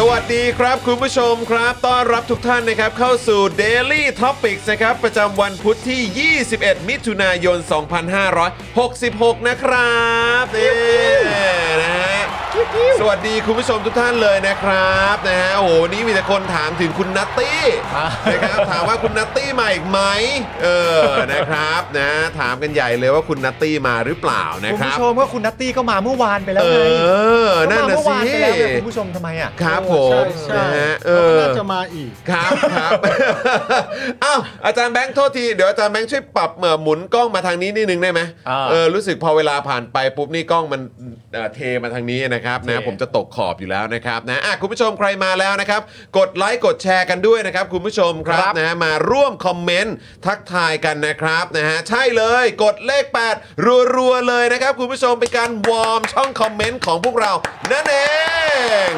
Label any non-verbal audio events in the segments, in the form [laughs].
สวัสดีครับคุณผู้ชมครับ ต้อนรับทุกท่านนะครับ เข้าสู่ Daily Topics นะครับ ประจำวันพุธที่ 21 มิถุนายน 2566 นะครับนี่นะฮะสวัสดีคุณผู้ชมทุกท่านเลยนะครับนะฮะโอ้โหวันนี่มีแต่คนถามถึงคุณนัตตี้นะครับถามว่าคุณนัตตี้มาอีกไหมเออนะครับนะถามกันใหญ่เลยว่าคุณนัตตี้มาหรือเปล่านะ คุณ ครั ผู้ บ ชมก็คุณนัตตี้ก็มาเมื่อวานไปแล้ว เอ ไง อ ก็ นั่น มา น่ะ เมื่อ สิ วานไปแล้วเนี่ยคุณผู้ชมทำไมอ่ะ ครับผม ใช่ นะ ใช่ ฮะเออเราก็น่าจะมาอีก ครับครับ [laughs] อ้าวอาจารย์แบงค์โทษที เดี๋ยวอาจารย์แบงค์ช่วยปรับเอ่อหมุนกล้องมาทางนี้นิดนึงได้ไหม อ่า เออรู้สึกพอเวลาผ่านไปปุ๊บนี่กล้องมันเอ่อเทมาทางนี้นะครับนะ เท ผมจะตกขอบอยู่แล้วนะครับนะอ่ะคุณผู้ชมใครมาแล้วนะครับ กดไลค์กดแชร์กันด้วยนะครับ คุณผู้ชมครับนะฮะมาร่วมคอมเมนต์ทักทายกันนะครับนะฮะใช่เลยกดเลข 8 รัวๆเลยนะครับ คุณผู้ชมเป็นการวอร์มช่องคอมเมนต์ของพวกเรานั่นเอง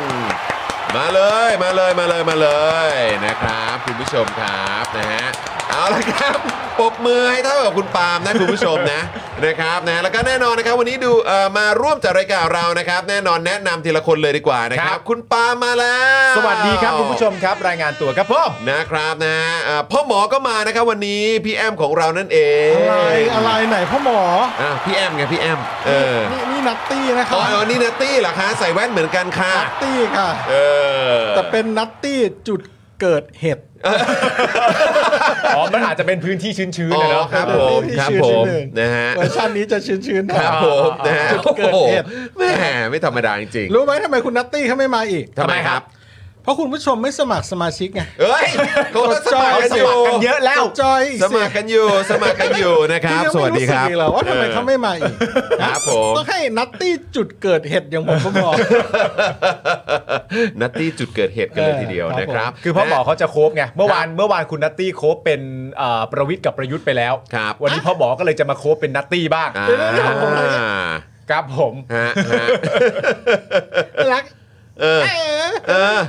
มาเลยมาเลยมาเลยมาเลยนะครับ คุณผู้ชมครับนะฮะเอาละครับปรบมือให้เท่ากับคุณปาล์มนะคุณผู้ชมนะ นะครับนะแล้วก็แน่นอนนะครับวันนี้ดูเอ่อมาร่วมจัดรายการเรานะครับ แน่นอนแนะนำทีละคนเลยดีกว่านะครับ ครับ คุณปาล์มมาแล้ว สวัสดีครับคุณผู้ชมครับรายงานตัวครับผม นะครับนะเอ่อพ่อหมอก็มานะครับวันนี้พี่แอมของเรานั่นเอง อะไรอะไรไหนพ่อหมอ อ่ะพี่แอมไงพี่แอมเออ นี่นี่นัตตี้นะค อ๋ รั อบ อ๋อนี่นัตตี้เหรอคะใส่แว่นเหมือนกันค่ะ นัตตี้ค่ะ เออ แต่เป็นนัตตี้จุดเกิดเห็ด อ๋อมันอาจจะเป็นพื้นที่ชื้นๆนะอ๋อเนาะครับ เอ ผ อ ม ที่ ครับ ชื่อ ผ ชื่ ม อหนึ่ง นะฮะ เวอร์ชันนี้จะชื้นๆหน่อ ค ย รับผมนะฮะ จุดเกิด โอ้โห เหตุ แหมไม่ธรรมดาจริง รู้ไหมทำไมคุณนัตตี้เขาไม่มาอีก ๆทำไมครับ เพราะคุณผู้ชมไม่สมัครสมาชิกไง เอ้ยเขาก็สมัครกันอยู่ สมัครกันเยอะ แล้ว จอยอีก ส เสี มั ย ครกันอยู่สมัครกันอยู่นะครับ ที่ยัง ส ไม่ วัสดีครับ สึกอีกเหรอว่าทำไมเขาไม่มาอีก ครับผม [laughs] ต้องให้นัตตี้จุดเกิดเห็ดอย่างผมก็พอ นัตตี้จุดเกิดเหตุกันเลย เออ ทีเดียว ครับ นะครับ คือพ่อหมอ นะ เขาจะโคบไงเมื่อวานเมื่อวานคุณนัตตี้โคบเป็นเอ่อประวิทย์กับประยุทธ์ไปแล้ว ครับ วันนี้พ่อหมอก็เลยจะมาโคบเป็นนัตตี้บ้าง อ่า ครับผม ฮะฮะ รัก เออเออ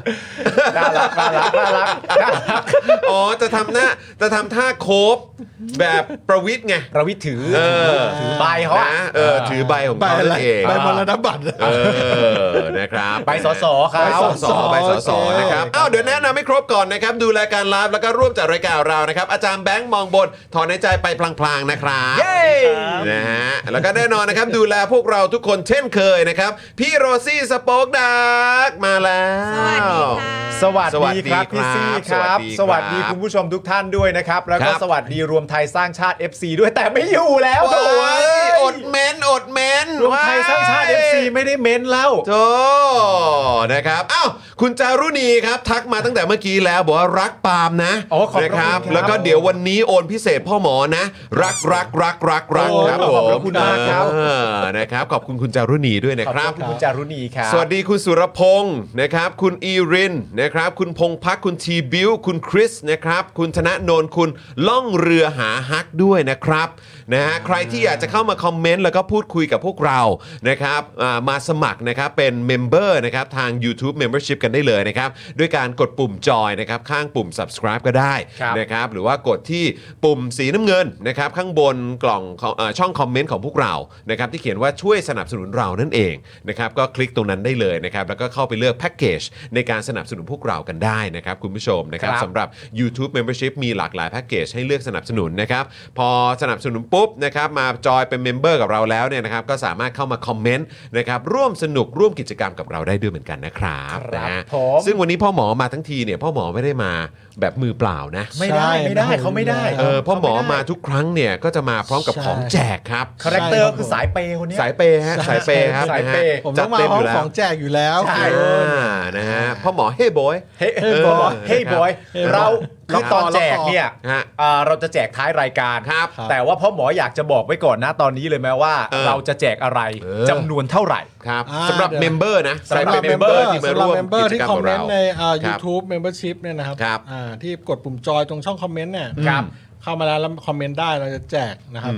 น่ารักน่ารักน่ารักน่ารัก อ๋อจะทำหน้าจะทำท่าโคบแบบประวิทย์ไง ประวิทย์ถือ เออ ถือใบเขาอะ นะเออถือใบของ ใบ เขา อะไร นั่นเอง ใบมรณบัตร เออนะครับ ใบสสครับ ใบสสใบสส โอเค นะครับอ้าวเดี๋ยวแนะนำให้ครบก่อนนะครับดูรายการไลฟ์แล้วก็ร่วมจัดรายการเรานะครับ อาจารย์แบงค์มองบนถอนในใจไปพลางๆนะครับ เย้ นะฮะแล้วก็แน่นอนนะครับ ดูแลพวกเราทุกคนเช่นเคยนะครับ พี่โรซี่สป็อกดาร์กมาแล้วสวัสดีค่ะ สวัสดีครับ สวัสดีครับบ สวัสดีพี่ซี่ครัสวัสดี ครับ คุณผู้ชมทุกท่านด้วยนะครับ แล้ว ครั ก็ บ สวัสดีรวมไทยสร้างชาติ FC ด้วยแต่ไม่อยู่แล้วโถ่ โอ้ เ ยอ อ้ย ดเม้นอดเม้น รวมไทยสร้างชาติ FC ไม่ได้เม้นแล้ว โธ่นะครับอ้าวคุณจารุณีครับ ทักมาตั้งแต่เมื่อกี้แล้วบอกว่ารักปาล์มนะ อ๋อขอบพระ นะครั คุณครับ แล้วก็เดี๋ยววันนี้โอนพิเศษพ่อหมอนะ รักรักรักรักรัก โอ้ ครับผ ขอบพระ ม คุณมากครับ เออนะครับขอบคุณคุณจารุณีด้วยนะ ขอบ ครับ คุณคุณจารุณีครับ สวัสดีคุณสุรพงศ์นะครับ คุณอีรินนะครับ คุณพงพักคุณทีบิวคุณคริสนะครับ คุณธนโนนคุณล่องเรือหาฮักด้วยนะครับ นะฮะใครที่อยากจะเข้ามาคอมเมนต์แล้วก็พูดคุยกับพวกเรานะครับอ่ามาสมัครนะครับเป็นเมมเบอร์นะครับทาง YouTube Membership กันได้เลยนะครับด้วยการกดปุ่มจอยนะครับข้างปุ่ม subscribe ก็ได้ ครับ นะครับหรือว่ากดที่ปุ่มสีน้ำเงินนะครับข้างบนกล่องของอาช่องคอมเมนต์ของพวกเรานะครับที่เขียนว่าช่วยสนับสนุนเรานั่นเองนะครับก็คลิกตรงนั้นได้เลยนะครับแล้วก็เข้าไปเลือกแพ็กเกจในการสนับสนุนพวกเรากันได้นะครับคุณผู้ชมนะครับ ครับ สำหรับ YouTube Membership มีหลากหลายแพ็กเกจให้เลือกสนับสนุนนะครับพอสนับสนุนปุ๊บนะครับมาจอยเป็นเมมเบอร์กับเราแล้วเนี่ยนะครับก็สามารถเข้ามาคอมเมนต์นะครับร่วมสนุกร่วมกิจกรรมกับเราได้ด้วยเหมือนกันนะครับ ครับ นะฮะ ผม ซึ่งวันนี้พ่อหมอมาทั้งทีเนี่ยพ่อหมอไม่ได้มาแบบมือเปล่านะ ไม่ได้ ใช่ ไม่ได้ ไม่ได้ เขาไม่ได้ เออพ่อหมอ เขไได้ มาทุกครั้งเนี่ยก็จะมาพร้อมกับ ใช่ ของแจกครับ คาแรคเตอร์คือสายเปย์คนเนี้ย สายเปย์ฮะสายเปย์ครับ สาย นะฮะ เปย์ ผม จัดต้องมา เต็ม พอร้อม ยู่แล้ ข ว องแจกอยู่แล้ว ใช่ อ่านะฮะพ่อหมอเฮ้บอย เฮ้ย เฮ้ย บบ อ อย ย เฮ้ยบอย ครับ เรา ครั เรา บ ตอนแจกเนี่ย ฮะ อ่าเราจะแจกท้ายรายการ ครับ แต่ว่าพ่อหมออยากจะบอกไว้ก่อนนะตอนนี้เลยไหมว่า เออ เราจะแจกอะไร เออ จำนวนเท่าไหร่ ครับ อ่า สำหรับ เดี๋ยว เมมเบอร์นะสาย สำหรั เป บ ย์เม เม ม ม เบอเบอ ร์ ร์ ที่มา สำหรั ร่ บ วม เมมเบอ กิ ร์ จ ที่ กรรม คอม กับ เมน เรา ต์ในอ่า ครับ YouTube Membership เนี่ยนะครับ ครับ อ่าที่กดปุ่มจอยตรงช่องคอมเมนต์เนี่ย ครับ เข้ามาแล้วแล้วคอมเมนต์ได้เราจะแจกนะครับ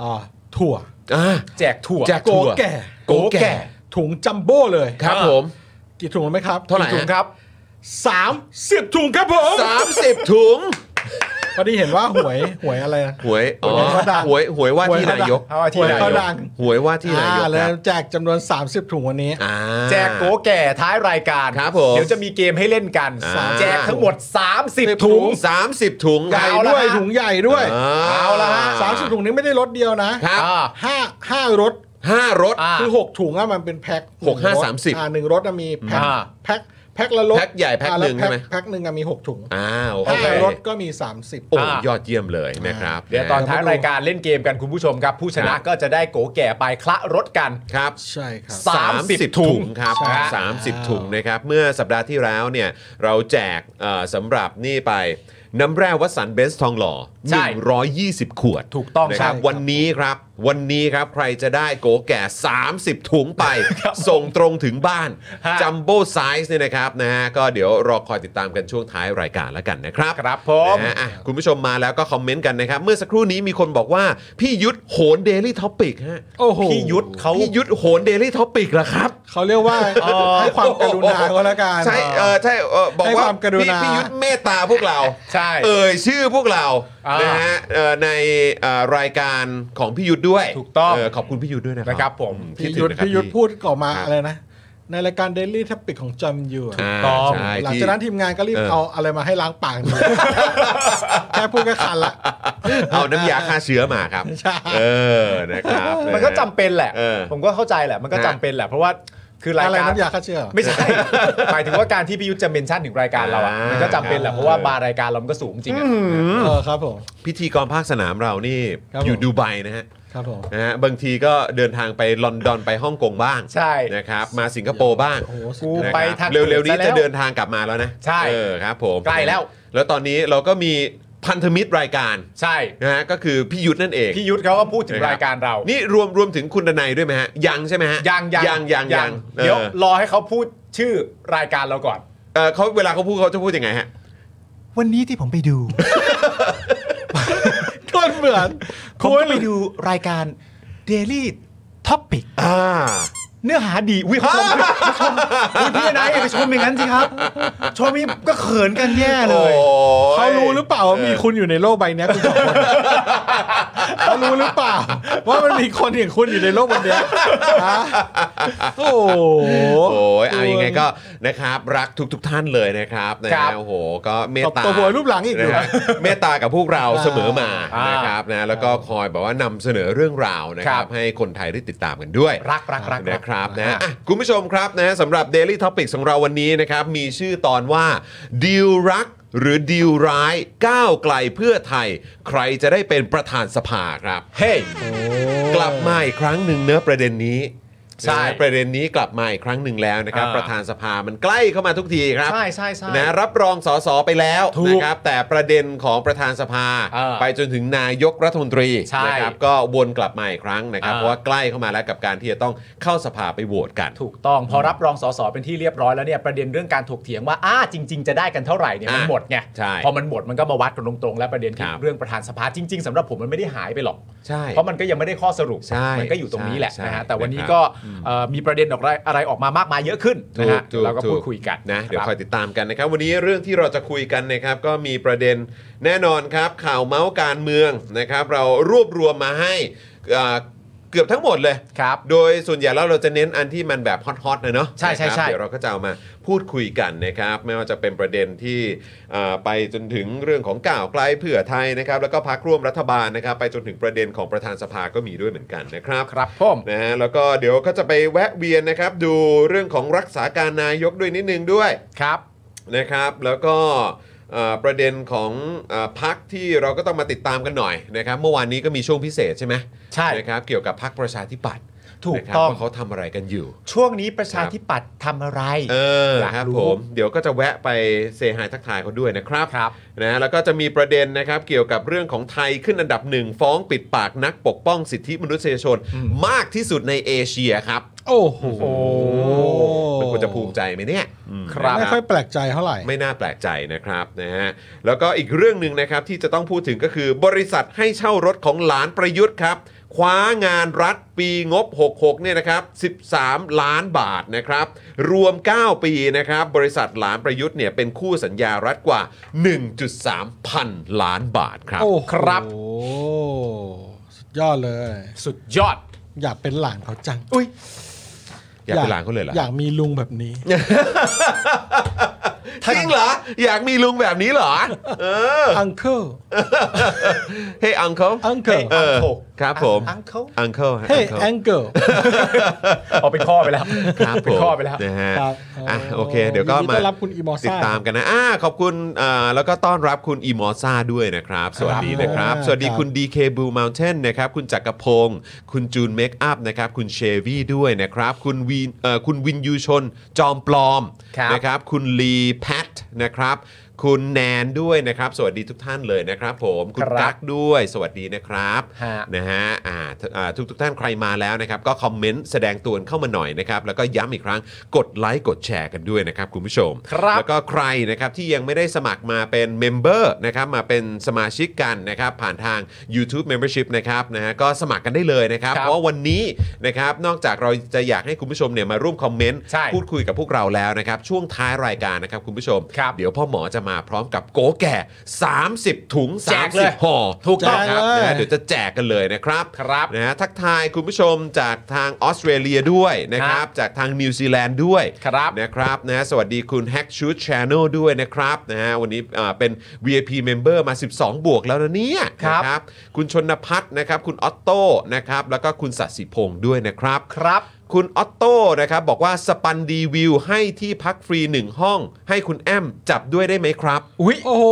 อ่าถั่ว อ่า แจกถั่ว แจก โก ถั่ว แก่ โกแก่ ถุงจัมโบ้เลย ครับ เออ ผม กี่ถุงรู้ไหมครับ เท่าไหร่ กี่ถุงครับสามสิบถุงครับผม 30 ถุง พอดีเห็นว่าหวยหวยอะไรนะ หวยอ๋อ หวยเขาดัง หวยหวยว่าที่นายก เอาที่ หวย นายก เขาดัง หวยว่าที่นายก อ่า ค แล้ รั ว บ แจกจำนวน 30 ถุงวันนี้ อ่า แจกโกแก่ท้ายรายการ ครับผม เดี๋ยวจะมีเกมให้เล่นกัน อ่า แจกทั้งหมด 30 ถุง 30 ถุง ใหญ่ เอาละ ด้วย ฮะ ถุงใหญ่ด้วย อ่ เอาละฮะ สามสิบถุงนี้ไม่ได้รถเดียวนะครับ อ่า ห้าห้ารถ ห้ารถ อ่า คือ 6 ถุงอะมันเป็นแพ็ค หกห้า นึ่งรถ สามสิบ อ่าหนึ่งรถอะมีแพ็ค อ่า แพ็คแพ็คละรถ แพ็คใหญ่แพ็ค อ่า หนึ่ง แล้ ใช่ ว ไหม แพ็คหนึ่งอะมี 6 ถุง อ้าวโอ ห้า เค รถก็มี โอ้ 30 อ่าย ย อดเยี่ยมเลยนะครับ เดี๋ยวตอนท้าย เดี๋ยวมาดู รายการเล่นเกมกันคุณผู้ชมครับ ผู้ชนะก็จะได้โกแก่ไปคละรถกัน ครับ ใช่ครับ สามสิบ 30 ถุ ถุง ง ครับ ใช่ 30 ถุงนะครับ เมื่อสัปดาห์ที่แล้วเนี่ย เราแจกเอ่อสำหรับนี่ไปน้ำแร่วัดสันเบนซ์ทองหล่อ ใช่ 120 ขวด ถูกต้อง นะครับ วันนี้ครับ วันนี้ครับ ใครจะได้โกแก่ 30 ถุงไป ส่งตรงถึงบ้านจัมโบ้ไซส์เนี่ยนะครับนะฮะก็เดี๋ยวรอคอยติดตามกันช่วงท้ายรายการแล้วกันนะครับ ครับผม นะฮะอ่ะคุณผู้ชมมาแล้วก็คอมเมนต์กันนะครับ เมื่อสักครู่นี้มีคนบอกว่า พี่ยุทธโหนเดลี่ท็อปิกฮะ โอ้โห พี่ยุทธเขา พี่ยุทธโหนเดลี่ท็อปิกเหรอครับ เขาเรียกว่า เออ ให้ความกรุณาก็แล้วกัน ใช่เออใช่เออบอกว่า ให้ความกรุ พี่ ณา พี่ยุทธเมตตาพวกเรา ใช่ เอ่ยชื่อพวกเรา อ่าน นะฮะเอ่อในเอ่อรายการของพี่ยุทธด้วย ถูกต้อง เขอบคุณพี่ยุทธด้วยนะครั นะครับผม คิด พี่ ถึง ยุทธ นะครับ พี่ยุทธพูดออกมา ครับ อะไรนะ ในรายการ Daily Topic ของจอมยูอะ อ่า ต้อง ใช่ หลัง ที่ จากนั้นทีมงานก็รีบ เออ เอาอะไรมาให้ล้างปากหนู [laughs] แค่พูดก็คันละ เอาน้ำยาฆ่าเชื้อมาครับ ใช่ เออนะครับ มันก็จำเป็นแหละ เออ ผมก็เข้าใจแหละ มันก็จำเป็นแหละ เพราะว่าคือราย อะไร การ น้ำยาฆ่าเชื้อเหรอ ไม่ใช่ [laughs] หมายถึงว่าการที่พี่ยุทธจะเมนชั่นถึงรายการเราอ่ะ อ่ามั มันก็จำเป็นแหละเพราะว่าบาร์รายการเรามันก็สูงจริงอะ เออครับผม พิธีกรภาคสนามเรานี่ ครับผม อยู่ดูไบนะฮะ ครับผม นะฮะบางทีก็เดินทางไปลอนดอนไปฮ่องกงบ้าง ใช่ นะครับมาสิงคโปร์บ้าง โอ้โหสุด กู ยอด ไป นะครับ ทาง เร็วๆนี้ อื่ซ จะ แล้ เดินทางกลับมาแล้วนะ ใช่ เออครับผม ใกล้แล้ว แล้วตอนนี้เราก็มีพันธมิตรรายการ ใช่ นะฮะก็คือพี่ยุทธนั่นเอง พี่ยุทธเขาก็พูดถึงรายการเรา นี่รวมรวมถึงคุณดนัยด้วยไหมฮะยังใช่ไหมฮะ ยังยัง ยังยังยังเออ เดี๋ยวรอให้เขาพูดชื่อรายการเราก่อน เออเขาเวลาเขาพูดเขาจะพูดยังไงฮะ วันนี้ที่ผมไป [laughs] ดู คนเหมือน ผมก็ไปดูรายการ Daily Topic อ่า เนื้อหาดีอุ้ยชมชมอุ๊ยพี่นายอย่าไปชมอย่างนั้นสิครับ ชมนี่ก็เขินกันแย่เลย เขารู้หรือเปล่าว่ามีคุณอยู่ในโลกใบเนี้ยคุณสองคนเขารู้หรือเปล่า ว่ามันมีคนอย่างคุณอยู่ในโลกใบเนี้ยฮะโอ้โห โอ้ยเอายังไงก็นะครับรักทุกทท่านเลยนะครับนะ ครั ฮะ บ โอ้โหก็เมตตา ตบหัวรูปหลังอีก นะฮะเมตตากับพวกเราเสมอมา อ่าน นะครับนะแล้วก็คอยแบบว่านำเสนอเรื่องราวนะครั ครับ บ ให้คนไทยได้ติดตามกันด้วย รักรักรัก นะครับนะอ่ะคุณผู้ชมครับนะสำหรับ Daily Topics ของเราวันนี้นะครับ มีชื่อตอนว่าดีลรักหรือดีลร้ายก้าวไกลเพื่อไทย ใครจะได้เป็นประธานสภาครับ เฮ้ย กลับมาอีกครั้งหนึ่งเนื้อะประเด็นนี้ ใช่ นะฮะประเด็นนี้กลับมาอีกครั้งหนึ่งแล้วนะครับ อ่า ประธานสภามันใกล้เข้ามาทุกทีครับ ใช่ใช่ใช่ นะรับรองสสไปแล้ว ถูก นะครับแต่ประเด็นของประธานสภา เออ ไปจนถึงนายกรัฐมนตรี ใช่ นะครับก็วนกลับมาอีกครั้งนะครับ เออ เพราะว่าใกล้เข้ามาแล้วกับการที่จะต้องเข้าสภาไปโหวตกัน ถูกต้องพอรับรองสสเป็นที่เรียบร้อยแล้วเนี่ยประเด็นเรื่องการถกเถียงว่าอ้าจริง ๆ จะได้กันเท่าไหร่เนี่ยมัน อ่ะ หมดไง ใช่ พอมันหมดมันก็มาวัดกันตรงๆ แล้วประเด็นที่ ครับ เรื่องประธานสภาจริง ๆสำหรับผมมันไม่ได้หายไปหรอก ใช่ เพราะมันก็ยังไม่ได้ข้อสรุป ใช่ มัก็อยู่ตรงนี้แหละ ใช่ นะ ใช่ ฮะ แต่วันนี้ นะครับ ก็เอ่อมีประเด็นออกไรอะไรออกมามากมายเยอะขึ้นนะ ถูก ฮะ ถูก เราก็พูด ถู คุยกัน นะเดี๋ยว รับ คอยติดตามกันนะครับ วันนี้เรื่องที่เราจะคุยกันนะครับก็มีประเด็นแน่นอนครับ ข่าวเมาส์การเมืองนะครับ เรารวบรวมมาให้เอ่อเกือบทั้งหมดเลย ครับ โดยส่วนใหญ่แล้วเราจะเน้นอันที่มันแบบฮอตๆนะเนาะ ใช่ใช่ นะครับ ใช่ เดี๋ยวเราก็จะเอามาพูดคุยกันนะครับ ไม่ว่าจะเป็นประเด็นที่เอ่อไปจนถึงเรื่องของก้าวไกลเผื่อไทยนะครับ แล้วก็พักร่วมรัฐบาลนะครับ ไปจนถึงประเด็นของประธานสภาก็มีด้วยเหมือนกันนะครับ ครับผม นะฮะแล้วก็เดี๋ยวก็จะไปแวะเวียนนะครับ ดูเรื่องของรักษาการนายกด้วยนิดนึงด้วย ครับ นะครับ แล้วก็เอ่อประเด็นของเออพักที่เราก็ต้องมาติดตามกันหน่อยนะครับ เมื่อวานนี้ก็มีช่วงพิเศษใช่ไหม ใช่ นะครับ เกี่ยวกับพักประชาธิปัตย์ ถูก นะครับ ต้อง ว่าเขาทำอะไรกันอยู่ ช่วงนี้ประชาธิปัตย์ทำอะไร เออ อยาก ครับ รู้ ผมเดี๋ยวก็จะแวะไปเซฮายทักทายเขาด้วยนะครับ ครับ นะฮะแล้วก็จะมีประเด็นนะครับเกี่ยวกับเรื่องของไทยขึ้นอันดับหนึ่งฟ้องปิดปากนักปกป้องสิทธิมนุษยชน มากที่สุดในเอเชียครับ โอ้โห มันควรจะภูมิใจไหมเนี่ย ครับ ไม่ นะ ค่อยแปลกใจเท่าไหร่ ไม่น่าแปลกใจนะครับนะฮะแล้วก็อีกเรื่องหนึ่งนะครับที่จะต้องพูดถึงก็คือบริษัทให้เช่ารถของหลานประยุทธ์ครับ คว้างานรัฐปีงบ 66 เนี่ยนะครับ 13 ล้านบาทนะครับ รวม 9 ปีนะครับ บริษัทหลานประยุทธ์เนี่ยเป็นคู่สัญญารัฐกว่า 1.3 พันล้านบาทครับ โอ้โห ครับ สุดยอดเลย สุดยอด อยากเป็นหลานเขาจัง อุ้ย อยากเป็นหลานเขาเลยเหรอ อยากมีลุงแบบนี้ จริงเหรออยากมีลุงแบบนี้เหรอเออ อังเคิล เฮ้ยอังเคิล Uncle เออครับผม Uncle อังเคิล เฮ้ยแองเกิล เอาเป็นข้อไปแล้ว ครับผม เป็นข้อไปแล้ว นะฮะ ครับ อ่ะ อ๋อ โอเค เดี๋ยวก็ ยินดี มา ต้อนรับคุณอีมอซ่า ติดตามกันนะอ่าขอบคุณอ่าแล้วก็ต้อนรับคุณอีมอซ่าด้วยนะครับ สวัสดีนะครับ ครับ สวัสดี ครับ คุณ DK Blue Mountain นะครับ คุณจักรพงศ์คุณจูนเมคอัพนะครับ คุณเชวี่ด้วยนะครับ คุณวินเอ่อคุณวินยูชนจอมปลอม ครับ นะครับ คุณลีแพทนะครับ คุณแนนด้วยนะครับ สวัสดีทุกท่านเลยนะครับผมคุณ ครับ กั๊กด้วย สวัสดีนะครับ ฮะ นะฮะอ่าอ่าทุกทุกท่านใครมาแล้วนะครับ ก็คอมเมนต์แสดงตัวเข้ามาหน่อยนะครับ แล้วก็ย้ำอีกครั้งกดไลค์กดแชร์กันด้วยนะครับ คุณผู้ชม ครับ แล้วก็ใครนะครับที่ยังไม่ได้สมัครมาเป็นเมมเบอร์นะครับมาเป็นสมาชิกกันนะครับ ผ่านทาง YouTube Membership นะครับนะฮะก็สมัครกันได้เลยนะครับ ครับ เพราะว่าวันนี้นะครับนอกจากเราจะอยากให้คุณผู้ชมเนี่ยมาร่วมคอมเมนต์ ใช่ พูดคุยกับพวกเราแล้วนะครับ ช่วงท้ายรายการนะครับคุณผู้ชม ครับ เดี๋ยวพ่อหมอจะมาพร้อมกับโกแก่ 30 ถุง แจกเลย 30ห่อ ถูกต้อง นะครั แจกนะฮะเลยเดี๋ยวจะแจกกันเลยนะครับ ครับ นะฮะทักทายคุณผู้ชมจากทางออสเตรเลียด้วยนะครับ จากทางนิวซีแลนด์ด้วย ครับ นะครับนะฮะสวัสดีคุณ Hack Shoot Channel ด้วยนะครับนะฮะวันนี้อ่าเป็น VIP Member มา 12 บวกแล้วนะเนี่ย ครับ นะคุณชนพัฒน์นะครับ คุณออตโต้นะครับ แล้วก็คุณสัตสิพงศ์ด้วยนะครับ ครับ คุณออตโต้นะครับ บอกว่าสปันดีวิวให้ที่พักฟรี 1 ห้อง ให้คุณแอมจับด้วยได้ไหมครับ อุ้ย โอ้โห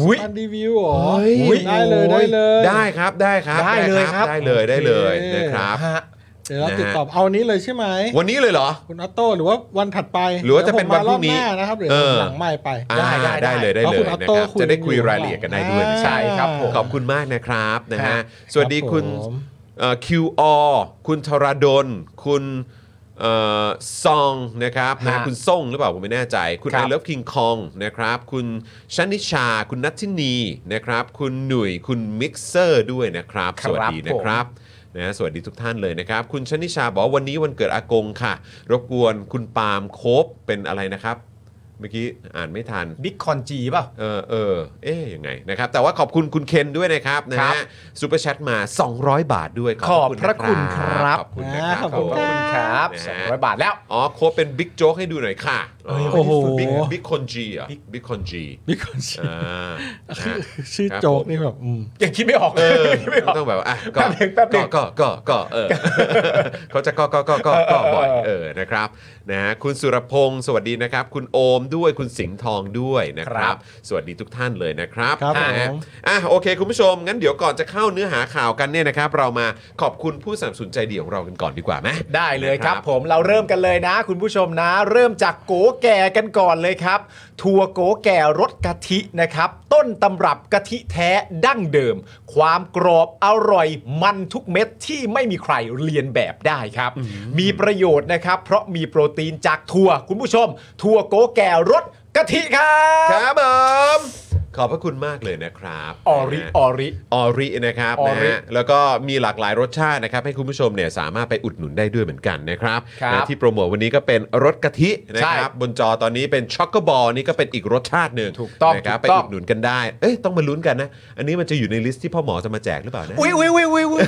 อุ๊ย สตันดีวิวเหรอ เฮ้ย อุ๊ยได้เลยได้เลย ได้ครับได้ครับ ได้เลยครับ ได้เลยได้เลยนะครับ ฮะ เดี๋ยวเรา นะฮะ ติดต่อเอานี้เลยใช่ไหม วันนี้เลยเหรอ คุณออโต้หรือว่าวันถัดไป หรือว่าจะเป็นวันพรุ่งนี้ เดี๋ยผมมารอบหน้านะครับหรือ เออ หลังไม่ไป ได้ได้ อ่า ได้ ได้เลยได้ เพ เลยราะคุณ นะ ออโต้ ครับ คุย จะได้คุย อยู่ รายละเอียดกันได้ อ่า ด้วยนะ ใช่ครับผม ขอบคุณมากนะครับนะฮะ ฮะ สวัสดีคุณ ผม เอ่อ QR คุณธราดลคุณเอ่อซองนะครับนะ ฮะ คุณส่งหรือเปล่าผมไม่แน่ใจ คุณ ครั ไอบ เลิฟคิงคองนะครับ คุณชนิชา คุณนัทธินีนะครับ คุณหนุ่ยคุณมิกเซอร์ด้วยนะครับ ค ส รับ วัสดีนะ ผม ครับ นะสวัสดีทุกท่านเลยนะครับ คุณชนิชาบอกว่าวันนี้วันเกิดอากงค่ะ รบกวนคุณปาล์มโคบเป็นอะไรนะครับ เมื่อกี้อ่านไม่ทัน บิ๊กคอนจีป่ะ เออเออเอ๊ยยังไงนะครับ แต่ว่าขอบคุณคุณเคนด้วยนะครับนะ ครั ฮะ บ ซูเปอร์แชทมา 200 บาทด้วย ขอบพระคุณครับ ขอบคุณนะครับ นะขอบ ผ คุ ม ณ ขอบคุณครับ นะฮะ สองร้อยบาทแล้ว อ๋อโค้ดเป็นบิ๊กโจ๊กให้ดูหน่อยค่ะ เออ โอ้โห บิ๊กบิ๊กคอนจีอ่ะบิ๊กคอนจี บิ๊กคอนช อ่านะ ชื่อโจ๊กนี่แบบอืม ยังคิดไม่ออก เออ คิดไม่ออก ต้องแบบว่าอ่ะ แป๊บนึงแป๊บนึง ก็ก็ก็เออเขาจะก็ก็ก็ก็ก็บ่อยเออนะครับนะฮะคุณสุรพงศ์สวัสดีนะครับ คุณโอมด้วยคุณสิงห์ทองด้วยนะครับ สวัสดีทุกท่านเลยนะครับ ครับ อ่ะ ผม อ่ะโอเค คุณผู้ชม งั้นเดี๋ยวก่อนจะเข้าเนื้อหาข่าวกันเนี่ยนะครับ เรามาขอบคุณผู้สนับสนุนใจดีของเรากันก่อนดีกว่าไหม ได้เลยครับ นะครับ ผมเราเริ่มกันเลยนะ คุณผู้ชมนะ เริ่มจากโกแก่กันก่อนเลยครับ ทัวโกแก่รสกะทินะครับ ต้นตำรับกะทิแท้ดั้งเดิม ความกรอบอร่อยมันทุกเม็ดที่ไม่มีใครเรียนแบบได้ครับ มีประโยชน์นะครับ เพราะมีโปรตีนจากทัวคุณผู้ชม ทัวโกแก่รสกะทิครั ค บ รับผมขอบพระคุณมากเลยนะครับ ออริออริ ออรินะครับ ออ นะ ริ ฮะแล้วก็มีหลากหลายรสชาตินะครับให้คุณผู้ชมเนี่ยสามารถไปอุดหนุนได้ด้วยเหมือนกันนะครับ ครับ นะที่โปรโมทวันนี้ก็เป็นรสกะทินะ ใช่ ครับบนจอตอนนี้เป็นช็อกโกบอลนี่ก็เป็นอีกรสชาติหนึ่ง ถูกต้อง นะครับ ถู ไป กต้อง อุดหนุนกันได้เอ้ยต้องมาลุ้นกันนะ อันนี้มันจะอยู่ในลิสต์ที่พ่อหมอจะมาแจกหรือเปล่านะ อุ้ยอุ้ยอุ้ยอุ้ยอุ๊ย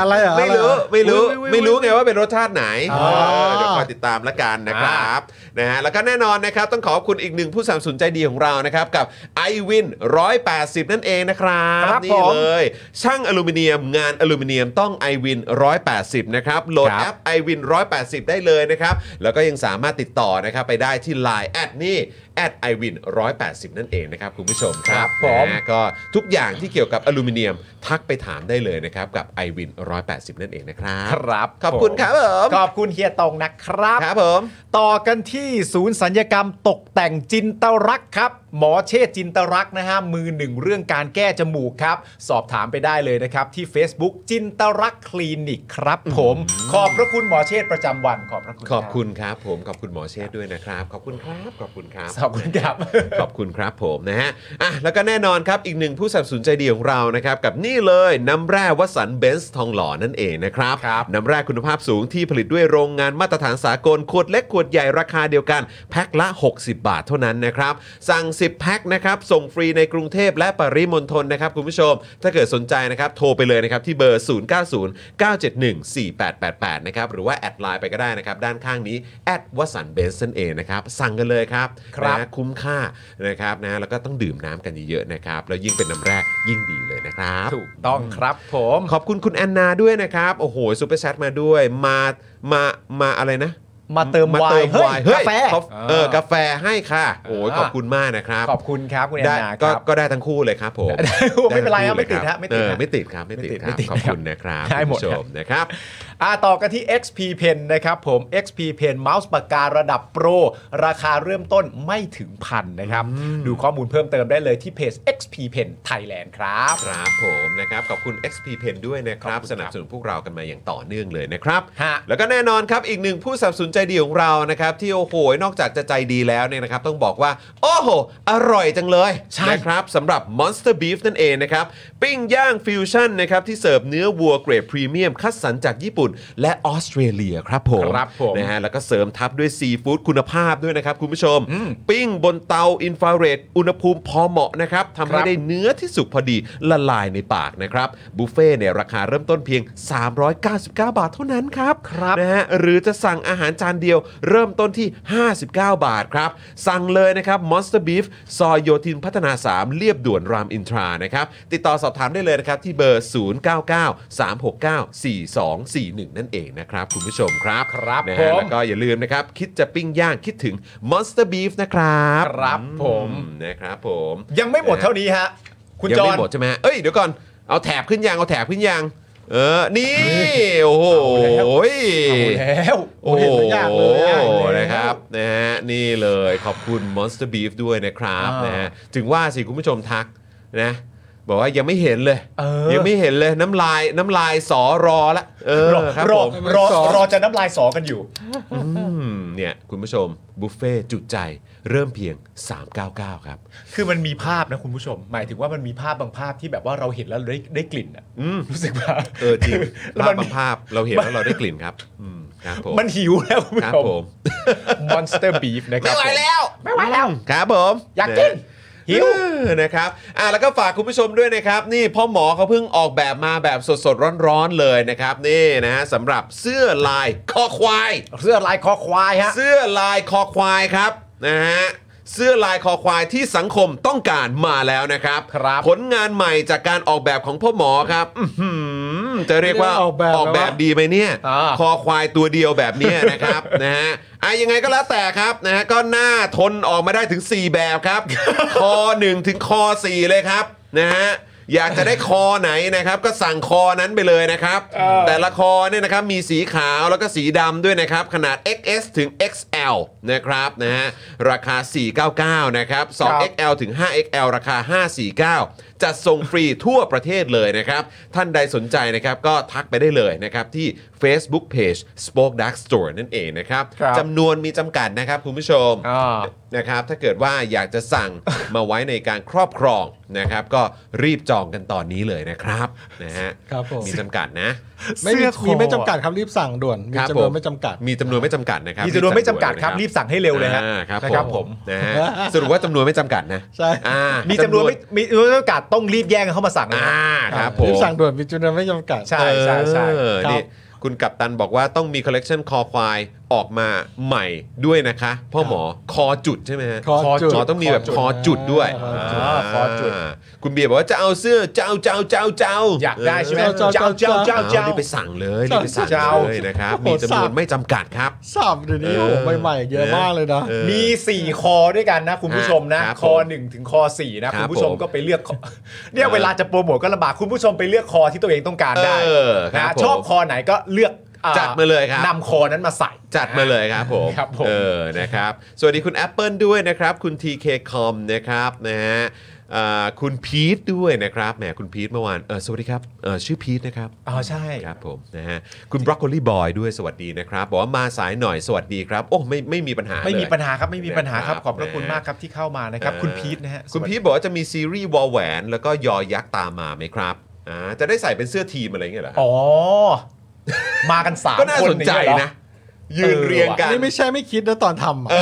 อะไรเหรอ ไม่รู้ อะเหอ ไม่รู้ อุ๊ยอุ๊ยอุ๊ย ไม่รู้ไงว่าเป็นรสชาติไหน อ๋อ เออเดี๋ยวคอยติดตามละกันนะครับนะฮะแล้วก็แน่นอนนะครับ ต้องขอบคุณอีกหนึ่งผู้สนัมสนุนใจดีของเรานะครับ กับ i w วิน180 นั่นเองนะครับ ครับ นี่ ผม เลย ช่างอลูมิเนียมงานอลูมิเนียมต้อง i w วิน180 นะครับ โหลด ครับ แอป i w วิน180 ได้เลยนะครับ แล้วก็ยังสามารถติดต่อนะครับไปได้ที่ Line แอดนี่แอดไอวิน180 นั่นเองนะครับคุณผู้ชมครับ ครับผม นะฮะก็ทุกอย่างที่เกี่ยวกับอลูมิเนียมทักไปถามได้เลยนะครับ กับ i w วิน180 นั่นเองนะครับ ครับ ขอบคุณครับผม ขอบคุณเฮียตองนะครับ ครับผม ต่อกันที่ศูนย์สัญญกรรมตกแต่งจินตรักษ์ครับ หมอเชษจินตรักษ์นะฮะมือหนึ่งเรื่องการแก้จมูกครับ สอบถามไปได้เลยนะครับ ที่ Facebook จินตรักษ์คลินิกครับผม ขอบพระคุณหมอเชษประจำวันขอบพระคุณ ขอบคุณครับผม ขอบคุณหมอเชษฐ์ด้วยนะครับ ขอบคุณครับ ขอบคุณครับ ขอบคุณครับ ขอบคุณครับผมนะฮะ อ่ะ แล้วก็แน่นอนครับ อีกหนึ่งผู้สนับสนุนใจดีของเรานะครับ กับนี่เลยน้ำแร่วัสันเบนซ์ทองหล่อนั่นเองนะครับ ครับ น้ำแร่คุณภาพสูงที่ผลิตด้วยโรงงานมาตรฐานสากล ขวดเล็กขวดใหญ่ราคาเดียวกัน แพ็คละ 60 บาทเท่านั้นนะครับ สั่ง 10 แพ็คนะครับ ส่งฟรีในกรุงเทพและปริมณฑลนะครับคุณผู้ชม ถ้าเกิดสนใจนะครับ โทรไปเลยนะครับ ที่เบอร์ 0909714888 นะครับ หรือว่าแอดไลน์ไปก็ได้นะครับ ด้านข้างนี้แอดวัสันเบนซ์นั่นเองนะครับ สั่งกันเลยครับ ครับ นะ คุ้มค่านะครับนะแล้วก็ต้องดื่มน้ำกันเยอะๆนะครับ แล้วยิ่งเป็นน้ำแร่ยิ่งดีเลยนะครับ ถูกต้องครับผม ขอบคุณคุณแอนนาด้วยนะครับ โอ้โหซูเปอร์แชทมาด้วยมามามาอะไรนะ มาเติมไวน์เฮ้ย เฮ้ย กาแฟ กาแฟเออ่ากอาแฟให้ค่ะโอ้โห อ่า ขอบคุณมากนะครับ ขอบคุณครับคุณแอน ได้ นาค ก็ รับ ก็ได้ทั้งคู่เลยครับผม ได้ไม่เป็นไรครับไม่ติดฮะไม่ติด เออ ฮะ ไม่ติดครับไม่ติดค ไม่ รับ ติด ขอบคุณนะครับ ได้หมด คุณผู้ชมนะครับ อ่าต่อกันที่ XP Pen นะครับผม XP Pen เมาส์ปากการะดับโปร ราคาเริ่มต้นไม่ถึงพันนะครับ ดูข้อมูลเพิ่มเติมได้เลยที่เพจ XP Pen Thailand ครับ ครับผมนะครับขอบคุณ XP Pen ด้วยนะครับ ขอบคุณครับ สนับสนุนพวกเรากันมาอย่างต่อเนื่องเลยนะครับ ฮะ แล้วก็แน่นอนครับอีกหนึ่งผู้สนับสนุนใจดีของเรานะครับที่โอ้โหนอกจากจะใจดีแล้วเนี่ยนะครับ ต้องบอกว่า โอ้โห อร่อยจังเลย ใช่ นะครับสำหรับ Monster Beef นั่นเองนะครับ ปิ้งย่างฟิวชั่นนะครับที่เสิร์ฟเนื้อวัวเกรดพรีเมียมคัดสรรจากญี่ปุ่น และออสเตรเลียครับผม ครับผม นะฮะแล้วก็เสริมทับด้วยซีฟู้ดคุณภาพด้วยนะครับ คุณผู้ชม ปิ้งบนเตาอินฟราเรดอุณหภูมิพอเหมาะนะครับทำให้ ครับ ได้เนื้อที่สุกพอดีละลายในปากนะครับ บุฟเฟ่ต์เนี่ยราคาเริ่มต้นเพียง 399 บาทเท่านั้นครับ ครับ นะฮะหรือจะสั่งอาหารจานเดียว เริ่มต้นที่ 59 บาทครับ สั่งเลยนะครับ Monster Beef ซอยโยธินพัฒนา 3 เรียบด่วนรามอินทรานะครับ ติดต่อสอบถามได้เลยนะครับ ที่เบอร์ 0993694241 นั่นเองนะครับ คุณผู้ชมครับ ครับ นะ ผ ฮะ ม แล้วก็อย่าลืมนะครับ คิดจะปิ้งย่างคิดถึง Monster Beef นะครับ ครับผม อืนะครับผม ยังไม่หมดเท่านี้ฮะ คุณ ยัง จอ ไม่ ห์น หมดใช่ไหมฮะเอ้ยเดี๋ยวก่อนเอาแถบขึ้นยังเอาแถบขึ้นยังเออนี่โอ้โห แล้ว โอ้โหโอ้โหเห็นแล้วอยากเลยอยากเลย นะครับนะฮะนี่เลยขอบคุณ Monster Beef ด้วยนะครับ อ่าน นะฮะถึงว่าสิคุณผู้ชมทักนะบอกว่ายังไม่เห็นเลย เออ ยังไม่เห็นเลยน้ำลายน้ำลายสอรอละเออ รอ ครับ รผอม รอรอจะน้ำลายสอกันอยู่ อืมเนี่ยคุณผู้ชมบุฟเฟ่จุใจเริ่มเพียง 399 ครับ คือมันมีภาพนะคุณผู้ชม หมายถึงว่ามันมีภาพบางภาพที่แบบว่าเราเห็นแล้วได้ได้กลิ่นอ่ะรู้สึกว่า เออจริง แล้ว ภาพมัน บางภาพเราเห็นแล้วเราได้กลิ่นครับอืมครับผม มันหิวแล้วคุคณผู้ รับ ชม ผม Monster Beef นะครับ ไม่ไหว ผม แล้วไม่ไหวแล้วครับผม อยากกิน ะ หิว เออนะครับอ่ะแล้วก็ฝากคุณผู้ชมด้วยนะครับ นี่พ่อหมอเขาเพิ่งออกแบบมาแบบสดๆร้อนๆเลยนะครับ นี่นะฮะสำหรับเสื้อลายคอควาย เสื้อลายคอควายฮะ เสื้อลายคอควายครับนะฮะเสื้อลายคอควายที่สังคมต้องการมาแล้วนะครับ ครับ ผลงานใหม่จากการออกแบบของพ่อหมอครับอื้อหือจะเรียกว่า ออกแบบ ดีไหมเนี่ย อ่า คอควายตัวเดียวแบบเนี้ยนะครับ [laughs] นะฮะอ่ะยังไงก็แล้วแต่ครับนะฮะก็หน้าทนออกมาได้ถึง 4 แบบครับ [laughs] คอ1ถึงคอ4เลยครับนะฮะอยากจะได้คอไหนนะครับ ก็สั่งคอนั้นไปเลยนะครับ แต่ละคอเนี่ยนะครับมีสีขาวแล้วก็สีดำด้วยนะครับ ขนาด XS ถึง XL นะครับนะฮะราคา 499 นะครับ 2XL ถึง 5XL ราคา 549 จัดส่งฟรีทั่วประเทศเลยนะครับ ท่านใดสนใจนะครับก็ทักไปได้เลยนะครับ ที่ Facebook Page Spoke Dark Store นั่นเองนะครับ ครับ จำนวนมีจำกัดนะครับคุณผู้ชม อ่า นะครับถ้าเกิดว่าอยากจะสั่ง มาไว้ในการครอบครองนะครับ ก็รีบจองกันตอนนี้เลยนะครับนะฮะ ครับผม มีจำกัดนะ ไม่มีเสื้อคอ มีไม่จำกัดครับรีบสั่งด่วน มี ครับ จำนว ผ น ม ไม่จำกัด มีจำนวนไม่จำกัดนะครับ มีจำนวนไม่จำกัดครับ นะ รีบสั่งให้เร็วเลยฮะ อ่าครับ นะครับผม นะฮะสรุปว่าจำนวนไม่จำกัดนะ ใช่ อ่า มี มี จำนวนไม่มีจำนวนไม่จำกัดต้องรีบแย่งกันเข้ามาสั่งนะ อ่าครับผม รีบสั่งด่วนมีจำนวนไม่จำกัด ใช่ใช่ใช่ เออ ครับ นี่คุณกัปตันบอกว่าต้องมีคอลเลกชันคอควายออกมาใหม่ด้วยนะคะพ่อหมอคอจุดใช่ไหมฮะ คอจุด อ๋อต้องมีแบบคอจุดด้วย คอจุด อ่าคอจุด คุณเบียร์บอกว่าจะเอาเสื้อเจ้าเจ้าเจ้าเจ้า อยากได้ใช่ไหม เจ้าเจ้าเจ้า เจ้าเจ้า รีบไปสั่งเลยรีบไปสั่ง เจ้า เลยนะครับ โอ้โห มีจำนวนไม่จำกัดครับ สับเดี๋ยวนี้โอ้โหใหม่ๆเยอะมากเลยนะ เออ มี 4 คอด้วยกันนะ คุณผู้ชมนะ ครับ คอ 1 ถึงคอ 4 นะ ครับ คุณผู้ชม ผม ก็ไปเลือก [laughs] คอเนี่ยเวลาจะโปรโมทก็ลำบากคุณผู้ชมไปเลือกคอที่ตัวเองต้องการได้ เออครับ นะ ผม ชอบคอไหนก็เลือกอ่ จัดมาเลยครับ นำคอนั้นมาใส่ จัดมาเลยครับผม ครับผม เออนะครับ สวัสดีคุณ Apple ด้วยนะครับ คุณ TK Com นะครับนะฮะอ่าคุณพีทด้วยนะครับแหมคุณพีทเมื่อวานเออสวัสดีครับเออชื่อพีทนะครับ อ๋อใช่ ครับผมนะฮะคุณบรอกโคลีบอยด้วยสวัสดีนะครับ บอกว่ามาสายหน่อยสวัสดีครับ โอ้ไม่ไม่มีปัญหา ไม่มี เลย ปัญหาครับไม่มีปัญหาครับ นะครับ ขอบพระคุณมากครับที่เข้ามานะครับ คุณพีทนะฮะ คุณพีทบอกว่าจะมีซีรีส์วอลแหวนแล้วก็ยอยักษ์ตามมาไหมครับอ่าจะได้ใส่เป็นเสื้อทีมอะไรอย่างเงี้ยเหรอครับ อ๋อ มากันสาม ก็น่า ค สนใจ อย่างเงี้นะยเหรอยืนเรียงกัน นี่ไม่ใช่ไม่คิดนะตอนทำอะ อ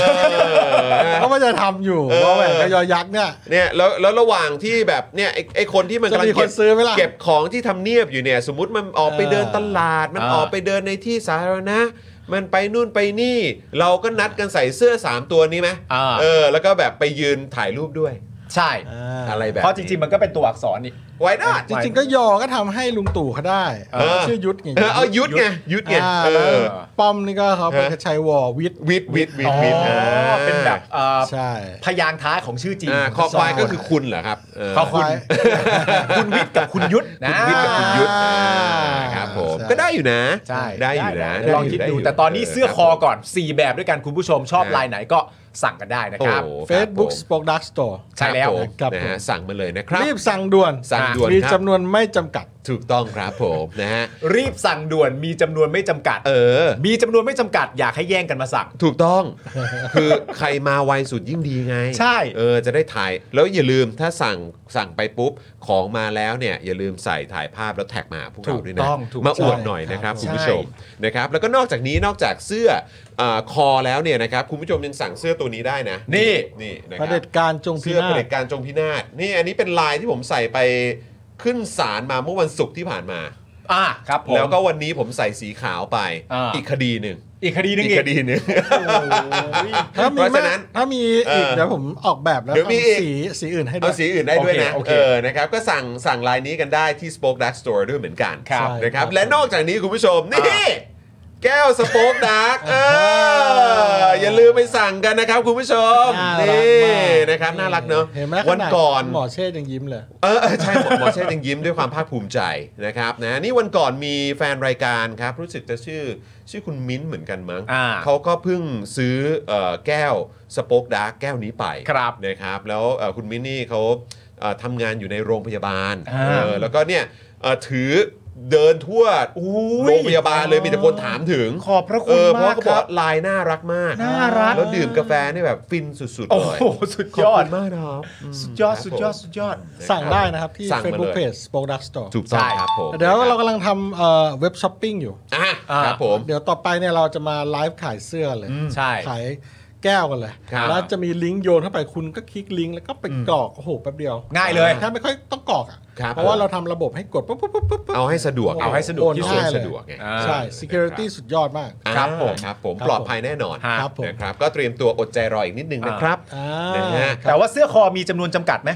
เพราะมันจะทำอยู่เพราะแหวนกบยอยักษ์เนี่ย เนี่ยแล้วแล้วระหว่างที่แบบเนี่ยไอ้ไอ้คนที่มันกำลัง จะมีคน เก็บ ซื้อไหมล่ะ เก็บของที่ทำเนียบอยู่เนี่ย สมมติมันออกไป เออ เดินตลาด มัน เออ ออกไปเดินในที่สาธารณะ มันไปนู่นไปนี่ เราก็นัดกันใส่เสื้อสามตัวนี้ไหม อ่า เออ แล้วก็แบบไปยืนถ่ายรูปด้วย ใช่ อะไรแบบ เพราะจริง ๆ มันก็เป็นตัวอักษรนี่ ไว้ด้า จริงๆก็ยอก็ทำให้ลุงตู่เขาได้ เออ ชื่อยุทธไง เออเอายุทธไงยุทธไง อ่า เอ แล้ว อ ป้อมนี่ก็เขาไปกระชัยวอวิทย์ วิทย์วิทย์วิทย์วิทย์ อ๋อ อ่า เป็นแบบเอ่อ ใช่ พยางค์ท้ายของชื่อจริง อ่า ข คองควาย สง ก็คือคุณเหรอครับเออ ขอคุคณวาย คุณวิทย์กับคุณยุทธนะ คุณวิทย์กับคุณยุทธอ่าครับผม ใช่ ก็ได้อยู่นะ ใช่ ได้อยู่นะ ได้ลองคิดดู แต่ตอนนี้เสื้อคอก่อน 4 แบบด้วยกันคุณผู้ชมชอบลายไหนก็สั่งกันได้นะ โอ้ ค โหค รั รับ บผม Facebook Spoke Dark Store ใช่แล้ว ครับผมนะฮะสั่งมาเลยนะครับ รีบสั่งด่วน สั่งด่วน มี ครับ จำนวนไม่จำกัด ถูกต้องครับผม [laughs] นะฮะ รีบสั่งด่วนมีจำนวนไม่จำกัด เออ มีจำนวนไม่จำกัดอยากให้แย่งกันมาสั่ง ถูกต้อง [laughs] คือใครมาไวสุดยิ่งดีไง ใช่ เออจะได้ถ่ายแล้วอย่าลืมถ้าสั่งสั่งไปปุ๊บของมาแล้วเนี่ยอย่าลืมใส่ถ่ายภาพแล้วแท็กมาพวกเราด้วยนะมาอวดหน่อยนะครับคุณผู้ชมนะครับ แล้วก็นอกจากนี้นอกจากเสื้อเออคอแล้วเนี่ยนะครับคุณผู้ชมยังสั่งเสื้อตัวนี้ได้นะ นี่ นี่นะค ป รั ระเผด็จการจงพิ เสื้อ นา เผ ศ ด็จการจงพินาศนี่อันนี้เป็นลายที่ผมใส่ไปขึ้นศาลมาเมื่อวันศุกร์ที่ผ่านมา อ่าครับผม แล้วก็วันนี้ผมใส่สีขาวไป อ่า อีกคดีหนึ่ง อีกคดีหนึง อี อี ก ก คดีหนึ่ง ถ้ามี เพราะ มา ฉะนั้น ถ้ามีอีเอกอ เดี๋ยวผมออกแบบแล้ว เดี๋ยวมีอีก ทำสีสีอื่นให้ด้ว เอา ย สีอื่นได้ด้วยนะ โอเค เอ โอเค อนะครับก็สั่งสั่งลายนี้กันได้ที่ Spoke Dark Store ด้วยเหมือนกัน ครับ นะครับ ใช่ครับ และนอกจากนี้คุณผู้ชม นี่ แก้วสโปกดาร์กเอออย่าลืมไปสั่งกันนะครับคุณผู้ชม น่ารัก นี่ มาก นะครับ น่ารักเนอะ เห็นไหม วั ขานด ก่อน หมอเชษฐ์ยังยิ้มเลย เออเออใช่หมอหมอเชษฐ์ยังยิ้มด้วยความภาคภูมิใจนะครับนะนี่วันก่อนมีแฟนรายการครับ รู้สึกจะชื่อชื่อคุณมิ้นท์เหมือนกันมั้ง อ่า เขาก็เพิ่งซื้อเอ่อแก้วสป็อกดาร์กแก้วนี้ไป ครับ นะครับแล้วเอ่อคุณมิ้นท์นี่เขาเอ่อทำงานอยู่ในโรงพยาบาล อ่า เออแล้วก็เนี่ยเอ่อถือเดินทั่วโรงพยาบาลเลยมีแต่คนถามถึง ขอบพระคุณ เอเพราะ มาก เขาบอก ครับ ลายน่ารักมาก น่ารัก แล้วดื่มกาแฟนี่แบบฟินสุดๆ โอ้ เลย โหสุด ขอบ ยอ คุ ด ณมากนะครับอืม สุดยอด ครับ สุดยอด ผม สุดยอด สั่งได้นะครับที่ สั่งมาเลย Facebook Page Spoke Dark Store ถูกต้องครับผม เดี๋ยวเรากำลังทำเอ่อเว็บช้อปปิ้งอยู่ อ่ะ อ่า ครับผม เดี๋ยวต่อไปเนี่ยเราจะมาไลฟ์ขายเสื้อเลย ใช่ ขาย แก้วกันเลย ครับ แล้วจะมีลิงก์โยนเข้าไปคุณก็คลิกลิงก์แล้วก็ไปกรอกโอ้โหแป๊บเดียว ง่ายเลย แค่ไม่ค่อยต้องกรอกอ่ะ ครับ เพราะว่าเราทำระบบให้กดปุ๊บปุ๊บปุ๊บปุ๊บ เอาให้สะดวก เอาให้สะดวก โน ที่สุด ให้สะดวกไง อ่า ใช่ security สุดยอดมาก อ่า ครับผม ครับผม ครับ ปลอดภัยแน่นอน ครับผม นะครับก็เตรียมตัวอดใจรออีกนิดนึงนะครับ อ่า นะฮะ แต่ว่าเสื้อคอมีจำนวนจำกัดไหม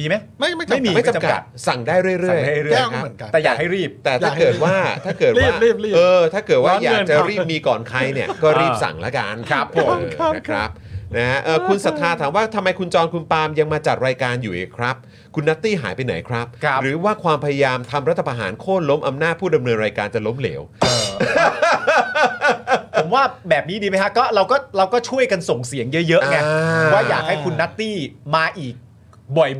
มีไหม ไม่ไม่ ไม่มี จำกัด ไม่จำกัดสั่งได้เรื่อสั่ย งได้ ๆ เรื่อย แก้ว นะครับก็เหมือนกัน แต่อยากให้รีบ แต่ถ้าเกิดว่าถ้าเกิดว่า รีบรีบรีบ เออถ้าเกิดว่าอร้อนเงิน ยากจะ ครับ รีบมีก่อนใครเนี่ยก็รีบสั่งละกัน ครับผม เออนะครับนะฮะเออคุณศรัทธาถามว่าทำไมคุณจรคุณปาล์มยังมาจัดรายการอยู่อีกครับ คุณนัตตี้หายไปไหนครับ ครับ หรือว่าความพยายามทำรัฐประหารโค่นล้มอำนาจผู้ดำเนินรายการจะล้มเหลว ผมว่าแบบนี้ดีไหมฮะก็เราก็เราก็ช่วยกันส่งเสียงเยอะๆไง อ่า ว่าอยากให้คุณนัตตี้มาอีก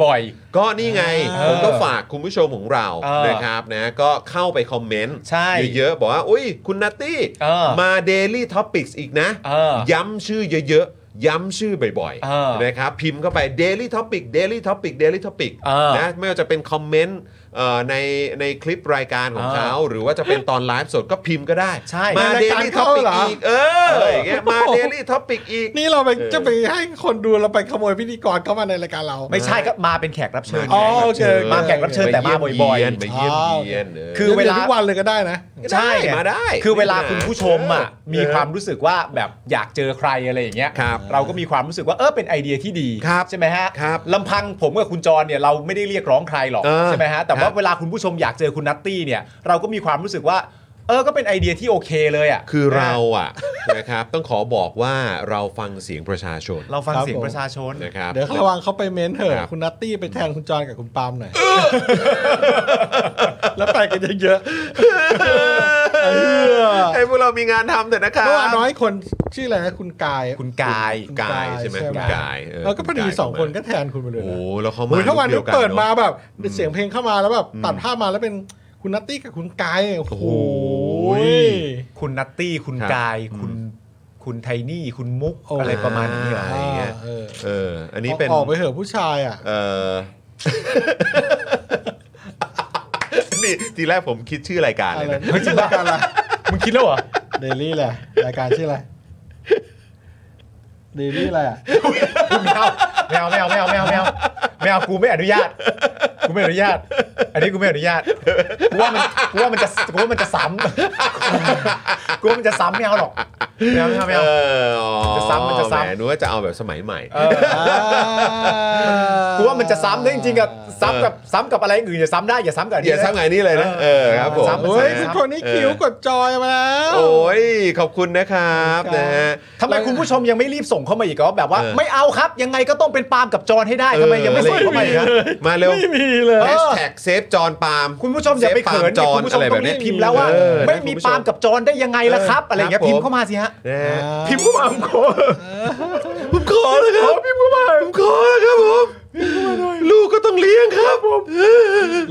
บ่อย ก็นี่ไง เออ ผมก็ฝากคุณผู้ชมของเรา เออ นะครับนะก็เข้าไปคอมเมนต์ ใช่ เยอะๆ บอกว่า อุ้ยคุณนัตตี้ เออ มา Daily Topics อีกนะ เออ ย้ำชื่อเยอะๆ ย้ำชื่อบ่อย เออ นะครับพิมพ์เข้าไป Daily Topic Daily Topic Daily Topic เออ นะไม่ว่าจะเป็นคอมเมนต์เอ่อในในคลิปรายการของ เออ เขาหรือว่าจะเป็นตอนไลฟ์สดก็พิมพ์ก็ได้ ใช่ มา ในรายการ Daily เขา Topic เหรอ อี อี กเอออย่างเงี้ยมา Daily Topic อีก นี่เราไป เออ จะไปให้คนดูเราไปขโมยพิธีกรเข้ามาในรายการเรา ๆ ไม่ใช่ก็มาเป็นแขกรับเชิญ อ๋อโอเค มาแขกรับเชิญแต่มาบ่อยๆ มาเยี่ยมเยียนเออ คือเวลา ดี๋ยทุกวันเลยก็ได้นะ ใช่ไงมาได้ คือเวลาคุณผู้ชมอ่ะ เออ มีความรู้สึกว่าแบบอยากเจอใครอะไรอย่างเงี้ย ครับ เราก็มีความรู้สึกว่าเออเป็นไอเดียที่ดี ครับ ใช่ไหมฮะ ครับ ลำพังผมกับคุณจรเนี่ยเราไม่ได้เรียกร้องใครหรอก เออ ใช่ไหมฮะแต่ ครั ว่า บ เวลาคุณผู้ชมอยากเจอคุณนัตตี้เนี่ยเราก็มีความรู้สึกว่า เออก็เป็นไอเดียที่โอเคเลยอ่ะ คือเรา นะ อ่ะ นะครับต้องขอบอกว่าเราฟังเสียงประชาชน เราฟัง ครับ เสียงประชาชน นะครับ เดี๋ยวระวังเขาไปเม้นเถ ครับ อะคุณนัตตี้ไปแทนคุณจอนกับคุณปาล์มหน่อย [laughs] แล้วไปกันเยอะๆเออ [laughs] ให้พวกเรามีงานทำเถอะนะครั เมื่อวาน บ น้อยคนชื่ออะไรนะคุณกาย คุณกาย กายใช่ไหม ใช่ไหม คุณกายเ แล้วก็พอดีสองคนก็แทนคุณไปเล โอ้ ย โห นะ แล้วเขา โอ้ มาย ถ้าวันนี้ คดีย เปิดมา อะ แบบเสียงเพลงเข้ามาแล้วแบบตัดภาพมาแล้วเป็นคุณนัตตี้กับคุณกายโอ้โโหอ้ย คุณนัตตี้คุณ ครับ กาย คุณคุณไทนี่คุณมุก โอ้ อะไรประมาณนี้เหรอ า อ่าเออ เอออันนี้เป็น ออกไปเถอะผู้ชายอ่ะ เออ [laughs] นี่ทีแรกผมคิดชื่อรายการ อะ เลย ไร นะ ไม่ใช่รายการอะไร มึงคิดแล้วเหรอ เดลี่แหละรายการชื่ออะไรเดลี่อะไรอ่ะ ไม่เอาไม่เอาไม่เอาไม่เอาไม่เอาไม่เอาไม่เอากูไม่อนุญาต กูไม่อนุญาต อันนี้กูไม่อนุญาตกูว่ามันกูว่ามันจะกูว่ามันจะซ้ำกูว่ามันจะซ้ำไม่เอาหรอกไม่เอาไม่เอาไม่ เอ เอา ออ๋อ จะซ้ำมันจะซ้ำ แหนึกว่าจะเอาแบบสมัยใหม่ กูว่ามันจะซ้ำแต่จริงๆกับซ้ำกับซ้ำกับอะไรอื่นอย่าซ้ำได้อย่าซ้ำกับอัน อ นี้ ย่าซ้ำไงนี่เลยนะเออครับผม ซ้ำ โอ้ยคุณโทนี่คิวกดจอยมาแล้ว โอ้ย ขอบคุณนะครับ ขอบคุณครับ นะฮะ ทำไมคุณผู้ชมยังไม่รีบส่งเข้ามาอีกก็แบบว่า เออ ไม่เอาครับ ยังไงก็ต้องเป็นปาล์มกับจอนให้ได้ทำไมยังไม่ส่งเข้ามาอีกครับ มาเร็ว ไม่มีเลย แฮชแท็กเซฟจอนปาล์ม คุณผู้ชมอย่าไปเขิน ซฟ ดิ ปาล์มจอน คุณผู้ช อะ ม ไรแบ ต้อบ ง เนี้ รี ย บพิมพ์แล้วว่า เออนะ ไม่คุมีณผู้ชม ปาล์มกับจอนได้ยังไงล่ะครับ อะไรอย่างเงี้ยพิมพ์เข้ามาสิฮะ นะฮะ พิมพ์เข้ามาผมขอ ผมขอแล้วครับพี่ผู้บผมขอแล้วครับผมลูกก็ต้องเลี้ยงครับผม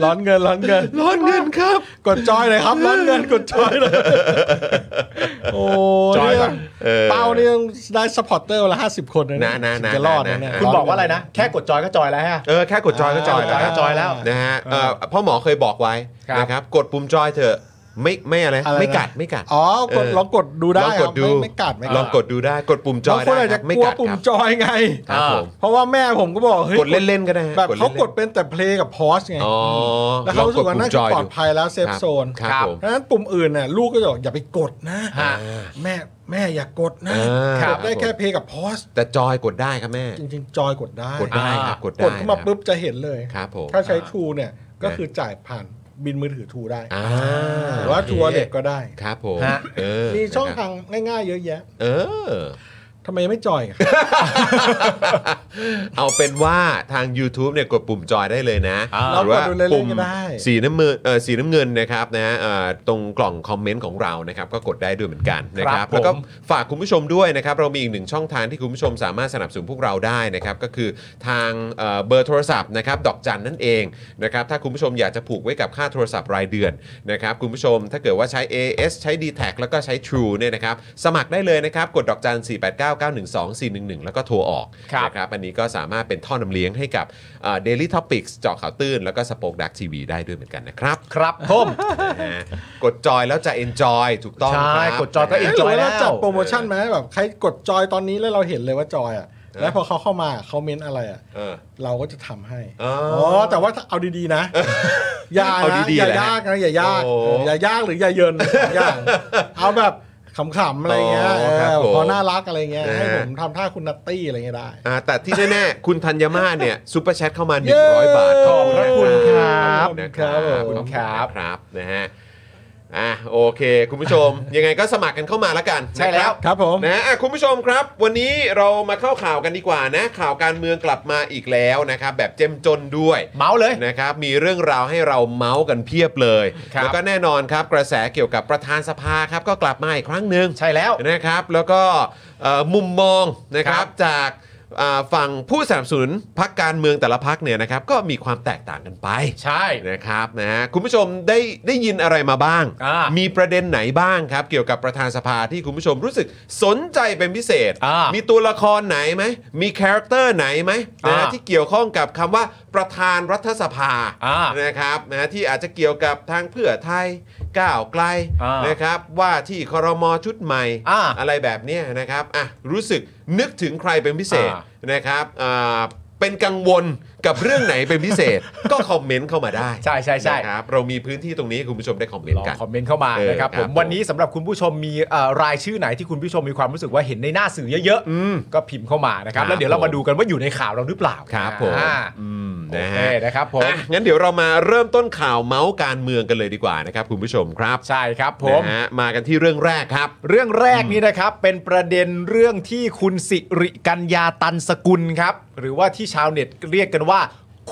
ร้อนเงินร้อนเงิน ร้อนเงินครับ กดจอยเลยครับร้อนเงินกดจอยเลยโอ้ จอย เนี่ยก่อน ออ เป้าเนี่ยได้สปอร์ตเตอร์วันละห้าสิบคนเลยนะ นะนะ จะรอด นะ นะ นะ เนี่ย คุณบอกว่าอะไรนะ แค่กดจอยก็จอยแล้วฮะ เออแค่กดจอยก็จอยแล้ว กดจอยก็จอยแล้ว นะฮะเออพ่อหมอเคยบอกไว้ ครับ นะครับกดปุ่มจอยเถอะไม่ไม่อะไร อะไรนะ ไม่กัดไม่กัด อ๋อกด เออ ลองกดดูได้ ลอง ค ก รับ ดดู ไม่ไม่กัดไม่ ลองกดดูได้กดปุ่มจอบ าง ย คน ได้ อาจ ค จะ รับไม่ กลัว กัด ปุ่ ค ม รับ จอยไง ครับผม เพราะว่าแม่ผมก็บอกเฮ้ย กดเล่นๆก็ได้ฮะ แบบ กดเล่นๆ เขากดเป็นแต่เพลงกับพอสไง อ๋อ แล้วเขารู้สึกว่าน่าจะ ลงดปุ่มจย ปลอดภัยแล้วเซฟ ครับ โซน ครับ ครับ ผม ดังนั้นปุ่มอื่นน่ะลูกก็จะบอกอย่าไปกดนะ ฮะ แม่แม่อย่ากดนะ อ่า ค ก รั ด บ ได้แค่เพลงกับพอส แต่จอยกดได้ครับแม่ จริงๆ จอยกดได้ กดได้ครับกดได้ กดเข้ามาปุ๊บจะเห็นเลย ครับผม ถ้าใช้ทรูเนี่ยก็คือจ่ายผ่านบินมือถือทรูได้ อ่า หรือว่าทรูเด็กก็ได้ ครับผม ฮะ เออ มีช่อง นะครับ ทางง่ายๆ เยอะแยะ เออ ทำไมไม่จอยอ่ะ เอาเป็นว่าทาง YouTube เนี่ยกดปุ่มจอยได้เลยนะ อ่า หรือว่า เรากดดูเล่นๆ ปุ่ม ก็ได้ สีน้ำเงินเออสีน้ำเงินนะครับนะเอ่อตรงกล่องคอมเมนต์ของเรานะครับก็กดได้ด้วยเหมือนกันนะค ครั รับบ ผม แล้วก็ฝากคุณผู้ชมด้วยนะครับเรามีอีกหนึ่งช่องทางที่คุณผู้ชมสามารถสนับสนุนพวกเราได้นะครับก็คือทางเอ่อเบอร์โทรศัพท์นะครับดอกจันนั่นเองนะครับถ้าคุณผู้ชมอยากจะผูกไว้กับค่าโทรศัพท์รายเดือนนะครับคุณผู้ชมถ้าเกิดว่าใช้ AS ใช้ d t แทแล้วก็ใช้ True เนี่ยนะครับสมัครได้เลยนะครับกดดอกจัน 4 8 9 9 9 9 1 2 4 1 1 แล้วก็โทรออก ครับ นะครับอันนี้ก็สามารถเป็นท่อนำเลี้ยงให้กับเดลิทอพิกส์เจาะข่าวตื้น แล้วก็สป o อ e ดักทีวีได้ด้วยเหมือนกันนะครับ ครับผม นะฮะกดจอยแล้วจะ enjoy ถูกต้อง ใช่ ครับ กดจอยก็ นะฮะ enjoy เอ๊ะหรืว่าเรา แล้ว จัดโปรโมชั่นไหมแบบใครกดจอยตอนนี้แล้วเราเห็นเลยว่าจอยอ่ะ เออ แล้วพอเขาเข้ามาเขาเม้นอะไรอ่ะ เออ เราก็จะทำให้ อ๋ออ๋ อแต่ว่าถ้าเอาดี [laughs] ๆนะ อย่า เอา นะ ดีๆ อย่า แหละ ยากนะอย่ายาก โอ้ เอออย่ายากหรืออย่าเยินสองอย่าง เอาแบบขำๆอะไรเงี้ย อ๋อครับ เออ ผม พอน่ารักอะไรเงี้ย นะฮะ ให้ผมทำท่าคุณนัตตี้อะไรเงี้ยได้ อ่าแต่ที่แน่ [laughs] ๆ คุณธัญมาศเนี่ยซุปเปอร์แชทเข้ามา เย้ 100 บาทขอบพระคุณครับ ขอบคุณ นะค ครั รับบ ขอบคุณครับครับนะฮะอ่ะโอเค คุณผู้ช [laughs] ม ยังไงก็สมัครกันเข้ามาแล้วกัน ใช่แล้ว ครับผม นะอ่ะคุณผู้ชมครับ วันนี้เรามาเข้าข่าวกันดีกว่านะ ข่าวการเมืองกลับมาอีกแล้วนะครับ แบบเจ้มจนด้วย เมาส์เลย นะครับมีเรื่องราวให้เราเมาส์กันเพียบเลย ครับ แล้วก็แน่นอนครับกระแสเกี่ยวกับประธานสภาครับก็กลับมาอีกครั้งหนึ่ง ใช่แล้ว นะครับแล้วก็เอ่อมุมมองนะครับจากอ่าฝั่งผู้สนับสนุนพักการเมืองแต่ละพักเนี่ยนะครับก็มีความแตกต่างกันไป ใช่ นะครับนะฮะคุณผู้ชมได้ได้ยินอะไรมาบ้าง อ่ามี มีประเด็นไหนบ้างครับ เกี่ยวกับประธานสภาที่คุณผู้ชมรู้สึกสนใจเป็นพิเศษ อ่ามี มีตัวละครไหนไหมมีคาแรคเตอร์ไหนไหมนะฮะ อ่า ที่เกี่ยวข้องกับคำว่าประธานรัฐสภา อ่าน นะครับนะฮะที่อาจจะเกี่ยวกับทางเพื่อไทยก้าวไกล อ่าน นะครับว่าที่คอรมอชุดใหม่ อ่า อะไรแบบเนี้ยนะครับอ่ะรู้สึกนึกถึงใครเป็นพิเศษ อ่า นะครับอ่าเป็นกังวลกับเรื่องไหนเป็นพิเศ [laughs] ษ ก็คอมเมนต์เข้ามาได้ ใช่ใช่ใช่ นะครับเรามีพื้นที่ตรงนี้ให้คุณผู้ชมได้คอมเมน ลอ ต์ ง กัน คอมเมนต์เข้ามา เออ นะครับ ครับผผม ม วันนี้สำหรับคุณผู้ชมมีเอ่อรายชื่อไหนที่คุณผู้ชมมีความรู้สึกว่าเห็นในหน้าสื่อเยอะ อืม ๆ ก็พิมพ์เข้ามานะคครัรับ บ แล้วเดี๋ยวเรามาดูกันว่าอยู่ในข่าวเราหรือเปล่า ครับผม อ่า อืม โอ นะ เค ฮะ นะครับผม อ่ะงั้นเดี๋ยวเรามาเริ่มต้นข่าวเมาส์การเมืองกันเลยดีกว่านะครับคุณผู้ชมครับ ใช่ครับผม นะฮะมากันที่เรื่องแรกครับ เรื่องแรกนี้นะครับเป็นประเด็นเรื่องที่คุณสิริกัญญาตันสกุลครับ หรือว่าที่ชาวเน็ตเรียกกันว่า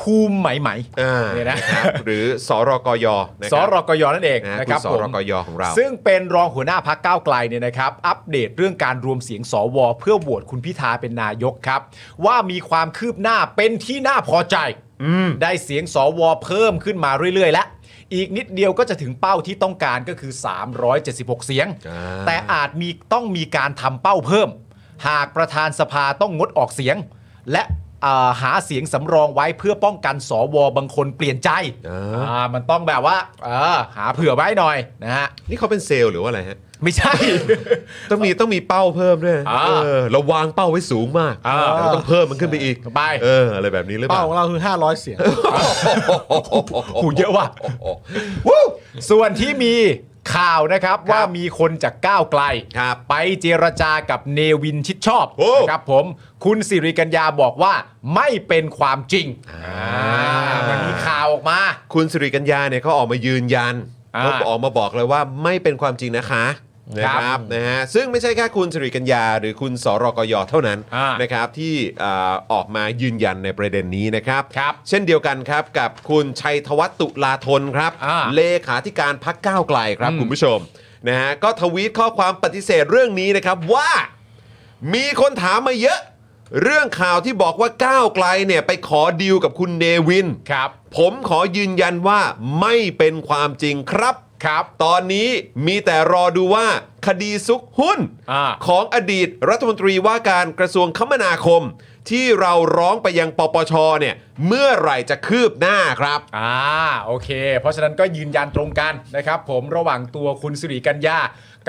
คูมไหมไหม อ่า เนี่ยนะ ครับหรือสรกยนะค ส บ รกยนั่นเอง นะฮะ นะ คุณครับ ส ผม รกยของเรา ซึ่งเป็นรองหัวหน้าพักก้าวไกลเนี่ยนะครับ อัปเดตเรื่องการรวมเสียงสวเพื่อโหวตคุณพิธาเป็นนายกครับ ว่ามีความคืบหน้าเป็นที่น่าพอใจ ได้เสียงสวเพิ่มขึ้นมาเรื่อย ๆ แล้ว อีกนิดเดียวก็จะถึงเป้าที่ต้องการก็คือ 376 เสียง อ่า แต่อาจมีต้องมีการทำเป้าเพิ่ม หากประธานสภาต้องงดออกเสียง และอ่าหาเสียงสำรองไว้เพื่อป้องกันสวบางคนเปลี่ยนใจ อ่า อ่ามันต้องแบบว่าเออหาเผื่อไว้หน่อยนะฮะ นี่เขาเป็นเซลล์หรือว่าอะไรฮะ ไม่ใช่ [laughs] ต้องมีต้องมีเป้าเพิ่มด้วยนะ อ่า เออเราวางเป้าไว้สูงมาก อ่า เราต้องเพิ่มมันขึ้นไปอีก ไป เอออะไรแบบนี้หรือเป เป้า ล่า ของเราคือ 500 เสียง หูเยอะว่ะ โอ้โห วู้ [laughs] ส่วนที่มีข่าวนะครับว่ามีคนจากก้าวไกล ครับ ไปเจรจากับเนวินชิดชอบ โอ้ นะครับผม คุณสิริกัญญาบอกว่าไม่เป็นความจริงอ่ามันมีข่าวออกมา คุณสิริกัญญาเนี่ยเขาออกมายืนยัน อ่า เขาออกมาบอกเลยว่าไม่เป็นความจริงนะคะนะค ครั รับบ นะฮะซึ่งไม่ใช่แค่คุณสิริกัญญา หรือคุณสรกยเท่านั้น อ่า นะครับที่อ่าออกมายืนยันในประเด็นนี้นะครับ ครับ เช่นเดียวกันครับกับคุณชัยธวัฒน์ตุลาธนครับ อ่า เลขาธิการพักก้าวไกลครับคุณผู้ชมนะฮะก็ทวีตข้อความปฏิเสธเรื่องนี้นะครับว่า มีคนถามมาเยอะ เรื่องข่าวที่บอกว่าก้าวไกลเนี่ยไปขอดีลกับคุณเนวิน ครับ ผมขอยืนยันว่าไม่เป็นความจริงครับ ครับ ตอนนี้มีแต่รอดูว่าคดีซุกหุ้น อ่า ของอดีตรัฐมนตรีว่าการกระทรวงคมนาคม ที่เราร้องไปยังปปชเนี่ยเมื่อไหร่จะคืบหน้าครับ อ่าโอเค เพราะฉะนั้นก็ยืนยันตรงกันนะครับ ผมระหว่างตัวคุณสิริกัญญา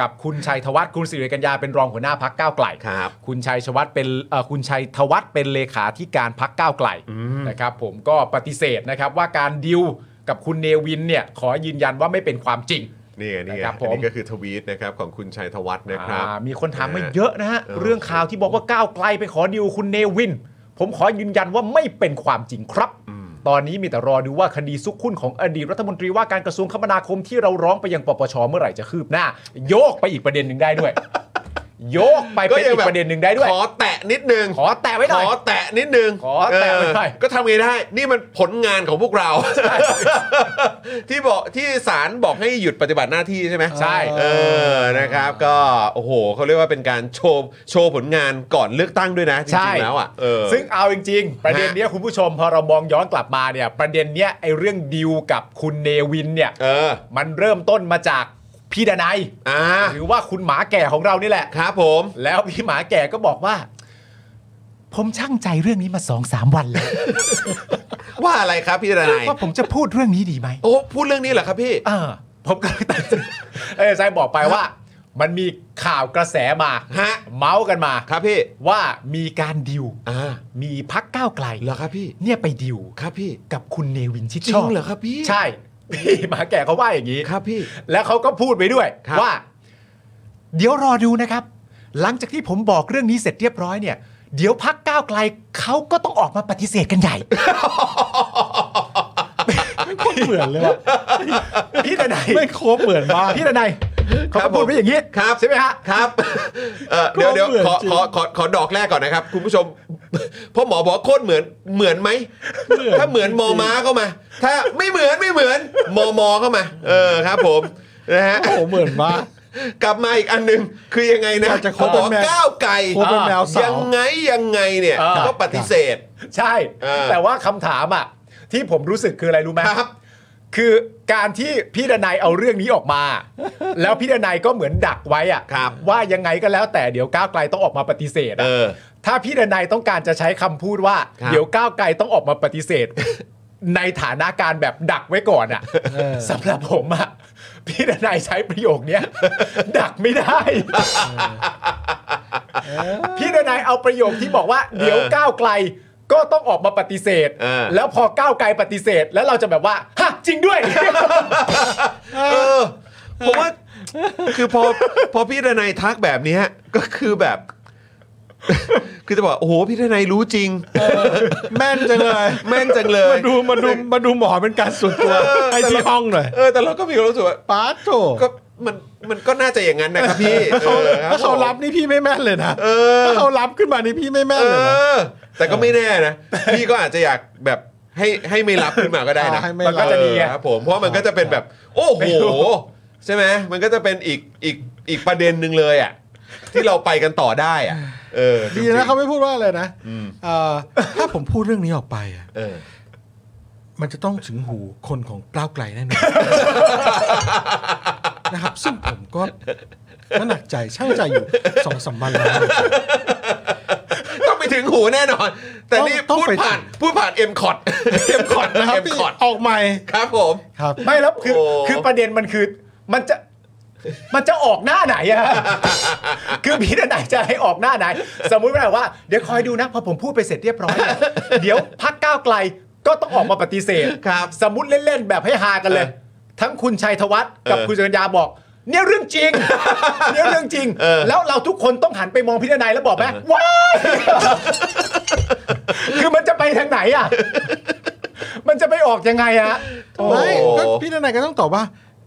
กับคุณชัยธวัฒน์คุณสิริกัญญาเป็นรองหัวหน้าพักก้าวไกล ครับ คุณชัยชวัฒน์เป็นเอ่อคุณชัยธวัฒน์เป็นเลขาธิการพักก้าวไกลนะครับ ผมก็ปฏิเสธนะครับว่าการดิวกับคุณเนวินเนี่ยขอยืนยันว่าไม่เป็นความจริง นี่ไงนี่ไง นะครับผม อันนี้ก็คือทวีตนะครับของคุณชัยธวัฒน์นะครับ อ่ามีคนถามมาเยอะนะฮะ เออ เรื่องข่าวที่บอกว่าก้าวไกลไปขอดิวคุณเนวิน ผมขอยืนยันว่าไม่เป็นความจริงครับ ตอนนี้มีแต่รอดูว่าคดีซุกหุ้นของอดีตรัฐมนตรีว่าการกระทรวงคมนาคมที่เราร้องไปยังปปชเมื่อไหร่จะคืบ [laughs] หน้า โยกไปอีกประเด็นหนึ่งได้ด้วย โยกไปเป็นอีกประเด็นหนึ่งได้ด้วย ขอแตะนิดนึง ขอแตะไว้หน่อย ขอแตะนิดนึง ขอแตะไว้หน่อย เก็ทำไงได้ นี่มันผลงานของพวกเรา ที่บอกที่ศาลบอกให้หยุดปฏิบัติหน้าที่ใช่ไหม ใช่ เออนะครับ ก็โอ้โหเขาเรียกว่าเป็นการโชว์โชว์ผลงานก่อนเลือกตั้งด้วยนะจริงๆแล้วอ่ะเออ ซึ่งเอาจริง ๆ ประเด็นเนี้ยคุณผู้ชมพอเรามองย้อนกลับมาเนี่ยประเด็นเนี้ยไอ้เรื่องดิวกับคุณเนวินเนี่ย เออ มันเริ่มต้นมาจาก พี่ดนัย อ่า หรือว่าคุณหมาแก่ของเรานี่แหละ ครับผม แล้วพี่หมาแก่ก็บอกว่า ผมช่างใจเรื่องนี้มาสองสามวันแล้ว ว่าอะไรครับพี่ดนาย ว่าผมจะพูดเรื่องนี้ดีไหม โอ้พูดเรื่องนี้เหรอครับพี่ เออผมก็เลยตัดสิน [laughs] เออใช่บอกไปว่า มันมีข่าวกระแสมา ฮะ เมาส์กันมา ครับพี่ ว่ามีการดิว อ่า มีพักก้าวไกล เหรอครับพี่ เนี่ยไปดิว ครับพี่ กับคุณเนวินชิด จริ ช ง อบ เหรอครับพี่ ใช่ [laughs] พี่หมาแก่เขาว่าอย่างนี้ ครับพี่ แล้วเขาก็พูดไปด้วย ครับ ว่า เดี๋ยวรอดูนะครับ หลังจากที่ผมบอกเรื่องนี้เสร็จเรียบร้อยเนี่ย เดี๋ยวพักก้าวไกลเขาก็ต้องออกมาปฏิเสธกัน [laughs] ใหญ่ เหมือนเลยว่ะ พี่นาย ไม่โคบเหมือนมาก พี่นายเขาก็พูดไปอย่างนี้ ครับ ใช่ไหมฮะ [laughs] ครับเอ่อเดี๋ยวเดี๋ยว โคตรเหมือน ขอ จริง ขอขอขอดอกแรกก่อนนะครับ คุณผู้ชม [laughs] พ่อหมอบอกว่าโคตรเหมือนเหมือนไหมถ้าเหมือนมอม้าเข้ามา ถ้าไม่เหมือนไม่เหมือนมอมอเข้ามา เออครับผมนะฮะ โอ้โหเหมือนมาก กลับมาอีกอันหนึงคือยังไงนะ อยากจะโคตร หม เป็น อ แมว ก้าวไก่ โคตรเป็นแมวสาว ยังไงยังไงเนี่ย เออ ก็ปฏิเสธ ใช่ เออ แต่ว่าคำถามอ่ะ ที่ผมรู้สึกคืออะไรรู้ไหม ครับ คือการที่พี่ดนัยเอาเรื่องนี้ออกมา แล้วพี่ดนัยก็เหมือนดักไว้อะ ครับ ว่ายังไงก็แล้วแต่เดี๋ยวก้าวไกลต้องออกมาปฏิเสธะ เออ ถ้าพี่ดนัยต้องการจะใช้คำพูดว่า ครับ เดี๋ยวก้าวไกลต้องออกมาปฏิเสธ ในฐานะการแบบดักไว้ก่อนอะ เออ สำหรับผมอะพี่ดนัยใช้ประโยคเนี้ย ดักไม่ได้ พี่ดนายเอาประโยคที่บอกว่า เดี๋ยวก้าวไกลก็ต้องออกมาปฏิเสธ เออ แล้วพอก้าวไกลปฏิเสธ แล้วเราจะแบบว่าฮะจริงด้วย เออผมว่าคือพอพอพี่ดนัยทักแบบเนี้ยก็คือแบบ [laughs] คือจะบอกโอ้โหพี่ดนัยรู้จริง แม่นจังเลย แม่นจังเลย มาดูมาดูมาดูหมอเป็นการส่วนตัว เออ ไอที่ห้องหน่อย เออแต่เราก็มีความรู้สึกว่า ป้าโถ ก็มันมันก็น่าจะอย่างนั้นนะครับพี่เออค ถ้าเขารับนี่พี่ไม่แม่นเลยนะ เออ ถ้าเขารับขึ้นมานี่พี่ไม่แม่ เอน เลยนะ อ แต่ก็ไม่แน่นะ พี่ก็อาจจะอยากแบบให้ให้ไม่รับขึ้นมาก็ได้นะ อ่าให้ไม่ มันรัก็บ จะดี เออครับผมเพราะมันก็จะเป็นแบบ โอ้โหใช่ไหมมันก็จะเป็นอีกอีกอีกประเด็นหนึ่งเลยอ่ะที่เราไปกันต่อได้อ่ะเออจริ ดี งๆ นะเขาไม่พูดว่าอะไรนะ อืม เอ่อถ้าผมพูดเรื่องนี้ออกไปอะ เออ มันจะต้องถึงหูคนของกล้าวไกลแน่นอน [laughs] นะครับ ซึ่งผมก็ก็หนักใจช่างใจอยู่สองสามวันแล้ว ต้องไปถึงหูแน่นอน แต่นี่ ต้อง พูด ไป ผ่าน ถึง พูดผ่าน M คอร์ด [laughs] M คอร์ดนะ นะครับ M พี่ คอร์ด ออกใหม่ ครับผม ครับ [laughs] ไม่แล้วคือ โอ้ คือประเด็นมันคือมันจะมันจะออกหน้าไหน [laughs] อะ คือพี่ดนายจะให้ออกหน้าไหน สมมุติว่าว่าเดี๋ยวคอยดูนะพอผมพูดไปเสร็จเรียบร้อยเนี่ยเดี๋ยวพักก้าวไกลก็ต้องออกมาปฏิเสธ ครับ สมมติเล่นๆแบบให้ฮากันเลย เออ ทั้งคุณชัยธวัฒน์กับ เออ คุณจัญญาบอก เนี่ยเรื่องจริง เนี่ยเรื่องจริง เออ แล้วเราทุกคนต้องหันไปมองพี่ดนายแล้วบอกไหม [laughs] ว้ายคือมันจะไปทางไหนอ่ะ มันจะไปออกยังไงอะโอ้ ไม่ก็ โอ้ พี่ทนายก็ต้องตอบว่า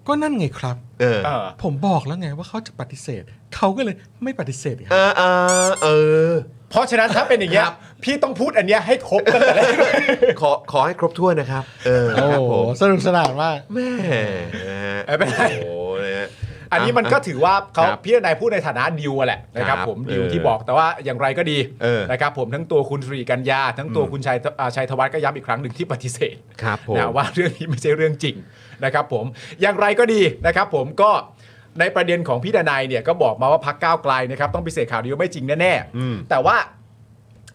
ก็นั่นไงครับ เออ เออ ผมบอกแล้วไงว่าเขาจะปฏิเสธ เขาก็เลยไม่ปฏิเสธค เอ รับ อเออเออ เพราะฉะนั้นถ้าเป็นอย่างเงี้ย ครับ พี่ต้องพูดอันเนี้ยให้ครบตั้งแต่แรกเลย ขอขอให้ครบถ้วนนะครับ เออ โอ้ ครับ โห ผม สนุกสนานมาก แม่นะฮะ ไม่เป็นไร โอ้นะฮะ อันนี้มันก็ถือว่าเขา ครับ พี่นายพูดในฐานะดิวอะแหละนะครับ ครับ ผมดิว เออ ที่บอกแต่ว่าอย่างไรก็ดี เออ นะครับ ผมทั้งตัวคุณสุรีกัญญาทั้งตัวคุณชัยอ่าชัยธวัฒน์ก็ย้ำอีกครั้งหนึ่งที่ปฏิเสธ ครับผม นะว่าเรื่องนี้ไม่ใช่เรื่องจริงนะครับ ผมอย่างไรก็ดีนะครับ ผมก็ในประเด็นของพี่ดนายเนี่ยก็บอกมาว่าพักก้าวไกลนะครับต้องพิเศษข่าวดีว่าไม่จริงแน่ อืม ๆแต่ว่า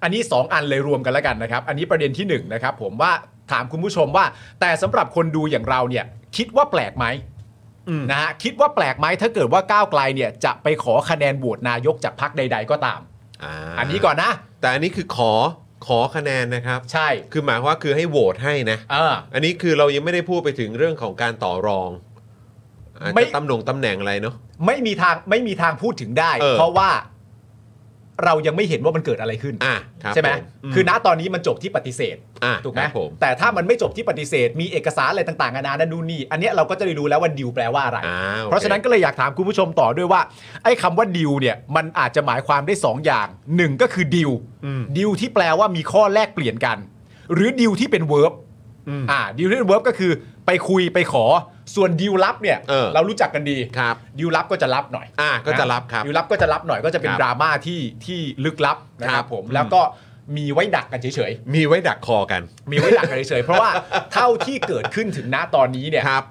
อันนี้ 2 อันเลยรวมกันแล้วกันนะครับ อันนี้ประเด็นที่ 1 นะครับผมว่าถามคุณผู้ชมว่า แต่สำหรับคนดูอย่างเราเนี่ย คิดว่าแปลกไหมนะฮะคิดว่าแปลกไหมถ้าเกิดว่าก้าวไกลเนี่ย จะไปขอคะแนนโหวตนายกจากพรรคใด ๆ ก็ตาม อา อันนี้ก่อนนะ แต่อันนี้คือขอขอคะแนนนะครับ ใช่ คือหมายความว่าคือให้โหวตให้นะ เออ อันนี้คือเรายังไม่ได้พูดไปถึงเรื่องของการต่อรองอาจ ไม่ จะตำแหน่งตำแหน่งอะไรเนาะ ไม่มีทางไม่มีทางพูดถึงได้ เออ เพราะว่าเรายังไม่เห็นว่ามันเกิดอะไรขึ้น อ่ะครับ ใช่ไหม ผม คือณตอนนี้มันจบที่ปฏิเสธ อ่ะ ถูกไหม ครับผม แต่ถ้ามันไม่จบที่ปฏิเสธ มีเอกสารอะไรต่างๆนานานั่นนู่นนี่ อันเนี้ยเราก็จะได้รู้แล้วว่าดิวแปลว่าอะไร อ่าโอเค เพราะฉะนั้นก็เลยอยากถามคุณผู้ชมต่อด้วยว่า ไอ้คำว่าดิวเนี่ยมันอาจจะหมายความได้สองอย่างหนึ่งก็คือดิวดิวที่แปลว่ามีข้อแลกเปลี่ยนกัน หรือดิวที่เป็นเวิร์บอ่าดิวที่เป็นเวิร์บก็คือไปคุยไปขอ ส่วนดิวลับเนี่ย เออ รู้จักกันดี ครับ ดิวลับก็จะลับหน่อย อ่ะก็จะรับครับ ดิวลับก็จะรับหน่อยก็จะเป็คนรับ ดราม่าที่ที่ลึกลับนะคครั รับบ ผม อืม แล้วก็มีไว้ดักกันเฉย มีไว้ดักคอกัน ๆมีไว้ดักกันเฉยๆเพราะว่าเท่าที่เกิดขึ้นถึงณตอนนี้เนี่ย ครับ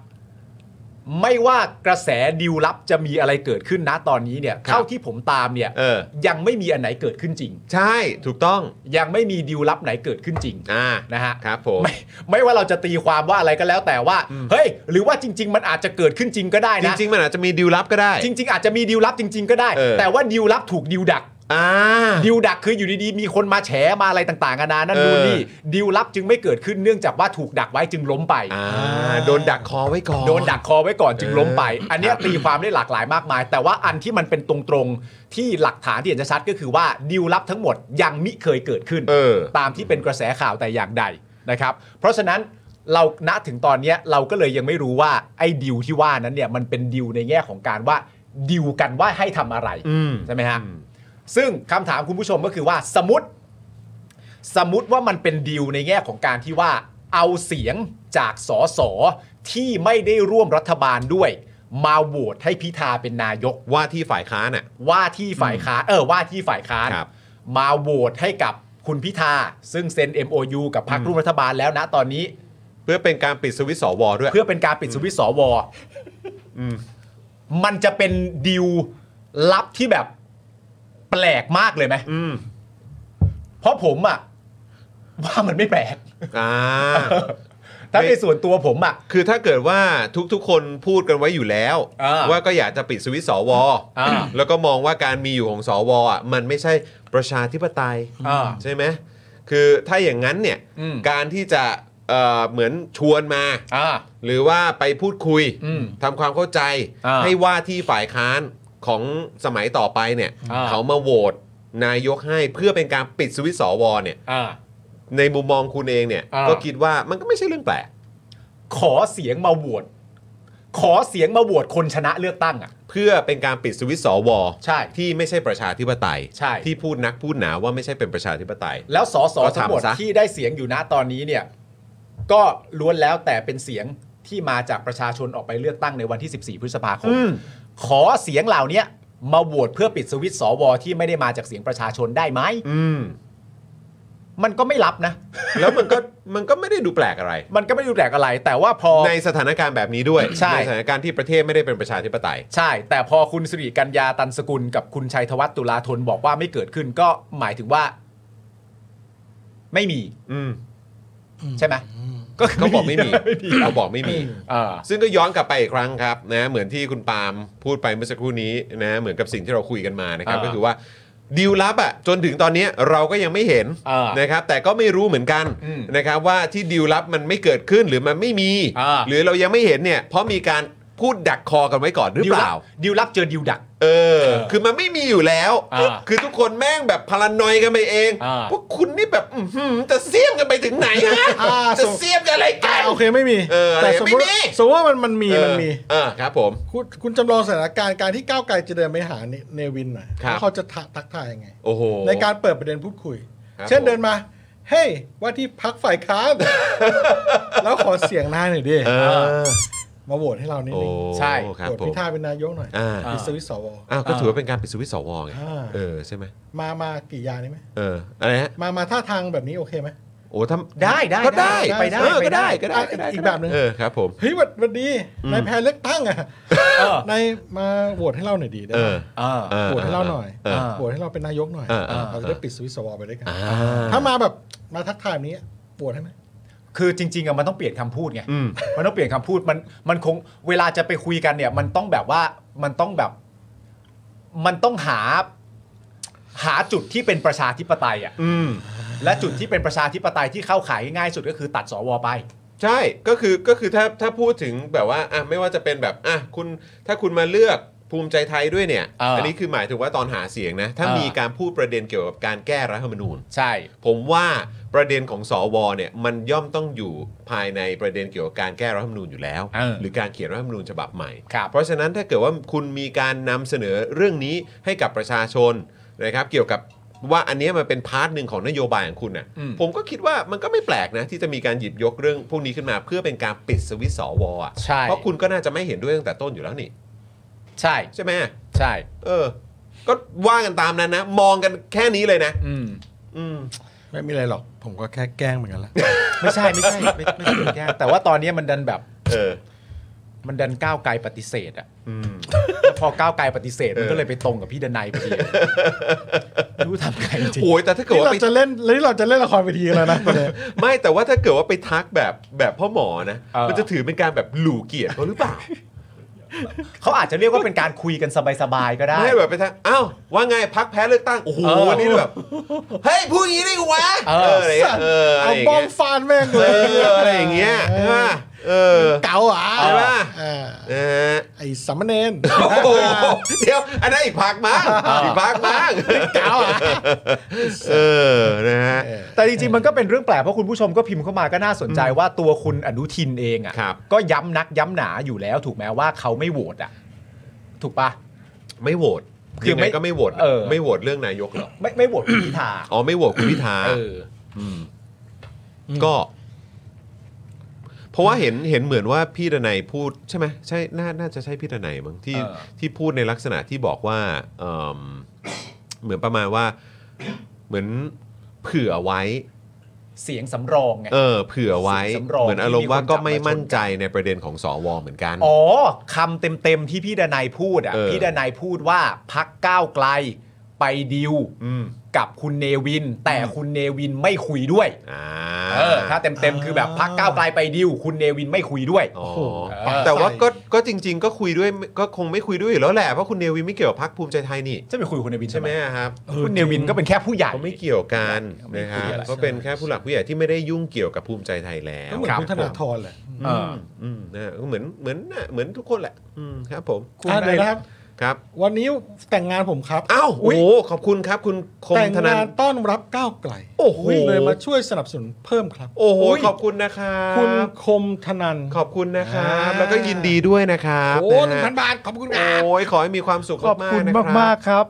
ไม่ว่ากระแสดิวลับจะมีอะไรเกิดขึ้นนะตอนนี้เนี่ย ครับ เท่าที่ผมตามเนี่ย เออ ยังไม่มีอันไหนเกิดขึ้นจริง ใช่ถูกต้อง ยังไม่มีดิวลับไหนเกิดขึ้นจริง อ่า นะฮะ ครับผม ไม่ไม่ว่าเราจะตีความว่าอะไรก็แล้วแต่ว่า เฮ้ย หรือว่าจริง ๆ มันอาจจะเกิดขึ้นจริงก็ได้ จ นะ ริง ๆ มันอาจจะมีดีลลับก็ได้ จริง ๆ อาจจะมีดิวลับจริง ๆ ก็ได้ เออ แต่ว่าดิวลับถูกดิวดัก อ่า ดิวดักคืออยู่ดีๆ มีคนมาแฉมาอะไรต่างๆนานานั่น เออ นู่นนี่ดิวลับจึงไม่เกิดขึ้นเนื่องจากว่าถูกดักไว้จึงล้มไป อ่าโดนดักคอไว้ก่อน โดนดักคอไว้ก่อนจึงล้มไป เอออั อันเนี้ยตีความได้หลากหลายมากมาย แต่ว่าอันที่มันเป็นตรงๆที่หลักฐานที่เห็นจะชัดก็คือว่าดิวลับทั้งหมดยังมิเคยเกิดขึ้น เออ ตามที่เป็นกระแสข่าวแต่อย่างใดนะครับ เพราะฉะนั้นเราณถึงตอนเนี้ยเราก็เลยยังไม่รู้ว่าไอ้ดิวที่ว่านั้นเนี่ยมันเป็นดิวในแง่ของการว่าดิวกันว่าให้ทำอะไร อืม ใช่ไหมฮะ อืม ซึ่งคำถามคุณผู้ชมก็คือว่าสมมติ สมมติว่ามันเป็นดีลในแง่ของการที่ว่า เอาเสียงจากสสที่ไม่ได้ร่วมรัฐบาลด้วย มาโหวตให้พิธาเป็นนายก ว่าที่ฝ่ายค้านอ่ะ ว่าที่ฝ่ายค้านเออว่าที่ฝ่ายค้าน ครับ มาโหวตให้กับคุณพิธา ซึ่งเซ็น MOU กับพรรค อืม ร่วมรัฐบาลแล้วนะตอนนี้ เพื่อเป็นการปิดสวิตช์สวด้วย เพื่อเป็นการปิดสวิตช์สวมันจะเป็นดีลลับที่แบบแปลกมากเลยไหม อืม เพราะผมอะว่ามันไม่แปลก อ่า ถ้า ไม่ ในส่วนตัวผมอะ คือถ้าเกิดว่าทุกๆ คนพูดกันไว้อยู่แล้ว อ่า ว่าก็อยากจะปิดสวิตช์สว อ่า แล้วก็มองว่าการมีอยู่ของสวอ่ะมันไม่ใช่ประชาธิปไตย อ่า ใช่ไหมคือถ้าอย่างนั้นเนี่ย อืม การที่จะเอ่อเหมือนชวนมา อ่า หรือว่าไปพูดคุย อืม ทำความเข้าใจ อ่า ให้ว่าที่ฝ่ายค้านของสมัยต่อไปเนี่ย อ่า เขามาโหวตนายกให้เพื่อเป็นการปิดสวิตช์สวเนี่ย อ่า ในมุมมองคุณเองเนี่ย อ่า ก็คิดว่ามันก็ไม่ใช่เรื่องแปลก ขอเสียงมาโหวตขอเสียงมาโหวตคนชนะเลือกตั้งอะ เพื่อเป็นการปิดสวิตช์สว ใช่ ที่ไม่ใช่ประชาธิปไตย ใช่ ที่พูดนักพูดหนาว่าไม่ใช่เป็นประชาธิปไตย แล้วสส ก็ทำ ทั้งหมด ซะ ที่ได้เสียงอยู่นะตอนนี้เนี่ย ก็ล้วนแล้วแต่เป็นเสียงที่มาจากประชาชนออกไปเลือกตั้งในวันที่ 14 พฤษภาคม ขอเสียงเหล่าเนี้ยมาโหวตเพื่อปิดสวิตช์สวที่ไม่ได้มาจากเสียงประชาชนได้ไหม อืม มันก็ไม่รับนะ แล้วมันก็ [laughs] มันก็ไม่ได้ดูแปลกอะไร มันก็ไม่ดูแปลกอะไร แต่ว่าพอ ในสถานการณ์แบบนี้ด้วย ใช่ สถานการณ์ที่ประเทศไม่ได้เป็นประชาธิปไตย ใช่ แต่พอคุณสิริกัญญาตันสกุลกับคุณชัยธวัฒน์ตุลาธนบอกว่าไม่เกิดขึ้นก็หมายถึงว่า ไม่มี อืม ใช่ไหมก็คื เขาบอกไม่มี ไม่มี เขาบอกไม่มี เออ ซึ่งก็ย้อนกลับไปอีกครั้งครับนะเหมือนที่คุณปาล์มพูดไปเมื่อสักครู่นี้นะเหมือนกับสิ่งที่เราคุยกันมานะครับ อ่า ก็คือว่าดีลลับอะจนถึงตอนเนี้ยเราก็ยังไม่เห็น อ่าน นะครับ แต่ก็ไม่รู้เหมือนกัน อืม นะครับว่าที่ดีลลับมันไม่เกิดขึ้นหรือมันไม่มี อ่า หรือเรายังไม่เห็นเนี่ยเพราะมีการพูดดักคอกันไว้ก่อนหรือเปล่า ดิวลับเจอดิวดัก เออ คือมันไม่มีอยู่แล้ว อ่า คือทุกคนแม่งแบบพลานอยกันไปเอง อ่า พวกคุณนี่แบบอื้อหือจะเสียมกันไปถึงไหนฮะ อ่า จะเสียมกันอะไรกั อ่ะ น โอเคไม่มี เอออะไร แต่สมมติ ไม่มี สมมติว่ามันมันมีมันมี เออครับผม คุณคุณจำลองสถานการณ์การที่ก้าวไกลจะเดินไปหาเนเนวินหน่อย ครับ ว่าเขาจะทักทักทายยังไง โอ้โห ในการเปิดประเด็นพูดคุย ครับ เช่นเดินมา เฮ้ยว่าที่พักฝ่าย [laughs] ค้าน แล้วขอเสียงนายหน่อยดิ เออ มาโหวตให้เรานิด โอ้ นึง ใช่ ครับ โหวต ผ พิ ม ธาเป็นนายกหน่อย อ่า ปิดสวิตช์สว อ้าวก็ถือว่าเป็นการปิดสวิตช์สวไง อ่า เออใช่ไหม มามากี่ยานี่ไหม เอออะไรฮะ มามาท่าทางแบบนี้โอเคไหม โอ้ทำ ได้ได้ ก็ได้ ได้ไปได้ เออ ไป ก็ ได้ ได้ก็ได้ อ่ะ ก็ได้ อีกแบบหนึ่ง เออครับผม เฮ้ยหวัดหวัดดีนายแพ้เลือกตั้งอ่ะ เออ นายมาโหวตให้เราหน่อยดีได้ เอ ไหม อ เออ ออ โหวตให้เราหน่อย เออ โหวตให้เราเป็นนายกหน่อย เออเออ เราจะได้ปิดสวิตช์สวไปด้วยกัน อ่า ถ้ามาแบบมาทักทายแบบนี้โหวตให้ไหม คือจริงๆอะมันต้องเปลี่ยนคำพูดไง อืม มันต้องเปลี่ยนคำพูดมันมันคงเวลาจะไปคุยกันเนี่ย มันต้องแบบว่ามันต้องแบบ มันต้องหา หาจุดที่เป็นประชาธิปไตยอ่ะ อืม และจุดที่เป็นประชาธิปไตยที่เข้าขายง่ายสุดก็คือตัดสวไป ใช่ก็คือก็คือถ้าถ้าพูดถึงแบบว่าอ่ะไม่ว่าจะเป็นแบบอ่ะคุณถ้าคุณมาเลือกภูมิใจไทยด้วยเนี่ย เอออั นนี้คือหมายถึงว่าตอนหาเสียงนะ ถ้า เออ มีการพูดประเด็นเกี่ยวกับการแก้รัฐธรรมนูญ ใช่ ผมว่าประเด็นของสวเนี่ยมันย่อมต้องอยู่ภายในประเด็นเกี่ยวกับการแก้รัฐธรรมนูญอยู่แล้ว เออ หรือการเขียนรัฐธรรมนูญฉบับใหม่ ครับ เพราะฉะนั้นถ้าเกิดว่าคุณมีการนำเสนอเรื่องนี้ให้กับประชาชนนะครับเกี่ยวกับว่าอันเนี้ยมันเป็นพาร์ทหนึ่งของนโยบายของคุณน่ะ อืม ผมก็คิดว่ามันก็ไม่แปลกนะที่จะมีการหยิบยกเรื่องพวกนี้ขึ้นมาเพื่อเป็นการปิดสวิตช์สวอ่ะ ใช่ เพราะคุณก็น่าจะไม่เห็นด้วยตั้งแต่ต้นอยู่แล้วนี่ ใช่ ใช่ไหม ใช่ เออ ก็ว่ากันตามนั้นนะ มองกันแค่นี้เลยนะ อืม อืม ไม่มีอะไรหรอก ผมก็แค่แกล้งเหมือนกันแหละ ไม่ใช่ไม่ใช่ไม่ไม่ใช่แก้แต่ว่าตอนนี้มันดันแบบ เออ มันดันก้าวไกลปฏิเสธอ่ะแล้วพอก้าวไกลปฏิเสธมันก็เลยไปตรงกับพี่ดนัยพอดีไม่รู้ทำไงจริง โอ้ยแต่ถ้าเกิด นี่ ว่า เรา ไป จะเล่นนี่เราจะเล่นละครเวทีกันแล้วนะ ไม่แต่ว่าถ้าเกิดว่าไปทักแบบแบบพ่อหมอนะ เออ มันจะถือเป็นการแบบหลู่เกียรติเขาหรือเปล่า เขาอาจจะเรียกว่าเป็นการคุยกันสบายๆก็ได้ ไม่ให้แบบไปทักอ้าวว่าไงพักแพ้เลือกตั้ง โอ้โห เออ วันนี้แบบ เฮ้ยพูดอย่างนี้ได้กูวะ เออ อะไรอย่างเงี้ยเอออะไร เอา อย่า บ ง อม เงี้ย ฟานแม่งเล เอย ออะไรอย่างเงี้ยใช่ปะเออ เก๋าอ่ะ ใช่ปะ เออ เออ ไอ้สามเณร โอ้โหเดี๋ยวอันนั้นอีกพักมั้งอีกพักมั้ง เก๋า [laughs] อ่ะ เออนะฮะ แต่จริงๆ มันก็เป็นเรื่องแปลกเพราะคุณผู้ชมก็พิมพ์เข้ามาก็น่าสนใจว่าตัวคุณอนุทินเอง ครั อ่ะ บ ก็ย้ำนักย้ำหนาอยู่แล้ว ถูกไหมว่าเขาไม่โหวตอ่ะ ถูกปะ ไม่โหวต คื คือ อไม่ ไม่ก็ไม่โหวต เออ ไม่โหวตเรื่องนายกหรอก ไม่ไม่โหวตคุณพิธา อ๋อไม่โหวตคุณพิธา เออ ก็ เพราะว่าเห็นเห็นเหมือนว่าพี่ดนัยพูดใช่ไหมใช่น่าน่าจะใช่พี่ดนัยมั้งที่ เออ ที่พูดในลักษณะที่บอกว่าเอิ่มเหมือนประมาณว่า เหมือนเผื่อไว้ เสียงสำรองไง เออ เผื่อไว้ สำรอง เหมือนอารมณ์ว่า ที่มีคน ก็ไม่ จับมาชน มั่นใจในประเด็นของสวเหมือนกัน อ๋อคำเต็มๆที่พี่ดนายพูดอ่ะ เออ พี่ดนายพูดว่าพักก้าวไกลไปดิว ม กับคุณเนวิน แต่คุณเนวินไม่คุยด้วย อ่า เออ ถ้าเต็มๆคือแบบพักก้าวไกลไปดิวคุณเนวินไม่คุยด้วย อ๋อ เออ แต่ว่าก็ก็จริง ๆ ก็คุยด้วย ก็คงไม่คุยด้วยอยู่แล้วแหละเพราะคุณเนวินไม่เกี่ยวกับพรรคภูมิใจไทยนี่ จะไปคุยกับคุณเนวิน ใช่ไหมครับ คุณเนวินก็เป็นแค่ผู้ใหญ่ เขาไม่เกี่ยวกัน ไม่ นะค คุ รับยอะไร เขาเป็นแค่ผู้หลักผู้ใหญ่ที่ไม่ได้ยุ่งเกี่ยวกับภูมิใจไทยแล้ว ก็เหมือน ครับ คุณธนาธรแหละ เออ อืมนะก็เหมือนเหมือนน่ะเหมือนทุกคนแหละอืมครับผม คุณเดี๋ยวนะครับ ครับ วันนี้แต่งงานผมครับ อ้าวโอ้โหขอบคุณครับ คุณคม แต่ง ธนั งาน นต้อนรับก้าวไกล โอ้โห เลยมาช่วยสนับสนุนเพิ่มครับ โอ้โห อุ๊ย ขอบคุณนะครับ คุณคมธนัน ขอบคุณนะครับ อ่า แล้วก็ยินดีด้วยนะครับ โอ้ห ะ นึ่ง ฮะ พันบาท ขอบคุณครับ โอ้ยขอให้มีความสุข ขอบ มาก คุ ๆ ณ นะ มาก ค มา รั ก บ ๆครับ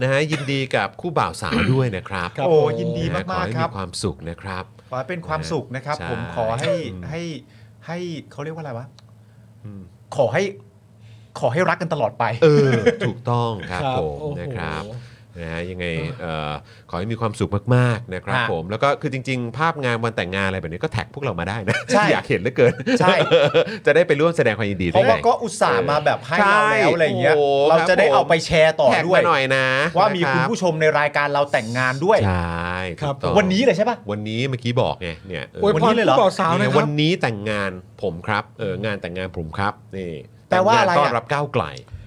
นะฮะยินดีกับคู่บ่าวสาวด้วยนะครับ ครับ โอ้ยินดี นะฮะขอ มาก ให้ ๆค มี รับ ความสุขนะครับ ขอให้เป็นความสุขนะครับ ใช่ ผมขอให้ อืม ให้ให้เขาเรียกว่าอะไรวะ อืม ขอให้ ขอให้รักกันตลอดไป เออ ถูกต้องครับ ครับ ผม โอ้โห นะครับนะฮะยังไงเอ่อขอให้มีความสุขมากๆนะครับ ฮะ ผมแล้วก็คือจริง ๆ ภาพงานวันแต่งงานอะไรแบบนี้ก็แท็กพวกเรามาได้นะ ใช่ อยากเห็นเหลือเกิน ใช่ [laughs] จะได้ไปร่วมแสดงความยินดี เพ ด้วย ราะว่า ไง ก็อุตส่าห์มาแบบให้ ใช่ เราแล้วอะไรอย่างเงี้ย โอ้โห เรา ครับ จะได้ ผม เอาไปแชร์ต่อ แท็ก ด้วย มาหน่อยนะ ว่ามี นะ คุณ รับ ผู้ชมในรายการเราแต่งงานด้วย ใช่ถูกต้อง วันนี้เลยใช่ปะ วันนี้เมื่อกี้บอกไงเนี่ยเออ โอ้ย วัน พ นี้ ร เลยเหรอ ผู้บ่าวสาวนะค วั รับ นนี้แต่งงานผมครับเอองานแต่งงานผมครับนี่ แปลว่าอะไร แต่งงนต้อะอนรับก้าวไกล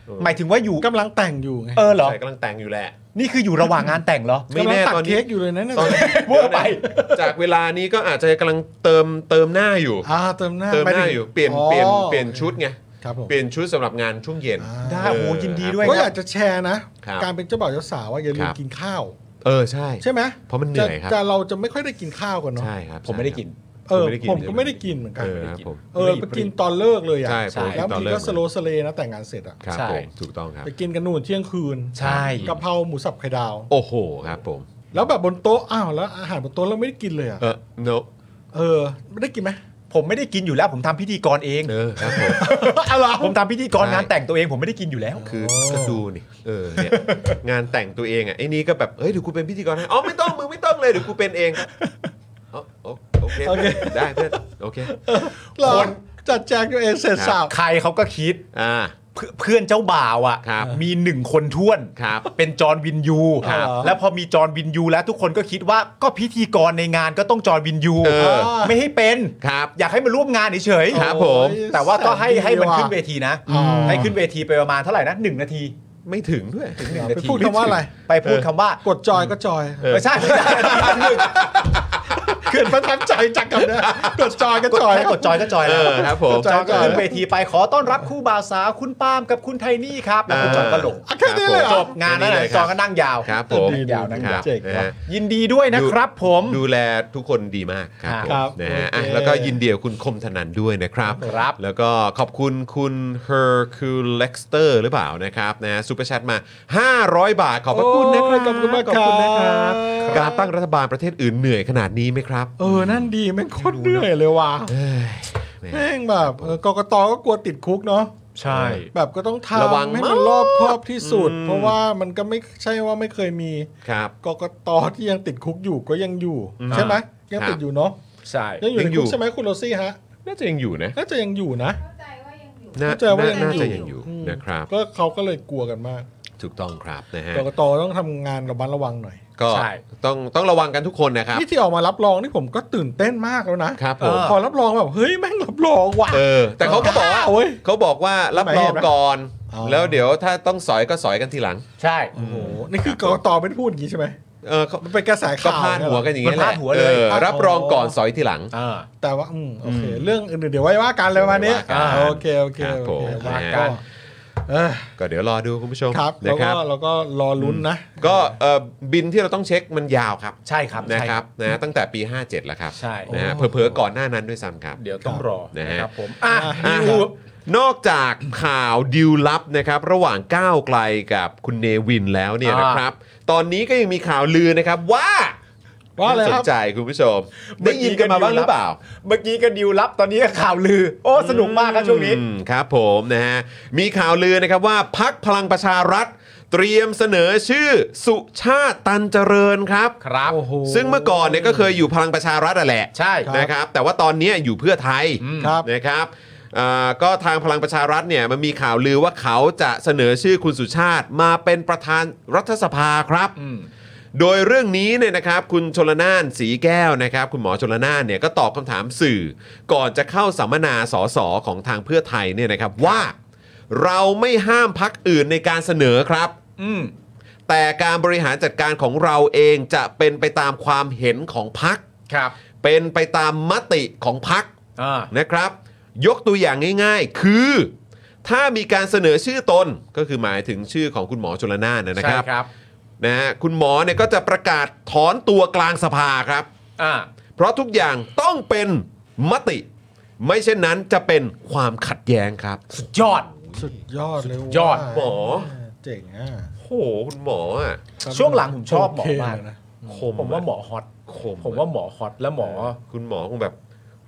เออ หมายถึงว่าอยู่ กำลังแต่งอยู่ไง เออเหรอ ใช่กำลังแต่งอยู่แหละ นี่คืออยู่ระหว่างงานแต่งเหรอ ไม่ กำลั แน่ งตัด ตอนนี้ เค้กอยู่เลยนะเนี่ย ตอนนี้ มั่วไป จากเวลานี้ก็อาจจะกำลังเติมเติมหน้าอยู่ อ่าเติมหน้า เติม ไม่ ห ได้ น้าอยู่เปลี่ยนเปลี่ยน อ๋อ เปลี่ยนชุดไง ครับผม เปลี่ยนชุดสำหรับงานช่วงเย็น อ่า ได้ เออ โอ้โหยินดีด้วย ก็ ค อ รั ยา บ กจะแชร์นะ ครับ การเป็นเจ้าบ่าวเจ้าสาวว่าอย่าลื ค ม รับ กินข้าว เออใช่ ใช่ไหม เพราะมันเหนื่อยครับ บแต่เราจะไม่ค่อยได้กินข้าวกันเนาะ ใช่ครับ ผมไม่ได้กิน เออ ใช่ครับ ผมก็ไม่ได้กินเหมือนกัน เออครับผม เออไปกินตอนเลิกเลยอ่ะ ใช่ผม แล้ตอบวานงที เลิ ก็ ก สโลว์สเลย์นะแต่งงานเสร็จอ่ะ ครับ ใช่ ผมถูกต้องครับ ไปกินกันนู่นเที่ยงคืน ใช่ กะเพราหมูสับไข่ดาว โอ้โหครับผม แล้วแบบบนโต๊ะอ้าวแล้วอาหารบนโต๊ะเราไม่ได้กินเลยอ่ะ เออ no เออไม่ได้กินไหม ผมไม่ได้กินอยู่แล้วผมทำพิธีกรเอง เออครับผม [laughs] เอาเหรอ ผมทำพิธีกร ใช่ งานแต่งตัวเองผมไม่ได้กินอยู่แล้ว คือก็ดูนี่เออเนี่ยงานแต่งตัวเองอ่ะไอ้นี่ก็แบบเฮ้ยเดี๋ยวกูเป็นพิธีกรให้อ๋อไม่ต้องมึงไม่ต้องเลยเดี๋ยวกูเป็นเองอ๋อโอโอเค โอเค ได้เพื่อนโอเค เหรอจัดแจงตัวเองเสร็จสับ ใครเขาก็คิด อ่า เพื่อนเพื่อนเจ้าบ่าวอ่ะ ครับ มีหนึ่งคนท้วน ครับ เป็นจอร์นวินยู ครับ แล้วพอมีจอร์นวินยูแล้วทุกคนก็คิดว่าก็พิธีกรในงานก็ต้องจอร์นวินยู เออ ไม่ให้เป็น ครับ อยากให้มาร่วมงานเฉยๆ ครับผม โอ้ย แต่ว่าก็ให้ แสดี ให้มัน ว่ะ ขึ้นเวทีนะ อ๋อ ให้ขึ้นเวทีไปประมาณเท่าไหร่นะหนึ่งนาที ไม่ถึงด้วย ถึงหนึ่ง ไป นาที พูดคำว่าอะไร ไปพูดคำว่าก ดจอยก็จอย เออ ไม่ใช่ไม่ใช่ เกิดประทับใจจักกันนะกดจอยก็ กด จอย ให้กดจอยก็จอย เอ แล้ว อครับผม จอยก็ขึ้นเวทีไปขอต้อนรับคู่บ่าวสาวคุณปาล์มกับคุณไทนี่ครับแล้วคุณจอยก็ลง อ่ะแค่นี้เลยเหรอ จบงานแล้ว แค่นี้ นะ เลยครับ จอยก็นั่งยาว ครับผม ดีดี ยาวนะครับ เจ๋ง นะ ว่ะ ฮะ ยินดีด้วยนะครับผม ดูแลทุกคนดีมากครับผม ครับ นะฮะ โอเค อ่ะแล้วก็ยินดีกับคุณคมธนันด้วยนะครับ ครับ แล้วก็ขอบคุณคุณ Herculexter หรือเปล่านะครับนะฮะซูเปอร์แชทมา 500 บาทขอบพระคุณนะครับ โอ้ยขอบคุณมาก ขอบคุณนะครั ครับ บ การตั้งรัฐบาลประเทศอื่นเหนื่อยขนาดนี้ไหมครับ เออ นั่นดีแม่งโคตรเหนื่อยเลยว่ะ แหม แม่งแบบเออกกตก็กลัวติดคุกเนาะ ใช่ แบบก็ต้อง ระวัง ทำให้มัน มาก รอบครอบที่สุด อืม เพราะว่ามันก็ไม่ใช่ว่าไม่เคยมี ครับ กกตที่ยังติดคุกอยู่ก็ยังอยู่ ใช่ไหมยังติ ครั ด บ อยู่เนาะ ใช่ ยังอยังอยู่ยู่ในคุกใช่ไหมคุณโรซี่ฮะ น่าจะยังอยู่นะ น่าจะยังอยู่นะ เข้าใจว่ายังอยู่ น่า เข้าใจว่ายัง น่า อยู่ จะยังอยู่นะครับ ก็เขาก็เลยกลัวกันมาก ถูกต้องครับนะฮะ กกตต้องทำงานระมัดระวังหน่อย ก็ ใช่ ต้องต้องระวังกันทุกคนนะครับ นี่ที่ออกมารับรองนี่ผมก็ตื่นเต้นมากแล้วนะครับ ผม เออพอรับรองแบบเฮ้ยแม่งรับรองว่ะ เออ แต่เขาก็บอกว่า โอ้ย เขาบอกว่ารับรองก่อน อ๋อ แล้วเดี๋ยวถ้าต้องสอยก็สอยกันทีหลัง ใช่ โอ้โหนี่คือกกตไม่ได้พูดอย่างนี้ใช่ไหม เออเขา มันเป็นกระแส ก็ ข่าว พาด เนี่ย หั เร ว อ กันอย่างนี้แห มันพา ละ ดหัวเลย เออ พาดหัว รับรองก่อนสอยทีหลัง อ่า แต่ว่าอืมโอเค เรื่องอื่นๆเดี๋ยวไว้ว่ากันเลยวันนี้ เดี๋ยวว่ากัน โอเคโอเค ครับ โอผเคม ว่ากันเออ ก็เดี๋ยวรอดูคุณผู้ชม ครับ นะ แล้ว ค ก็ รับ เราก็รอลุ้นนะ ก็เอ่อบินที่เราต้องเช็คมันยาวครับ ใช่ครับ นะ ใช่ ครับนะตั้งแต่ปี 57 แล้วครับ ใช่ นะฮะเผลอๆก่อนหน้านั้นด้วยซ้ำครับ เดี๋ยวต้องรอ นะฮะ นะครับผมอ่ะ อ่ะ นิว นอกจากข่าวดิวลับนะครับ ระหว่างก้าวไกลกับคุณเนวินแล้วเนี่ย อ่าน นะครับ ตอนนี้ก็ยังมีข่าวลือนะครับว่า ว่าอะไร น่ส ครั น บ ใจคุณผู้ชม ได้ยินกันมาบ้างหรือเปล่า เมื่อกี้ก็ดิวลับตอนนี้ก็ข่าวลือ โอ้สนุกมากครับช่วงนี้ อืมครับผมนะฮะ มีข่าวลือนะครับว่าพักพลังประชารัฐ เตรียมเสนอชื่อสุชาติตันเจริญครับ ครับ ซึ่งเมื่อก่อนเนี่ยก็เคยอยู่พลังประชารัฐอะแหละ ใช่ครับ นะครับ แต่ว่าตอนเนี้ยอยู่เพื่อไทย ครับ นะครับอ่าก็ทางพลังประชารัฐเนี่ยมันมีข่าวลือว่าเขาจะเสนอชื่อคุณสุชาติมาเป็นประธานรัฐสภาครับ โดยเรื่องนี้เนี่ยนะครับคุณชลนานสีแก้วนะครับ คุณหมอชลนานเนี่ยก็ตอบคำถามสื่อ ก่อนจะเข้าสัมมนาสสของทางเพื่อไทยเนี่ยนะครับว่า เราไม่ห้ามพักอื่นในการเสนอครับ แต่การบริหารจัดการของเราเองจะเป็นไปตามความเห็นของพัก ครับ เป็นไปตามมติของพัก อ่า นะครับ ยกตัวอย่างง่ายๆ คือ ถ้ามีการเสนอชื่อตนก็คือหมายถึงชื่อของคุณหมอชลนานนะนะ ใช่ ครับ ครับ นะฮะคุณหมอเนี่ยก็จะประกาศถอนตัวกลางสภาครับ อ่า เพราะทุกอย่างต้องเป็นมติ ไม่เช่นนั้นจะเป็นความขัดแย้งครับ สุดยอด สุดยอดเลย ยอด ว่า หมอ เจ๋งอ่ะ โหคุณหมออ่ะ ช่วงหลังผมชอบหมอมาก โเคเลยนะ คม ผมว่าหมอฮอต คม ผมว่าหมอฮอตและหมอ คุณหมอคงแบบ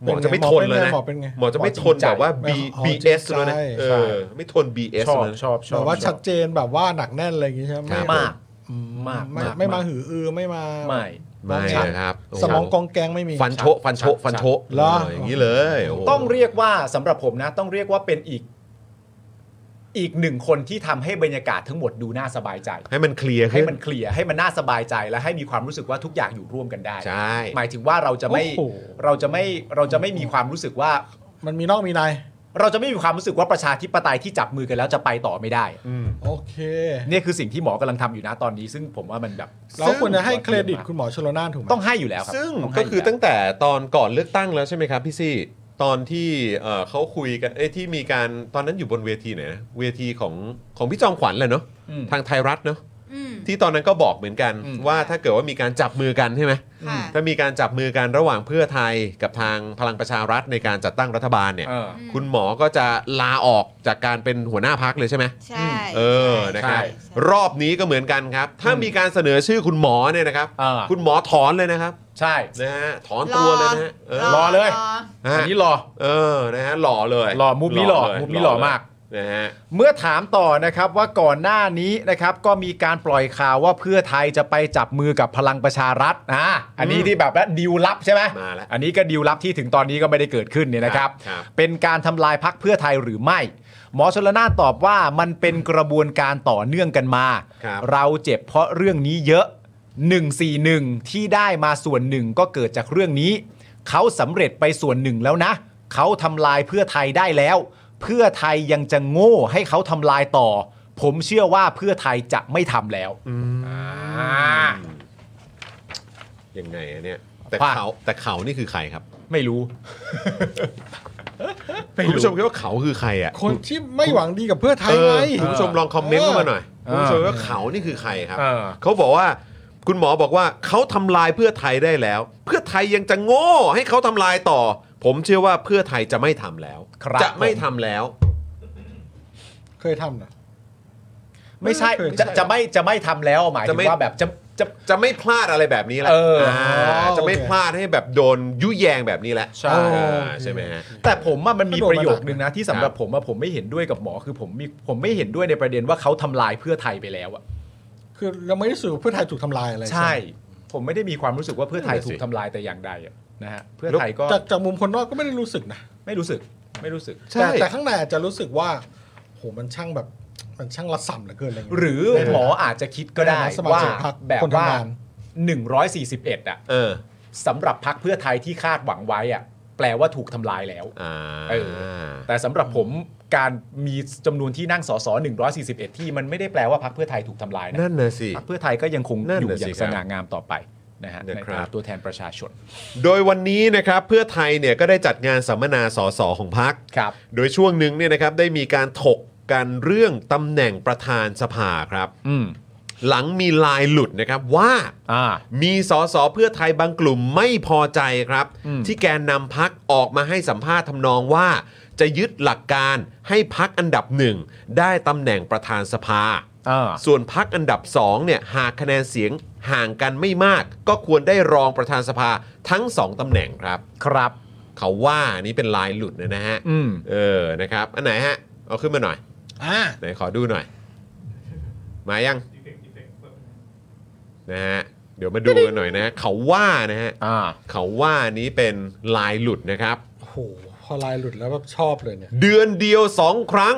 หม เป็ อน ไง จะไม่ หมอ ทน เป็น เลย ไง นะ หมอเป็นไง หมอจะไม่ทนแบบว่า B หมอ B จริงใจ S แล้วนะเอ ใช่ อไม่ทน B S ชอบ นะ ชอบช แบ อบบ ว่า ชอบ ชัดเจนแบบว่าหนักแน่นอะไรอย่างงี้ใช่ไหม ครับ ไ มาก อื มาก ไม่ มาก ไม่มาหืออือไม่มา ไม่ ไม่นะครับโโห สมองกองแกงไม่มี ฟันโชะฟันโชะฟันโชะ เหรอ เอย่างนี้เลยโโห ต้องเรียกว่าสำหรับผมนะ ต้องเรียกว่าเป็นอีก อีกหนึ่งคนที่ทำให้บรรยากาศทั้งหมดดูน่าสบายใจ ให้มันเคลียร์ ให้ ขึ้น มันเคลียร์ให้มันน่าสบายใจและให้มีความรู้สึกว่าทุกอย่างอยู่ร่วมกันได้ ใช่ หมายถึงว่าเราจะไม่ โอ้โห เราจะไม่เราจะไม่มีความรู้สึกว่า มันมีนอกมีใน เราจะไม่มีความรู้สึกว่าประชาธิปไตยที่จับมือกันแล้วจะไปต่อไม่ได้ โอเค เนี่ยคือสิ่งที่หมอกำลังทำอยู่นะตอนนี้ ซึ่งผมว่ามันแบบ เราควรจะให้เครดิตคุณหมอชลนานถูกไหม ต้องให้อยู่แล้วครับ ซึ่ง ต้ให้ ก็คือ แล้ว ตั้งแต่ตอนก่อนเลือกตั้งแล้วใช่ไหมครับพี่ซี่ตอนที่เอ่อเขาคุยกันเอ้ยที่มีการตอนนั้นอยู่บนเวทีไหนนะเวทีของของพี่จอมขวัญแหละเนาะ อืม ทางไทยรัฐเนาะ อืม ที่ตอนนั้นก็บอกเหมือนกัน อืม ว่าถ้าเกิดว่ามีการจับมือกันใช่ไหม ค่ะ ถ้ามีการจับมือกันระหว่างเพื่อไทยกับทางพลังประชารัฐในการจัดตั้งรัฐบาลเนี่ย เออ คุณหมอก็จะลาออกจากการเป็นหัวหน้าพักเลยใช่ไหม ใช่ เออนะครับ ใช่ใช่ รอบนี้ก็เหมือนกันครับ ถ้ามีการเสนอชื่อคุณหมอเนี่ยนะครับ อ่า คุณหมอถอนเลยนะครับ ใช่ นะฮะถอนตัวเลยนะฮะเออ รอเลย ฮะ อันนี้รอ เออนะฮะหล่อเลย หล่อมุกนี้หล่อ เย มุกนี้หล่อมาก เยนะฮะ เมื่อถามต่อนะครับว่าก่อนหน้านี้นะครับก็มีการปล่อยข่าวว่าเพื่อไทยจะไปจับมือกับพลังประชารัฐอ่าอันนี้ที่แบบว่าดิวลับใช่ไหม มาแล้ว อันนี้ก็ดิวลับที่ถึงตอนนี้ก็ไม่ได้เกิดขึ้นเนี่ยนะครับ ครับ เป็นการทำลายพักเพื่อไทยหรือไม่ หมอชลนานตอบว่ามันเป็นกระบวนการต่อเนื่องกันมา ครับ เราเจ็บเพราะเรื่องนี้เยอะ 141 ที่ได้มาส่วนหนึ่งก็เกิดจากเรื่องนี้ เขาสำเร็จไปส่วนหนึ่งแล้วนะ เขาทำลายเพื่อไทยได้แล้ว เพื่อไทยยังจะโง่ให้เขาทำลายต่อ ผมเชื่อว่าเพื่อไทยจะไม่ทำแล้ว ยังไงอะเนี่ยแต่ พลาด เขาแต่เขานี่คือใครครับ ไม่รู้ คุณผู้ชมคิดว่าเขาคือใครอ่ะ คนที่ไม่หวังดีกับเพื่อไทย เอ ไง อคุณผู้ชมลองคอมเมนต์เข้ามาหน่อย เออ คุณผู้ชมว่าเขานี่คือใครครับ เออ เขาบอกว่าคุณหมอบอกว่าเขาทำลายเพื่อไทยได้แล้ว เพื่อไทยยังจะโง่ให้เขาทำลายต่อ ผมเชื่อว่าเพื่อไทยจะไม่ทำแล้ว ครับ จะไม่ทำแล้ว เคยทำนะ ไม่ใช่ ไม่เคย จะจะไม่จะไม่ทำแล้วหมายถึ จะ ง ไม่ ว่าแบบจะจะ จะไม่พลาดอะไรแบบนี้แหละ เอออ่ าจะไม่ โอเค พลาดให้แบบโดนยุแยงแบบนี้แหละ ใช่ เออใช่ไหมฮะ แต่ผมอะมันมี ก็โดน ป มา ระโยคนึงนะที่สำหครัรับ บ ผมอะผมไม่เห็นด้วยกับหมอคือผมมีผมไม่เห็นด้วยในประเด็นว่าเขาทำลายเพื่อไทยไปแล้วอะ คือเราไม่ได้รู้สื่อเพื่อไทยถูกทำลายอะไร ใช่ ผมไม่ได้มีความรู้สึกว่าเพื่อไทยถูกทำลายแต่อย่างใดอะนะฮะเพื่อไทยก็ จากจากมุมคนนอกก็ไม่ได้รู้สึกนะ ไม่รู้สึก ไม่รู้สึก ใช่ แต่แต่ข้างในอาจจะรู้สึกว่าโหมันช่างแบบมันช่างระส่ำเหลือเกินอะไรเงี้ย หรือหมออาจจะคิดก็ได้ ในฐานะสมา ว่า ชิกพรรค แบบ คน ว่า ทำงาน 141 อ่ะ เออ สำหรับพักเพื่อไทยที่คาดหวังไว้อ่ะ แปลว่าถูกทำลายแล้ว อ่า เออ แต่สำหรับผมการมีจำนวนที่นั่งสส141 ที่มันไม่ได้แปลว่าพักเพื่อไทยถูกทำลายนะ นั่นน่ะสิ พักเพื่อไทยก็ยังคง นั่น อยู่ น่ะ อ สิ ย่าง ค ส รับ ง่างามต่อไปนะฮะ นะ ใน ครับ ฐานะตัวแทนประชาชน โดยวันนี้นะครับเพื่อไทยเนี่ยก็ได้จัดงานสัมมนาสสของพัก ครับ โดยช่วงหนึ่งเนี่ยนะครับได้มีการถกกันเรื่องตำแหน่งประธานสภาครับ อืม หลังมีลายหลุดนะครับว่า อ่า มีสสเพื่อไทยบางกลุ่มไม่พอใจครับ อืม ที่แกนนำพักออกมาให้สัมภาษณ์ทำนองว่า จะยึดหลักการให้พักอันดับหนึ่งได้ตำแหน่งประธานสภา อ่า ส่วนพักอันดับ2เนี่ยหากคะแนนเสียงห่างกันไม่มาก ก็ควรได้รองประธานสภาทั้ง 2ตำแหน่งครับ ครับ เขาว่าอันนี้เป็นลายหลุดนะฮะ อืม เออนะครับอันไหนฮะ เอาขึ้นมาหน่อย อ่า ไหนขอดูหน่อย มายังนะฮะเดี๋ยวมาดูกันหน่อยนะฮะเขาว่านะฮะ อ่า เขาว่านี้เป็นลายหลุดนะครับ โหพอลายหลุดแล้วแบบชอบเลยเนี่ย เดือนเดียว 2 ครั้ง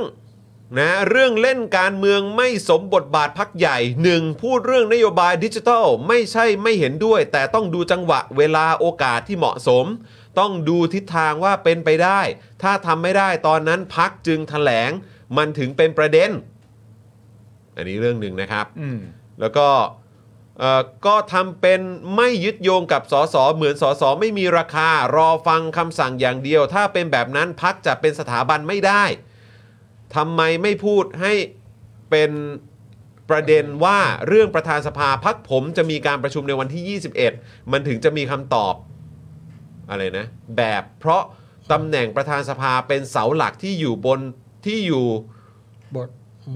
นะเรื่องเล่นการเมืองไม่สมบทบาทพักใหญ่ 1. พูดเรื่องนโยบายดิจิทัล ไม่ใช่ไม่เห็นด้วย แต่ต้องดูจังหวะเวลาโอกาสที่เหมาะสม ต้องดูทิศทางว่าเป็นไปได้ ถ้าทำไม่ได้ตอนนั้นพักจึงถแถลง มันถึงเป็นประเด็น อันนี้เรื่องหนึ่งนะครับ อืม แล้วก็เอ่อก็ทำเป็นไม่ยึดโยงกับสสเหมือนสสไม่มีราคา รอฟังคำสั่งอย่างเดียว ถ้าเป็นแบบนั้นพักจะเป็นสถาบันไม่ได้ทำไมไม่พูดให้เป็นประเด็นว่าเรื่องประธานสภาพักผมจะมีการประชุมในวันที่ 21 มันถึงจะมีคำตอบ อะไรนะ แบบเพราะตำแหน่งประธานสภาเป็นเสาหลักที่อยู่บนที่อยู่ บท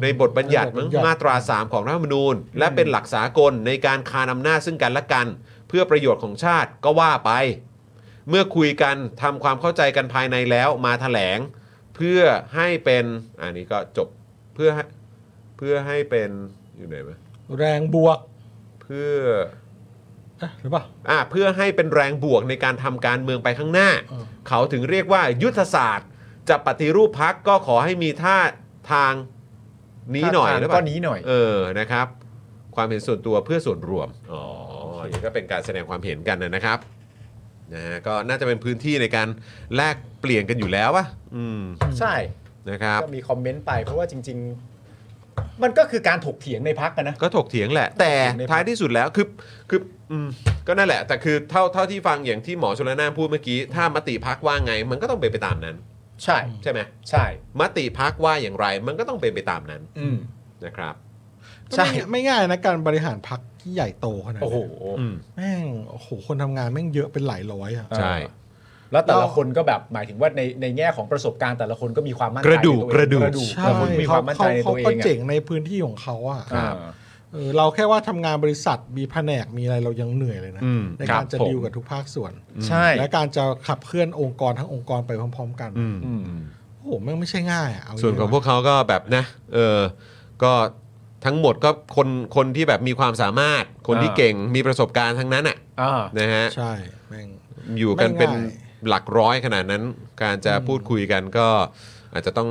ในบทบัญญัติมั้ง ในบทบัญญัติ มาตรา 3 ของรัฐธรรมนูญ และเป็นหลักสากลในการคานอำนาจซึ่งกันและกัน เพื่อประโยชน์ของชาติก็ว่าไป เมื่อคุยกันทำความเข้าใจกันภายในแล้วมาแถลง เพื่อให้เป็นอันนี้ก็จบเพื่อให้เพื่อให้เป็นอยู่ไหนวะ แรงบวก เพื่อ อ่ะหรือเปล่า อ่ะเพื่อให้เป็นแรงบวกในการทำการเมืองไปข้างหน้า เออ เขาถึงเรียกว่ายุทธศาสตร์ จะปฏิรูปพักก็ขอให้มีท่าทางนี้หน่อยหรือเป ก็ ล่า นี้หน่อย เออ นะครับ ความเห็นส่วนตัวเพื่อส่วนรวม อ๋ออันนี่ก็เป็นการแสดงความเห็นกันนะครับ นะฮะ ก็น่าจะเป็นพื้นที่ในการแลกเปลี่ยนกันอยู่แล้ววะอืม ใช่ นะครับ ก็มีคอมเมนต์ไปเพราะว่าจริง ๆ มันก็คือการถกเถียงในพักนะ ก็ถกเถียงแหละ แต่ท้ายที่สุดแล้วคือคืออืมก็นั่นแหละ แต่คือเท่าเท่าที่ฟังอย่างที่หมอชลนานพูดเมื่อกี้ ถ้ามติพักว่าไง มันก็ต้องเป็นไปตามนั้น ใช่ ใช่ไหม ใช่ มติพักว่าอย่างไร มันก็ต้องเป็นไปตามนั้น อืม นะครับ ใช่ ก็ไม่ไม่ง่ายนะการบริหารพักที่ใหญ่โตขนาด โอ้โห นี้ อืม แม่งโอ้โหคนทำงานแม่งเยอะเป็นหลายร้อยอ่ะ เออ ใช่ แล้วแต่ละคนก็แบบหมายถึงว่าในในแง่ของประสบการณ์แต่ละคนก็มีความมั่นใจ กระดูก ในตัวเอง กระดูก ใช่ แต่ละคนมีความมั่นใจในตัวเอ ก็ ง เจ๋ อะ งในพื้นที่ของเขาอ่ะ อ่า เออเราแค่ว่าทำงานบริษัทมีแผนกมีอะไรเรายังเหนื่อยเลยนะ อืม ใน ครั กา บ รจะ ผม ดีลกับทุกภาคส่วน ใช่ และการจะขับเคลื่อนองค์กรทั้งองค์กรไปพร้อม ๆ กัน อืม อืม โอ้โหแม่งไม่ใช่ง่ายอะเา ส่วนของพ จริ วกเขาก็แบบนะเออก็ทั้งหมดก็คนคนที่แบบมีความสามารถ คนที่เก่งมีประสบการณ์ทั้งนั้นน่ะ อ่า นะฮะ ๆใช่แม่ง อยู่กัน ไม่ง่าย เป็นหลักร้อยขนาดนั้น การจะพูดคุยกันก็อาจจะต้อง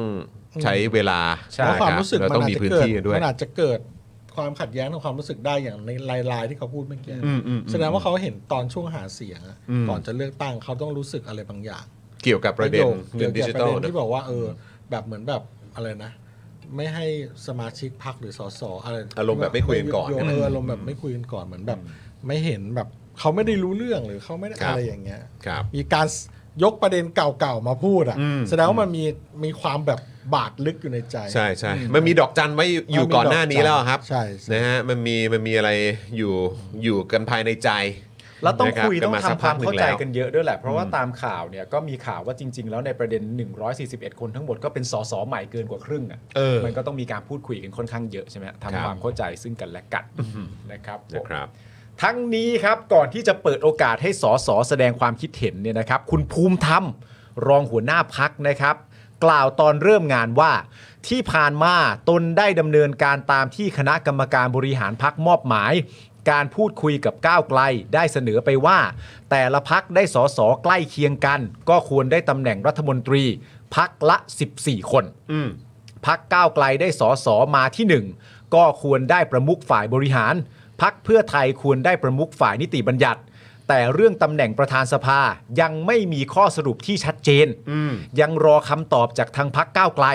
ใช้เวลา แล้วความ บ รู้สึก แล้ว มัน ต้อง อาจ มี จะ พื้น เกิด ที่กันด้วย มันอาจจะเกิดความขัดแย้งทางความรู้สึกได้อย่างในลายๆที่เขาพูดเมื่อกี้ อืมอืมอืม แสดงว่าเขาเห็นตอนช่วงหาเสียงอะ อืม ก่อนจะเลือกตั้งเขาต้องรู้สึกอะไรบางอย่าง เกี่ยวกับประเด็น โยค เงินดิ เกี่ยว จิ กับทัปลระเด็น นะ ที่บอกว่าเออแบบเหมือนแบบอะไรนะ ไม่ให้สมาชิกพรรคหรือสสอะไร อารมณ์แบบไม่คุยกันก่อน โย ใช่ไหม เอออารมณ์แบบไม่คุยกันก่อนเหมือนแบบ ไม่เห็นแบบเขาไม่ได้รู้เรื่องหรือเขาไม่ได้ ครับ อะไรอย่างเงี้ย ครับ มีการยกประเด็นเก่าๆมาพูดอ่ะ อืม แสดงว่ามันมีมีความแบบบาดลึกอยู่ในใจ ใช่ใช่มันมีดอกจันไว้อยู่ก่อนหน้านี้แล้วครับ ใช่ใช่ นะฮะมันมีมันมีอะไรอยู่อยู่กันภายในใจ แล้วต้อง นะครับ คุย กัน ต้อง มาสัก ทำ พั ควาก ม หนึ่ง เข้าใจ แล้ว กันเยอะด้วยแหละ เพราะว่าตามข่าวเนี่ยก็มีข่าวว่าจริง ๆ แล้วในประเด็น 141 คนทั้งหมดก็เป็นสสใหม่เกินกว่าครึ่งอ่ะ เออ มันก็ต้องมีการพูดคุยกันค่อนข้างเยอะใช่ไหมฮะ ครับ ทำความเข้าใจซึ่งกันและกันนะครับผม นะครับ ทั้งนี้ครับก่อนที่จะเปิดโอกาสให้สสแสดงความคิดเห็นเนี่ยนะครับ คุณภูมิธรรม รองหัวหน้าพักนะครับ กล่าวตอนเริ่มงานว่า ที่ผ่านมาตนได้ดำเนินการตามที่คณะกรรมการบริหารพักมอบหมาย การพูดคุยกับก้าวไกลได้เสนอไปว่า แต่ละพักได้สสใกล้เคียงกัน ก็ควรได้ตำแหน่งรัฐมนตรี พักละ 14 คน อืม พักก้าวไกลได้สอสอมาที่หนึ่งก็ควรได้ประมุขฝ่ายบริหาร พักเพื่อไทยควรได้ประมุขฝ่ายนิติบัญญัติ แต่เรื่องตำแหน่งประธานสภายังไม่มีข้อสรุปที่ชัดเจน อืม ยังรอคำตอบจากทางพักก้าวไกล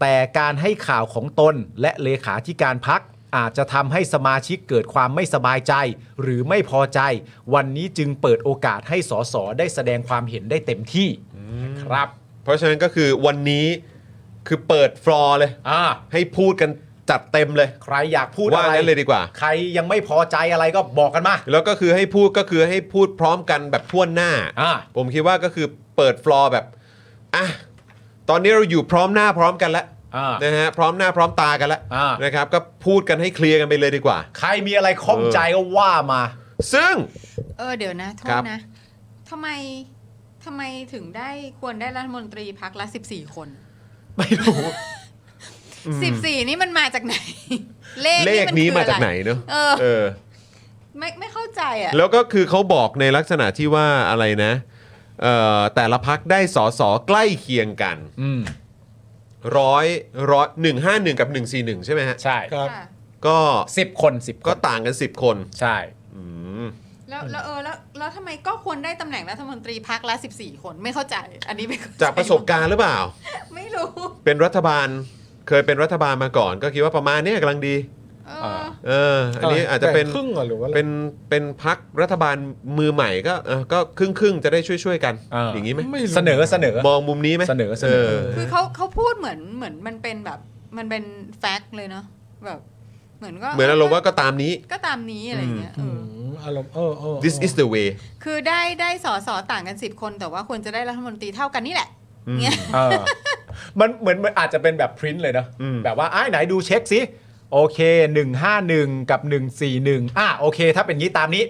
แต่การให้ข่าวของตนและเลขาธิการพักอาจจะทำให้สมาชิกเกิดความไม่สบายใจ หรือไม่พอใจ วันนี้จึงเปิดโอกาสให้สสได้แสดงความเห็นได้เต็มที่ครับ เพราะฉะนั้นก็คือวันนี้คือเปิดฟลอร์เลย อ่า ให้พูดกันจัดเต็มเลย ใครอยากพูด ว่า อะไร งั้นเลยดีกว่า ใครยังไม่พอใจอะไรก็บอกกันมา แล้วก็คือให้พูดก็คือให้พูดพร้อมกันแบบทั่วนหน้า อ่า ผมคิดว่าก็คือเปิดฟลอร์แบบอ่ะตอนนี้เราอยู่พร้อมหน้าพร้อมกันแล้ว อ่าน นะฮะพร้อมหน้าพร้อมตากันแล้ว อ่าน นะครับ ก็พูดกันให้เคลียร์กันไปเลยดีกว่า ใครมีอะไรข้องใจก็ว่ามา ซึ่ง เออเดี๋ยวนะโท ครั ษ บ นะทำไมทำไมถึงได้ควรได้รัฐมนตรีพักละสิบสี่คน ไม่รู้ สิบสี่นี่มันมาจาก [laughs] ไหน เลข เลขนี้ คือ มาจาก อะร ไหนเนอะ เออ เออ ไม่ไม่เข้าใจอ่ะ แล้วก็คือเขาบอกในลักษณะที่ว่าอะไรนะเอ่อแต่ละพักได้สอสอใกล้เคียงกัน อืม ร้อยร้อยหนึ่งห้าหนึ่งกับหนึ่งสี่หนึ่งใช่ไหมฮะ ใช่ ครับ ค่ะ ก็ สิบคนสิบ ก็ต่างกันสิบคน ใช่ อืม แล้วแล้วเออแล้วแล้วทำไมก็ควรได้ตำแหน่งรัฐมนตรีพักละสิบสี่คนไม่เข้าใจ อันนี้ไม่เข้ใจ จากประสบการณ์หรือเปล่า [laughs] ไม่รู้ เป็นรัฐบาลเคยเป็นรัฐบาลมาก่อน ก็คิดว่าประมาณเนี้ยกำลังดีเอเออ อ เออ อันนี้อาจจะเป็น แบ่งครึ่งเหรอหรือว่าอะไร เป็นเป็นพักรัฐบาลมือใหม่ก็เออก็ครึ่งครึ่งๆจะได้ช่วยช่วยๆกัน เอออ ย่างนี้ไหม เสนอเสนอ มองมุมนี้ไหม เสนอเสนอ คือเขาเขาพูดเหมือนเหมือนมันเป็นแบบมันเป็นแฟกต์เลยเนาะแบบเหมือนก็ เหมือนอารมณ์ว่าก็ตามนี้ ก็ตามนี้อะไรเงี้ยเอออ อืมอารมณ์เออเออเออ this is the way คือได้ได้สอสอต่างกันสิบคน แต่ว่าควรจะได้รัฐมนตรีเท่ากันนี่แหละเงี้ย เออมันเหมือนมันอาจจะเป็นแบบพริ้นเลยเนอะ อืม แบบว่าไอ้ายไหนดูเช็คสิ โอเค 151 กับ 141 อ่ะโอเค ถ้าเป็นงี้ตามนี้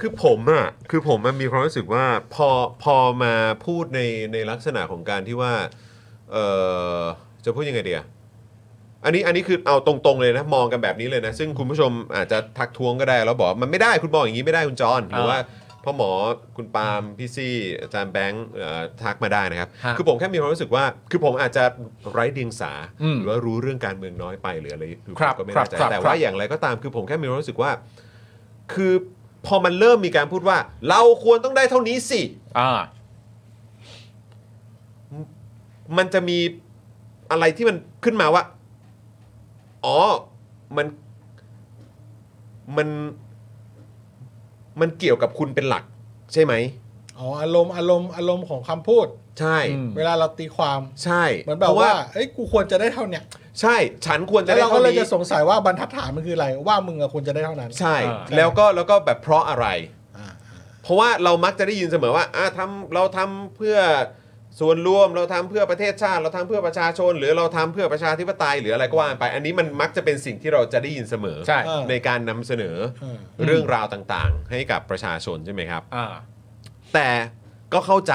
คือผมอะคือผมมันมีความรู้สึกว่าพอพอมาพูดในในลักษณะของการที่ว่าเออจะพูดยังไงเดียอันนี้อันนี้คือเอาตรงๆเลยนะมองกันแบบนี้เลยนะ ซึ่งคุณผู้ชมอาจจะทักท้วงก็ได้แล้วบอกว่ามันไม่ได้คุณบอกอย่างนี้ไม่ได้คุณจอนหรือว่าพ่อหมอคุณปาล์มพี่ซี่อาจารย์แบงค์เอ่อทักมาได้นะครับ ฮะ คือผมแค่มีความรู้สึกว่า คือผมอาจจะไร้เดียงสา อืม หรือว่ารู้เรื่องการเมืองน้อยไปหรืออะไรหอ ครับ ผมก็ไม่ ครับ แน่ใจ ครับ แต่ ครั ว่า บ อย่างไรก็ตามคือผมแค่มีความรู้สึกว่า คือพอมันเริ่มมีการพูดว่า เราควรต้องได้เท่านี้สิ อ่า มันจะมีอะไรที่มันขึ้นมาว่า อ๋อ มัน มัน มันเกี่ยวกับคุณเป็นหลัก ใช่ไหม อ๋ออารมณ์อารมณ์อารมณ์ของคำพูด ใช่ อืม เวลาเราตีความ ใช่ เหมือนแบบว่าเอ้ยกูควรจะได้เท่าเนี้ย ใช่ ฉันควรจะ แล้ว ได้ เราก็ เท่า เลย นี้ จะสงสัยว่าบรรทัดฐานมันคืออะไร ว่ามึงอะควรจะได้เท่านั้น ใช่ อ่า แล้วก็แล้วก็แบบเพราะอะไร อ่า เพราะว่าเรามักจะได้ยินเสมอว่าอ่ะทำเราทำเพื่อส่วนรวมเราทำเพื่อประเทศชาติ เราทำเพื่อประชาชน หรือเราทำเพื่อประชาธิปไตยหรืออะไรก็ว่าไป อันนี้มันมักจะเป็นสิ่งที่เราจะได้ยินเสมอ ใช่ ในการนำเสนอ เออ เรื่องราวต่างๆ ให้กับประชาชนใช่ไหมครับ อ่า แต่ก็เข้าใจ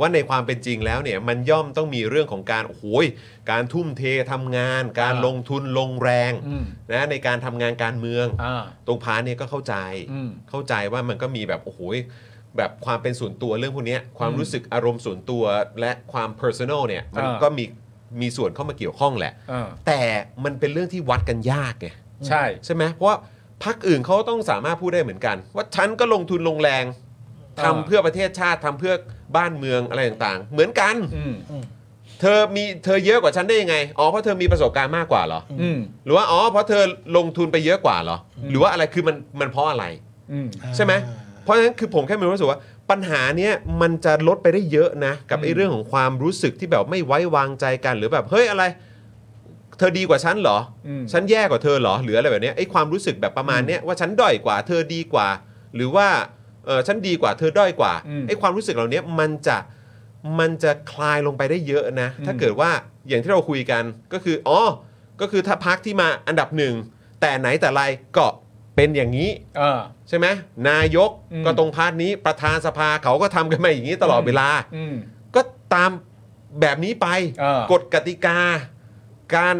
ว่าในความเป็นจริงแล้วเนี่ยมันย่อมต้องมีเรื่องของการโอ้โหยการทุ่มเททำงาน การ อ่า ลงทุนลงแรง อืม นะในการทำงานการเมือง อ่า ตรงพาร์ทเนี่ยก็เข้าใจ อืม เข้าใจว่ามันก็มีแบบโอ้โหแบบความเป็นส่วนตัวเรื่องพวกเนี้ยความรู้สึกอารมณ์ส่วนตัวและความ personal เนี่ยมัน อ่า ก็มีมีส่วนเข้ามาเกี่ยวข้องแหละ อ่า แต่มันเป็นเรื่องที่วัดกันยากไง ใช่ ใช่ไหมเพราะว่าพักอื่นเขาต้องสามารถพูดได้เหมือนกัน ว่าฉันก็ลงทุนลงแรงทำ อ่า เพื่อประเทศชาติทำเพื่อบ้านเมืองอะไรต่างๆ เหมือนกัน อืม เธอมีเธอเยอะกว่าฉันได้ยังไงอ๋อเพราะเธอมีประสบการณ์มากกว่าเหรอ อืม หรือว่าอ๋อเพราะเธอลงทุนไปเยอะกว่าเหรอ หรือว่าอะไรคือมันมันเพราะอะไร อืม ใช่ไหม เพราะฉะนั้นคือผมแค่มีความรู้สึกว่า ปัญหาเนี้ยมันจะลดไปได้เยอะนะ กับไอ้ อืม เรื่องของความรู้สึกที่แบบไม่ไว้วางใจกันหรือแบบเฮ้ยอะไร เธอดีกว่าฉันเหรอ อืม ฉันแย่กว่าเธอเหรอหรืออะไรแบบเนี้ยไอ้ความรู้สึกแบบประมาณเนี้ยว่าฉันด้อยกว่า เธอดีกว่า หรือว่าเออฉันดีกว่าเธอด้อยกว่า อืม ไอ้ความรู้สึกเหล่านี้มันจะมันจะคลายลงไปได้เยอะนะ อืม ถ้าเกิดว่าอย่างที่เราคุยกันก็คืออ๋อก็คือถ้าพักที่มาอันดับหนึ่งแต่ไหนแต่ไรก็เป็นอย่างนี้ เออ ใช่ไหมนายก อืม ก็ตรงพาร์ทนี้ประธานสภาเขาก็ทำกันมาอย่างนี้ตลอดเวลา อืม ก็ตามแบบนี้ไป เออก ฎกติกา การ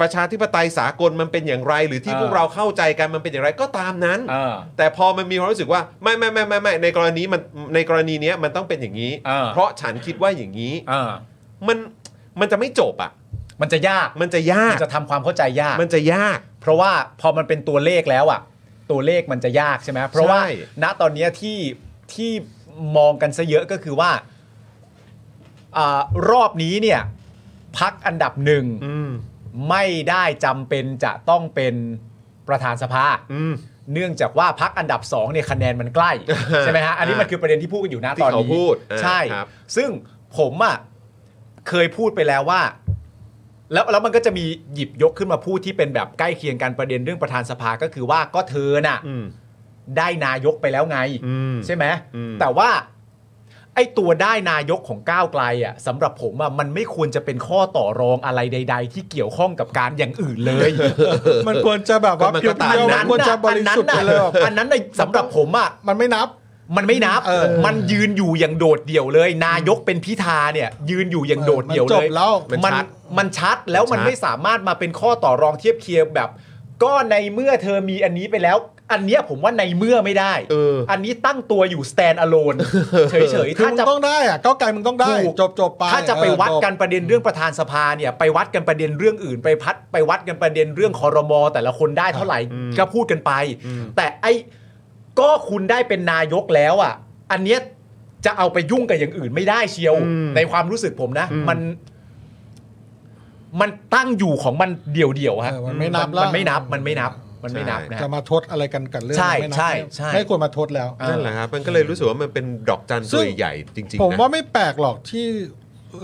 ประชาธิปไตยสากลมันเป็นอย่างไร หรือที่ เออ พวกเราเข้าใจกันมันเป็นอย่างไรก็ตามนั้น เออ แต่พอมันมีความรู้สึกว่าไม่ไม่ไม่ไม่ไม่ในกรณีมันในกรณีเนี้ยมันต้องเป็นอย่างนี้ เออ เพราะฉันคิดว่าอย่างนี้ เออ มันมันจะไม่จบอ่ะ มันจะยาก มันจะยา มั ก นจะทำความเข้าใจยาก มันจะยาก เพราะว่าพอมันเป็นตัวเลขแล้วอะตัวเลขมันจะยากใช่ไหมเพราะว่า ใช่ ณตอนเนี้ยที่ที่มองกันซะเยอะก็คือว่าอารอบนี้เนี่ยพักอันดับหนึ่ง อืม ไม่ได้จำเป็นจะต้องเป็นประธานสภา อืม เนื่องจากว่าพักอันดับ2เนี่ยคะแนนมันใกล้ ใช่ไหมฮะอันนี้มันคือประเด็นที่พูดกันอยู่นะ ที่ ตอน เขา นี้ พูดเออ ใช่ ครับ ซึ่งผมอ่ะเคยพูดไปแล้วว่า แล้วแล้วมันก็จะมีหยิบยกขึ้นมาพูดที่เป็นแบบใกล้เคียงกันประเด็นเรื่องประธานสภาก็คือว่าก็เธอน่ะ อืม ได้นายกไปแล้วไง อืม ใช่ไหม อืม แต่ว่า ไอ้ตัวได้นายกของก้าวไกลอ่ะสำหรับผมอ่ะมันไม่ควรจะเป็นข้อต่อรองอะไรใด ๆ ที่เกี่ยวข้องกับการอย่างอื่นเลย มันควรจะแบบว่า ก็มัน เพี ก็ ยว ตาม ๆมัอันนั้น นควรจะ น่ะ บ อัน ริ นั้ สุ น ทธิ์ น่ะ ไปเลยแบบ อันนั้นน่ะสำหรับผมอ่ะ มันไม่นับ มันไม่นับ เออ มันยืนอยู่อย่างโดดเดี่ยวเลย นายกเป็นพิธาเนี่ย ยืนอยู่อย่างโดดเดี่ยว มันจ เล บ ย แล้ว มัน มัน ชัด มันชัดแล้วมัน ชัด ไม่สามารถมาเป็นข้อต่อรองเทียบเคียงแบบ ก็ในเมื่อเธอมีอันนี้ไปแล้ว อันเนี้ยผมว่าในเมื่อไม่ได้ เออ อันนี้ตั้งตัวอยู่ stand alone เฉยๆ คือ ถ้า มึง จะ ต้องได้อะก้าวไกลมึงต้องได้ ถูก จบจบไป ถ้าจะไป เออ วัด จบ กันประเด็นเรื่องประธานสภาเนี่ย ไปวัดกันประเด็นเรื่องอื่น ไปพัดไปวัดกันประเด็นเรื่องคอรมอแต่ละคนได้เท่าไหร่ก็พูดกันไป แต่ไอ้ก็คุณได้เป็นนายกแล้วอ่ะ อันเนี้ยจะเอาไปยุ่งกับอย่างอื่นไม่ได้เชียว อืม ในความรู้สึกผมนะ อืม มัน มันตั้งอยู่ของมันเดี่ยวๆฮะ เออมันไม่นับแล้ว มันไม่นับมันไม่นับ มันไม่นับนะฮะ จะมาทดอะไรกันกันเรื่อง ใช่ ไม่นับ ใช่ เนี่ย ใช่ ไม่ควรมาทดแล้ว เออ นั่นแหละครับมันก็เลยรู้สึกว่ามันเป็นดอกจันตัซึ่ว ง ใหญ่จริงๆ ผม นะ ว่าไม่แปลกหรอกที่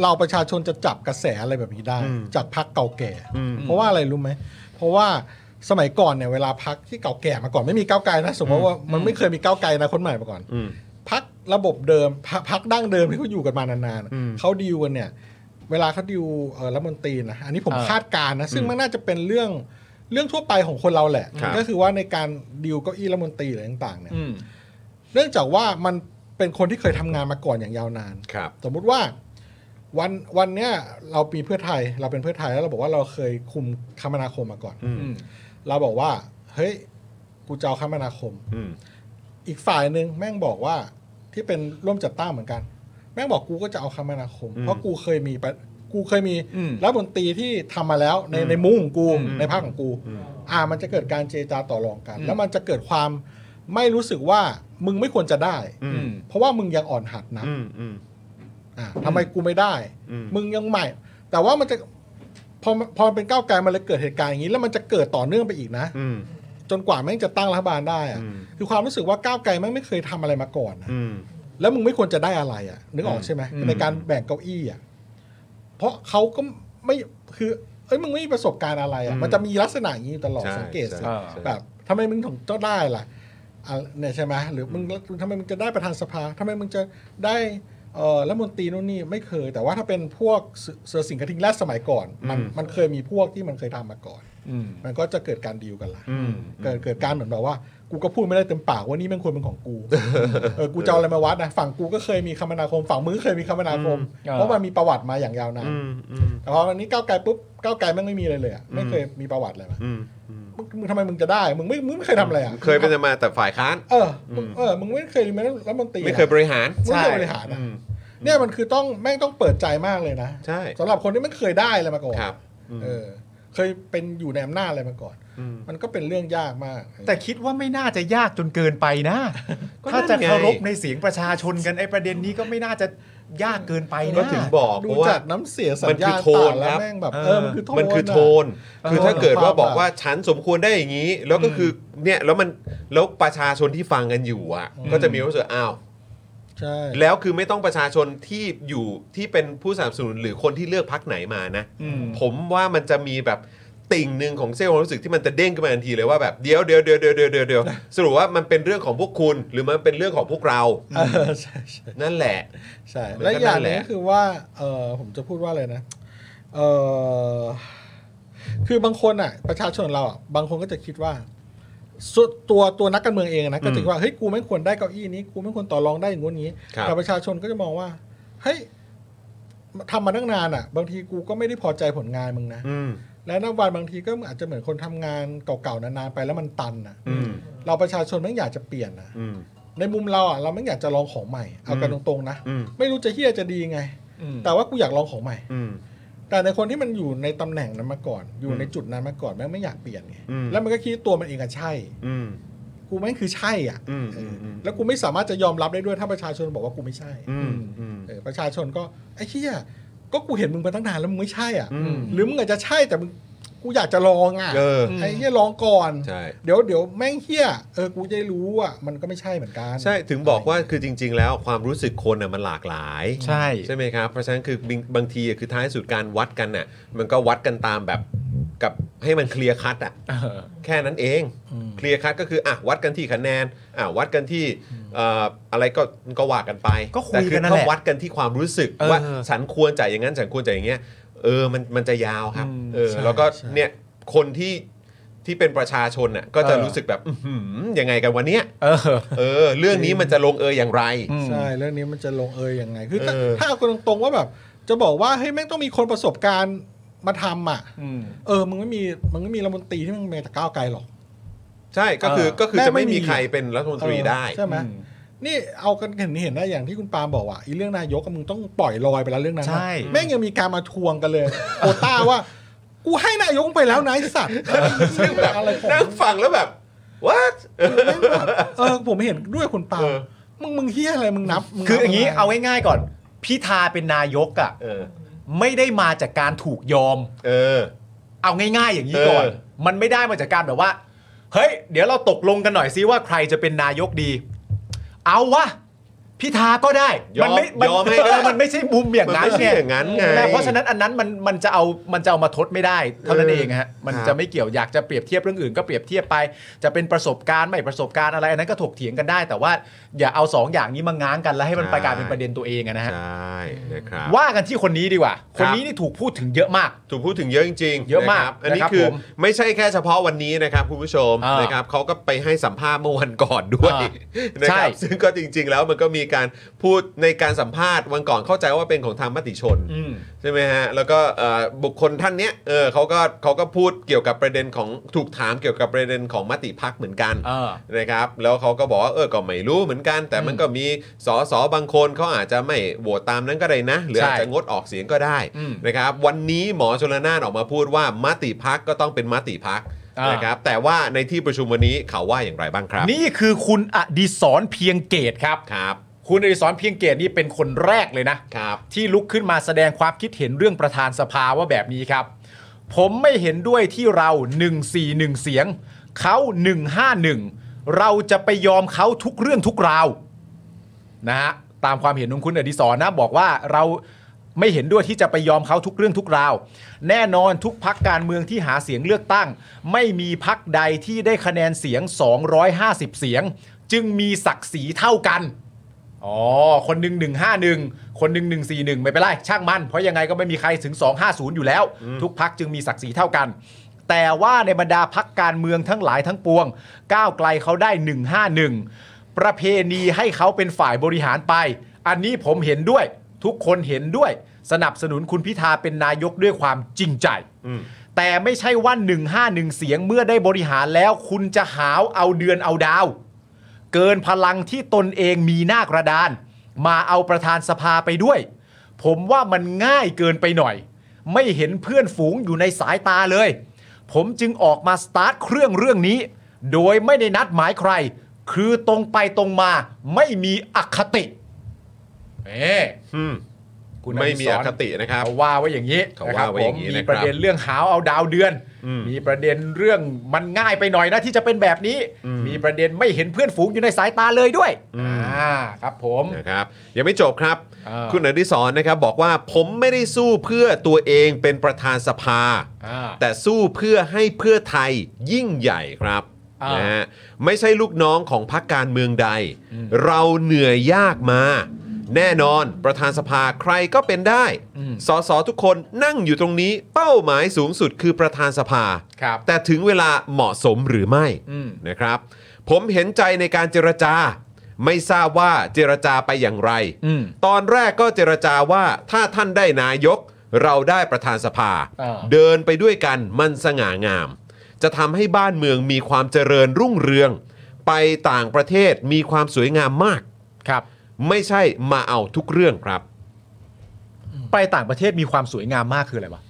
เราประชาชนจะจับกระแสอะไรแบบนี้ได้ อืม จากพักเก่าแก่ อืม เพราะว่าอะไรรู้ไหม เพราะว่าสมัยก่อนเนี่ยเวลาพักที่เก่าแก่มาก่อนไม่มีก้าวไกลนะสมมติว่ามันไม่เคยมีก้าวไกลนะคนใหม่มาก่อน อืม พักระบบเดิมพรรคพักดั้งเดิมที่เขาอยู่กันมานานๆอะ อืม เขาดีลกันเนี่ย เวลาเขาดีลเอ่อรัฐมนตรีนะอันนี้ผม อ่า คาดการณ์นะซึ่ง อืม มันน่าจะเป็นเรื่องเรื่องทั่วไปของคนเราแหละ ครับ ก็คือว่าในการดีลเก้าอี้รัฐมนตรีอะไรต่างๆเนี่ย อืม เนื่องจากว่ามันเป็นคนที่เคยทำงานมาก่อนอย่างยาวนาน ครับ สมมุติว่าวันวันเนี้ยเราปีเพื่อไทยเราเป็นเพื่อไทยแล้วเราบอกว่าเราเคยคุมคมนาคมมาก่อน อืม อืม เราบอกว่า เฮ้ยกูจะเอาคมนาคม อืม อีกฝ่ายหนึ่งแม่งบอกว่าที่เป็นร่วมจัดตั้งเหมือนกัน แม่งบอกกูก็จะเอาคมนาคม เพราะกูเคยมีปะกูเคยมี อืม รัฐมนตรีที่ทำมาแล้วในในมุมของกู อืม ในภาคของกู อ่ามันจะเกิดการเจรจาต่อรองกัน แล้วมันจะเกิดความไม่รู้สึกว่ามึงไม่ควรจะได้ อื อื ม ม เพราะว่ามึงยังอ่อนหัดนะ อืมอืม อ่ะทำไมกูไม่ได้ อืม มึงยังใหม่ แต่ว่ามันจะพอพอมันเป็นก้าวไกลมันเลยเกิดเหตุการณ์อย่างนี้ แล้วมันจะเกิดต่อเนื่องไปอีกนะ อืม จนกว่าแม่งจะตั้งรัฐบาลได้อะ อืม คือความรู้สึกว่าก้าวไกลแม่งไม่เคยทำอะไรมาก่อนนะ อืม แล้วมึงไม่ควรจะได้อะไรอ่ะ นึกออกใช่ไหม อืม ในการแบ่งเก้าอี้อ่ะเพราะเขาก็ไม่คือเอ้ยมึงไม่มีประสบการณ์อะไร อื อ่ะ ม มันจะมีลักษณะอย่างนี้อยู่ตลอด ใช่ สังเกตสิ ใช่ใช่ แบบทำไมมึงถึงจะได้ล่ะอ่ะเนี่ยใช่ไหมหรือมึงทำไมมึงจะได้ประธานสภาทำไมมึงจะได้เอ่อรัฐมนตรีนู่นนี่ไม่เคย แต่ว่าถ้าเป็นพวกเสือเสือสิงห์กระทิงแรดสมัยก่อน มัน อืม มันเคยมีพวกที่มันเคยทำมาก่อน อืม มันก็จะเกิดการดีลกันละ อืม เกิดเกิดการเหมือนแบบว่า กูก็พูดไม่ได้เต็มปากว่านี่แม่งควรเป็นของกูเออกูจะเอาอะไรมาวัดนะฝั่งกูก็เคยมีคมนาคม ฝั่งมึงก็เคยมีคมนาคม อืม เพราะมันมีประวัติมาอย่างยาวนาน อืมอืม แต่พอวันนี้ก้าวไกลปุ๊บก้าวไกลแม่งไม่มีอะไรเลยอะไม่เคยมีประวัติเลย อืมอืม มึงมึงทำไมมึงจะได้มึงไม่มึงไม่เคยทำอะไรอะ เคยเป็นมาแต่ฝ่ายค้าน เออมึงเออ มึงไม่เคยเป็นรัฐมนตรี ไม่เคยบริหาร มึงไม่เคยบริหารอะ อืม เนี่ยมันคือต้องแม่งต้องเปิดใจมากเลยนะ ใช่ สำหรับคนที่ไม่เคยได้อะไรมาก่อน ครับ เออ เคยเป็นอยู่ในอำนาจอะไรมาก่อน อืม มันก็เป็นเรื่องยากมาก แต่คิดว่าไม่น่าจะยากจนเกินไป [laughs] นะ ก็นั่นไง ถ้าจะเคารพในเสียงประชาชนกันไอ้ประเด็นนี้ก็ไม่น่าจะยากเกินไปนะ ก็ถึงบอก ดู เพราะว่า จากน้ำเสียสัญญามันณคือโทน ต่างๆแล้ ครั ว บ แม่งแบบ เออ เออมันคือโทมันนคือโท ะ น คือถ้าเกิดว่า เออ บอกว่าฉันสมควรได้อย่างนี้ แล้วก็คือเนี่ยแล้วมันแล้วประชาชนที่ฟังกันอยู่อ่ะ ก็จะมีรู้สึกอ้าว ใช่ แล้วคือไม่ต้องประชาชนที่อยู่ที่เป็นผู้สนับสนุนหรือคนที่เลือกพักไหนมานะ ผมว่ามันจะมีแบบติ่งหนึ่งของเซลล์ความรู้สึกที่มันจะเด้งขึ้นมาทันทีเลยว่าแบบเดี๋ยวเดี๋ยวเดี๋ยวเดี๋ยวเดี๋ยวเดี๋ยวเดี๋ยวสรุปว่ามันเป็นเรื่องของพวกคุณ หรือมันเป็นเรื่องของพวกเรา เออใช่ใช่ นั่นแหละ ใช่ มันก็ และอย่างห นั่นแห นี้ ละ คือว่า เออผมจะพูดว่าอะไรนะเออคือบางคนอ่ะ ประชาชนเราอ่ะบางคนก็จะคิดว่า ส่วนตัวตัวนักการเมืองเองนะก็จะคิดว่าเฮ้ยกูไม่ควรได้เก้าอี้นี้กูไม่ควรต่อรองได้อย่างงู้นอย่างนี้ ครับ แต่ประชาชนก็จะมองว่าเฮ้ยทำมาตั้งนานอ่ะ บางทีกูก็ไม่ได้พอใจผลงานมึงนะ อืม และนับวันบางทีก็อาจจะเหมือนคนทำงานเก่าๆนานๆไปแล้วมันตันนะ อืม เราประชาชนไม่งอยากจะเปลี่ยนนะ อืม ในมุมเราอ่ะเราไม่งอยากจะลองของใหม่เอากัน อืมตรงๆนะ อืม ไม่รู้จะเฮี้ยจะดีไง แต่ว่ากูอยากลองของใหม่ อืม แต่ในคนที่มันอยู่ในตำแหน่งนั้นมาก่อน อยู่ในจุดนั้นมาก่อนแม่งไม่อยากเปลี่ยนไง อืม แล้วมันก็คิดตัวมันเองอะใช่ อืม กูแม่งคือใช่อ่ะ อืม เอออ ม แล้วกูไม่สามารถจะยอมรับได้ด้วยถ้าประชาชนบอกว่ากูไม่ใช่ อืมอืม เออประชาชนก็ไอ้เหี้ยก็กูเห็นมึงมาตั้งนานแล้วมึงไม่ใช่อ่ะ อืม หรือมึงอาจจะใช่แต่มึงกูอยากจะลองอ่ะ เออ ไอ้เหี้ยลองก่อน ใช่ เดี๋ยวเดี๋ยวแม่งเหี้ยเออกูจะได้รู้อ่ะมันก็ไม่ใช่เหมือนกัน ใช่ถึงบอกว่าคือจริง ๆ แล้วความรู้สึกคนน่ะมันหลากหลาย ใช่ ใช่ไหมครับ เพราะฉะนั้นคือบางบางทีอะคือท้ายสุดการวัดกันน่ะมันก็วัดกันตามแบบกับให้มันเคลียร์คัดอ่ะแค่นั้นเองเคลียร์คัดก็คืออ่ะวัดกันที่คะแนนอ่ะวัดกันที่เอ่ออะไรก็ก็ว่ากันไป ก็คุย แต่อ กันนั่น ถ้า แหละ วัดกันที่ความรู้สึก เออ ว่าฉันควรจ่ายอย่างนั้นฉันควรจ่ายอย่างเงี้ยเออมันมันจะยาวครับเออ ใช่ แล้วก็ ใช่ เนี่ยคนที่ที่เป็นประชาชนน่ะก็จะรู้สึกแบบอื้อหือยังไงกันวันเนี้ย เออ เออ เรื่องนี้มันจะลงเอยอย่างไร ใช่เรื่องนี้มันจะลงเอยยังไง คือถ้า เออ ถ้าเอากันตรงๆว่าแบบ จะบอกว่าเฮ้ยแม่งต้องมีคนประสบการณ์มาทำอ่ะเออมึงไม่มีมึงไม่มีรัฐมนตรีที่มึงมาจากก้าวไกลหรอก ใช่ก็คือ เออ ก็คือจะไม่ แม่ไม่มี มีใครเป็นรัฐมนตรีได้ ใช่ไหมนี่เอากันเห็นเห็นได้อย่างที่คุณปาล์มบอกว่าอีเรื่องนายกอะมึงต้องปล่อยลอยไปแล้วเรื่องนั้นอะ ใช่ แม่งยังมีการมาทวงกันเลยโควต้าว่า กูให้นายกไปแล้วนายสัตว์ ซึ่งแบบ อะไรของ นั่งฟังแล้วแบบ what แม่งแบบเออผมเห็นด้วยคุณปาล์ม เออ มึงมึงเฮี้ยอะไรมึงนับมึ คืออย่างนี้ นี้ เอาง่ายๆก่อน พิธาเป็นนายกอ่ะ เออ ไม่ได้มาจากการถูกยอม เออ เอาง่ายๆอย่างนี้ก่อน เออ มันไม่ได้มาจากการแบบว่า เฮ้ย เดี๋ยวเราตกลงกันหน่อยซิว่าใครจะเป็นนายกดี เอาวะพิธาก็ได้ ยอม ไมัน ยอมให้ เอ ได้ อมันไม่ใช่มุมอย่าง มัน นั้น ไม่ใช่ ไง อย่างนั้นไง นะเพราะฉะนั้นอันนั้นมันมันจะเอามันจะเอามาทดไม่ได้เท่านั้นเองฮะมัน ครับ จะไม่เกี่ยวอยากจะเปรียบเทียบเรื่องอื่นก็เปรียบเทียบไป จะเป็นประสบการณ์ไม่ประสบการณ์อะไรอันนั้นก็ถกเถียงกันได้ แต่ว่าอย่าเอาสองอย่างนี้มาง้างกันแล้วให้มันไปกลายเป็นประเด็นตัวเองอะนะฮะ ใช่นะครับ ว่ากันที่คนนี้ดีกว่า ค ครับ นนี้นี่ถูกพูดถึงเยอะมาก ถูกพูดถึงเยอะจริงๆ เยอะมาก นครับอันนี้ นะครับ คือ ผม ไม่ใช่แค่เฉพาะวันนี้นะครับคุณผู้ชม อ่าน นะครับเขาก็ไปให้สัมภาษณ์เมื่อวันก่อนด้วย อ่า นะครับ ใช่ ซึ่งก็จริง ๆ แล้วมันก็มีการพูดในการสัมภาษณ์วันก่อนเข้าใจว่าเป็นของทางมติชน อืม ใช่ไหมฮะแล้วก็เอ่อบุคคลท่านเนี้ยเออเขาก็เขาก็พูดเกี่ยวกับประเด็นของถูกถามเกี่ยวกับประเด็นของมติพักเหมือนกัน อ่า นะครับแล้วเขาก็บอกว่าเออก็ไม่รู้เหมือนกัน แต่มันก็มีสสบางคนเขาอาจจะไม่โหวตตามนั้นก็ได้นะ หรืออาจจะงดออกเสียงก็ได้ อืม นะครับวันนี้หมอชลนานออกมาพูดว่ามติพักก็ต้องเป็นมติพัก อ่าน นะครับแต่ว่าในที่ประชุมวันนี้เขาว่าอย่างไรบ้างครับ นี่คือคุณอดิศรเพียงเกตครับ ครับ คุณอดิศรเพียงเกตนี่เป็นคนแรกเลยนะ ครับ ที่ลุกขึ้นมาแสดงความคิดเห็นเรื่องประธานสภาว่าแบบนี้ครับ ผมไม่เห็นด้วยที่เรา 141 เสียง เขา 151 เราจะไปยอมเขาทุกเรื่องทุกราวนะฮะตามความเห็นของคุณอดิศรนะบอกว่าเราไม่เห็นด้วยที่จะไปยอมเขาทุกเรื่องทุกราว แน่นอนทุกพักการเมืองที่หาเสียงเลือกตั้ง ไม่มีพักใดที่ได้คะแนนเสียง 250 เสียง จึงมีศักดิ์ศรีเท่ากัน อ๋อ คนหนึ่งหนึ่งห้าหนึ่งคนหนึ่งหนึ่งสี่หนึ่งไม่เป็นไร ช่างมัน เพราะยังไงก็ไม่มีใครถึง 250 อยู่แล้ว ทุกพักจึงมีศักดิ์ศรีเท่ากัน แต่ว่าในบรรดาพักการเมืองทั้งหลายทั้งปวง ก้าวไกลเขาได้ 151 ประเพณีให้เขาเป็นฝ่ายบริหารไป อันนี้ผมเห็นด้วย ทุกคนเห็นด้วย สนับสนุนคุณพิธาเป็นนายกด้วยความจริงใจ แต่ไม่ใช่ว่า 151 เสียงเมื่อได้บริหารแล้ว คุณจะหาวเอาเดือนเอาดาว เกินพลังที่ตนเองมีหน้ากระดาน มาเอาประธานสภาไปด้วย ผมว่ามันง่ายเกินไปหน่อย ไม่เห็นเพื่อนฝูงอยู่ในสายตาเลย ผมจึงออกมาสตาร์ทเครื่องเรื่องนี้ โดยไม่ได้นัดหมายใคร คือตรงไปตรงมาไม่มีอคติเอ๊ อืม คุณ ไม่มี ส อน คตินะครับ เขาว่าไว้อย่างนี้ เขา นะค ว่า รับ ไว้ ผ อ ม ย่างนี้ มี นะครับ ประเด็นเรื่องหาวเอาดาวเดือน อืม มีประเด็นเรื่องมันง่ายไปหน่อยนะที่จะเป็นแบบนี้ อืม มีประเด็นไม่เห็นเพื่อนฝูงอยู่ในสายตาเลยด้วย อืม อ่าครับผม นะครับยังไม่จบครับ เออ คุณอดิศรนะครับบอกว่าผมไม่ได้สู้เพื่อตัวเองเป็นประธานสภา อ่า แต่สู้เพื่อให้เพื่อไทยยิ่งใหญ่ครับ อ่าน นะฮะไม่ใช่ลูกน้องของพรรคการเมืองใด เราเหนื่อยยากมา แน่นอนประธานสภาใครก็เป็นได้ อืม สสทุกคนนั่งอยู่ตรงนี้ เป้าหมายสูงสุดคือประธานสภา ครับ แต่ถึงเวลาเหมาะสมหรือไม่ อืม นะครับ ผมเห็นใจในการเจรจา ไม่ทราบว่าเจรจาไปอย่างไร อืม ตอนแรกก็เจรจาว่าถ้าท่านได้นายก เราได้ประธานสภา อ่า เดินไปด้วยกันมันสง่างาม จะทำให้บ้านเมืองมีความเจริญรุ่งเรือง ไปต่างประเทศมีความสวยงามมาก ครับ ไม่ใช่มาเอาทุกเรื่องครับ ไปต่างประเทศมีความสวยงามมากคืออะไรวะ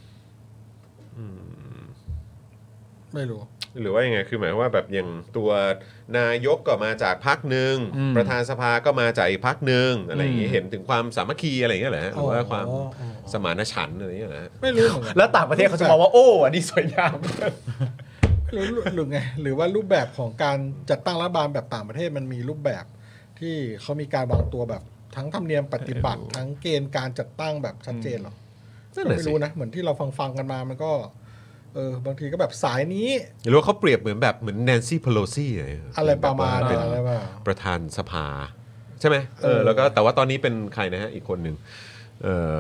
ไม่รู้ หรือว่ายังไงคือหมายความว่าแบบอย่างตัวนายกก็มาจากพักหนึ่ง อืม ประธานสภาก็มาจากอีกพักหนึ่งอะไรอย่างงี้ อืม เห็นถึงความสามัคคีอะไรอย่างเงี้ยเหรอฮะหรือว่าความ อ๋อ สมานฉันท์อะไรอย่างเงี้ยเหรอฮะ ไม่รู้เหมือนกัน แล้วต่างประเทศเขาจะมองว่าโอ้อันนี้สวยงาม ไม่รู้หรือไงหรือว่ารูปแบบของการจัดตั้งรัฐบาลแบบต่างประเทศมันมีรูปแบบ ที่เขามีการวางตัวแบบทั้งธรรมเนียมปฏิบัติ ทั้งเกณฑ์การจัดตั้งแบบชัดเจนหรอ นั่นแหละ ไม่ สิ รู้นะเหมือนที่เราฟังฟังๆกันมามันก็เออบางทีก็แบบสายนี้ หรือว่าเขาเปรียบเหมือนแบบเหมือนแนนซี่พโลซี่ อะไรประมาณ เป็น อะไรแบบ ประธานสภา ใช่ไหมเอ เอ อ อ แล้วก็แต่ว่าตอนนี้เป็นใครนะฮะอีกคนหนึ่งเออ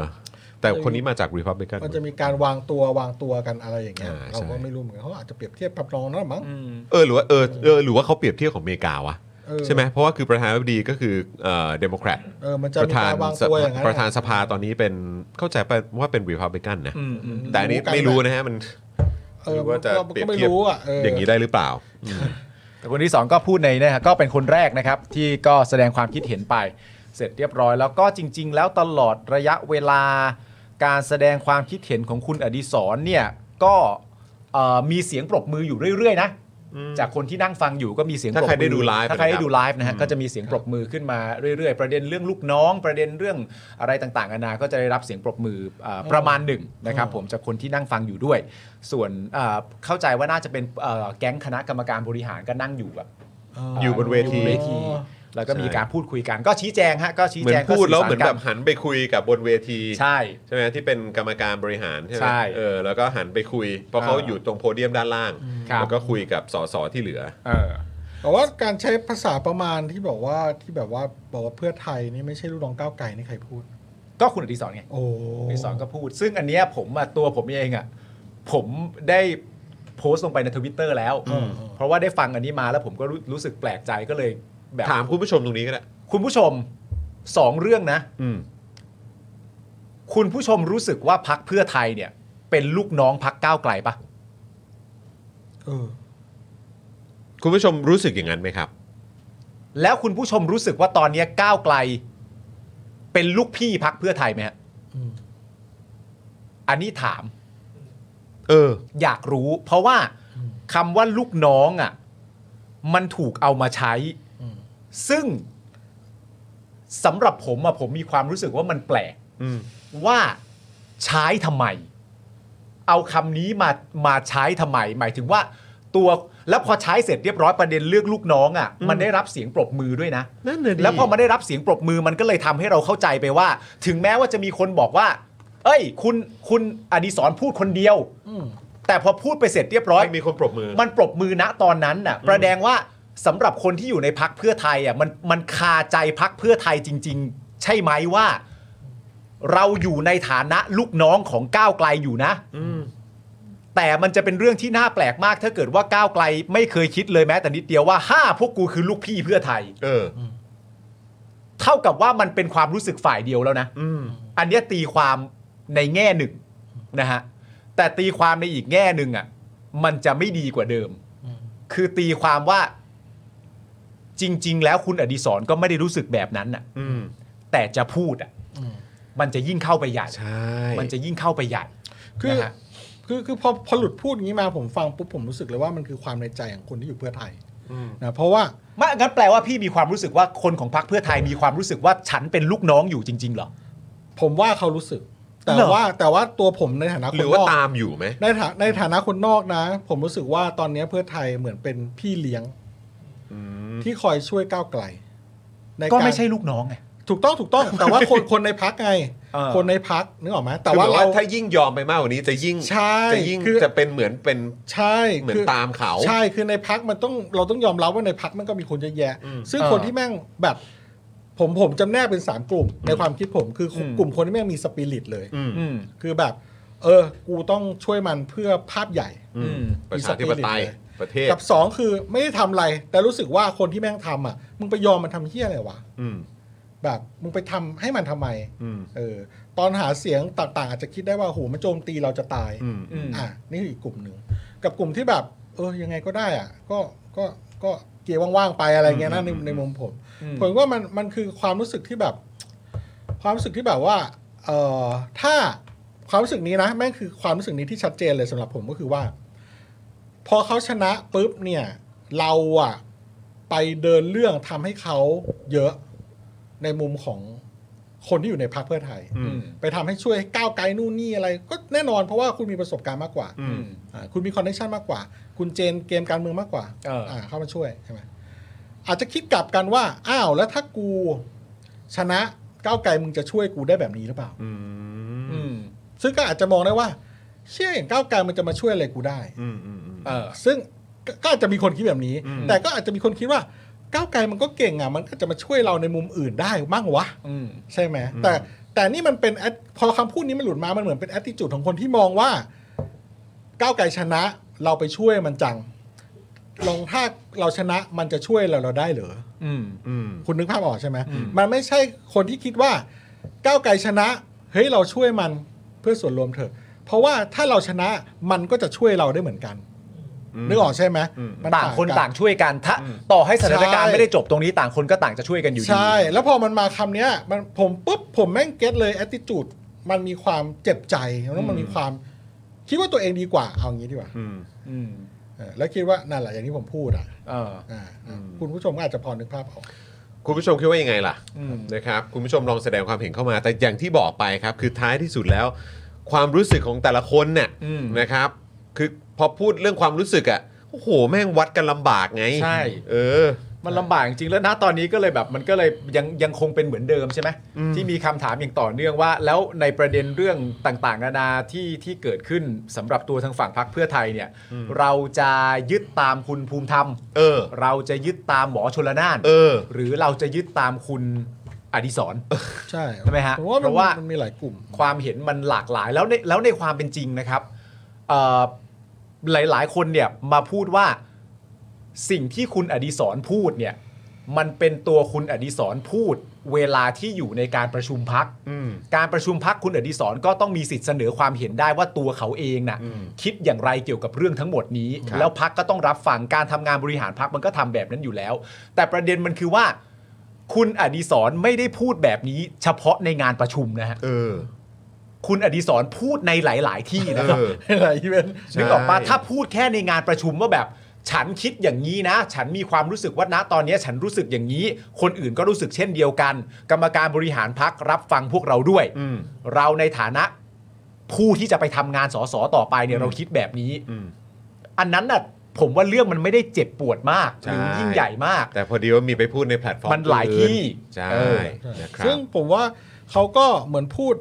แต่คนนี้มาจากรีพับลิกัน มันจะมีการวางตัววางตัวกันอะไรอย่างเงี้ย อ่าใช่ เราก็ไม่รู้เหมือนกันเขาอาจจะเปรียบเทียบปรับรองนั่นมั้ง เออหรือว่าเออเออหรือว่าเขาเปรียบเทียบของอเมริกาวะ เออ ใช่ไหมเพราะว่าคือประธานาธิบดีก็คือเอ่อเดโมแครต เออมันจะ ป มี ระธาก าน รวาง ส ตัว ภา อย่างนั้น ประธานสภาตอนนี้เป็นเข้าใจไปว่าเป็นรีพับลิกันนะแต่อันนี้ กัน ไม่รู้นะฮะมัน เออ หรือว่าจะ เรา เปรียบก็ไม่ เทียบ รู้อ่ะเออ อ อย่าง นี้ได้หรือเปล่า แต่คนที่สองก็พูดในนะฮะก็เป็นคนแรกนะครับ ที่ก็แสดงความคิดเห็นไป เสร็จเรียบร้อย แล้วก็จริง ๆ แล้วตลอดระยะเวลา การแสดงความคิดเห็นของคุณอดิศรเนี่ยก็เอ่อมีเสียงปรบมืออยู่เรื่อยๆนะจากคนที่นั่งฟังอยู่ก็มีเสียงปรบถ้ามือ ใครได้ดูไลฟ์ ถ้าใคร นะครั ได้ บ ดูไลฟ์นะฮะก็จะมีเสียงปรบมือขึ้นมาเรื่อยๆ ประเด็นเรื่องลูกน้อง ประเด็นเรื่องอะไรต่างๆนานาก็จะได้รับเสียงปรบมืออ่าประมาณหนึ่งนะครับผมจากคนที่นั่งฟังอยู่ด้วย ส่วนอ่าเข้าใจว่าน่าจะเป็นเอ่อแก๊งคณะกรรมการบริหารก็นั่งอยู่แบบ อยู่บนเวที อยู่เวที แล้วก็มีการพูดคุยกัน ก็ชี้แจงฮะ ก็ชี้ เหมือ แจง นพูด ก็ แล้ว สื่สาร เหมือนแบบ กั หันไปคุยกับบนเวที ใช่ ใช่ไหมที่เป็นกรรมการบริหารใช่ไหม ใช่ เออแล้วก็หันไปคุย เพราะ อ่า เขาอยู่ตรงโพเดียมด้านล่าง ครับ แล้วก็คุยกับสสที่เหลือ เออ แต่ว่าการใช้ภาษาประมาณที่บอกว่าที่แบบว่าบอกว่าเพื่อไทยนี่ไม่ใช่ลูกน้องก้าวไก่นี่ใครพูด ก็คุณอดิศรไง โอ้ อดิศรก็พูด ซึ่งอันเนี้ยผมอะตัวผมเองอะผมได้โพสต์ลงไปในทวิตเตอร์แล้ว เพราะว่าได้ฟังอันนี้มาแล้วผมก็รู้รู้สึกแปลกใจก็เลยแบบ ถามคุณผู้ชมตรงนี้ก็ได้ คุณผู้ชมสองเรื่องนะ อืม คุณผู้ชมรู้สึกว่าพักเพื่อไทยเนี่ย เป็นลูกน้องพักก้าวไกลปะ เออ คุณผู้ชมรู้สึกอย่างนั้นไหมครับ แล้วคุณผู้ชมรู้สึกว่าตอนเนี้ยก้าวไกล เป็นลูกพี่พักเพื่อไทยไหมฮะ อืม อันนี้ถาม เออ อยากรู้ เพราะว่าคำว่าลูกน้องอ่ะ มันถูกเอามาใช้ อืม ซึ่งสำหรับผมอ่ะผมมีความรู้สึกว่ามันแปลก อืม ว่าใช้ทำไม เอาคำนี้มามาใช้ทำไม หมายถึงว่า ตัวแล้วพอใช้เสร็จเรียบร้อยประเด็นเลือกลูกน้องอ่ะ มันได้รับเสียงปรบมือด้วยนะ นั่นเลย แล้วพอมาได้รับเสียงปรบมือมันก็เลยทำให้เราเข้าใจไปว่า ถึงแม้ว่าจะมีคนบอกว่า เอ้ย คุณคุณอดีศรพูดคนเดียว อืม แต่พอพูดไปเสร็จเรียบร้อย ไม่มีคนปรบมือ มันปรบมือณตอนนั้นน่ะประแดงว่าสำหรับคนที่อยู่ในพักเพื่อไทยอ่ะมันมันคาใจพักเพื่อไทยจริง ๆ ใช่ไหมว่า เราอยู่ในฐานะลูกน้องของก้าวไกลอยู่นะแต่มันจะเป็นเรื่องที่น่าแปลกมาก ถ้าเกิดว่าก้าวไกล ไม่เคยคิดเลยแม้แต่นิดเดียวว่าห้าพวกกูคือลูกพี่เพื่อไทย เออ เท่ากับว่ามันเป็นความรู้สึกฝ่ายเดียวแล้วนะ อืม อันเนี้ยตีความในแง่หนึ่งนะฮะ แต่ตีความในอีกแง่หนึ่งอ่ะ มันจะไม่ดีกว่าเดิม คือตีความว่าจริง ๆ แล้วคุณอดีศรก็ไม่ได้รู้สึกแบบนั้นน่ะ อืม แต่จะพูดอ่ะ อืม มันจะยิ่งเข้าไปใหญ่ ใช่ มันจะยิ่งเข้าไปใหญ่ คือ นะฮะ คือคือพอพอหลุดพูดอย่างนี้มาผมฟังปุ๊บผมรู้สึกเลยว่ามันคือความในใจของคนที่อยู่เพื่อไทยนะเพราะว่า ไม่งั้นแปลว่าพี่มีความรู้สึกว่าคนของพรรคเพื่อไทยมีความรู้สึกว่าฉันเป็นลูกน้องอยู่จริง ๆ เหรอ ผมว่าเขารู้สึก แต่ เหรอ ว่าแต่ว่าตัวผมในฐานะ ห ค รื น อว่าน อก ตามอยู่ไหม ในฐาในฐานะคนนอกนะ ผมรู้สึกว่าตอนนี้เพื่อไทยเหมือนเป็นพี่เลี้ยงที่คอยช่วยก้าวไกลในาร ก็ไม่ใช่ลูกน้องไง ถูกต้องถูก [laughs] ต้อง แต่ว่าคนคนในพักไง เออ คนในพักนึกออกไหมแต่ คือ ว่า หมย เรา ถ้ายิ่งยอมไปมากกว่านี้จะยิ่ง ใช่ จะยิ่ง คือ จะเป็นเหมือนเป็น ใช่ เหมือน คื ตามเขา ใช่คือในพักมันต้องเราต้องยอมรับว่าในพักมันก็มีคนเยอะแยะ ซึ่ง เออ คนที่แม่งแบบผมผมจำแนกเป็นสามกลุ่ม ในความคิดผมคือกลุ่มคนที่แม่งมีสปิริตเลย อืม คือแบบ เออ กูต้องช่วยมันเพื่อภาพใหญ่ อืม ประชาธิปไตย มีสปิริตเลย ประเทศ กับสองคือไม่ได้ทำอะไร แต่รู้สึกว่าคนที่แม่งทำอ่ะมึงไปยอมมันทำเฮี้ยอะไรวะ อืม แบบมึงไปทำให้มันทำไม อืม เออตอนหาเสียงต่างๆ อาจจะคิดได้ว่าโหมันโจมตีเราจะตาย อืม อืม อ่ะนี่คืออีกกลุ่มหนึ่งกับกลุ่มที่แบบ เออยังไงก็ได้อ่ะ ก็ก็ก็เกียร์ว่างๆไปอะไรเงี้ยนะในในมุมผม ผมว่ามันมันคือความรู้สึกที่แบบ ความรู้สึกที่แบบว่าเออถ้าความรู้สึกนี้นะแม่งคือความรู้สึกนี้ที่ชัดเจนเลยสำหรับผมก็คือว่า พอเขาชนะปุ๊บเนี่ย เราอะไปเดินเรื่องทำให้เขาเยอะในมุมของคนที่อยู่ในพรรคเพื่อไทย อืม ไปทำให้ช่วยให้ก้าวไกลนู่นนี่อะไร ก็แน่นอนเพราะว่าคุณมีประสบการณ์มากกว่า อืม อ่าคุณมีคอนเนคชันมากกว่า คุณเจนเกมการเมืองมากกว่า เอออ่ าเข้ามาช่วยใช่ไหมอาจจะคิดกลับกันว่า อ้าวแล้วถ้ากูชนะก้าวไกลมึงจะช่วยกูได้แบบนี้หรือเปล่า อืม อืม ซึ่งก็อาจจะมองได้ว่า เชื่ออย่างก้าวไกลมันจะมาช่วยอะไรกูได้ อืมอืมอืม เออ ซึ่งก็ก็อาจจะมีคนคิดแบบนี้ อืม แต่ก็อาจจะมีคนคิดว่าก้าวไกลมันก็เก่งอ่ะมันก็จะมาช่วยเราในมุมอื่นได้มากวะ อืม ใช่ไหมแต่แต่นี่มันเป็น at- พอคำพูดนี้มันหลุดมา มันเหมือนเป็นแอ t ติจูดของคนที่มองว่าก้าวไกลชนะเราไปช่วยมันจัง ลองถ้าเราชนะมันจะช่วยเราเราได้เหรอ อืม อืม คุณนึกภาพออกใช่ไหม อืม มันไม่ใช่คนที่คิดว่าก้าวไกลชนะ เฮ้ยเราช่วยมันเพื่อส่วนรวมเถอะ เพราะว่าถ้าเราชนะมันก็จะช่วยเราได้เหมือนกัน ม นึกออกใช่ไหม อืม มัน ต่างคน กั ต่างช่วยกันถ้าต่อให้สถานการณ์ ใช่ ไม่ได้จบตรงนี้ต่างคนก็ต่างจะช่วยกันอยู่ดี ใช่ แล้วพอมันมาคำเนี้ยมันผมปุ๊บ ผมแม่งเก็ตเลย a t t i t u d e มันมีความเจ็บใจ แล้วมันมีความคิดว่าตัวเองดีกว่า เอางี้ดีกว่า อืม อืม เออแล้วคิดว่า นั่นแหละอย่างที่ผมพูดอ่ะ เออ อ่า อืม คุณผู้ชมก็อาจจะพอนึกภาพออก คุณผู้ชมคิดว่ายังไงล่ะนะครับคุณผู้ชมลองแสดงความเห็นเข้ามา แต่อย่างที่บอกไปครับ คือท้ายที่สุดแล้ว ความรู้สึกของแต่ละคนเนี่ย อืม นะครับ คือพอพูดเรื่องความรู้สึกอะ่ะโอ้โห แม่งวัดกันลำบากไง ใช่ เออ มันลำบากจริงๆแล้วนะตอนนี้ก็เลยแบบมันก็เลยยังยังคงเป็นเหมือนเดิมใช่ไหมที่มีคำถามอย่างต่อเนื่องว่า แล้วในประเด็นเรื่องต่างๆนานาที่ที่เกิดขึ้นสำหรับตัวทางฝั่งพรรคเพื่อไทยเนี่ย เราจะยึดตามคุณภูมิธรรม เออ เราจะยึดตามหมอชลนาน เออ หรือเราจะยึดตามคุณอดิศร ใช่ ใช่ไหมฮะ ผมว่า เพราะว่ามั นมีหลายกลุ่ม ความเห็นมันหลากหลายแล้วในแล้วในความเป็นจริงนะครับเอ่อหลาย ๆ คนเนี่ยมาพูดว่าสิ่งที่คุณอดิศรพูดเนี่ยมันเป็นตัวคุณอดิศรพูด เวลาที่อยู่ในการประชุมพัก อืม การประชุมพักคุณอดิศรก็ต้องมีสิทธิ์เสนอความเห็นได้ว่าตัวเขาเองน่ะ อืม คิดอย่างไรเกี่ยวกับเรื่องทั้งหมดนี้ ครับ แล้วพักก็ต้องรับฟังการทำงานบริหารพักมันก็ทำแบบนั้นอยู่แล้ว แต่ประเด็นมันคือว่า คุณอดิศรไม่ได้พูดแบบนี้ เฉพาะในงานประชุมนะฮะ เออ คุณอดิศรพูดในหลาย ๆ ที่นะครับ เออ หลายอีเวนต์ ใช่ นึกออกปะถ้าพูดแค่ในงานประชุมว่าแบบ ฉันคิดอย่างนี้นะ ฉันมีความรู้สึกว่าณตอนนี้ฉันรู้สึกอย่างนี้ คนอื่นก็รู้สึกเช่นเดียวกัน กรรมการบริหารพักรับฟังพวกเราด้วย อืม เราในฐานะผู้ที่จะไปทำงานสสต่อไปเนี่ยเราคิดแบบนี้ อืม อันนั้นน่ะผมว่าเรื่องมันไม่ได้เจ็บปวดมากหรือ ใช่ ยิ่งใหญ่มาก แต่พอดีว่ามีไปพูดในแพลตฟอร์ม มันหลายที่ อื่นใช่ เออ นะครับ ซึ่งผมว่าเขาก็เหมือนพูด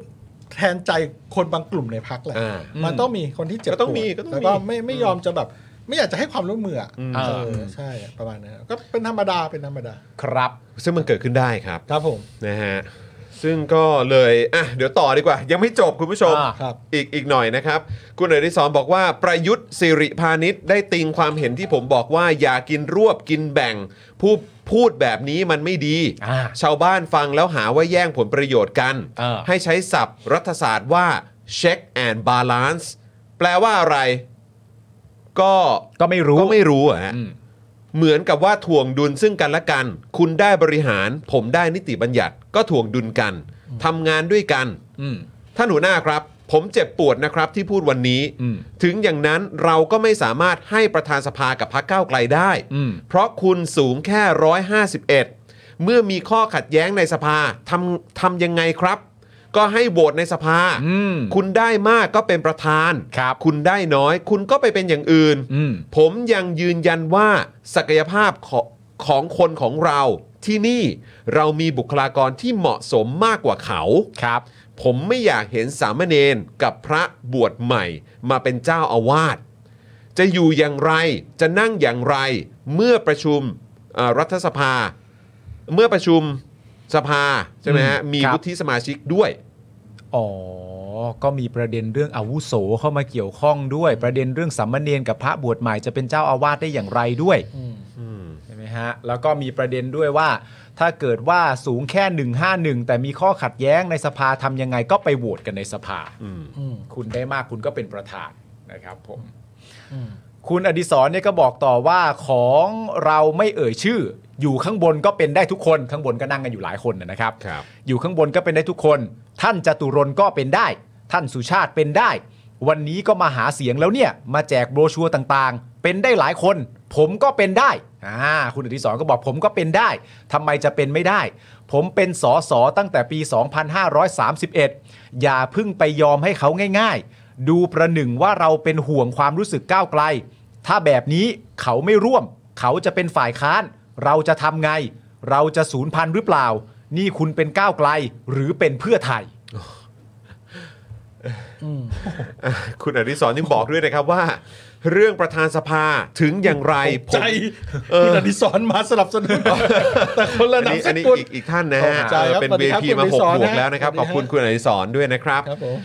แทนใจคนบางกลุ่มในพักแหละ อ่า มันต้องมีคนที่เจ็บ ก็ต้อง ปวด มีก็ต้องมี แล้วก็ไม่ไม่ยอมจะแบบ ไม่อยากจะให้ความร่วมมืออะ เอ เอ อ อใช่ประมาณนั้นก็เป็นธรรมดาเป็นธรรมดา ครับ ซึ่งมันเกิดขึ้นได้ครับ ครับผม นะฮะ ซึ่งก็เลย อ่ะ เดี๋ยวต่อดีกว่า ยังไม่จบคุณผู้ชม อ่า ครับ อีกอีกหน่อยนะครับ คุณอดิศรบอกว่าประยุทธ์สิริพานิชได้ติงความเห็นที่ผมบอกว่า อย่ากินรวบกินแบ่ง ผู้พูดแบบนี้มันไม่ดี อ่า ชาวบ้านฟังแล้วหาว่าแย่งผลประโยชน์กัน เออ ให้ใช้ศัพท์รัฐศาสตร์ว่า check and balance แปลว่าอะไร ก็ ก็ไม่รู้ ก็ไม่รู้อะฮะ อืม เหมือนกับว่าถ่วงดุลซึ่งกันและกัน คุณได้บริหาร ผมได้นิติบัญญัติ ก็ถ่วงดุลกันทำงานด้วยกัน อืม ท่านหัวหน้าครับ ผมเจ็บปวดนะครับที่พูดวันนี้ อืม ถึงอย่างนั้นเราก็ไม่สามารถให้ประธานสภากับพรรคก้าวไกลได้ อืม เพราะคุณสูงแค่ 151 เมื่อมีข้อขัดแย้งในสภาทำทำยังไงครับ ก็ให้โหวตในสภา อืม คุณได้มากก็เป็นประธาน ครับ คุณได้น้อย คุณก็ไปเป็นอย่างอื่น อืม ผมยังยืนยันว่าศักยภาพของของคนของเราที่นี่เรามีบุคลากรที่เหมาะสมมากกว่าเขา ครับ ผมไม่อยากเห็นสามเณรกับพระบวชใหม่มาเป็นเจ้าอาวาส จะอยู่อย่างไรจะนั่งอย่างไรเมื่อประชุมเอ่อรัฐสภา เมื่อประชุมสภาใช่ไหมฮะ อืม มี ครับ วุฒิสมาชิกด้วย อ๋อ ก็มีประเด็นเรื่องอาวุโสเข้ามาเกี่ยวข้องด้วย ประเด็นเรื่องสัมมเนนกับพระบวชใหม่จะเป็นเจ้าอาวาสได้อย่างไรด้วยใช่ไหม นะฮะ แล้วก็มีประเด็นด้วยว่า ถ้าเกิดว่าสูงแค่ 151 แต่มีข้อขัดแย้งในสภาทำยังไงก็ไปโหวตกันในสภา อืม คุณได้มากคุณก็เป็นประธานนะครับผม อืม คุณอดิศรเนี่ยก็บอกต่อว่าของเราไม่เอ่ยชื่อ อยู่ข้างบนก็เป็นได้ทุกคนข้างบนก็นั่งกันอยู่หลายคนนะนะครับ ครับ อยู่ข้างบนก็เป็นได้ทุกคน ท่านจตุรนก็เป็นได้ ท่านสุชาติเป็นได้ วันนี้ก็มาหาเสียงแล้วเนี่ย มาแจกโบรชัวร์ต่างๆ เป็นได้หลายคน ผมก็เป็นได้อ่าคุณอดิศรก็บอกผมก็เป็นได้ทำไมจะเป็นไม่ได้ ผมเป็นสอสอตั้งแต่ปี 2531 อย่าเพึ่งไปยอมให้เขาง่าย ๆ ดูประหนึ่งว่าเราเป็นห่วงความรู้สึกก้าวไกล ถ้าแบบนี้เขาไม่ร่วม เขาจะเป็นฝ่ายค้าน เราจะทำไง เราจะสูญพันธุ์หรือเปล่า นี่คุณเป็นก้าวไกลหรือเป็นเพื่อไทย คุณอดิศรยังบอกด้วยนะครับว่า เรื่องประธานสภาถึงอย่างไรผม ใจ เออ คุณอดิศรมาสลับสนุนแต่คนละ อัน นับ นี้ ส อันนี้ กุล อีกอีกท่านนะ ขอ ฮะ บใจ เออ ครับ เป็น สวัส เว ดีครับ ทีมา คุณ ห อกดิศร บวก นะ แล้วนะครับ สวัสดี ขอบคุณ ฮะ คุณอดิศรด้วยนะครับ ครับผม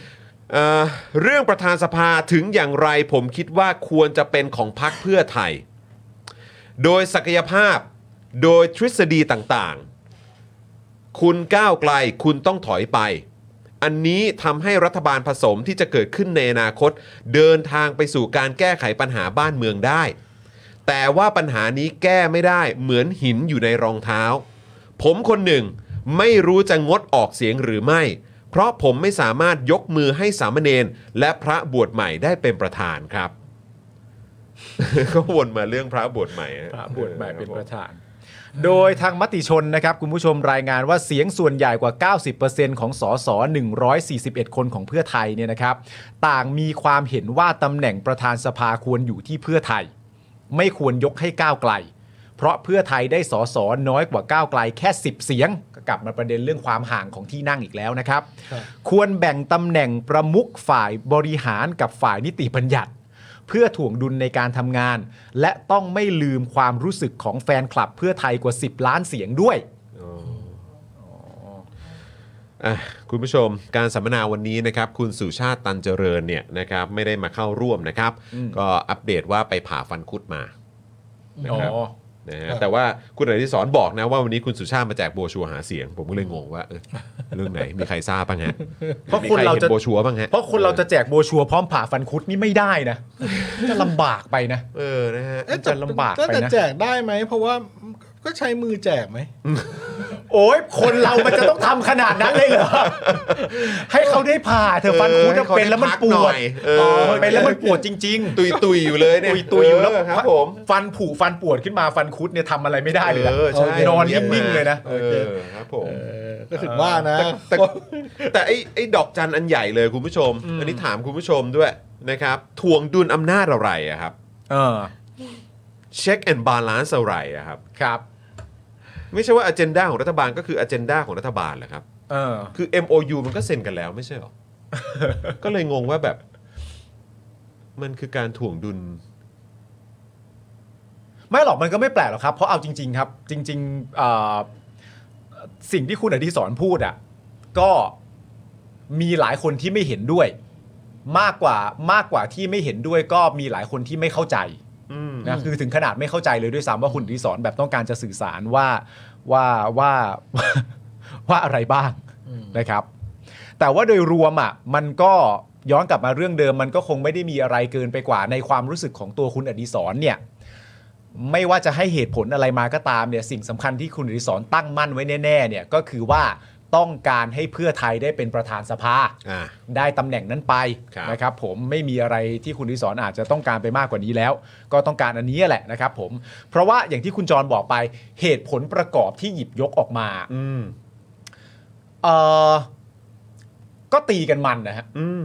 เอ่อเรื่องประธานสภาถึงอย่างไรผมคิดว่าควรจะเป็นของพรรคเพื่อไทย โดยศักยภาพโดยทฤษฎีต่างๆ คุณก้าวไกลคุณต้องถอยไป อันนี้ทำให้รัฐบาลผสมที่จะเกิดขึ้นในอนาคต เดินทางไปสู่การแก้ไขปัญหาบ้านเมืองได้ แต่ว่าปัญหานี้แก้ไม่ได้เหมือนหินอยู่ในรองเท้า ผมคนหนึ่งไม่รู้จะงดออกเสียงหรือไม่ เพราะผมไม่สามารถยกมือให้สามเณรและพระบวชใหม่ได้เป็นประธานครับ [laughs] ก็วนมาเรื่องพระบวชใหม่ฮ พระบวชใหม่เป็นประธาน โดยทางมติชนนะครับ คุณผู้ชมรายงานว่าเสียงส่วนใหญ่กว่า 90%ของสส141 คนของเพื่อไทยเนี่ยนะครับ ต่างมีความเห็นว่าตำแหน่งประธานสภาควรอยู่ที่เพื่อไทย ไม่ควรยกให้ก้าวไกล เพราะเพื่อไทยได้สอสอน้อยกว่าก้าวไกลแค่ 10 เสียง ก็กลับมาประเด็นเรื่องความห่างของที่นั่งอีกแล้วนะครับ ควรแบ่งตำแหน่งประมุขฝ่ายบริหารกับฝ่ายนิติบัญญัติ เพื่อถ่วงดุลในการทำงาน และต้องไม่ลืมความรู้สึกของแฟนคลับเพื่อไทยกว่า 10 ล้านเสียงด้วย อ่ะคุณผู้ชมการสัมมนาวันนี้นะครับ คุณสุชาติตันเจริญเนี่ยนะครับ ไม่ได้มาเข้าร่วมนะครับ ก็อัปเดตว่าไปผ่าฟันคุดมานะครับ อ๋อ นะ ครั ฮะ บ แต่ว่าคุณอดิศรบอกนะว่าวันนี้คุณสุชาติมาแจกโบรชัวร์หาเสียง ผมก็เลยงงว่าเอ้ยเรื่องไหนมีใครทราบบ้างฮะ เพราะคนเรา มีให็ จะ นโบรชัวร์บ้างฮะ เพราะคนเราจะแจกโบรชัวร์พร้อมผ่าฟันคุดนี่ไม่ได้นะ จะลำบากไปนะ เออ นะฮะ เอ๊ะ มันจะลำบากไปนะ แล้วแต่แจกได้ไหม เพราะว่าก็ใช้มือแจกไหม โอ้ยคนเรามันจะต้องทำขนาดนั้นเลยเหรอ ให้เขาได้ผ่าเธอะฟันคุดเออให้อะเขา เป็นแล้วมันป ได้พักหน่ ว อ ด ยเออ เออเป็นแล้วมันปวดจริง ๆ ตุยตุยอยู่เลยเนี่ย ตุยตุยอยู่แล้ว เครับผม ฟันผุฟันปวดขึ้นมาฟันคุดเนี่ยทำอะไรไม่ได้เลยนะ เออใช่ นอน เย็บมา นิ่งๆเลยนะ เออ ครับผม เออ ก็ถึงว่านะ แต่แต่ไอ้ไอ้ดอกจันอันใหญ่เลยคุณผู้ชม อันนี้ถามคุณผู้ชมด้วยนะครับทวงดุลอำนาจอะไรอะครับ เออ เช็คแอนด์บาลานซ์อะไรอะครับ ครับ ไม่ใช่ว่าอ g e n d a ของรัฐบาลก็คืออ g e n d a ของรัฐบาลเหรอครับ เออ คือ MOU มันก็เซ็นกันแล้วไม่ใช่ห [laughs] รอ ก็เลยงงว่าแบบ มันคือการถ่วงดุล ไม่หรอกมันก็ไม่แปลกหรอกครับ เพราะเอาจริง ๆ ครับ จริงๆเอ่อสิ่งที่คุณอธิสรพูดอ่ะก็มีหลายคนที่ไม่เห็นด้วย มากกว่ามากกว่าที่ไม่เห็นด้วย ก็มีหลายคนที่ไม่เข้าใจ อืม นะคือถึงขนาดไม่เข้าใจเลยด้วยซ้ำว่าคุณอดิสอนแบบต้องการจะสื่อสารว่าว่าว่า [laughs] ว่าอะไรบ้างนะครับ แต่ว่าโดยรวมอ่ะมันก็ย้อนกลับมาเรื่องเดิม มันก็คงไม่ได้มีอะไรเกินไปกว่าในความรู้สึกของตัวคุณอดิสรเนี่ย ไม่ว่าจะให้เหตุผลอะไรมาก็ตามเนี่ยสิ่งสำคัญที่คุณอดิสรตั้งมั่นไว้แน่ๆเนี่ยก็คือว่าต้องการให้เพื่อไทยได้เป็นประธานสภา อ่า ได้ตำแหน่งนั้นไป ครับ นะครับผมไม่มีอะไรที่คุณอดิศรอาจจะต้องการไปมากกว่านี้แล้ว ก็ต้องการอันนี้แหละนะครับผมเพราะว่าอย่างที่คุณจรบอกไปเหตุผลประกอบที่หยิบยกออกมา อืม เออก็ตีกันมันนะฮะ อืม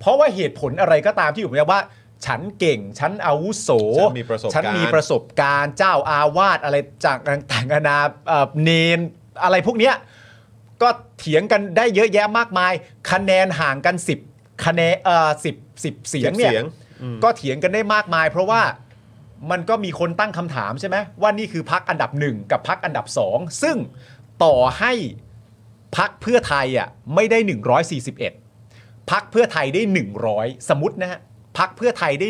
เพราะว่าเหตุผลอะไรก็ตามที่อยู่ในว่า ฉันเก่ง ฉันอาวุโส ฉันมีประสบการณ์ ฉันมีประสบการณ์เจ้าอาวาสอะไรจากต่างๆนานาเอ่อเนนอะไรพวกเนี้ย ก็เถียงกันได้เยอะแยะมากมาย คะแนนห่างกัน 10 คะแนนเอ่อสิบสิบเสียงเนี่ย เสียง ก็เถียงกันได้มากมาย เพราะว่ามันก็มีคนตั้งคำถามใช่ไหมว่านี่คือพักอันดับหนึ่งกับพักอันดับสองซึ่งต่อให้พักเพื่อไทยอ่ะไม่ได้ 141พักเพื่อไทยได้ 100 สมมตินะฮะพักเพื่อไทยได้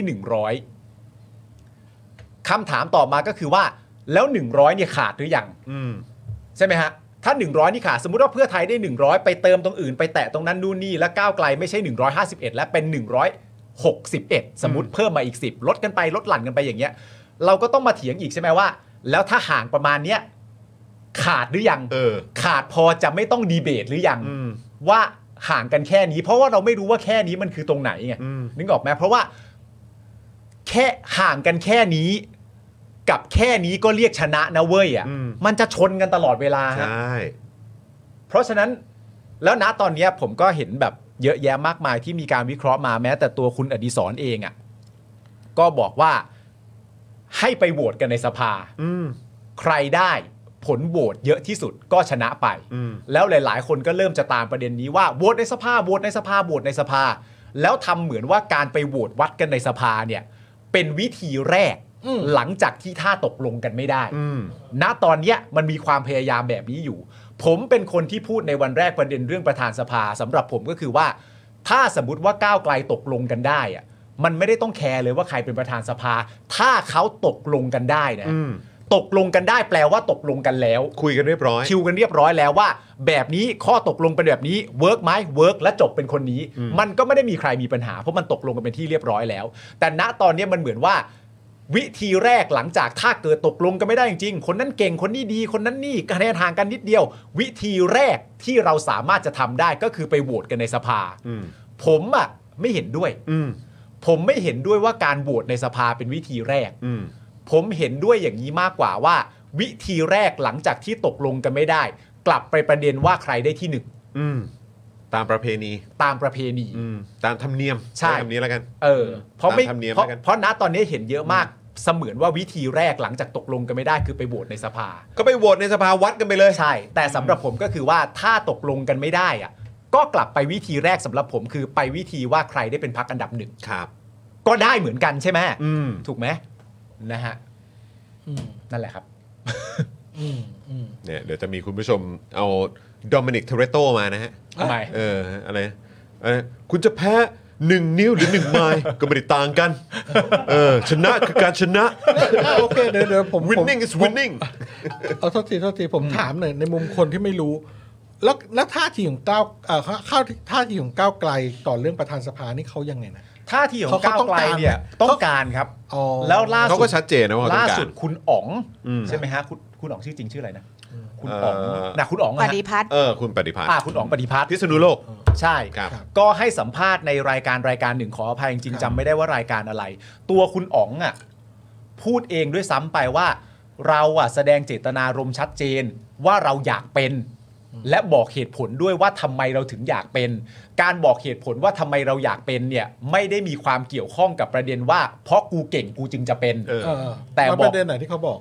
100คำถามต่อมาก็คือว่า แล้ว 100เนี่ยขาดหรือยัง อืม ใช่ไหมฮะ ถ้า 100 นี่ขาด สมมุติว่าเพื่อไทยได้ 100 ไปเติมตรงอื่นไปแตะตรงนั้นนู่นนี่ แล้วก้าวไกลไม่ใช่ 151 แล้วเป็น 161 สมมติเพิ่มมาอีก 10 ลดกันไปลดหลั่นกันไปอย่างเงี้ย เราก็ต้องมาเถียงอีกใช่ไหมว่า แล้วถ้าห่างประมาณเนี้ยขาดหรือยัง เออ ขาดพอจะไม่ต้องดีเบตหรือยัง อืม ว่าห่างกันแค่นี้ เพราะว่าเราไม่รู้ว่าแค่นี้มันคือตรงไหนไง อืม นึกออกไหมเพราะว่า แค่ห่างกันแค่นี้ กับแค่นี้ก็เรียกชนะนะเว้ยอ่ะ อืม มันจะชนกันตลอดเวลาฮะใช่ เพราะฉะนั้นแล้วนะตอนเนี้ยผมก็เห็นแบบเยอะแยะมากมายที่มีการวิเคราะห์มาแม้ แต่ตัวคุณอดิศรเองอ่ะก็บอกว่าให้ไปโหวตกันในสภา อืม ใครได้ผลโหวตเยอะที่สุดก็ชนะไป อืม แล้วหลาย ๆ คนก็เริ่มจะตามประเด็นนี้ว่าโหวตในสภาโหวตในสภาโหวตในสภา แล้วทำเหมือนว่าการไปโหวตวัดกันในสภาเนี่ย เป็นวิธีแรกหลังจากที่ท่าตกลงกันไม่ได้ อืม ณตอนเนี้ยมันมีความพยายามแบบนี้อยู่ ผมเป็นคนที่พูดในวันแรกประเด็นเรื่องประธานสภาสำหรับผมก็คือว่า ถ้าสมมติว่าก้าวไกลตกลงกันได้อะมันไม่ได้ต้องแคร์เลยว่าใครเป็นประธานสภา ถ้าเขาตกลงกันได้นะ อืม ตกลงกันได้แปลว่าตกลงกันแล้ว คุยกันเรียบร้อย คิวกันเรียบร้อยแล้วว่า แบบนี้ข้อตกลงเป็นแบบนี้เวิร์กไหมเวิร์กและจบเป็นคนนี้ มันก็ไม่ได้มีใครมีปัญหา เพราะมันตกลงกันเป็นที่เรียบร้อยแล้ว แต่ณตอนนี้มันเหมือนว่า วิธีแรกหลังจากถ้าเกิดตกลงกันไม่ได้จริงๆคนนั้นเก่งคนนี้ดีคนนั้นนี่คะแนนห่างกันนิดเดียว วิธีแรกที่เราสามารถจะทำได้ก็คือไปโหวตกันในสภา อืม ผมอ่ะไม่เห็นด้วย อืม ผมไม่เห็นด้วยว่าการโหวตในสภาเป็นวิธีแรก อืม ผมเห็นด้วยอย่างนี้มากกว่าว่า วิธีแรกหลังจากที่ตกลงกันไม่ได้ กลับไปประเด็นว่าใครได้ที่หนึ่ง อืม ตามประเพณี ตามประเพณี อืม ตามธรรมเนียม ใช่ คำนี้แล้วกัน เออเพราะไม่ ตามธรรมเนียม เพราะ แล้วกัน เพราะณตอนนี้เห็นเยอะมากเสมือนว่าวิธีแรกหลังจากตกลงกันไม่ได้คือไปโหวตในสภา ก็ไปโหวตในสภาวัดกันไปเลย ใช่ แต่สำหรับผมก็คือว่าถ้าตกลงกันไม่ได้อะก็กลับไปวิธีแรกสำหรับผมคือไปวิธีว่าใครได้เป็นพักอันดับหนึ่ง ครับ ก็ได้เหมือนกันใช่ไหม อืม ถูกไหมนะฮะ อืม นั่นแหละครับ อืมอืม เนี่ยเดี๋ยวจะมีคุณผู้ชมเอาโดมินิกเทเรโตมานะฮะ ทำไม เอออะไรอะไรคุณจะแพ้หนึ่งนิ้วหรือหนึ่งไม้ [laughs] ก็ไม่ได้ต่างกัน เออ ชนะคือการชนะ โอเคเดี๋ยวเดี๋ยวผมผม winning is winning เอาโทษทีโทษทีผมถามหน่อยในมุมคนที่ไม่รู้ แล้วแล้วท่าทีของก้าวเอ่อข้าวท่าทีของก้าวไกลต่อเรื่องประธานสภานี่เขายังไงนะ ท่าทีของ เขา ก้าว ต้อง ไกล การ เนี่ย ไหม ต้องการครับ อ๋อ แล้วล่าสุด เขาก็ชัดเจนนะว่าเขต้ ล่า องกร สุดคุณอ๋อง อืม ใช่ไหมฮะคุณคุณอ๋องชื่อจริงชื่ออะไรนะ คุณอ๋อง เอ่อ นะคุณอ๋อง ป อะฮะ ฏิพัฒน์ เออ คุณปฏิภาณ อ่าคุณอ๋องปฏิพัฒน์ พิษณุโลก ใช่ ครับ ก็ให้สัมภาษณ์ในรายการรายการหนึ่งขออภัยจริงๆจำไม่ได้ว่ารายการอะไร ตัวคุณอ๋องอ่ะพูดเองด้วยซ้ำไปว่า เราอ่ะแสดงเจตนารมณ์ชัดเจนว่าเราอยากเป็น และบอกเหตุผลด้วยว่าทำไมเราถึงอยากเป็น การบอกเหตุผลว่าทำไมเราอยากเป็นเนี่ยไม่ได้มีความเกี่ยวข้องกับประเด็นว่า เพราะกูเก่งกูจึงจะเป็น เออ เออ แต่ ล้ว บปอกระเด็นไหนที่เขาบอก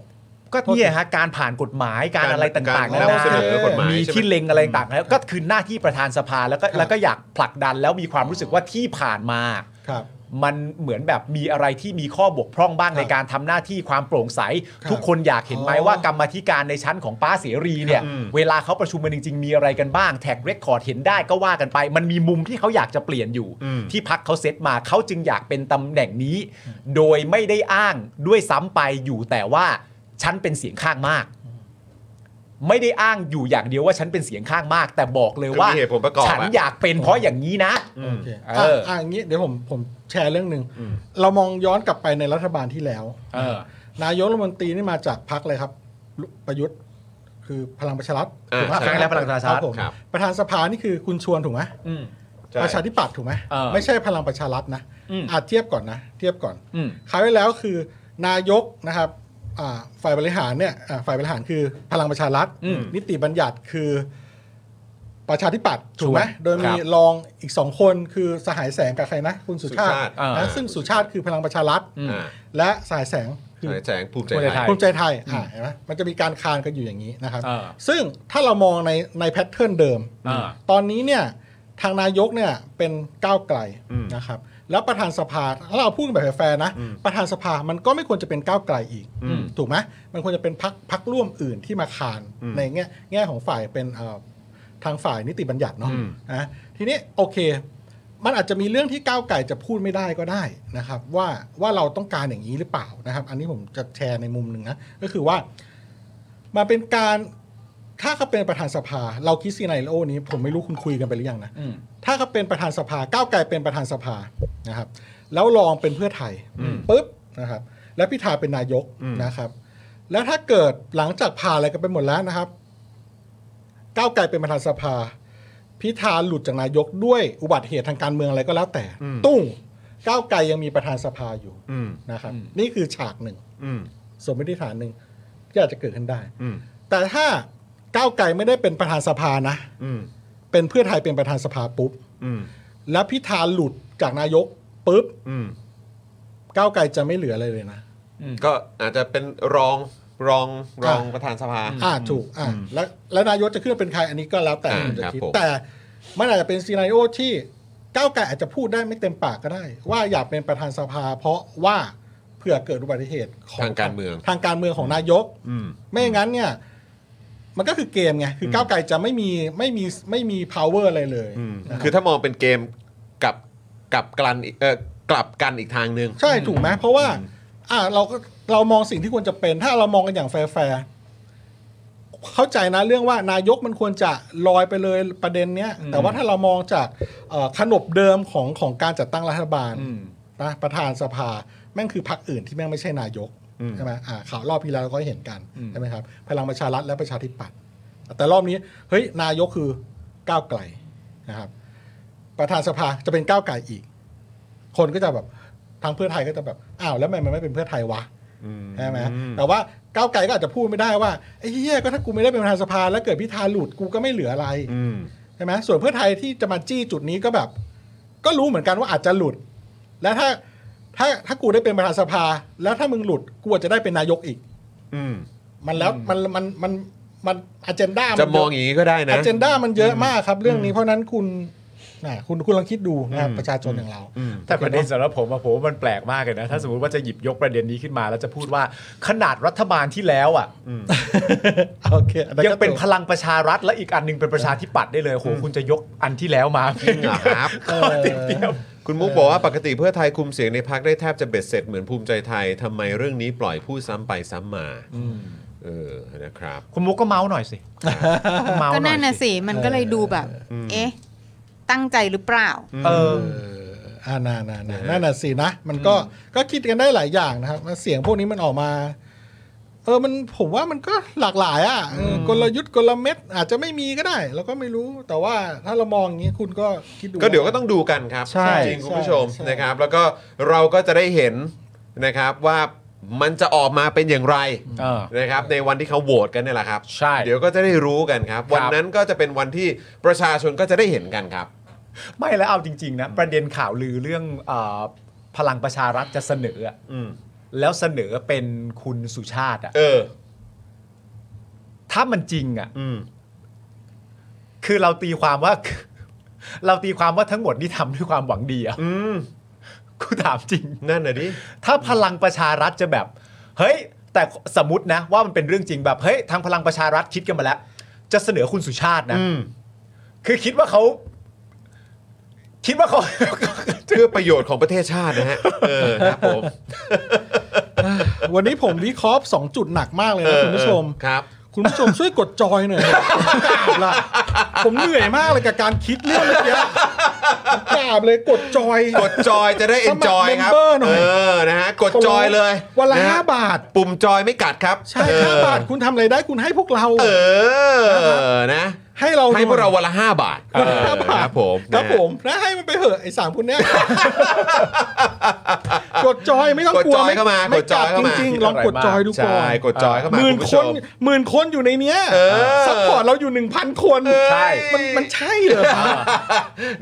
ก็เนี่ยฮะการผ่านกฎหมายการ การ อะไรต่างๆ การ นานา เสนอกฎหมาย มี ใช่ไหม ที่เล็งอะไรต่างๆแล้วก็คือหน้าที่ประธานสภาแล้วก็แล้วก็อยากผลักดันแล้วมีความรู้สึกว่าที่ผ่านมา ครับ มันเหมือนแบบมีอะไรที่มีข้อบกพร่องบ้าง ครับ ในการทำหน้าที่ความโปร่งใส ครับ ทุกคนอยากเห็นไหม อ๋อ ว่ากรรมาธิการในชั้นของป้าเสรีเนี่ย เวลาเขาประชุมกันจริง ๆ มีอะไรกันบ้างแท็กเรคคอร์ดเห็นได้ก็ว่ากันไป มันมีมุมที่เขาอยากจะเปลี่ยนอยู่ ที่พักเขาเซตมาเขาจึงอยากเป็นตำแหน่งนี้ โดยไม่ได้อ้างด้วยซ้ำไปอยู่แต่ว่าฉันเป็นเสียงข้างมาก ไม่ได้อ้างอยู่อย่างเดียวว่าฉันเป็นเสียงข้างมาก แต่บอกเลยว่า ก็มีเหตุผลประกอบอะ ฉันอยากเป็นเพราะอย่างนี้นะ อื โอ ม เค เอ อ่ะ ออ่ อ่ะอย่างนี้เดี๋ยวผมผมแชร์เรื่องหนึ่งเรามองย้อนกลับไปในรัฐบาลที่แล้ว เออน ายกรัฐมนตรีนี่มาจากพักเลยครับลุประยุทธ์ คือพลังประชารัฐ อ่า ถูกไหม ครั้งแรกพลังประชา ค ชา รับ ติ ผม ครับ ประธานสภานี่คือคุณชวนถูกไหม อืม ใช่ ประชาธิปัตย์ถูกไหม เออ ไม่ใช่พลังประชารัฐนะ อืม อาเทียบก่อนนะ เทียบก่อน อืม คราวที่แล้วคือนายกนะครับอ่าฝ่ายบริหารเนี่ยอ่าฝ่ายบริหารคือพลังประชารัฐ อืม นิติบัญญัติคือประชาธิปัตย์ถูกไหม ชวน โดยมี ครับ รองอีกสองคนคือสหายแสงกับใครนะคุณสุชาติ อ่า นะซึ่งสุชาติคือพลังประชารัฐ อืม อ่า และสหายแสงคือ แสงภูมิใจ ภูมิใจ ไท ไท ย ย ภูมิใจไทยอ่าเห็นไหมมันจะมีการคานกันอยู่อย่างนี้นะครับ เออ ซึ่งถ้าเรามองในในแพทเทิร์นเดิม อ่า ตอนนี้เนี่ยทางนายกเนี่ยเป็นก้าวไกล อืม นะครับ แล้วประธานสภาถ้าเราพูดกันแบบแฟร์ๆนะ อืม ประธานสภามันก็ไม่ควรจะเป็นก้าวไกลอีก อืม ถูกไหมมันควรจะเป็นพักพักร่วมอื่นที่มาคาน อืม ในแง่แง่ของฝ่ายเป็นเอ่อทางฝ่ายนิติบัญญัติเนาะ อืม นะทีนี้โอเค มันอาจจะมีเรื่องที่ก้าวไก่จะพูดไม่ได้ก็ได้นะครับ ว่าว่าเราต้องการอย่างนี้หรือเปล่านะครับ อันนี้ผมจะแชร์ในมุมหนึ่งนะก็คือว่ามาเป็นการถ้าเขาเป็นประธานสภา เราคิดซีไนโอนี้ ผมไม่รู้คุณคุยกันไปหรือยังนะถ้าเขาเป็นประธานสภาก้าวไก่เป็นประธานสภานะครับ แล้วรองเป็นเพื่อไทยปุ๊บนะครับ แล้วพิธาเป็นนายกนะครับ แล้วถ้าเกิดหลังจากผ่านอะไรกันไปหมดแล้วนะครับ ก้าวไกลเป็นประธานสภา พิธาหลุดจากนายกด้วยอุบัติเหตุทางการเมืองอะไรก็แล้วแต่ ตุ้งก้าวไกลยังมีประธานสภาอยู่ อืม นะครับ นี่คือฉากหนึ่ง อืม สมมติฐานหนึ่งที่อาจจะเกิดขึ้นได้ อืม แต่ถ้าก้าวไกลไม่ได้เป็นประธานสภานะ อืม เป็นเพื่อไทยเป็นประธานสภาปุ๊บ อืม แล้วพิธาหลุดจากนายกปุ๊บ อืม ก้าวไกลจะไม่เหลืออะไรเลยนะ ก็อาจจะเป็นรองรองรองประธานสภา อ่าถูกอ่าแล้วแล้วนายกจะขึ้นเป็นใครอันนี้ก็แล้วแต่ อ่า คุณจะ ครับ คิด ผม แต่มันอาจจะเป็นซีน n โอที่ก้าวไกลอาจจะพูดได้ไม่เต็มปากก็ได้ ว่าอยากเป็นประธานสภา เพราะว่าเผื่อเกิดอุบัติเหตุขอ ทางการเมือง ทางการเมืองของนายก อืม ไม่อย่างนั้นเนี่ย มันก็คือเกมไงคือก้าวไกลจะไม่มีไม่มีไม่มี power อะไรเลยนะ คือ รับ ถ้ามองเป็นเกมกับกับกลันเออกลับกันอีกทางหนึ่ง ใช่ถูกไหมเพราะว่า อ่าเราก็เรามองสิ่งที่ควรจะเป็น ถ้าเรามองกันอย่างแฟร์ๆ เข้าใจนะเรื่องว่านายกมันควรจะลอยไปเลยประเด็นเนี้ยแต่ว่าถ้าเรามองจากเอ่อขนบเดิมของของการจัดตั้งรัฐบาลนะประธานสภาแม่งคือพรรคอื่นที่แม่งไม่ใช่นายกใช่ไหมอ่าข่าวรอบที่แล้วเราก็เห็นกันใช่ไหมครับพลังประชารัฐและประชาธิปัตย์แต่รอบนี้เฮ้ยนายกคือก้าวไกลนะครับ ประธานสภาจะเป็นก้าวไกลอีก คนก็จะแบบทางเพื่อไทยก็จะแบบอ้าวแล้วทำไมมันไม่เป็นเพื่อไทยวะ ใช่ไหมแต่ว่าก้าวไกลก็อาจจะพูดไม่ได้ว่าไอ้เหี้ยก็ถ้ากูไม่ได้เป็นประธานสภา แล้วเกิดพิธาหลุดกูก็ไม่เหลืออะไรใช่ไหมส่วนเพื่อไทยที่จะมาจี้จุดนี้ก็แบบ ก็รู้เหมือนกันว่าอาจจะหลุด และถ้าถ้าถ้ากูได้เป็นประธานสภา แล้วถ้ามึงหลุดกูอาจจะได้เป็นนายกอีก อืม มันแล้วมันมันมันมันอันเจนดา จะมองอย่างนี้ก็ได้นะ อันเจนดามันเยอะมากครับ เรื่องนี้เพราะฉะนั้นคุณนะคุณคุณลองคิดดูนะครับประชาชนอย่างเรา แต่ประเด็นสำหรับผมอะผมว่ามันแปลกมากเลยนะ ถ้าสมมติว่าจะหยิบยกประเด็นนี้ขึ้นมาแล้วจะพูดว่าขนาดรัฐบาลที่แล้วอ่ะ โอเคอัก็ ยังเป็น ถูก พลังประชารัฐและอีกอันหนึงเป็นประชาธิปัตย์ได้เลยโหคุณจะยกอันที่แล้วมา จริงเหรอครับ ข้อติดเดียว คุณมุกบอกว่าปกติเพื่อไทยคุมเสียงในพักได้แทบจะเบ็ดเสร็จเหมือนภูมิใจไทยทำไมเรื่องนี้ปล่อยผู้ซ้ำไปซ้ำมาเออนะครับ คุณมุกก็เมาส์หน่อยสิเมาส์ห ก็ น่ นั่ อน ย น่ะสิ มันก็เลยดูแบบ เอ๊ะ ตั้งใจหรือเปล่า เออ อ่าน่าน่าน่าน่าน่ะสินะ มันก็ก็คิดกันได้หลายอย่างนะครับแล้วเสียงพวกนี้มันออกมา เออ มันผมว่ามันก็หลากหลายอ่ะเออกลยุทธ์กลเม็ดอาจจะไม่มีก็ได้เราก็ไม่รู้ แต่ว่าถ้าเรามองอย่างนี้คุณก็คิดดู ก็เดี๋ยวก็ต้องดูกันครับ ใช่ จริงๆคุณผู้ชม ใช่ นะครับ แล้วก็เราก็จะได้เห็นนะครับว่ามันจะออกมาเป็นอย่างไร เออ นะครับ ในวันที่เขาโหวตกันเนี่ยแหละครับ ใช่ เดี๋ยวก็จะได้รู้กันครับ วันนั้นก็จะเป็นวันที่ประชาชนก็จะได้เห็นกันครับ ไม่แล้วเอาจริง ๆ นะ ประเด็นข่าวลือเรื่องเออพลังประชารัฐจะเสนออะ อืม แล้วเสนอเป็นคุณสุชาติอะ เออ ถ้ามันจริงอะ อืม คือเราตีความว่า [laughs] เราตีความว่าทั้งหมดนี่ทำด้วยความหวังดีอะ [laughs] อืม กูถามจริง นั่นน่ะดิ ถ้าพลังประชารัฐจะแบบ เฮ้ย แต่สมมตินะ ว่ามันเป็นเรื่องจริงแบบเฮ้ยทางพลังประชารัฐคิดกันมาแล้ว จะเสนอคุณสุชาตินะ อืม คือคิดว่าเขาคิดว่า [laughs] เขา เพื่อประโยชน์ของประเทศชาตินะฮะ เออครับผม วันนี้ผมวิเคราะห์สองจุดหนักมากเลยนะคุณผู้ชม เออครับ คุณผู้ชมช่วยกดจอยหน่อยเถอะผมละ [laughs] ผมเหนื่อยมากเลยกับการคิดเรื่องเมื่อกี้กราบเลยกดจอย กดจอยจะได้ สมัคร enjoy ครับ member หน่อย เออ นะฮะ กดจอยเลย วันละ ฮ ห้าบาท ปุ่มจอยไม่กัดครับ ใช่ เออ ห้าบาทคุณทำอะไรได้คุณให้พวกเรา เออ นะ ให้เรา ให้พวกเราวันละห้าบาท วันละห้า เออบ า ครัทบผม ครั นะ บ ฮะ ผมนะให้มันไปเหอะไอ้สาม [laughs] คนเนี้ย กดจอยไม่ต้อง กด กลัว จอย ไม่ เข้ามา ไม่ กดจอยเข้ามา จริงๆลองกดจอยดูก่อ ใช่ น กดจอยเข้ามา หมื่น ณผู้ ค ช นหมื่นคนอยู่ในเนี้ย เออ ซัพพอร์ตเราอยู่หนึ่งพันคน ใช่ มันมันใช่เหรอครับ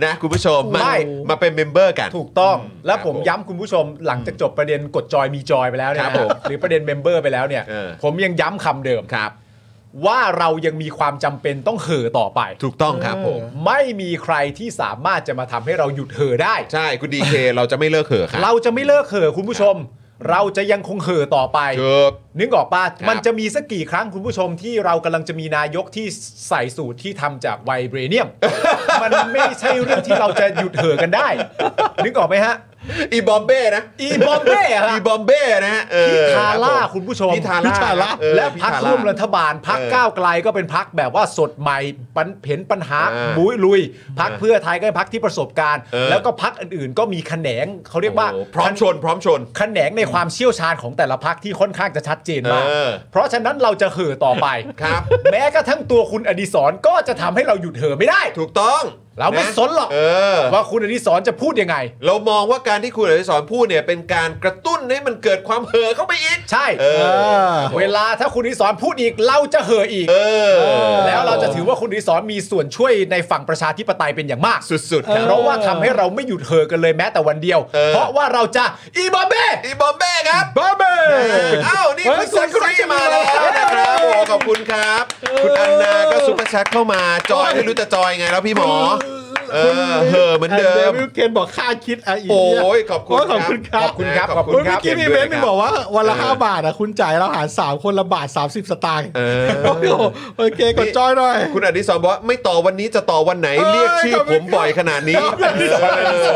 นะคุณผู้ชมมา ไม่ มาเป็นเมมเบอร์กัน ถูกต้อง แล้วผม ครับผม ย้ำคุณผู้ชมหลังจากจบประเด็นกดจอยมีจอยไปแล้วเนี่ย ครับผม หรือประเด็นเมมเบอร์ไปแล้วเนี่ย เออ ผมยังย้ำคำเดิม ครับ ว่าเรายังมีความจำเป็นต้องเห่อต่อไป ถูกต้องครับผม ไม่มีใครที่สามารถจะมาทำให้เราหยุดเห่อได้ ใช่ คุณดีเคเราจะไม่เลิกเขอะครับ เราจะไม่เลิกเห่อคุณผู้ชม เราจะยังคงเห่อต่อไป เกิด นึกออกป่ะ ครับ มันจะมีสักกี่ครั้งคุณผู้ชมที่เรากำลังจะมีนายกที่ใส่สูตรที่ทำจากไวเบรเนียม มันไม่ใช่เรื่องที่เราจะหยุดเห่อกันได้ นึกออกไหมฮะ อีบอมเบ้นะ อีบอมเบ้อะฮะ อีบอมเบ้นะฮะเออ พิธาล่า รับผม คุณผู้ชม พิธาล่าเออ และ พิ พัก ธาล่า ร่วมรัฐบาลพัก เออ ก้าวไกลก็เป็นพักแบบว่าสดใหม่ปันเห็นปัญหา อ่า บุยลุย พักเพื่อไทยก็เป็นพักที่ประสบการณ์ เออ แล้วก็พักอื่นๆ ก็มีแขนงเขาเรียกว่า โอ้โหพร้อมชน พร้อมชน แขนงในความเชี่ยวชาญของแต่ละพักที่ค่อนข้างจะชัดเจนมาก เออ เพราะฉะนั้นเราจะเห่อต่อไป ครับ แม้กระทั่งตัวคุณอดิศรก็จะทำให้เราหยุดเห่อไม่ได้ ถูกต้อง เราไม่ ะ สนหรอก เออ ว่าคุณอดิศรจะพูดยังไง เรามองว่าการที่คุณอภิสรพูดเนี่ยเป็นการกระตุ้นให้มันเกิดความเห่อเข้าไปอีก ใช่ เออ เวลาถ้าคุณอดิศรพูดอีกเราจะเห่ออีก เออ แล้วเราจะถือว่าคุณอดิศรมีส่วนช่วยในฝั่งประชาธิปไตยเป็นอย่างมาก สุดๆครับ เพราะว่าทำให้เราไม่หยุดเห่อกันเลยแม้แต่วันเดียว เออ เพราะว่าเราจะอีบอมเบ้ อีบอมเบ้ครับ บอมเบ้ เอ้านี่คุณซักรีมาแล้วนะครับโอ้ขอบคุณครับ คุณอันนาก็ซุปเปอร์แชทเข้ามา จอยไม่รู้จะจอยไงแล้วพี่หมอ เออเหอะเหมือนเดิม วิลเกนบอกค่าคิดไออี โอ้ยขอบคุณ ขอบคุณครั ข บ อบคุณครับ ขอบคุ คุณ ณค เมื่ รั อบ กี้มีเบนต์หนึงบอกว่าวันละห้าบาทอ่ะคุณจ่ายเราหารสามคนละบาทสามสิบสตางค์ เออ โอ้โหโอเคกดจอยหน่อย คุณอดิศรบอกว่าไม่ต่อวันนี้จะต่อวันไหน เอ้ย เรียกชื่อ ขอบ ผ คุณ มบ่อยขนาดนี้ ครับ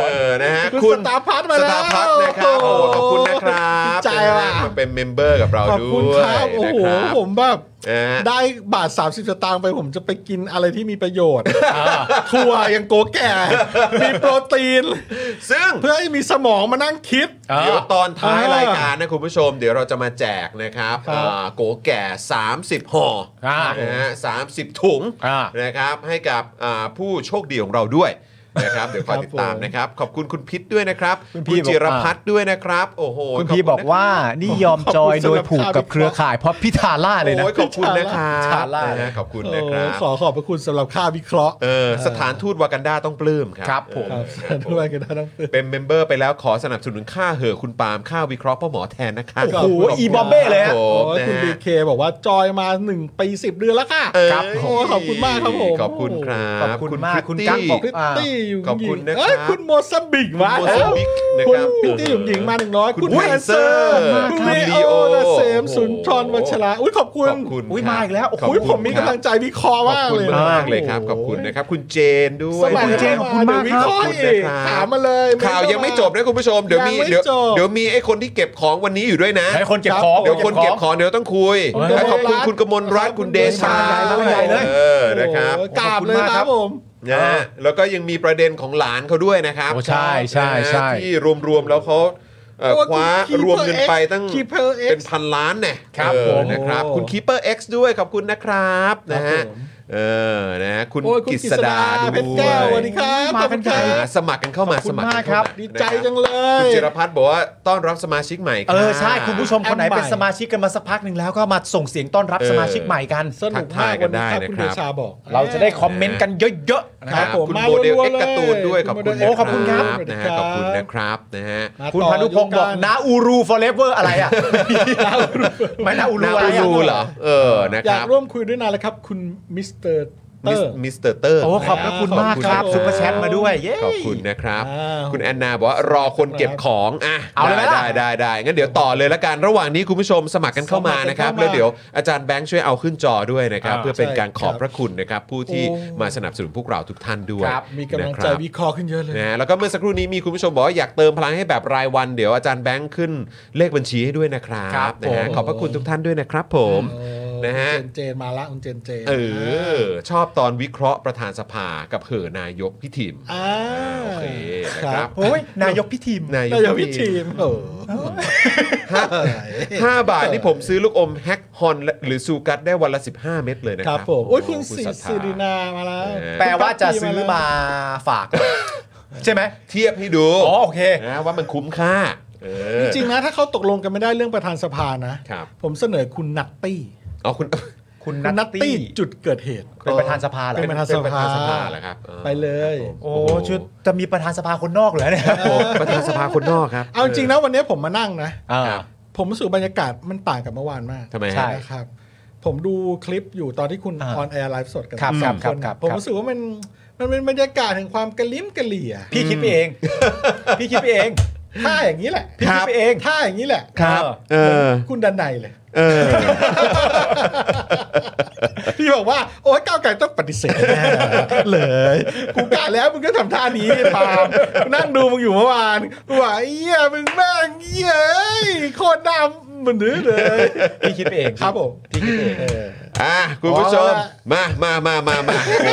เออนะฮะ คุ คุณ ณ สตาร์พัทมา ส แล้ตาวร์พัทนะครับโอ้ขอบคุณนะครับ ใจว่ะ นะฮะมาเป็นเมมเบอร์กับเรา ขอบ ด้ คุณ ว ค ย รับโอ้ นะ โห ครับ ผมแบบ นะฮะ ได้บาท 30 สตางค์ไปผมจะไปกินอะไรที่มีประโย [laughs] ชน์ถั่วอยังโกแก่ มีโปรตีน ซึ่ง เพื่อให้มีสมองมานั่งคิด เดี๋ยวตอนท้าย อ่าร รายการนะคุณผู้ชม เดี๋ยวเราจะมาแจกนะครับ ครับ อ่าโกแก่ 30ห่ออานะฮะสามสิบถุง อ่า นะครับให้กับอ่าผู้โชคดีของเราด้วยนะครับ เดี๋ยวคอยติดตามนะครับ ขอบคุณคุณพิษด้วยนะครับคุณจิรพัฒน์ด้วยนะครับ โอ้โห คุณ ขอบ พี่ ณ บอกว่านี่ยอมจอยโดยผูกกับเครือข่ายเพราะพิธาล่าเลยนะ โอ้ยขอบคุณนะครั ชา บ ล่า นะฮะขอบคุณนะ โอ้ ครับ ขอขอบพระคุณสำหรับค่าวิเคราะห์ เออสถานทูตวากันดาต้องปลื้มครับ ครับผม เออค ค รั รั บบ ผม ด้วยกันนะน้องปืน เป็นเมมเบอร์ไปแล้วขอสนับสนุนค่าเหอะคุณปาล์มค่าวิเคราะห์พ่อหมอแทนนะคะ โอ้โห ขคุณ อีบอมเบ้เลยฮะ ครั โอ้ ผม ยคุณ นะ บี ฮะ เคบอกว่าจอยมา 1 ปี 10 เดือนแล้วค่ะ เอ้ย โอ้ขอบคุณมากครับผม ขอบคุณครับ ขอบคุณมากคุณ ริตตี้ กั๊กบอก พิตตี้หยุงหญิง ขอบคุณนะครับ เอ้ยคุณโมซัมบิกมา คุณโมซัมบิกนะคคุณ รับ พิตตี้หยุงหญิงมาหนึ่งร้อย คุณ แอนเซอร์ Lancer คุณ คุณ เล Leo โอนาเซมสุนทรวัชระอุ้ยขอบคุณ ขอบคุณ อุ๊ย ครับ มาอีกแล้วโอ้โห ขบ อุ้ย คุณ ผมมี ครับ กำลังใจวิเคราะห์ ขอบ มาก คุณ เลย มากเลยครับขอบคุณนะครับ คุณเจนด้วย สมัย นะ เจ รั น บ ของคุณมากวิเคราะขอบห์คุณ อีก นะครับ ถามมาเลย ข่าวยังไม่จบนะคุณผู้ชมเดี๋ยวมี ยังไม่ เดี๋ยว จบ เดี๋ยวมีไอ้คนที่เก็บของวันนี้อยู่ด้วยนะ ให้คนเก็บของ เดี๋ยวคนเก็บของเดี๋ยวต้องคุย ผมเก็บ และขอบคุณ รัฐ คุณกมลรัตน์คุณเดชา ขอบด้วคุณย ใหญ่เลย เออนะครับ โอ้โหกราบเลยครับผม นะฮะแล้วก็ยังมีประเด็นของหลานเขาด้วยนะครับ โอ้ใช่ใช่ใช่ นะฮะที่รวมๆแล้วเขาเอ่อ โอ้ย คว้า คุณ Keeper รวมเงินไปตั้ง Keeper X เป็นพันล้านเนี่ย ครับ เออ ผม นะครับ โอ้ คุณคีเปอร์ X ด้วยขอบคุณนะครับนะฮะ ผม เออนะฮะคุณ โอ้ยคุณ กิ กิ ษ ษ ดา ดา ด้วย เพชรแก้วสวัสดีครับ มาเป็น ขอบคุณค หา รับ สมัครกันเข้ามา ขอบคุ ส ณ มัครกัน มากครับ เข้ม ดีใจ นะครับ จังเล คุณ ย จิรพัฒน์บอกว่าต้อนรับสมาชิกใหม่ เออ รับ ใช่คุณผู้ชมคนไหน แอปใหม่ เป็นสมาชิกกันมาสักพักหนึ่งแล้วก็มาส่งเสียงต้อนรับ เออ สมาชิกใหม่กัน สนุกมากวันนี้ครับคุณเดชาบอก เราจะได้คอมเมนต์กันเยอะๆนะ ค ค รั รั บบ ผม คุณ มา โมเดล รัวๆ เอ็กการ์ตูน เลย ด้วยขอบคุณ โอ้ขอบคุณครับ นะฮะขอบคุณนะครับนะฮะ มา คุณ ต่อ พานุพงศ์บอก ยุคกลาง นาอูรูฟอร์เรเวอร์อะไรอ่ะ ไม่นาอูรู นา อะไร อู อะ รูเหรอเออนะ อ ค ยา รั ก บ ร่วมคุยด้วยนานแล้วครับ คุณมิสเตอร์เตอร์ มิสเตอร์เตอร์ โอ้ขอบพระคุณมากครับ ขอ ซุปเปอร์แชทมาด้วยเย้ ขอบคุณนะครับ อ้าว คุณแอนนาบอกว่ารอคนเก็บของอ่ะ เอาเลยไหมล่ะ ได้ได้ได้งั้นเดี๋ยวต่อเลยละกันระหว่างนี้คุณผู้ชมสมัครกันเข้ามานะครับ สมัครกันเข้ามา แล้วเดี๋ยวอาจารย์แบงค์ช่วยเอาขึ้นจอด้วยนะครับ อ่า เพื่อเป็นการขอบ ใช่ครับ พระคุณนะครับ ผู้ที่ โอ้ มาสนับสนุนพวกเราทุกท่านด้วย ครับมีกำลัง นะค ใจ รับ วิเคราะห์ขึ้นเยอะเลย นะแล้วก็เมื่อสักครู่นี้มีคุณผู้ชมบอกว่าอยากเติมพลังให้แบบรายวันเดี๋ยวอาจารย์แบงค์ขึ้นเลขบัญชีให้ด้วยนะครั ครับ บ นะฮะ ผม ขอบพระคุณทุกท่านด้วยนะครับผม โอ้ นะฮะ เจนเจนมาละคุณเจนเจน เออชอบตอนวิเคราะห์ประธานสภากับเหอนายกพี่ทิม อ่า โอเคนะครับ โอ้ยนายกพิธีม นาย นายก ก พิ พี่ ที ทิม มโอ้ ห้าห้าบาทนี่ผมซื้อลูกอมแฮกฮอนหรือซูกัสได้วันละ 15 เม็ดเลยนะ ค ค รั รั บบ ผมโอ้ยคุณ ห สิ ศรัทธ สิรินามาแล้ว เออ แปลว่าจะซื้อมาฝาก ใช่ไหม เทียบให้ดู อ๋อโอเค นะว่ามันคุ้มค่าเออ จริงๆนะถ้าเขาตกลงกันไม่ได้เรื่องประธานสภานะ ครับ ผมเสนอคุณนัตตี้ อ๋อคุณ คุณ คุณ นั นั ต ต ตี้ ตี้จุดเกิดเหตุ เป็นประธานสภาเหรอ เป็นประธานสภา เป็นประธานสภาเหรอครับเออ ไปเลย ครับผม โอ้ชุดจะมีประธานสภาคนนอกเหรอเนี่ย ครับผมประธานสภาคนนอกครับ เอาจริงๆนะวันนี้ผมมานั่งนะ อ่า ครับ ผมรู้สึกบรรยากาศมันต่างกับเมื่อวานมาก ทำไม ใช่ ฮะ นะครับ ผมดูคลิปอยู่ตอนที่คุณ อ่า ออนแอร์ไลฟ์สดกัน ครับ สาม ครับ น ครับ ผมรู้สึกว่ามันมันเป็นบรรยากาศแห่งความกระลิ้มกระเหลี่ย พี่คิดไปเอง พี่คิดไปเอง ถ้าอย่างนี้แหละ พี่ครับคิดไปเอง ถ้าอย่างนี้แหละ ครับ เออ คุณดันในเลย เออ พี่บอกว่า โอ้ยก้าวไกลต้องปฏิเสธแน่เลยกูกะแล้วมึงก็ทำท่านี้ไอ้ปาล์มกูนั่งดูมึงอยู่เมื่อวานกูว่าไอ้เหี้ยมึงแม่งเหี้ยเอ้ยโคตรดำเหมือนนื้อเลย พี่คิดไปเอง ครับผม พี่คิดไปเอง อ่ะคุณผู้ชม มามามามามาโอ้โห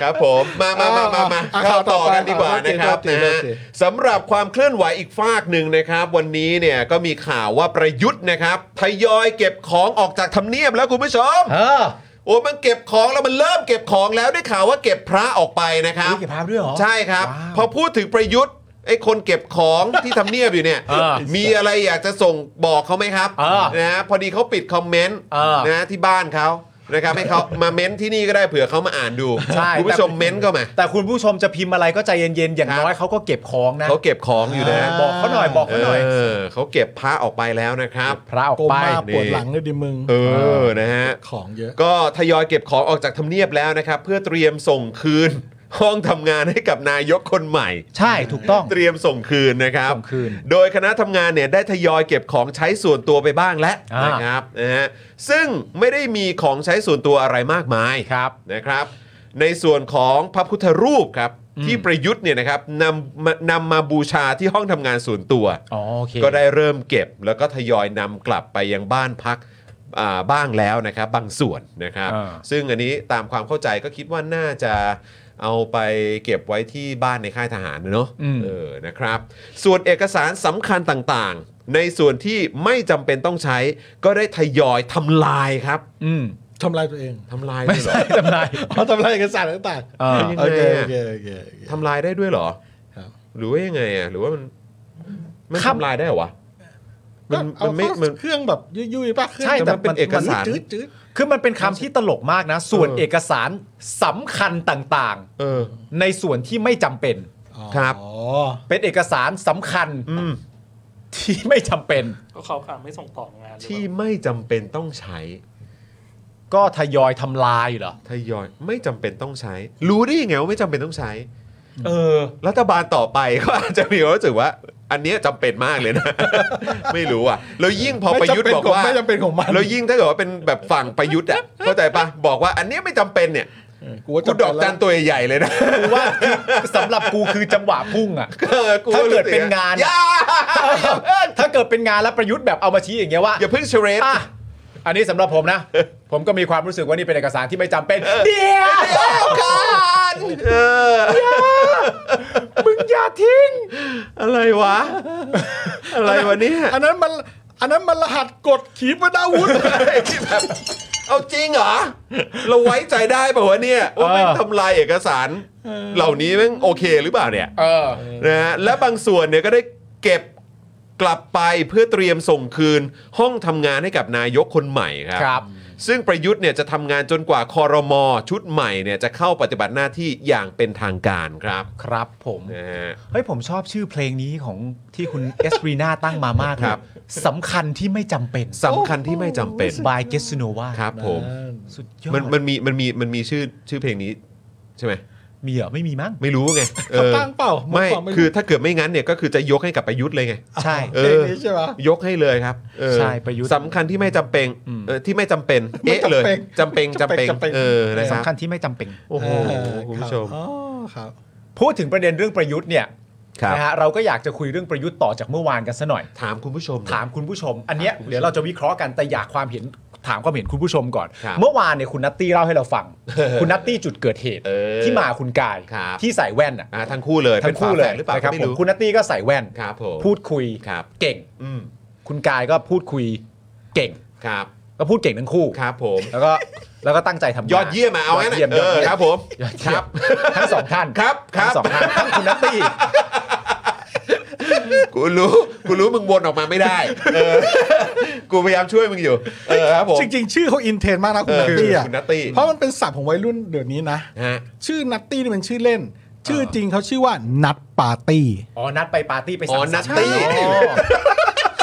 ครับผมมามามามามา อ่ะ เข้าต่อ ต่อไป กันดีกว่า โอเค นะครับ โอเค นะ โอ ฮะ เค สำหรับความเคลื่อนไหวอีกฝากหนึ่งนะครับ วันนี้เนี่ยก็มีข่าวว่าประยุทธ์นะครับทยอยเก็บของออกจากทำเนียบแล้วคุณผู้ชม เออ โอ้มันเก็บของแล้วมันเริ่มเก็บของแล้วได้ข่าวว่าเก็บพระออกไปนะครับ เก็บภาพด้วยเหรอ ใช่ครับ ว้าว พอพูดถึงประยุทธ์ไอ้คนเก็บของ [laughs] ที่ทำเนียบอยู่เนี่ย เออ มีอะไรอยากจะส่งบอกเขาไหมครับ เออ นะฮะพอดีเขาปิดคอมเมนต์ เออ นะที่บ้านเขานะครับให้ [laughs] เขา มาเม้นที่นี่ก็ได้เผื่อเขามาอ่านดู ใช่ คุณผู้ชมเม้นก็มา แต่คุณผู้ชมจะพิมพ์อะไรก็ใจเย็นๆอย่าง ครับ น้อยเขาก็เก็บของนะ เขาเก็บของอยู่นะ บอกเขาหน่อยบอกเขาหน่อย เออเขาเก็บพระออกไปแล้วนะครับ พระออก โก ไป มาปวดหลังเลยดิมึง เออนะฮะ ของเยอะ ก็ทยอยเก็บของออกจากทำเนียบแล้วนะครับ เพื่อเตรียมส่งคืน [laughs] ห้องทำงานให้กับนายกคนใหม่ ใช่ถูกต้อง เตรียมส่งคืนนะครับ ส่งคืน โดยคณะทำงานเนี่ยได้ทยอยเก็บของใช้ส่วนตัวไปบ้างแล้ว อ่าน นะครับนะฮะซึ่งไม่ได้มีของใช้ส่วนตัวอะไรมากมาย ครับ นะครับ ในส่วนของพระพุทธรูปครับที่ประยุทธ์เนี่ยนะครับนำมานำมาบูชาที่ห้องทำงานส่วนตัว อ๋อโอเค ก็ได้เริ่มเก็บแล้วก็ทยอยนำกลับไปยังบ้านพักอ่าบ้างแล้วนะครับบางส่วนนะครับ อ่า ซึ่งอันนี้ตามความเข้าใจก็คิดว่าน่าจะเอาไปเก็บไว้ที่บ้านในค่ายทหารนะเนอะเออนะครับ ส่วนเอกสารสำคัญต่างๆ ในส่วนที่ไม่จำเป็นต้องใช้ ก็ได้ทยอยทำลายครับ อืม ทำลายตัวเอง ทำลาย ไม่ ด้วยเหรอ ใช่ทำลาย อ๋อทำลายเอกสารต่าง เออ ๆโอเคโอเคโอเคโอเค ทำลายได้ด้วยเหรอ ครับ หรือว่ายังไงอ่ะหรือว่ามันมันทำลายได้เหรอวะมั ก็ น เอา มันไม่ เข้า มัน เครื่องแบบยุ่ยๆป่ะเครื่อง ใช่แต่ มันเป็นเอกสาร จืดจืด คือมันเป็นคำที่ตลกมากนะ ส่วน เออ เอกสารสำคัญต่าง เออ ๆ ในส่วนที่ไม่จำเป็น ครับ อ๋อ เป็นเอกสารสำคัญ อืม ที่ไม่จำเป็น ก็เขาอ่านไม่ส่งต่องานหรือเปล่า ที่ไม่จำเป็นต้องใช้ ก็ทยอยทำลายเหรอ ทยอยไม่จำเป็นต้องใช้ รู้ได้ยังไงว่าไม่จำเป็นต้องใช้ เออ รัฐบาลต่อไปก็อาจจะมีความรู้สึกว่า อันเนี้ยจำเป็นมากเลยนะ [laughs] ไม่รู้อ่ะแล้วยิ่งพอประยุทธ์บอกว่า ไม่จำเป็นของมัน แล้วยิ่งถ้าเกิดว่าเป็นแบบฝั่งประยุทธ์อ่ะเข้าใจปะบอกว่าอันเนี้ยไม่จำเป็นเนี่ย กูว่า กู จำเป็ ดอกจันตัวใหญ่ๆเลยนะ [laughs] กูว่าสำหรับกูคือจังหวะพุ่งอ่ะ [laughs] ออ ถ้าเกิด รู้สึ เป็นงาน อย่า ถ้าเกิดเป็นงานแล้วประยุทธ์แบบเอามาชี้อย่างเงี้ยว่า อย่าเพิ่งเชเรฟ อ่ะอันนี้สำหรับผมนะ ผมก็มีความรู้สึกว่านี่เป็นเอกสารที่ไม่จำเป็นเดียว การเออ มึงอย่าทิ้ง อะไรวะ [laughs] อะไรวะเนี่ย อันนั้นมันอันนั้นมันรหัสกดขีปนาวุธ ที่แบบเอาจริงเหรอ เราไว้ใจได้ป่าวะเนี่ยว่าแม่ง เออ ทำลายเอกสาร เหล่านี้แม่งโอเคหรือเปล่าเนี่ย เออ นะฮะและบางส่วนเนี่ยก็ได้เก็บกลับไปเพื่อเตรียมส่งคืน ห้องทำงานให้กับนายกคนใหม่ครับ ครับ ซึ่งประยุทธ์เนี่ยจะทำงานจนกว่าคอรมอชุดใหม่เนี่ยจะเข้าปฏิบัติหน้าที่อย่างเป็นทางการครับ ครับผม นะฮะ เฮ้ยผมชอบชื่อเพลงนี้ของที่คุณ เอสรีนาตั้งมามากเลย ครับ สำคัญที่ไม่จำเป็น สำคัญที่ไม่จำเป็น by g e s s u n o v a ครับผม สุดยอด มันมันมีมันมีมันมีชื่อชื่อเพลงนี้ใช่ไหม มีเหรอไม่มีมั้ง ไม่รู้ไงออ เขาตั้งเปล่าผม ไม่ ฟังไม่รู้ คือถ้าเกิดไม่งั้นเนี่ยก็คือจะยกให้กับประยุทธ์เลยไง ใช่ เอ เพล อ งนี้ใช่ไหม ยกให้เลยครับเออ ใช่ประยุทธ์ สำคัญที่ไม่จำเป็น อืม เออที่ไม่จำเป็นเอ๊ะเลยจำเป็นจำ จำเป็ เป็น นจำเป็น เออนะครั สำคั บ ญที่ไม่จำเป็น โอ้โห เออ คุณผู้ชม ครับอ๋อครับ พูดถึงประเด็นเรื่องประยุทธ์เนี่ย ครับ นะฮะเราก็อยากจะคุยเรื่องประยุทธ์ต่อจากเมื่อวานกันซะหน่อย ถามคุณผู้ชม ถามคุณผู้ชม อันเนี้ยเดี๋ยวเราจะวิเคราะห์กันแต่อยากความเห็นถามความเห็นคุณผู้ชมก่อน ครับ เมื่อวานเนี่ยคุณนัตตี้เล่าให้เราฟัง คุณนัตตี้จุดเกิดเหตุ เออ ที่มาคุณกาย ครับ ที่ใส่แว่นอ่ะ อ่าทั้งคู่เลย ทั้งคู่เลย ป็นฝาแฝดหรือเปล่า นะครับ ก็ไม่ ผม รู้ คุณนัตตี้ก็ใส่แว่น ครับผม พูดคุย ครับ เก่ง อืม คุณกายก็พูดคุยเก่ง ครับ ก็พูดเก่งทั้งคู่ ครับผม แล้วก็แล้วก็ตั้งใจทำงาน ยอดเยี่ยมอะเอางั้น ยดเยี่ยม อะเอย อด อ เยี่ยม ครับผม ยอด ค เยี่ย รับมทั้งสองท่าน ครับครั ทั้ บ งสองท่านทั้งคุณนัตตี้ กูรู้กูรู้มึงวนออกมาไม่ได้เออกูพยายามช่วยมึงอยู่เออครับผม จริงๆ ชื่อเขาอินเทรนด์มากนะคุณนัตตี้อ่ะ คุณนัตตี้ เพราะมันเป็นศัพท์ของวัยรุ่นเดี๋ยวนี้นะ ฮะ ชื่อนัตตี้นี่เป็นชื่อเล่น ชื่อจริงเขาชื่อว่านัดปาร์ตี้ อ๋อนัดไปปาร์ตี้ไป อ๋ สั อง สรร นั ค์ ตตี้ อ๋อ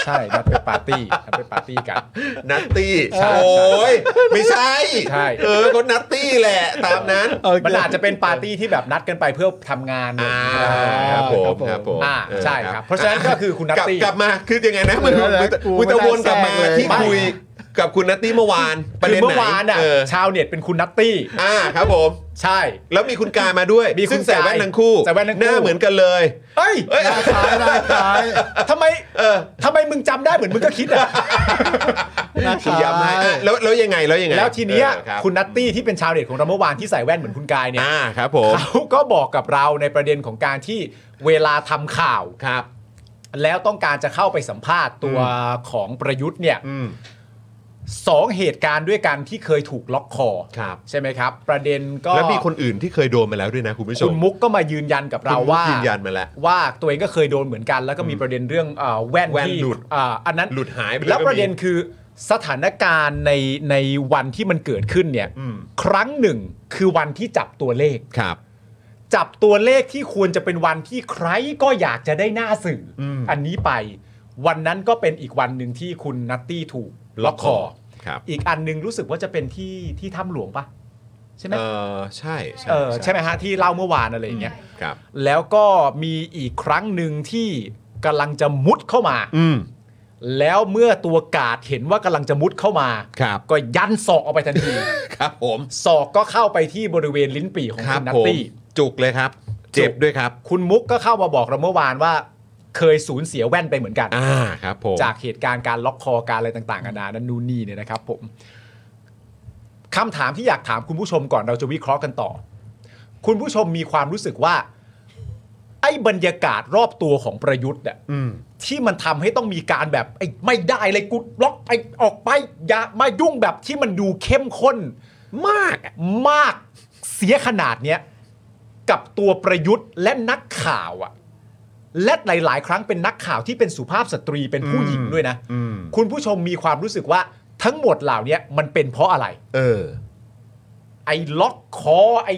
ใช่นัดไปปาร์ตี้นัดไปปาร์ตี้กัน นัตตี้ ใช่ โอ้ยไม่ใช่ ใช่ เออก็นัตตี้แหละ ตามนั้น โอเค มันอาจจะเป็นปาร์ตี้ที่แบบนัดกันไปเพื่อทำงาน อ่า ใช่ ครับผม คครัรับผมบผม อ่า เออ ใช่ครับ เพราะฉะนั้นก็คือคุณนัต กลับ ตี้ กลับมาคือยังไงนะมัน เดี๋ยวนะ มัน กู มันจะ ไม่ได้ วนกลับมา แทรกเลย ที่คุยกับคุณนัตตี้เมื่อวานประ คือ เด็นไหน เมื่อวานอ่ะ เออ ชาวเน็ตเป็นคุณนัตตี้ อ่าครับผม ใช่ แล้วมีคุณกายมาด้วย มีคุณ ซึ่งใส่แว่น กาย ทั้งคู่ ใส่แว่นทั้งหคู่น้าเหมือนกันเลย เอ้ย เอ้ย ซ้ายได้ซ้าย ทำไม เออ ทำไมมึงจำได้เหมือนมึงก็คิดอ่ะ นะค ชี้ รับ ย้ำให้อ่ะแล้วแล้วยังไงแล้วยังไง แล้วทีเนี้ย เออรับ คุณนัตตี้ที่เป็นชาวเน็ตของเราเมื่อวานที่ใส่แว่นเหมือนคุณกายเนี่ย อ่าครับผม เขาก็บอกกับเราในประเด็นของการที่เวลาทำข่าว ครับ แล้วต้องการจะเข้าไปสัมภาษณ์ตัวของประยุทธ์เนี่ย อืม สองเหตุการณ์ด้วยกันที่เคยถูกล็อกคอ ครับ ใช่ไหมครับ ประเด็นก็ แล้วมีคนอื่นที่เคยโดนมาแล้วด้วยนะคุณผู้ช คุ ม ณมุกก็มายืนยันกับเรา คุณมุก ว่าย ยืนยันมาแล้ว ว่าตัวเองก็เคยโดนเหมือนกัน แล้วก็มีประเด็นเรื่องเอ่อแว่น แว่น ที่ หลุด อ่าอันนั้น หลุดหายไปย แล้วประเด็น ก็มี คือสถานการณ์ในในวันที่มันเกิดขึ้นเนี่ย อืม ครั้งหนึ่งคือวันที่จับตัวเลข ครับ จับตัวเลขที่ควรจะเป็นวันที่ใครก็อยากจะได้หน้าสื่ออ ม อันนี้ไป วันนั้นก็เป็นอีกวันหนึ่งที่คุณนัตตี้ถูกล็อกคอ ครับ อีกอันหนึงรู้สึกว่าจะเป็นที่ที่ถ้ำหลวงปะใช่ไหม เออใช่ใช่ เออใช่ไหมฮะที่เล่าเมื่อวานอะไรอย่างเงี้ย ครับ แล้วก็มีอีกครั้งหนึ่งที่กำลังจะมุดเข้ามา อืม แล้วเมื่อตัวกาดเห็นว่ากำลังจะมุดเข้ามา ครับ ก็ยันศอกออกไปทันที [laughs] ครับผม ศอกก็เข้าไปที่บริเวณลิ้นปี่ของ ครั คุ บ ณนัต ผม ตี้ จุกเลยครับ เจ็บด้วยครับ คุณมุกก็เข้ามาบอกเราเมื่อวานว่า เคยสูญเสียแว่นไปเหมือนกัน อ่าครับผม จากเหตุการณ์การล็อกคอการอะไรต่างๆนานานั้นนู่นนี่เนี่ยนะครับผมคำถามที่อยากถามคุณผู้ชมก่อนเราจะวิเคราะห์กันต่อ คุณผู้ชมมีความรู้สึกว่า ไอ้บรรยากาศรอบตัวของประยุทธ์เนี่ย อืม ที่มันทำให้ต้องมีการแบบไอ้ไม่ได้เลยกูล็อกไอ้ออกไปอย่ามายุ่งแบบที่มันดูเข้มข้น มากมากเสียขนาดเนี้ยกับตัวประยุทธ์และนักข่าวอะและหลาย ๆ ครั้งเป็นนักข่าวที่เป็นสุภาพสตรีเป็นผู้หญิงด้วยนะ อืม คุณผู้ชมมีความรู้สึกว่าทั้งหมดเหล่าเนี้ยมันเป็นเพราะอะไร เออ ไอ้ล็อกคอไอ้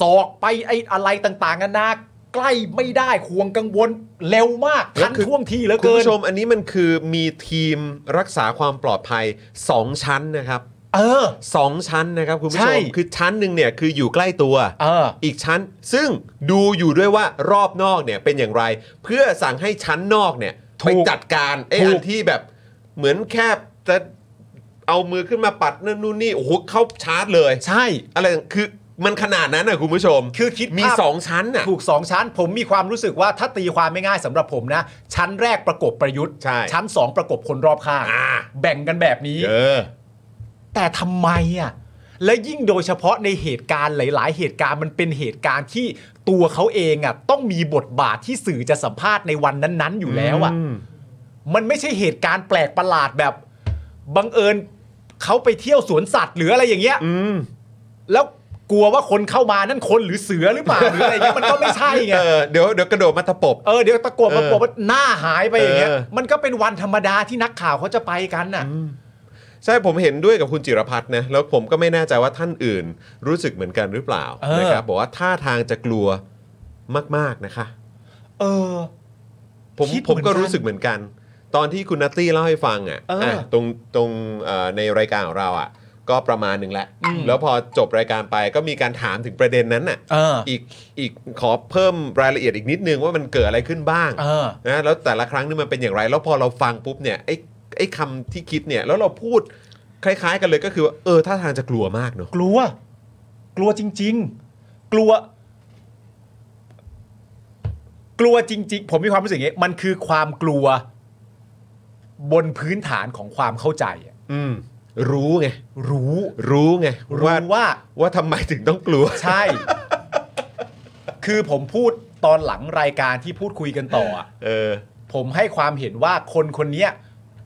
ศอกไปไอ้อะไรต่างๆนานาใกล้ไม่ได้ควงกังวลเร็วมาก แล้วทัน คือ ท่วงทีเหลือ คุณ เกิน ผู้ชมอันนี้มันคือมีทีมรักษาความปลอดภัย 2 ชั้นนะครับ เออ สองชั้นนะครับคุณผู้ ใช่ ชม คือชั้นหนึ่งเนี่ยคืออยู่ใกล้ตัว เออ อีกชั้นซึ่งดูอยู่ด้วยว่ารอบนอกเนี่ยเป็นอย่างไร เพื่อสั่งให้ชั้นนอกเนี่ย ถู ไป ก จัดการไอ้ ถูก อันที่แบบเหมือนแค่จะเอามือขึ้นมาปัดนั่นนู่นนี่โอ้โหเข้าชาร์จเลย ใช่ อะไรคือมันขนาดนั้นนะคุณผู้ชม คือคิด มี ภาพ สองชั้นน่ะ ถูกสองชั้น ผมมีความรู้สึกว่าถ้าตีความไม่ง่ายสำหรับผมนะ ชั้นแรกประกบประยุทธ์ ใช่ ชั้นสองประกบคนรอบข้าง อ่า แบ่งกันแบบนี้ เออ แต่ทำไมอ่ะและยิ่งโดยเฉพาะในเหตุการณ์หลาย ๆ เหตุการณ์มันเป็นเหตุการณ์ที่ตัวเขาเองอ่ะต้องมีบทบาทที่สื่อจะสัมภาษณ์ในวันนั้น ๆ อยู่แล้วอ่ะ มันไม่ใช่เหตุการณ์แปลกประหลาดแบบบังเอิญเขาไปเที่ยวสวนสัตว์หรืออะไรอย่างเงี้ยแล้วกลัวว่าคนเข้ามานั่นคนหรือเสือหรือเปล่าหรืออะไรเงี้ยมันก็ไม่ใช่ไง เออเดี๋ยวเดี๋ยวกระโดดมาตะปบ เออเดี๋ยวตะโกนมา เออ บอกว่าหน้าหายไปอย่างเงี้ย เออ มันก็เป็นวันธรรมดาที่นักข่าวเขาจะไปกันน่ะ ใช่ผมเห็นด้วยกับคุณจิรพัฒน์นะแล้วผมก็ไม่แน่ใจว่าท่านอื่น รู้สึกเหมือนกันหรือเปล่า เออ นะครับบอกว่าท่าทางจะกลัวมากๆนะคะ เออ ผม คิดเห ผ มื ม อนกัน ก็รู้สึกเหมือนกัน ตอนที่คุณนัตตี้เล่าให้ฟังอ่ะ เอออ่ ะตรงตรงเอ่อในรายการของเราอ่ะ ก็ประมาณหนึ่งแหละแล้วพอจบรายการไปก็มีการถามถึงประเด็นนั้นน่ะ เอออี กอีกขอเพิ่มรายละเอียดอีกนิดนึงว่ามันเกิดอะไรขึ้นบ้าง เออ นะแล้วแต่ละครั้งนี่มันเป็นอย่างไร แล้วพอเราฟังปุ๊บเนี่ยไอ้ไอ้คำที่คิดเนี่ยแล้วเราพูดคล้าย ๆ กันเลยก็คือว่าเออท่าทางจะกลัวมากเนอะ กลัว กลัวจริง ๆ กลัว กลัวจริง ๆ ผมมีความรู้สึกอย่างนี้มันคือความกลัว บนพื้นฐานของความเข้าใจอะ อืม รู้ไง รู้ รู้ไง รู้ ว่า ว่า ว่าทำไมถึงต้องกลัว ใช่ คือผมพูดตอนหลังรายการที่พูดคุยกันต่ออะ เออ ผมให้ความเห็นว่าคนคนเนี้ย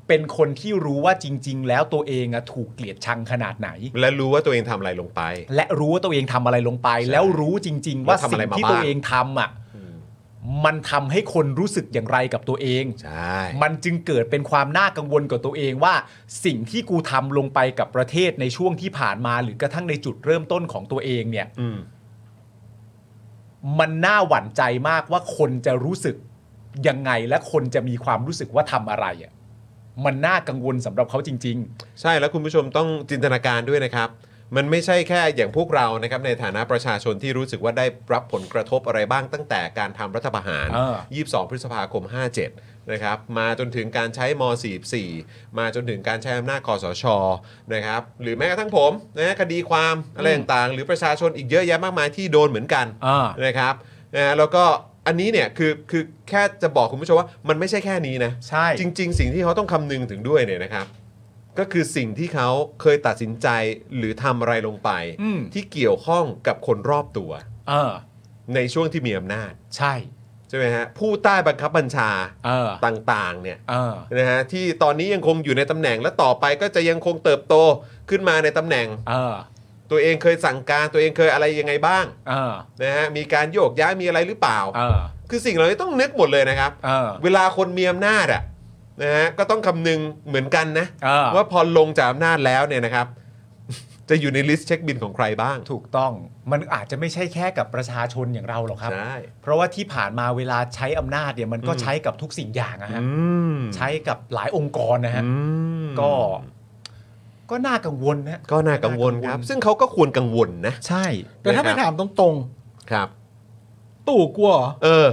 เป็นคนที่รู้ว่าจริง ๆ แล้วตัวเองอะถูกเกลียดชังขนาดไหน และรู้ว่าตัวเองทำอะไรลงไป และรู้ว่าตัวเองทำอะไรลงไป แล้วรู้จริง ๆ ว่า แล้วทำอะ สิ่ ไรง ที่ มาบ้าง ตัวเองทำอ่ะมันทำให้คนรู้สึกอย่างไรกับตัวเอง ใช่ มันจึงเกิดเป็นความน่ากังวลกับตัวเองว่า สิ่งที่กูทำลงไปกับประเทศในช่วงที่ผ่านมา หรือกระทั่งในจุดเริ่มต้นของตัวเองเนี่ย อืม มันน่าหวั่นใจมากว่าคนจะรู้สึก ยังไงและคนจะมีความรู้สึกว่าทำอะไรอ่ะมันน่ากังวลสำหรับเขาจริง ใช่แล้วคุณผู้ชมต้องจินตนาการด้วยนะครับ มันไม่ใช่แค่อย่างพวกเรานะครับในฐานะประชาชนที่รู้สึกว่าได้รับผลกระทบอะไรบ้างตั้งแต่การทำรัฐประหาร เออ 22 พฤษภาคม 57 นะครับ มาจนถึงการใช้ม .44 มาจนถึงการใช้อำนาจคอสชนะครับ หรือแม้กระทั่งผมนะคดีความอะไรต่างๆ หรือประชาชนอีกเยอะแยะมากมายที่โดนเหมือนกัน อ่า นะครับนะฮะแล้วก็อันนี้เนี่ยคือคือแค่จะบอกคุณผู้ชมว่ามันไม่ใช่แค่นี้นะ ใช่ จริง ๆ สิ่งที่เขาต้องคำนึงถึงด้วยเนี่ยนะครับ ก็คือสิ่งที่เขาเคยตัดสินใจหรือทำอะไรลงไป อืม ที่เกี่ยวข้องกับคนรอบตัว เออ ในช่วงที่มีอำนาจ ใช่ ใช่ไหมฮะผู้ใต้บังคับบัญชา เออ ต่างๆเนี่ย เออ นะฮะที่ตอนนี้ยังคงอยู่ในตำแหน่งและต่อไปก็จะยังคงเติบโตขึ้นมาในตำแหน่ง เออ ตัวเองเคยสั่งการตัวเองเคยอะไรยังไงบ้าง เออ นะฮะมีการโยกย้ายมีอะไรหรือเปล่า เออ คือสิ่งเหล่านี้ต้องนึกหมดเลยนะครับ เออ เวลาคนมีอำนาจอ่ะนะฮะก็ต้องคำนึงเหมือนกันนะ เออ ว่าพอลงจากอำนาจแล้วเนี่ยนะครับ [laughs] จะอยู่ในลิสต์เช็คบินของใครบ้าง ถูกต้อง มันอาจจะไม่ใช่แค่กับประชาชนอย่างเราหรอกครับ ใช่ เพราะว่าที่ผ่านมาเวลาใช้อำนาจเนี่ยมันก็ใช้กับทุกสิ่งอย่างนะฮะ อืม ใช้กับหลายองค์กรนะฮะ อืม ก็ ก็น่ากังวลนะฮะ ก็น่ากังวลครับ น่ากังวล ซึ่งเขาก็ควรกังวลนะ ใช่ แต่ถ้าไป นะครับ ถามตรง ครับ ๆ ตู่กลัวเหรอ เออ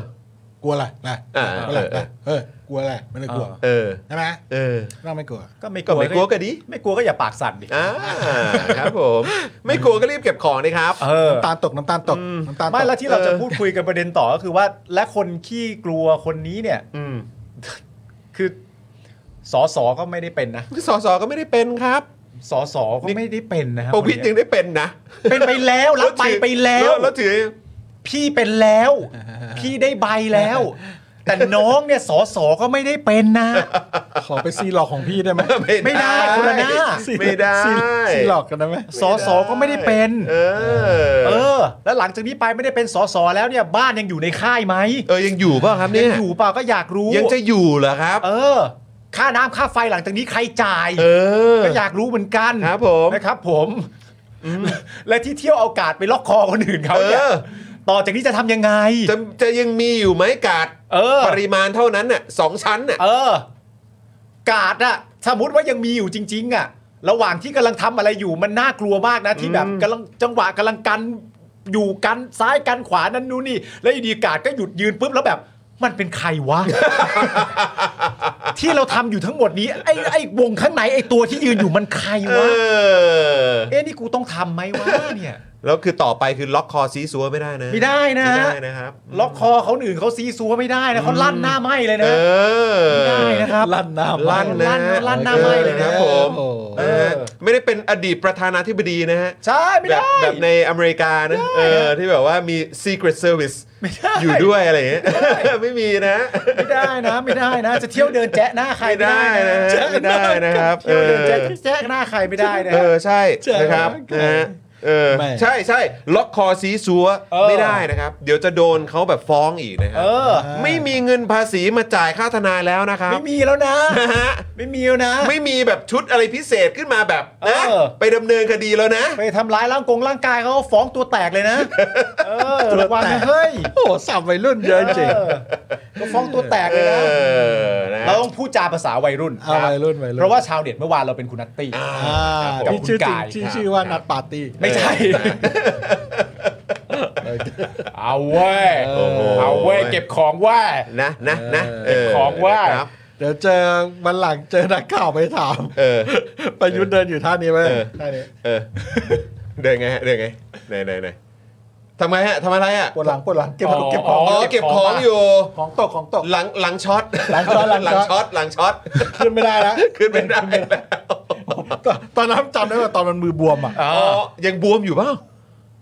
กลัวอะไรนะ อ่า กลัวอะไรนะเออกลัวอะไรไม่ได้กลัว เออ เออ ใช่ไหม เออ เราไม่กลัว ก็ไม่ก ก็ ลัว ไม่กลัวก็ดี ไม่กลัวก็อย่าปากสั่นดิ อ่าครับผม [laughs] ไม่กลัวก็รีบเก็บของนะครับ เออ น้ำตาลตกน้ำตาลตกน้ำตาลตก ไม่แล้วที่เราจะ เออ พูดคุยกันประเด็นต่อก็คือว่า และคนขี้กลัวคนนี้เนี่ย อืม คือสอสอก็ไม่ได้เป็นนะ สสก็ไม่ได้เป็นครับ สอสอก็ไม่ได้เป็นนะฮะ ประวิตยยังได้เป็นนะ เป็นไปแล้วรับใบไปแล้ว แล้วถือ พี่เป็นแล้ว พี่ได้ใบแล้ว แต่น้องเนี่ยสอสอก็ไม่ได้เป็นนะ ขอไปซีหลอกของพี่ได้ไหม ไม่ได้คนละหน้า ไม่ได้ ซีซีหลอกกันได้ไหม สอสอก็ไม่ได้เป็น เออ เออ แล้วหลังจากนี้ไปไม่ได้เป็นสอสอแล้วเนี่ยบ้านยังอยู่ในค่ายไหม เออยังอยู่เปล่าครับ ยั เนี่ ง ย อยู่เปล่าก็อยากรู้ ยังจะอยู่เหรอครับ เออ ค่าน้ำค่าไฟหลังจากนี้ใครจ่าย เออ ก็อยากรู้เหมือนกัน ครับผม นะครับ ผม และที่เที่ยวเอากาดไปล็อกคอคนอื่นเขา เอ เนี่ย อ ต่อจากนี้จะทำยังไง จะจะยังมีอยู่ไหมกาด เออ ปริมาณเท่านั้นน่ะสองชั้นน่ะ เออ กาดอะสมมติว่ายังมีอยู่จริง ๆอะระหว่างที่กำลังทำอะไรอยู่มันน่ากลัวมากนะ ที่แบบกำลังจังหวะกำลังกันอยู่กันซ้ายกันขวานั่นนู่นนี่ แล้วอยู่ดีกาดก็หยุดยืนปุ๊บแล้วแบบ มันเป็นใครวะ ที่เราทำอยู่ทั้งหมดนี้ไอ้ไอ้วงข้างในไอ้ตัวที่ยืนอยู่มันใคร เอ วะ อ เอ๊ะนี่กูต้องทำไหมวะเนี่ย แล้วคือต่อไปคือล็อกคอซีซัวไม่ได้นะ ไม่ได้นะ ไม่ได้นะครับ ล็อกคอเขาอื่นเขาซีซัวไม่ได้นะเขาลั่นหน้าไหมเลย เอ นะ อ ไม่ได้นะครับ ลั่นหน้าไม้ ลั่นนะ ลั่นนะลั่นหน้าไหม้เลยนะ ครับผม โอ้ เออไม่ได้เป็นอดีตประธานาธิบดีนะฮะ ใช่ไม่ แบ ได้ บแบบในอเมริกานะเออที่แบบว่ามี Secret Service อยู่ด้วยอะไรอย่างเงี้ [laughs] ย ไม่มีนะ ไม่ได้นะไม่ได้นะ จะเที่ยวเดินแจ๊ะหน้าใคร ไม่ ไม่ ได้ ได้ นะ นะ ฮะไม่ได้นะครับเออเที่ยวเดินแจ๊ะแจ๊ะหน้าใครไม่ได้นะ เออใช่นะครับนะฮะเออใช่ใช่ล็อกคอซีซัวไม่ได้นะครับ เดี๋ยวจะโดนเขาแบบฟ้องอีกนะครั เอบ อ ไม่มีเงินภาษีมาจ่ายค่าทนายแล้วนะครับ ไม่มีแล้วนะ นะฮะ ไม่มีแล้วนะ ไม่มีแบบชุดอะไรพิเศษขึ้นมาแบบนะ เออ ไปดำเนินคดีแล้วนะ ไปทำร้ายร่างกงร่างกายเขาฟ้องตัวแตกเลยนะเออระวังนะเฮ้ย โหสับวัยรุ่นเยอะจริง เออเขาฟ้องตัวแตก เอ เลยนะ อนะ เราต้องพูดจาภาษาวัยรุ่น เอาวัยรุ่นวัยรุ่น เพราะว่าชาวเน็ตเมื่อวานเราเป็นคุณนัตตี้ อ่า กับ ที่ คุณ ชื่อจริ กาง ย ที่ชื่อว่านัดปาร์ตี้ ไม่ใช่ เอาเว้ย โอ้โห เอาเว้ยเก็บของเว้ย นะนะนะ เก็บของไหว้ ครับ เดี๋ยวเจอวันหลังเจอนักข่าวไปถาม เออ ประยุทธ์เดินอยู่ท่านี้ไหม เออ ท่านี้ เออ เดินไงฮะเดินไงไหนไหนไหนทำไงฮะทำอะไรอ่ะ ปวดหลังปวดหลังเก็บของเก็บของ อ๋อเก็บของอยู่ ของตกของตก หลังหลังช็อต หลังช็อต ห หลั ลัง งช็ ช็อ อ ต ต หลังช็อต ขึ้นไม่ได้แล้ว ขึ้นไม่ได้แล้ว ตอนตอนนั้นจำได้ว่าตอนมันมือบวมอ่ะ อ๋อ อ๋อยังบวมอยู่เปล่า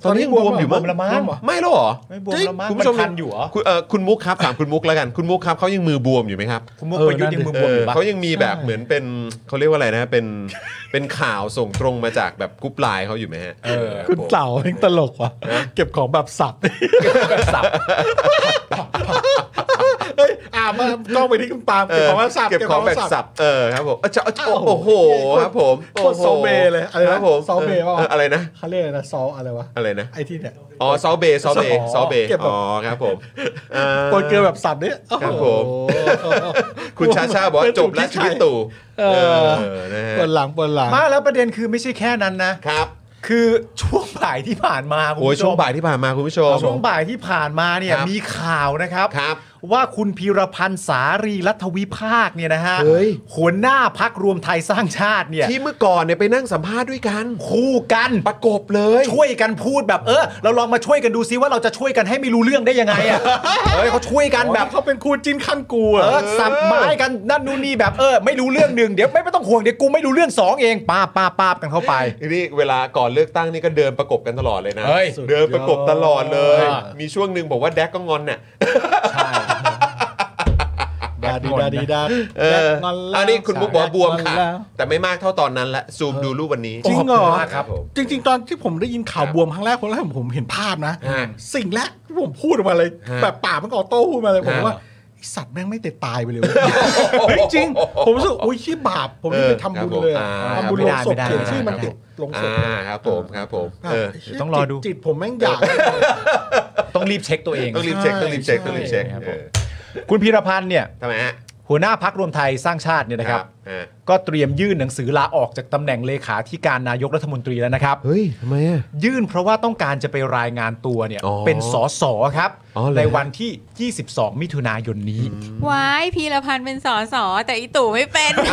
ตอนนี้ยังบวมอยู่ บว มั้ มละมั้ง ไม่แล้วเหรอ ไม่บวมละมั้ง คุณผู้ชม มันคันอยู่เหรอ คุณเออคุณมุกครับถามคุณมุกแล้วกันคุณมุกครับเขายังมือบวมอยู่ไหมครับ คุณมุก เออ ประยุทธ์ นั่ ยั น ง ดิ มือบวมอยู่ปะ เขายังมีแบบเหมือนเป็นเขาเรียกว่าอะไรนะเป็นเป็นข่าวส่งตรงมาจากแบบกรุ๊ปไลน์เขาอยู่ไหมฮะ เออ คุณเต่าแม่งตลกว่ะเก็บของแบบสับ สับ เฮ้ยอ่ามาต้องไปที่คุณปาล์ม เอ เก็อบของมาสับ เก็บของแบบ สั สั บ บเออครับผมเออจะเอาจะเอา อ้าว โอ้โหครับผม โคตรโซเบเลยอะไรนะครับ ผม โซเบป่ะวะ อออะไรนะ [laughs] เขาเรียกอะไรนะซอสอะไรวะ อะไรนะ ไอ้ที่เนี่ย อ๋อซอเบซอเบซอเบ เก็บแบบ อ๋อครับผมเออ โกนเกลือแบบสับเนี่ยโอ้โห ครับผม [laughs] คุณชาชาบอกว่าจบแล้วชีวิตตู่ เออ เออนะฮะ ปวดหลังปวดหลัง มาแล้วประเด็นคือไม่ใช่แค่นั้นนะ ครับ คือช่วงบ่ายที่ผ่านมาคุณ โอ้ย ผู้ช ช่วง ม บ่ายที่ผ่านมาคุณผู้ชม ช่วงบ่ายที่ผ่านมาเนี่ย ครับ มีข่าวนะครับ ครับ ว่าคุณพีรพันธ์สารีรัฐวิภาคเนี่ยนะฮะ เฮ้ย หัวหน้าพักรวมไทยสร้างชาติเนี่ย ที่เมื่อก่อนเนี่ยไปนั่งสัมภาษณ์ด้วยกัน คู่กัน ประกบเลย ช่วยกันพูดแบบเออ เราลองมาช่วยกันดูซิว่าเราจะช่วยกันให้ไม่รู้เรื่องได้ยังไงอ่ะ เฮ้ยเขาช่วยกัน แบ แบบ บ เขาเป็นคู่จิ้นขั้นกู เอ อะ อสับไม้กันนั่นนู่นนี่แบบเออไม่รู้เรื่องหนึ่งเดี๋ยวไม่ไม่ต้องห่วงเดี๋ยวกูไม่รู้เรื่องสองเองป้าบป้าบป้าบกันเข้าไป นี่เวลาก่อนเลือกตั้งนี่ก็เดินประกบกันตลอดเลยนะ เฮ้ย เดินประกบตลอดเลย อ่า มีช่วงหนึ่งบอกว่าแดกก็งอนน่ะ ดาดีดาดีดา เอ แดก อ อนแล้ว อันนี้คุณมุกบอกว่าบวมค่ะ แดกงอนแล้ว แต่ไม่มากเท่าตอนนั้นละซูมดูรูปวันนี้ จริงเหรอ ขอบคุณมากครับผม จริง ๆ ตอนที่ผมได้ยินข่าว ครับ บวมครั้งแรกคนแรกผมผมเห็นภาพนะ ฮะ สิ่งแรกที่ผมพูดออกมาเลย ฮะ แบบป่ากมันก็ออโต้พูดมาเลยผม ฮะ ว่าไอ้สัตว์แม่งไม่เตะตายไปเลยเว้ยเฮ้ยจริง ผมรู้สึกอุ้ยชี่บาป ผมนี่ไปทำบุญเลยอะ เออครับผม ทำบุญลงศพ อ่า เขียนชื่อมัน ครับ ติดลงศพ อ่าครับผมครับผมเออ ไหี้ ต้องรอดู จิตผมแม่งอยาก ต้องรีบเช็คตัวเอง ต้องรีบเช็คต้องรีบเช็คต้องรีบเช็ค ใช่ครับ เอ ผม อ คุณพีรพันธ์เนี่ย ทำไมฮะ หัวหน้าพักรวมไทยสร้างชาติเนี่ยนะครับ เออ ก็เตรียมยื่นหนังสือลาออกจากตำแหน่งเลขาธิการนายกรัฐมนตรีแล้วนะครับ เฮ้ยทำไมอ่ะ ยื่นเพราะว่าต้องการจะไปรายงานตัวเนี่ย อ๋อ เป็นสสครับ อ๋อเหรอ ในวันที่ 22 มิถุนายนนี้ วายพีรพันธ์เป็นสอสอแต่อีตู่ไม่เป็น [laughs]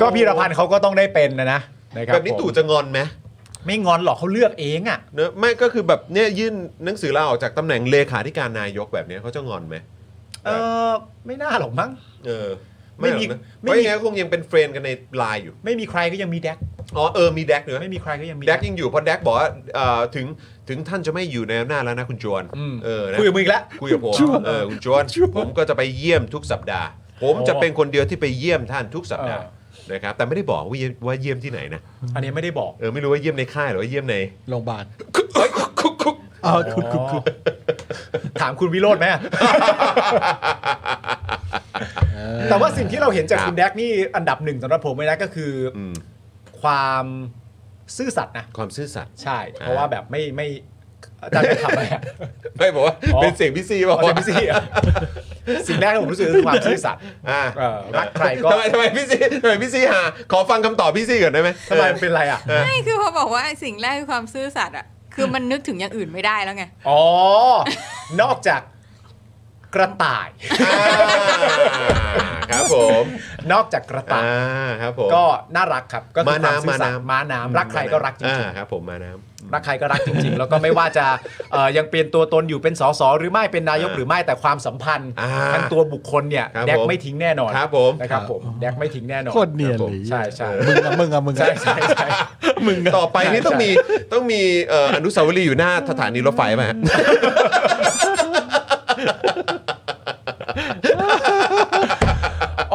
ก็พีรพันธ์เขาก็ต้องได้เป็นนะนะนะครับ แบบนี้ ผม ตู่จะงอนไหม ไม่งอนหรอกเขาเลือกเองอ่ะ เนอะไม่ก็คือแบบเนี่ยยื่นหนังสือลาออกจากตำแหน่งเลขาธิการนายกแบบเนี้ยเขาจะงอนไหม เออไม่น่าหรอกมั้ง เออไม่หรอกนะเพไม่มีราะยังไงก็คงยังเป็นเฟรนด์กันในไลน์อยู่ ไม่มีใครก็ยังมีแดก อ๋อเออมีแดกเนอะ ไม่มีใครก็ยังมี แดกยังอยู่เพราะแดกบอกว่าเอ่อถึงถึงท่านจะไม่อยู่ในอำนาจแล้วนะคุณจวน อืม เออนะ คุยกับมึงอีกแล้ว คุยกับผมเออคุณจวนผมก็จะไปเยี่ยมทุกสัปดาห์ ผมจะเป็นคนเดียวที่ไปเยี่ยมท่านทุกสัปดาห์ เอ นะครับแต่ไม่ได้บอกว่าเยี่ยมว่าเยี่ยมที่ไหนนะ อันนี้ไม่ได้บอก เออไม่รู้ว่าเยี่ยมในค่ายหรือว่าเยี่ยมใน โรงพยาบาล เฮ้ยคุกคุก เอาคุณคุณคุณ ถามคุณวิโรธไหม แต่ว่าสิ่งที่เราเห็นจากคุณแดกนี่อันดับหนึ่งสำหรับผมเลยนะก็คืออ อืม ความซื่อสัตย์นะ ความซื่อสัตย์ ใช่อ่าเพราะว่าแบบไม่ไม่อาจารย์จะทำอะไร [laughs] อะ ไม่บอกว่า อ๋อ เป็นเสียงพี่ซีบ อ๋ อ อก อาจารย์พิซี่อะสิ่งแรกที่ผมรู้สึกคือความซื่อสัตย์ อ่า เออรักใครก็ ทำไมทำไมพี่ซีทำไมพี่ซีหาขอฟังคำตอบพี่ซีก่อนได้ไหม ทำไมมันเป็นไรอ่ะ ไม่คือพอบอกว่าสิ่งแรกคือความซื่อสัตย์อ่ะ คือมันนึกถึงอย่างอื่นไม่ได้แล้วไง อ๋อ นอกจากกระต่าย อ่าครับผม นอกจากกระต่า อ่าย ครับผม ก็น่ารักครับ ก็คือ มา คน้ำวามซื่อ มา สัตย์ น้ำ ม้าน้ำรักใครก็รักจริง อ่า ๆ ครับผมมาน้ำ รักใครก็รักจริง ๆ แล้วก็ไม่ว่าจะเอ่อยังเป็นตัวตนอยู่เป็นสสหรือไม่เป็นนายก อ่า หรือไม่แต่ความสัมพันธ์ อ่า ทั้งตัวบุคคลเนี่ย ครับ แดก ผม ไม่ทิ้งแน่นอน ครับผม นะครับผมแดกไม่ทิ้งแน่นอน โคตรเนียนเลย ใช่ใช่ มึงอะมึงอะมึงอะ ใช่ใช่ใช่ มึงต่อไปนี่ต้องมีต้องมีเอ่ออนุสาวรีย์อยู่หน้าสถานีรถไฟไหมฮะ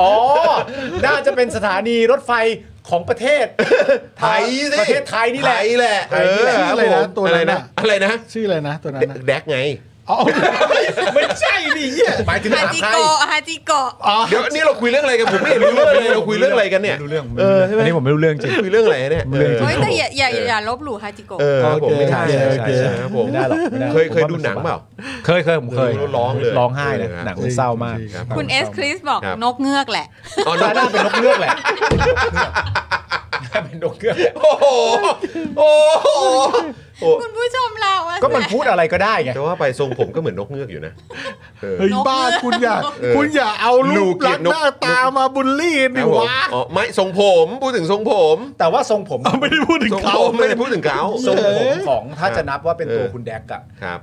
อ๋อ น่าจะเป็นสถานีรถไฟของประเทศ ไทยสิ ประเทศไทยนี่แหละ ไทยแหละ ไทยนี่แหละ เ ชื่ออะไรคนะรับผม ตัว อะไร นั้น นะ น่ะ อะไรนะ ชื่ออะไรนะตัวนั้นนะ แดกไง อ๋อ ไม่ใช่ดิเหี้ยหมายถึง ฮา ถาม จิ ใคร โกะฮาจิโกะ เดี๋ยวนี่เราคุยเรื่องอะไรกันผมไม่เห็นรู้เรื่องเลยเราคุยเรื่องอะไรกันเนี่ย ไม่รู้เรื่อง เออใช่ไหม นนี้ผมไม่รู้เรื่องจริง คุยเรื่องอะไรเนี่ย ไม่รู้เรื่องจริง เฮ้ยแต่อย่าอย่าอย่าลบหลู่ฮาจิโกะ เออครับผมไม่ได้ โอเคโอเค ใช่ครับผม ไม่ได้หรอกไม่ได้หรอก เคยเคยดูหนังเปล่า เคยเคยผมเคย ดูแล้วร้องเลย ร้องไห้นะ เออ หนังมันเศร้ามาก ครับ คุณเอสคริสบอก ครับ นกเงือกแหละ อ๋อ น่า น้อง เป็นนกเงือกแหละน่าเป็นนกเงือกแหละ โอ้โห โอ้โหโอ้ คุณผู้ชมเราอะ ก็มันพูดอะไรก็ได้ไง แต่ว่าไปทรงผมก็เหมือนนกเงือกอยู่นะเออ เฮ้ยบ้าคุณอย่า เออ คุณอย่าเอารูป ลูกเกีย ลั รตินกษณ์ ก หน้าตามาบูลลี่คดิรับผม วะ อ๋อไม่ทรงผมพูดถึงทรงผม แต่ว่าทรงผม ไม่ได้พูดถึง ทรง เขา ผมไม่ได้พูดถึงเขา ทรงผมของถ้าจะนับว่าเป็นตัว เออ คุณแดกอะ ครับ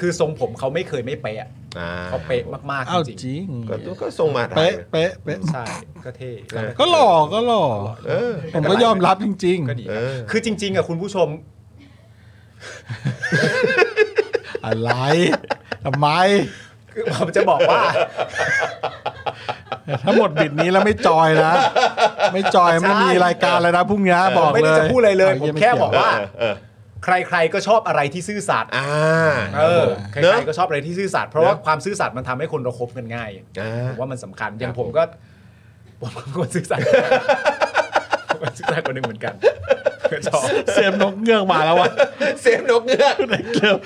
คือทรงผมเขาไม่เคยไม่เป๊ะอะ อ่า เขาเป๊ะมาก เอา ๆจจริง ริง ก็ก็ทรงมาได้ เป๊ะเป๊ะเป๊ะ ๆใช่ก็เท่แล้ว ก็หล่อก็หล่อ เออ ผมก็ยอมรับจริง ก็ดี เออ คือจริง ๆอะคุณผู้ชม [laughs] ๆ อะไรทำไม คือผมจะบอกว่า ถ้าหมดบิดนี้แล้วไม่จอยนะ ไม่จอยไม่มีรายการเลยนะพรุ่งนี้บอก ไม่ เล ได้ ย จะพูดอะไรเลย า ผม ไ แค่บอกว่า เออเออ ใครๆก็ชอบอะไรที่ซื่อสัตย์ อ่า เออใค เน ร อะ ๆก็ชอบอะไรที่ซื่อสัตย์เพราะว่า เนอะ ความซื่อสัตย์มันทำให้คนเราคบกันง่าย อ่า ผมว่ามันสำคัญ อย่า ครั ง บ ผมก็ ผมก็คนซื่อสัตย์ ผมก็ซื่อสัตย์คนหนึ่งเหมือน [laughs] กันก็ชอบ เสียมนกเงือกมาแล้ววะ เซฟนกเงือก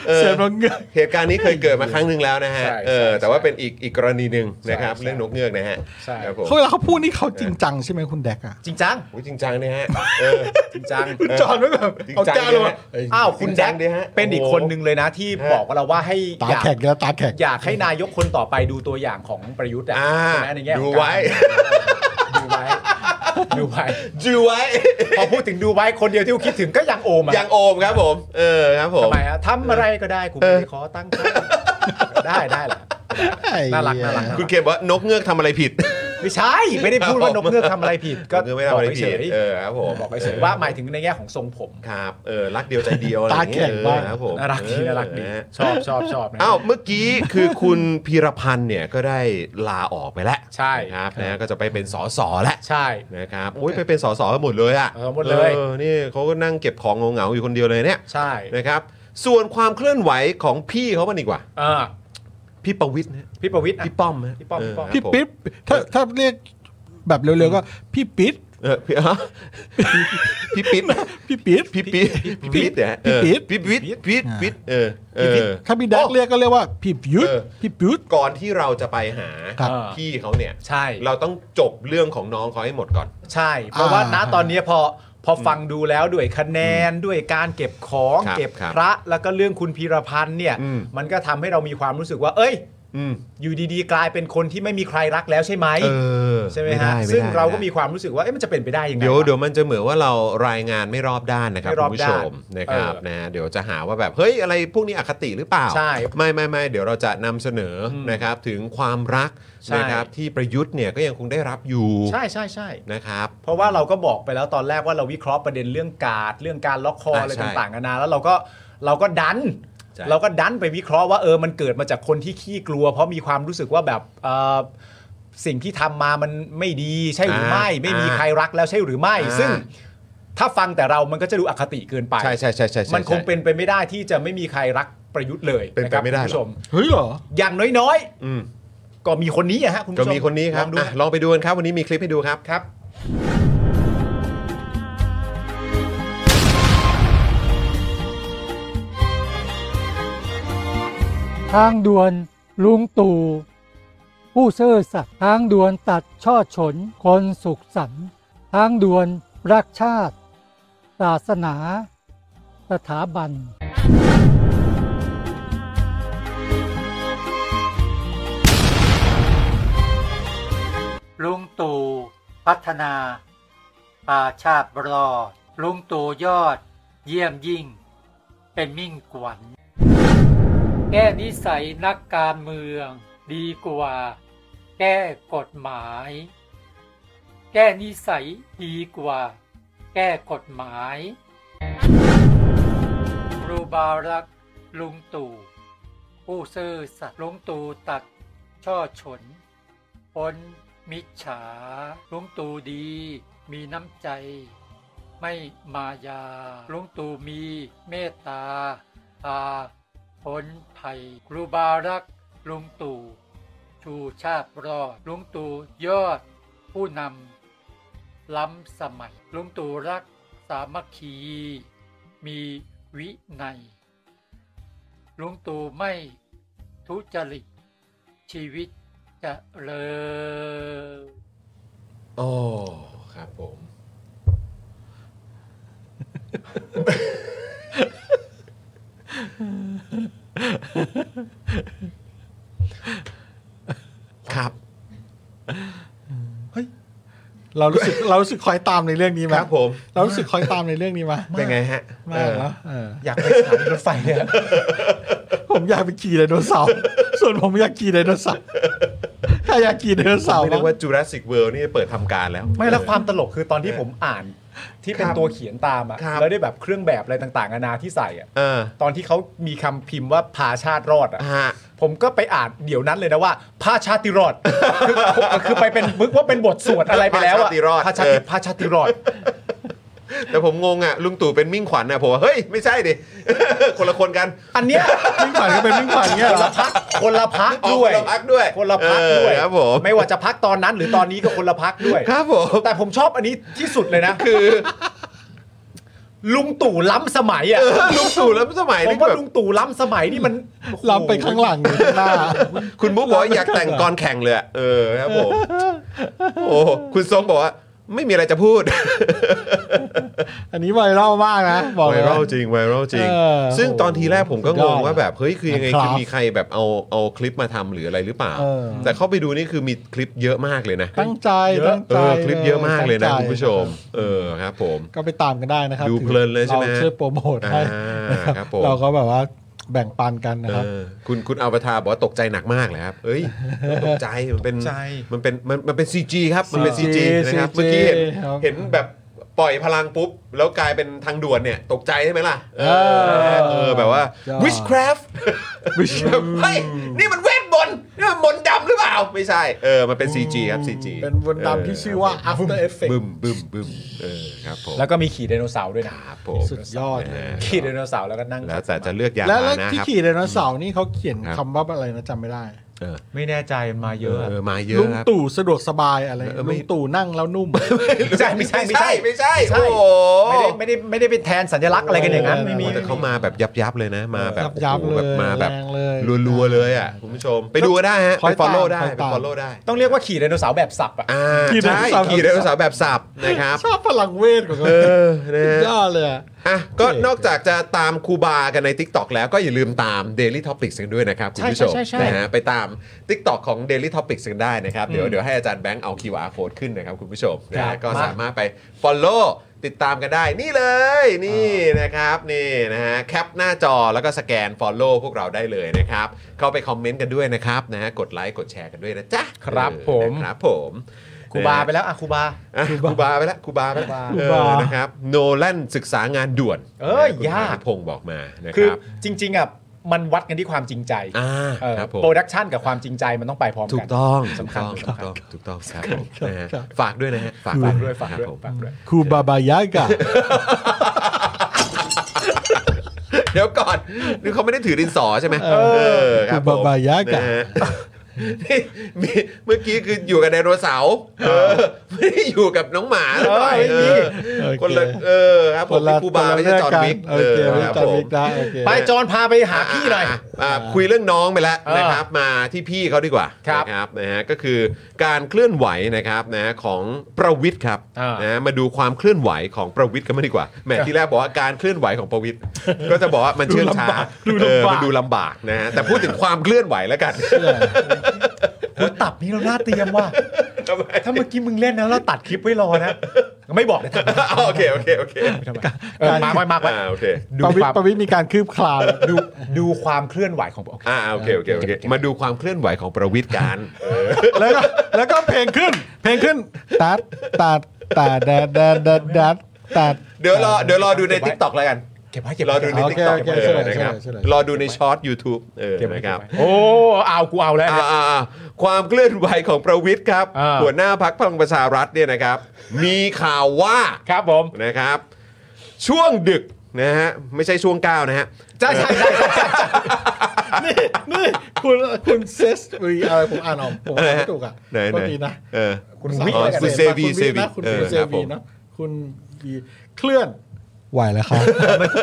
เออ เสียมนกเงือก เหตุการณ์นี้เคยเกิดมาครั้งหนึ่งแล้วนะฮะ ใช่ เออ ใช่ แต่ว่าเป็นอีกอีกกรณีหนึ่งนะครับ ใช่ เรื่องนกเงือกนะฮะ ใช่ ครับผม เขาเวลาเขาพูดนี่เขาจริงจังใช่ไหมคุณแดกอ่ะ จริงจัง โอ้ยจริงจังเนี่ยฮะเออ จริงจัง คุณจอห์นไม่แบบ จริงจัง เอาแก้วลงเนี่มาย เอ้ย อ้าวคุณจริงแดกจังดิฮะ เป็นอีก โอ้โห คนหนึ่งเลยนะที่ ฮะ บอกกับเราว่าให้ ตา อยาก แข็งแล้วตาแข็ง อยากให้นายกคนต่อไปดูตัวอย่างของประยุทธ์อ่ะ อ่า ใช่ไหมในแง่ของ ดูไว้ การดูไว้ ดูไว้ จูไว้ พอพูดถึงดูไว้คนเดียวที่กูคิดถึงก็ยังโอมอะ ยังโอมครับผม เออครับผม ทำไมอะทำอะไรก็ได้กูไม่ได้ขอตั้งค์ใครได้ได้แหละ น่ารักน่ารัก คุณเคบอกว่านกเงือกทำอะไรผิด ไม่ใช่ ไม่ได้พูดว่านกเงือกทำอะไรผิดก็ นกเงือกไม่ทำอะไรผิด บกเฉย เออครับผม บอกไปเฉยว่าหมายถึงในแง่ของทรงผม ครับเออรักเดียวใจเดียวอะไรอย่เย ตาแข็งมาก เออครับผม น่ารักดีน่ารักดี เออ ชอบชอบชอบนะ อ้าวเมื่อกี้คือคุณพีรพันธ์เนี่ยก็ได้ลาออกไปแล้ว ใช่ นะครับนะก็จะไปเป็นสสแล้ว ใช่ นะครับโอ้ยไปเป็นสสกันหมดเลยอ่ะ เออหมดเลย ออนี่เขาก็นั่งเก็บของเหงาๆอยู่คนเดียวเลยเนี่ย ใช่ นะครับ ส่วนความเคลื่อนไหวของพี่เขาบ้างดีกว่า อ่า พี่ประวิทย์นะ พี่ประวิทย์อะ พี่ป้อมนะ พี่ป้อมพี่ป้เครับผพี่อมม ปิ๊บถ้าถ้าเรียกแบบเร็วๆก็พี่ปิ๊ด เออพี่ฮะ [laughs] พี่ปิ๊ด พี่ปิ๊ด พี่ปี๊ดพี่ปี๊ดเนี่ยฮะเออ พี่ปี๊ด พี่ปี๊ดพี่ปี๊ดเออเอ พี่ปิ๊ด อ ถ้าพี่แดกเรียกก็เรียกว่าพี่ยุทธ เออ พี่ยุทธ ก่อนที่เราจะไปหา ครับ พี่เขาเนี่ย ใช่ เราต้องจบเรื่องของน้องเขาให้หมดก่อน ใช่ เพราะว่าณ อ่า ตอนนี้พอพอฟังดูแล้วด้วยคะแนนด้วยการเก็บของ ครับ เก็บ ครับ พระแล้วก็เรื่องคุณพีรพันธ์เนี่ย อืม มันก็ทำให้เรามีความรู้สึกว่า เอ้ย อืม อยู่ดีๆ กลายเป็นคนที่ไม่มีใครรักแล้วใช่ไหม เออ ใช่ไหม ด้ ฮะ ด้ ซึ่งเราก็ ไได้ มีความรู้สึกว่าเอ๊ะมันจะเป็นไปได้ยังไง เดี๋ยว วะ เดี๋ยวมันจะเหมือนว่าเรารายงานไม่รอบด้านนะครับ ไม่ร คุ อบ ณผู้ช ด้าน มนะครับ เออ นะเดี๋ยวจะหาว่าแบบเฮ้ยอะไรพวกนี้อคติหรือเปล่า ใช่ ไม่ไม่ไม่เดี๋ยวเราจะนำเสนออ ม นะครับถึงความรัก ใช่ นะครับที่ประยุทธ์เนี่ยก็ยังคงได้รับอยู่ ใช่ใช่ใช่ นะครับ เพราะว่าเราก็บอกไปแล้วตอนแรกว่าเราวิเคราะห์ประเด็นเรื่องการดเรื่องการล็อกคอ ใช่ อะไร ใช่ ต่างๆนานาแล้วเราก็เราก็ดัน ใช่ เราก็ดันไปวิเคราะห์ว่าเออมันเกิดมาจากคนที่ขี้กลัว เพราะมีความรู้สึกว่าแบบเอ่อสิ่งที่ทำมามันไม่ดีใช่หรือไม่ อ่า ไม่มีใครรักแล้วใช่หรือไม่ อ่า ซึ่งถ้าฟังแต่เรามันก็จะดูอคติเกินไป ใช่ใช่ใช่ใช่ใช่ มันคงเป็นไปไม่ได้ที่จะไม่มีใครรักประยุทธ์เลย เป็นไปไม่ได้ ะครับคุณผู้ชม เฮ้ยเหรอ อย่างน้อย อืม ๆ ก็มีคนนี้อะฮะคุณผู้ช ก็ ม มีคนนี้ครับ ลองดู อ่ะลองไปดูกันครับ วันนี้มีคลิปให้ดูครับ ครับ ทางด่วนลุงตู่ผู้ซื่อสัตย์ทางด่วนตัดช่อฉนคนสุขสันต์ทางด่วนรักชาติ ศาสนา สถาบัน ลุงตู่พัฒนาป่าชาติรอดลุงตู่ยอด เยี่ยมยิ่ง เป็นมิ่งกวัน แก้นิสัยนักการเมืองดีกว่า แก้กฎหมาย แก้นิสัยดีกว่า แก้กฎหมายครูบารักษ์ลุงตู่ผู้ซื่อสัตย์ลุงตู่ตัดช่อฉนพ้นมิจฉาลุงตู่ดีมีน้ำใจ ไม่มายาลุงตู่มีเมตตาตา พ้นภัยครูบารักษ์ลุงตู่ชูชาติรอดลุงตู่ยอด ผู้นำ ล้ำสมัยลุงตู่รักสามัคคี มีวินัยลุงตู่ไม่ทุจริต ชีวิตเจะเลิศ โอ้ครับผมครับ เรารู้สึกเรารู้สึกคอยตามในเรื่องนี้ไหม ครับผม เรารู้สึกคอยตามในเรื่องนี้ไหม เป็นไงฮะ ไมา เอก อ แล้วเออ อยากไปสถานีรถไฟ [laughs] เนี่ย ผมอยากไปขี่ไดโนเสาร์ [laughs] ส่วนผมอยากขี่ไดโนเสาร์ [laughs] ถ้าอยากขี่ไดโนเสาร์ ไม่นึกว่าจูราสสิกเวิลด์นี่เปิดทำการแล้ว ไม่แล้วความตลกคือตอนที่ผมอ่าน ที่เป็น ครับ ตัวเขียนตามอะ ครับ แล้วได้แบบเครื่องแบบอะไรต่างๆนานาที่ใส่อะ เออ ตอนที่เขามีคำพิมพ์ว่าพาชาติรอดอะ ฮะ ผมก็ไปอ่านเดี๋ยวนั้นเลยนะว่าพาชาติรอดคือ [laughs] คือคือไปเป็นมึกว่าเป็นบทสวดอะไรไปแล้วพาอะชาติรอด พาชาติ เออ พาชาติรอด แต่ผมงงอ่ะลุงตู่เป็นมิ่งขวัญอ่ะผมว่าเฮ้ยไม่ใช่ดิ [laughs] คนละคนกัน อันเนี้ย มิ่งขวัญก็เป็นมิ่งขวัญเงี้ย คน เหรอ ละพักคนละพัก อ๋อ ด้วย คนละพักด้วย คนละพักด้วเอยอครับผม ไม่ว่าจะพักตอนนั้นหรือตอนนี้ก็คนละพักด้วย ครับผม แต่ผมชอบอันนี้ที่สุดเลยนะ คือ ลุงตู่ล้ำสมัยอ่ะ ลุงตู่แล้วสมัย ผม นี่ ว่า แบบ ลุงตู่ล้ำสมัยนี่มัน ลำไปข้างหลังหรือข้างหน้า คุณบุ๊กบอกว่าอยากแต่งกรแข่งเลยอะเออครับผมโอ้โหคุณทรงบอกว่า ไม่มีอะไรจะพูด อันนี้ไวรัลมากนะบอก ไว เลย รัลจริงไวรัลจริง เออ ซึ่งตอนทีแรกผมก็ สุดย ง อด งว่าแบบเฮ้ยคือยังไง นะครับ คือมีใครแบบเอาเอาคลิปมาทำหรืออะไรหรือเปล่า เออ แต่เข้าไปดูนี่คือมีคลิปเยอะมากเลยนะ ตั้งใจ เย ตั้ อะ ง เอ ใจ อคลิปเยอะมากเลยนะ ตั้งใจ คุณผู้ชม เออครับผม ก็ไปตามกันได้นะครับ ดูเพลินเลยใช่ไหม ราช่วยโปรโมทให้ อ่า นะครับ ผม เราก็แบบว่าแบ่งปันกันนะครับ เออคุณคุณอวตารบอกว่าตกใจหนักมากเลยครับ [laughs] เอ้ยตกใจมันเป็นมันเป็นมันมันเป็นซีจีครับมันเป็นซี CG จีนะครับ เมื่อกี้เห็น ครับ เห็นแบบปล่อยพลังปุ๊บ แล้วกลายเป็นทางด่วนเนี่ย ตกใจใช่ไหมล่ะ เออเออแบบว่า witchcraft [laughs] เฮ้ยนี่มันเวทมนต์นี่มันมนต์ดำหรือเปล่า ไม่ใช่ เออ มันเป็น CG ครับ CG เป็นวนดำที่ชื่อว่า after effect บึ้มบึ้มบึ้มเออครับผม แล้วก็มีขี่ไดโนเสาร์ด้วยนะครับ ผม สุดยอดเลย ขี่ไดโนเสาร์แล้วก็นั่ง แล้วแต่จะเลือกยาน แล้ว พาห แล้ นะ ว ค ที่ รับ ขี่ไดโนเสาร์นี่เขาเขียน ครับ คำว่าอะไรนะจำไม่ได้ ไม่แน่ใจมันมาเยอะอะ เออมาเยอะ ลุง ครับ ตู่สะดวกสบายอะไร เออไม่ ลุงตู่นั่งแล้วนุ่ม ไม่ใช่ไม่ใช่ไม่ใช่ ไม่ใช่ ใช่ โอ้โห ไม่ได้ไม่ได้ไม่ได้เป็นแทนสัญลักษณ์อะไรกันอย่างนั้นไม่มี แต่เขามาแบบยับยับๆเลยนะ มาแบบ ยับๆ โอ้โหแบบ เลย มาแบบ แรงเลย รัวๆเลยอ่ะคุณผู้ชม ไปดูก็ได้ฮะ คอ ไป ยตาม follow ได้ คอย ไป ตาม follow ได้ ต้องเรียกว่าขี่ไดโนเสาร์แบบสับอ่ะ อ่า ขี่ได ใช่ โนเสาร์ ขี่ไดโนเสาร์แบบสับนะครับ ชอบพลังเวทของเขา เออนะ สุดย ฮะ อดเลยอะ อ่ะก็นอกจากจะตามครูบากันใน TikTok แล้วก็อย่าลืมตาม Daily Topics กันด้วยนะครับ คุณผู้ชมนะฮะไปตาม TikTok ของ Daily Topics กันได้นะครับ เดี๋ยวเดี๋ยวให้อาจารย์แบงค์เอา QR code ขึ้นนะครับคุณผู้ชมนะฮะก็สามารถไป follow ติดตามกันได้นี่เลยนี่นะครับนี่นะฮะแคปหน้าจอแล้วก็สแกน Follow พวกเราได้เลยนะครับ เข้าไปคอมเมนต์กันด้วยนะครับนะฮะกดไลค์กดแชร์กันด้วยนะจ๊ะ ครับ เออ ผม นะครับผม ครูบาไปแล้วอะครูบา อ่ะครูบาไปแล้วครูบาไปแล้ว คเอบรูา อนะครับโนแลนศึกษางานด่วน เอ้ย คุณ ยาก พงษ์บอกมานะค คือ รับ จริงๆอ่ะมันวัดกันที่ความจริงใจ อ่า เออ ครับผม โปรดักชันกับความจริงใจมันต้องไปพร้อม ถู กั ก น ต้อง สำคัญ ถูก ครั ต้อง บ ถูกต้องครับผมนะฮะฝากด้วยนะฮะฝาก ฝากด้วยฝาก ครับ ด้วย ผม ฝากด้วย คูบาบายากะ เดี๋ยวก่อนนี่เขาไม่ได้ถือดินสอใช่ไหมเออครับผม คือบาบายานกะฮ [laughs] นี่มีเมื่อกี้คืออยู่กับไดโนเสาร์เออไม่ได้อยู่กับน้องหมาเท่าไหร่เออคนละเออครับผมเป็นครูบาไม่ใช่จอห์นวิก โอเคไม่ ค ใช่ รั จอผห์นม วิกได้โอเค ไปจอนพาไปหาพี่หน่อย ะะคุยเรื่องน้องไปแล้ว เออ นะครับมาที่พี่เขาดีกว่า ครับ นะครับนะฮะก็คือการเคลื่อนไหวนะครับนะของประวิทย์ครับ อ่าน นะฮะมาดูความเคลื่อนไหวของประวิทย์กันมางดีกว่าแหมที่แรกบอกว่าการเคลื่อนไหวของประวิทย์ ก็จะบอกว่ามันเชื่องช้า ดู เอ ลำอบากมันดูลำบากนะฮะแต่พูดถึงความเคลื่อนไหวแล้วกัน กูตับนี้เราหน้าเตรียมว่ะ ทำไม ถ้าเมื่อกี้มึงเล่นนะเราตัดคลิปไว้รอนะไม่บอกเลยทำไม อ้าวโอเคโอเคโอเค ทำไมเออมาร์คไว้มาร์คไว้ อ่าโอเค ดู ประวิ ความ ตรประวิตรมีการคืบคลาน ดูดูความเคลื่อนไหวของโอเค อ่าโอเคโอเคโอเคมาดูความเคลื่อนไหวของประวิทย์กันเออ แล้วก็แล้วก็เพลงขึ้น เพลงขึ้นตัดตัดตัดแดดแดดแดดแดดตัด เดี๋ยวรอเดี๋ยวรอดูใน TikTok แล้วกัน เก็บไว้เก็บ ร ไว้ อดูใน โอ ติ๊ก เค ต็อก โอเค เอ ใช่ อ ใช่ นะครับ ใช่ใช่ รอดูในช็อต YouTube เออ เก็บไว้ นะครับ เก็บไว้โอ้เอากูเอาแล้ว อ่าอ่าอ่าความเคลื่อนไหวของประวิทย์ครับ อ่า หัวหน้าพักพลังประชารัฐเนี่ยนะครับ มีข่าวว่า ครับผม นะครับ ช่วงดึกนะฮะไม่ใช่ช่วงเก้านะฮะ ใช่ใช่ใช่ใช่ใช่ นี่นี่คุณคุณเซสหรืออะไรผมอ่านออกผมอ่านไม่ถูกอ่ะ ไหนไห ก็ น ดีนะ เออ คุณ สาม วิ อ๋อ ร้อย คุณเซวี คุณนะ เซวี คุณ เออ เซ ครับผ วี ม นะคุณวีเคลื่อนไหวแล้วครับ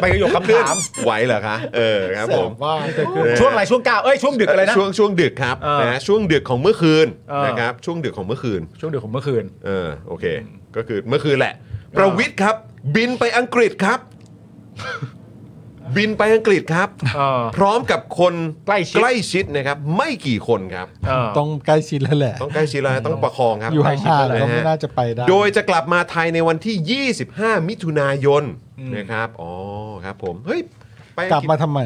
ไปกระโยกคำถาม ไหวเหรอคะเออครับผม ว่า ช่วงอะไรช่วงเก้าเอ้ยช่วงดึกอะไรนะ ช่วงช่วงดึกครับ เออ นะฮะช่วงดึกของเมื่อคืน เออ นะครับช่วงดึกของเมื่อคืน ช่วงดึกของเมื่อคืน เออโอเค ก็คือเมื่อคืนแหละ ประวิทย์ครับ บินไปอังกฤษครับ [laughs] บินไปอังกฤษครับ เออ พร้อมกับคน ใกล้ชิด ชิดนะครับ ไม่กี่คนครับ เออ ต้องใกล้ชิดแล้วแหละ ต้องใกล้ชิดแล้วต้องประคองครับ อยู่ห่างๆก็ นะ ไม่ ฮะ น่าจะไปได้ โดยจะกลับมาไทยในวันที่ 25 มิถุนายนนะครับอ๋อครับผมเฮ้ยไปอัง กลับ ฤษ มาทำไม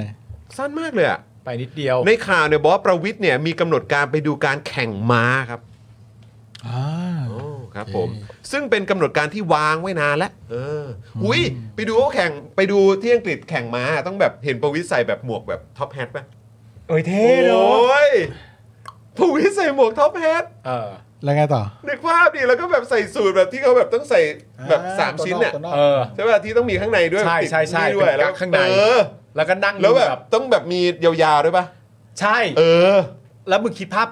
สั้นมากเลยอะ ไปนิดเดียว ในข่าวเนี่ยบอกว่าประวิทย์เนี่ยมีกำหนดการไปดูการแข่งม้าครับ โอ้ครับผม ซึ่งเป็นกำหนดการที่วางไว้นานแล้วเอออุ้ยไปดูเขาแข่งไปดูที่อังกฤษแข่งม้าต้องแบบเห็นประวิทย์ใส่แบบหมวกแบบท็อปแฮทไหม เอ้ยเท่ โอ เนอะ ้ยประวิทย์ใส่หมวกท็อปแฮท เออ แล้วไงต่อ นึกภาพดิแล้วก็แบบใส่สูตรแบบที่เขาแบบต้องใส่แบบ อ่า สามชิ้นเนี่ย ตัวกตัวก เออ ใช่ป่ะที่ต้องมีข้างในด้วย ใช่ใช่ใช่ นี่ด้วย เป็นแล้กั๊กว ข้างใน เออ แล้วก็นั่ง แล้วแบ ดู บต้องแบบมียาวๆด้วยป่ะ ใช่ เออ แล้วมึงคิดภาพ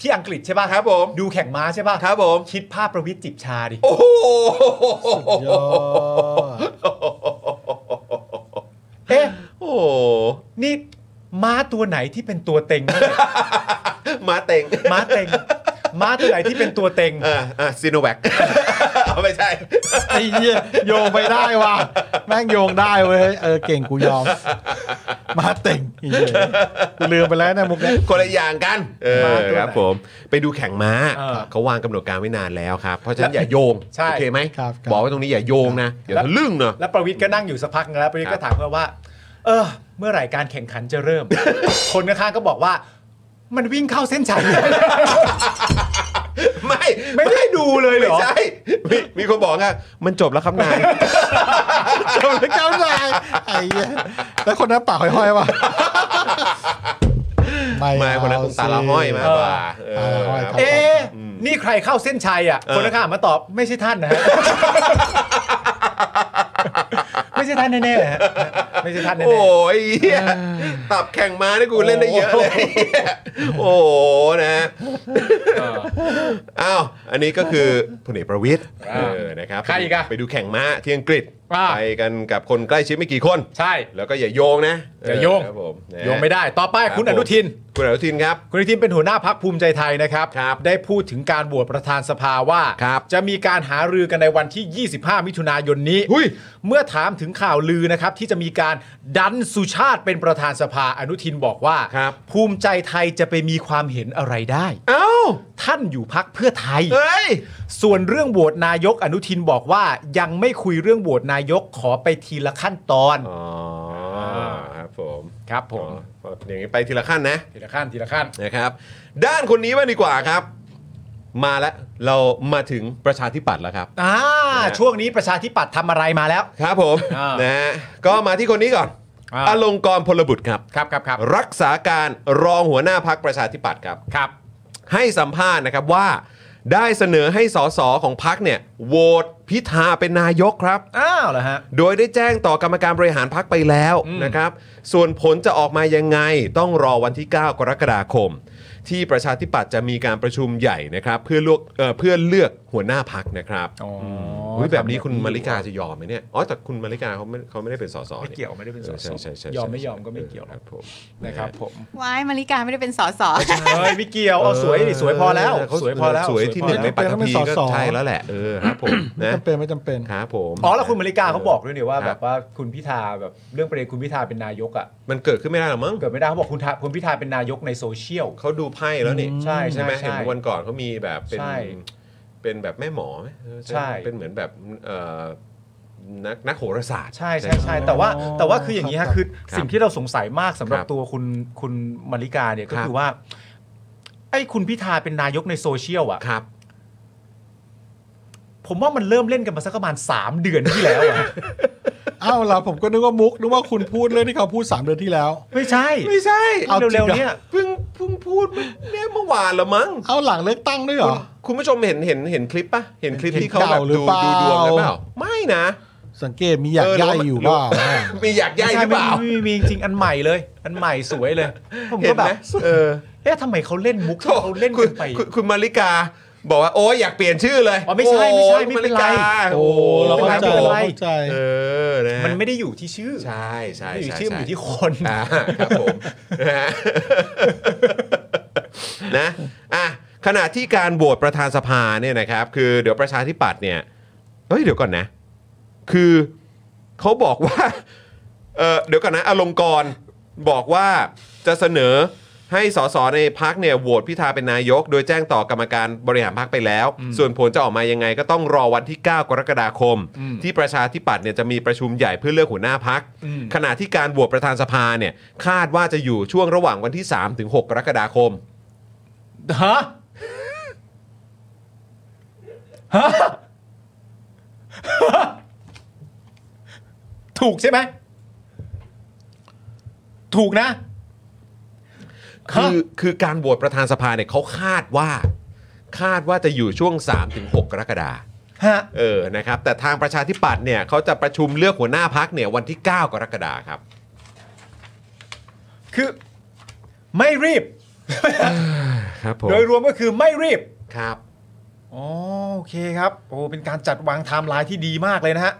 ที่อังกฤษใช่ป่ะ ครับผม ดูแข่งม้าใช่ป่ะ ครับผม คิดภาพประวิตรจิบชาดิ โอ้โห ยอด เอ๊ะ โอ้โห นี่ม้าตัวไหนที่เป็นตัวเต็งบ้างเนี่ย มาเต็ง ม้าเต็ง ม้าตัวไหนที่เป็นตัวเต็ง อ่าอ่าซีโนแวค [laughs] เอาไม่ใช่ ไอ้เหี้ยโยงไปได้ว่ะแม่งโยงได้เว้ยเออเก่งกูยอม มาเต่งไอ้เหี้ยกูลืมไปแล้วเนะมุกเนี้ย คนละอย่างกัน เอ ม้า อ ตัวไหน ครับผม ไปดูแข่งม้า เออ เขาวางกำหนดการไว้นานแล้วครับ เพราะฉะนั้นอย่าโยง ใช่ โอเคไหม ครับครับ บอกไว้ตรงนี้อย่าโยงนะ อย่าทะลึ่งเนอะ แล้วประวิทย์ก็นั่งอยู่สักพักนึงแล้วประวิทย์ก็ถามเพื่อนว่า เออ เมื่อไหร่การแข่งขันจะเริ่ม คนข้างๆก็บอกว่า มันวิ่งเข้าเส้นชัย ไม่ ไม่ได้ดูเลยเหรอ ไม่ใช่มีมีคนบอกอ่ะมันจบแล้วครับนาย จำเลยจำได้ไอ้เหี้ยแล้วคนนั้นปากห้อยๆว่ะ มาคนนั้นคงตาละห้อยมากกว่าเอ ตา อ ละห้อย ค ค รั รั บบ เอ๊ะนี่ใครเข้าเส้นชัยอ่ะ คนข้างๆมาตอบไม่ใช่ท่านนะฮะ ไม่ใช่ท่านแน่ๆฮะไม่ใช่ท่านแน่ โอ้ ๆ ยเหี้ยตับแข่งม้านี่กูเล่นได้เยอะเลยโอ้โหนะอ้าวอันนี้ก็คือพลเอกประวิตยเออนะครับ ใครอีกอะ ไปดูแข่งม้าที่อังกฤษ อ่า ไปกันกับคนใกล้ชิดไม่กี่คน ใช่ แล้วก็อย่าโยงนะ อย่าโยง ครับผมนะ โยงไม่ได้ ต่อไป รับ คุณอนุทิน ผมคุณอนุทินครับ คุณอนุทินเป็นหัวหน้าพักภูมิใจไทยนะครับ ครับ ได้พูดถึงการบวชประธานสภาว่า ครับ จะมีการหารือกันในวันที่ 25 มิถุนายนนี้ หุ้ย เมื่อถามถึงข่าวลือนะครับ ที่จะมีการดันสุชาติเป็นประธานสภาอนุทินบอกว่า ภูมิใจไทยจะไปมีความเห็นอะไรได้ เอ้า ท่านอยู่พักเพื่อไทย เฮ้ย ส่วนเรื่องโหวตนายกอนุทินบอกว่า ยังไม่คุยเรื่องโหวตนายกขอไปทีละขั้นตอน อ๋อครับผม ครับผม อ๋ออย่างนี้ไปทีละขั้นนะ ทีละขั้นทีละขั้น นะครับ ด้านคนนี้บ้างดีกว่าครับ มาแล้วเรามาถึงประชาธิปัตย์แล้วครับ อ่าช่วงนี้ประชาธิปัตย์ทำอะไรมาแล้ว ครับผม อ่าน นะฮะก็มาที่คนนี้ก่อน อ่า อลงกรณ์พลบุตรครับ ครับครับครับ รักษาการรองหัวหน้าพักประชาธิปัตย์ครับ ครับ ให้สัมภาษณ์นะครับว่าได้เสนอให้สสของพักเนี่ยโหวตพิธาเป็นนายกครับ อ้าวเหรอฮะ โดยได้แจ้งต่อกรรมการบริหารพักไปแล้วนะครับ ส่วนผลจะออกมายังไงต้องรอวันที่ 9 กรกฎาคม ที่ประชาธิปัตย์จะมีการประชุมใหญ่นะครับ เพื่อเลือกเอ่อเพื่อเลือกหัวหน้าพักนะครับ อ๋ออื มยแบบนี้คุณมาริกาจะยอมไหมเนี่ยอ๋อแต่คุณมาริกาเขาไม่เขาไม่ได้เป็นสส ไม่ นี่ เกี่ยวไม่ได้เป็นส ใช่ อส ใช่ใช่ใช่ ยอมไม่ยอมก็ไม่เกี่ยว ครับผม นะครับผม ว้ายมาริกาไม่ได้เป็นสอสอ เฮ้ยไม่เกี่ยวเอาสวยดิสวยพอแล้ว เขา สวยพอแล้ว สวยที่หนึ่ง พอ ใน แล้ว ปัตตภีก็ เขาเป็นสส ใช่แล้วแหละเออครับผม ไม่ นะ จำเป็นไม่จำเป็น ครับผม อ๋อแล้วคุณมาริกาเขาบอกด้วยเนี่ยว่า ค แบ รับ บว่าคุณพิธาแบบเรื่องประเด็นคุณพิธาเป็นนายกอ่ะ มันเกิดขึ้นไม่ได้หรอมั้ง เกิดไม่ได้เขาบอกคุณทาคุณพิธาเป็นนายกในโซเชียล เขาดูไพ่แล้วนี่ ใช่ ใช่ ใช่ ไหม ใช่ เห็นวันก่อนเขามีแบบเป็น ใช่ เป็นแบบแม่หมอไหม ใช่ เป็นเหมือนแบบเอ่อนักนักโหราศาสตร์ ใช่ใช่ใช่แต่ว่า อ๋อ แต่ว่าคืออย่างนี้ ครั ฮะ บ คือสิ่งที่เราสงสัยมากสำหรับ ครับ ตัวคุณคุณมาริกาเนี่ยก็ ครับ คือว่าไอ้คุณพิธาเป็นนายกในโซเชียลอ่ะ ครับ ผมว่ามันเริ่มเล่นกันมาสักประมาณ 3 เดือนที่แล้วอะ อ้าวเหราผมก็นึกว่ามุกนึกว่าคุณพูดเรื่องที่เขาพูด 3 เดือนที่แล้ว ไม่ใช่ ไม่ใช่ เอาจริงเหรอ เร็วๆเนี่ย เพิ่งเพิ่งพูดเมื่อเนี่ยเมื่อวานละมั้ง เอาหลังเลือกตั้งด้วยเหรอ คุณผู้ชมเห็นเห็นเห็นคลิปปะเห็นคลิป เห็น ที่เขาแบบ เก่าหรือ ดู เปล่า ดูดวงกันเปล่าไม่นะ สังเกตมีอยาก เออ ย่าย แล้ว อยู่เปล่า มีอยากย่ายหรือเปล่า ไม่มีจริงอันใหม่เลย อันใหม่สวยเลย ผม เห็ ก็ น แบ ไหม บ เออ เอ๊ะทำไมเขาเล่นมุกที่เขาเล่น คุ กั ณ นไป คุณคุณมาริกา บอกว่าโอ้ยอยากเปลี่ยนชื่อเลย อ๋อไม่ใช่ไม่ใช่ไม่เป็นไร โอ้ยาลิกา โอ้ โอ้ เรา ค เข้า รับผมใจเราเข้าใจ เออนะ มันไม่ได้อยู่ที่ชื่อ ใช่ใช่ ไม่ได้อยู่ ใช่ ที่ชื่อมัใช่นอยู่ที่คน อ่าครับผมนะฮะนะอ่ะขณะที่การโหวตประธานสภาเนี่ยนะครับ คือเดี๋ยวประชาธิปัตย์เนี่ยเฮ้ยเดี๋ยวก่อนนะ คือเขาบอกว่าเออเดี๋ยวก่อนนะอลงกรณ์บอกว่าจะเสนอให้สสในพักเนี่ยโหวตพิธาเป็นนายก โดยแจ้งต่อกรรมการบริหารพักไปแล้ว ส่วนผลจะออกมายังไงก็ต้องรอวันที่ 9 กรกฎาคม ที่ประชาธิปัตย์เนี่ยจะมีประชุมใหญ่เพื่อเลือกหัวหน้าพัก ขณะที่การโหวตประธานสภาเนี่ยคาดว่าจะอยู่ช่วงระหว่างวันที่ 3 ถึง 6 กรกฎาคม ฮะ ฮะ ถูกใช่ไหม ถูกนะ คือคือการโหวตประธานสภาเนี่ยเขาคาดว่า คาดว่าจะอยู่ช่วง 3-6 กรกฎาคม ฮะ เออนะครับแต่ทางประชาธิปัตย์เนี่ยเขาจะประชุมเลือกหัวหน้าพักเนี่ยวันที่ 9 กรกฎาคมครับ คือไม่รีบ ครับผม โดยรวมก็คือไม่รีบ ครับ อ๋อโอเคครับ โอ้เป็นการจัดวางไทม์ไลน์ที่ดีมากเลยนะฮะ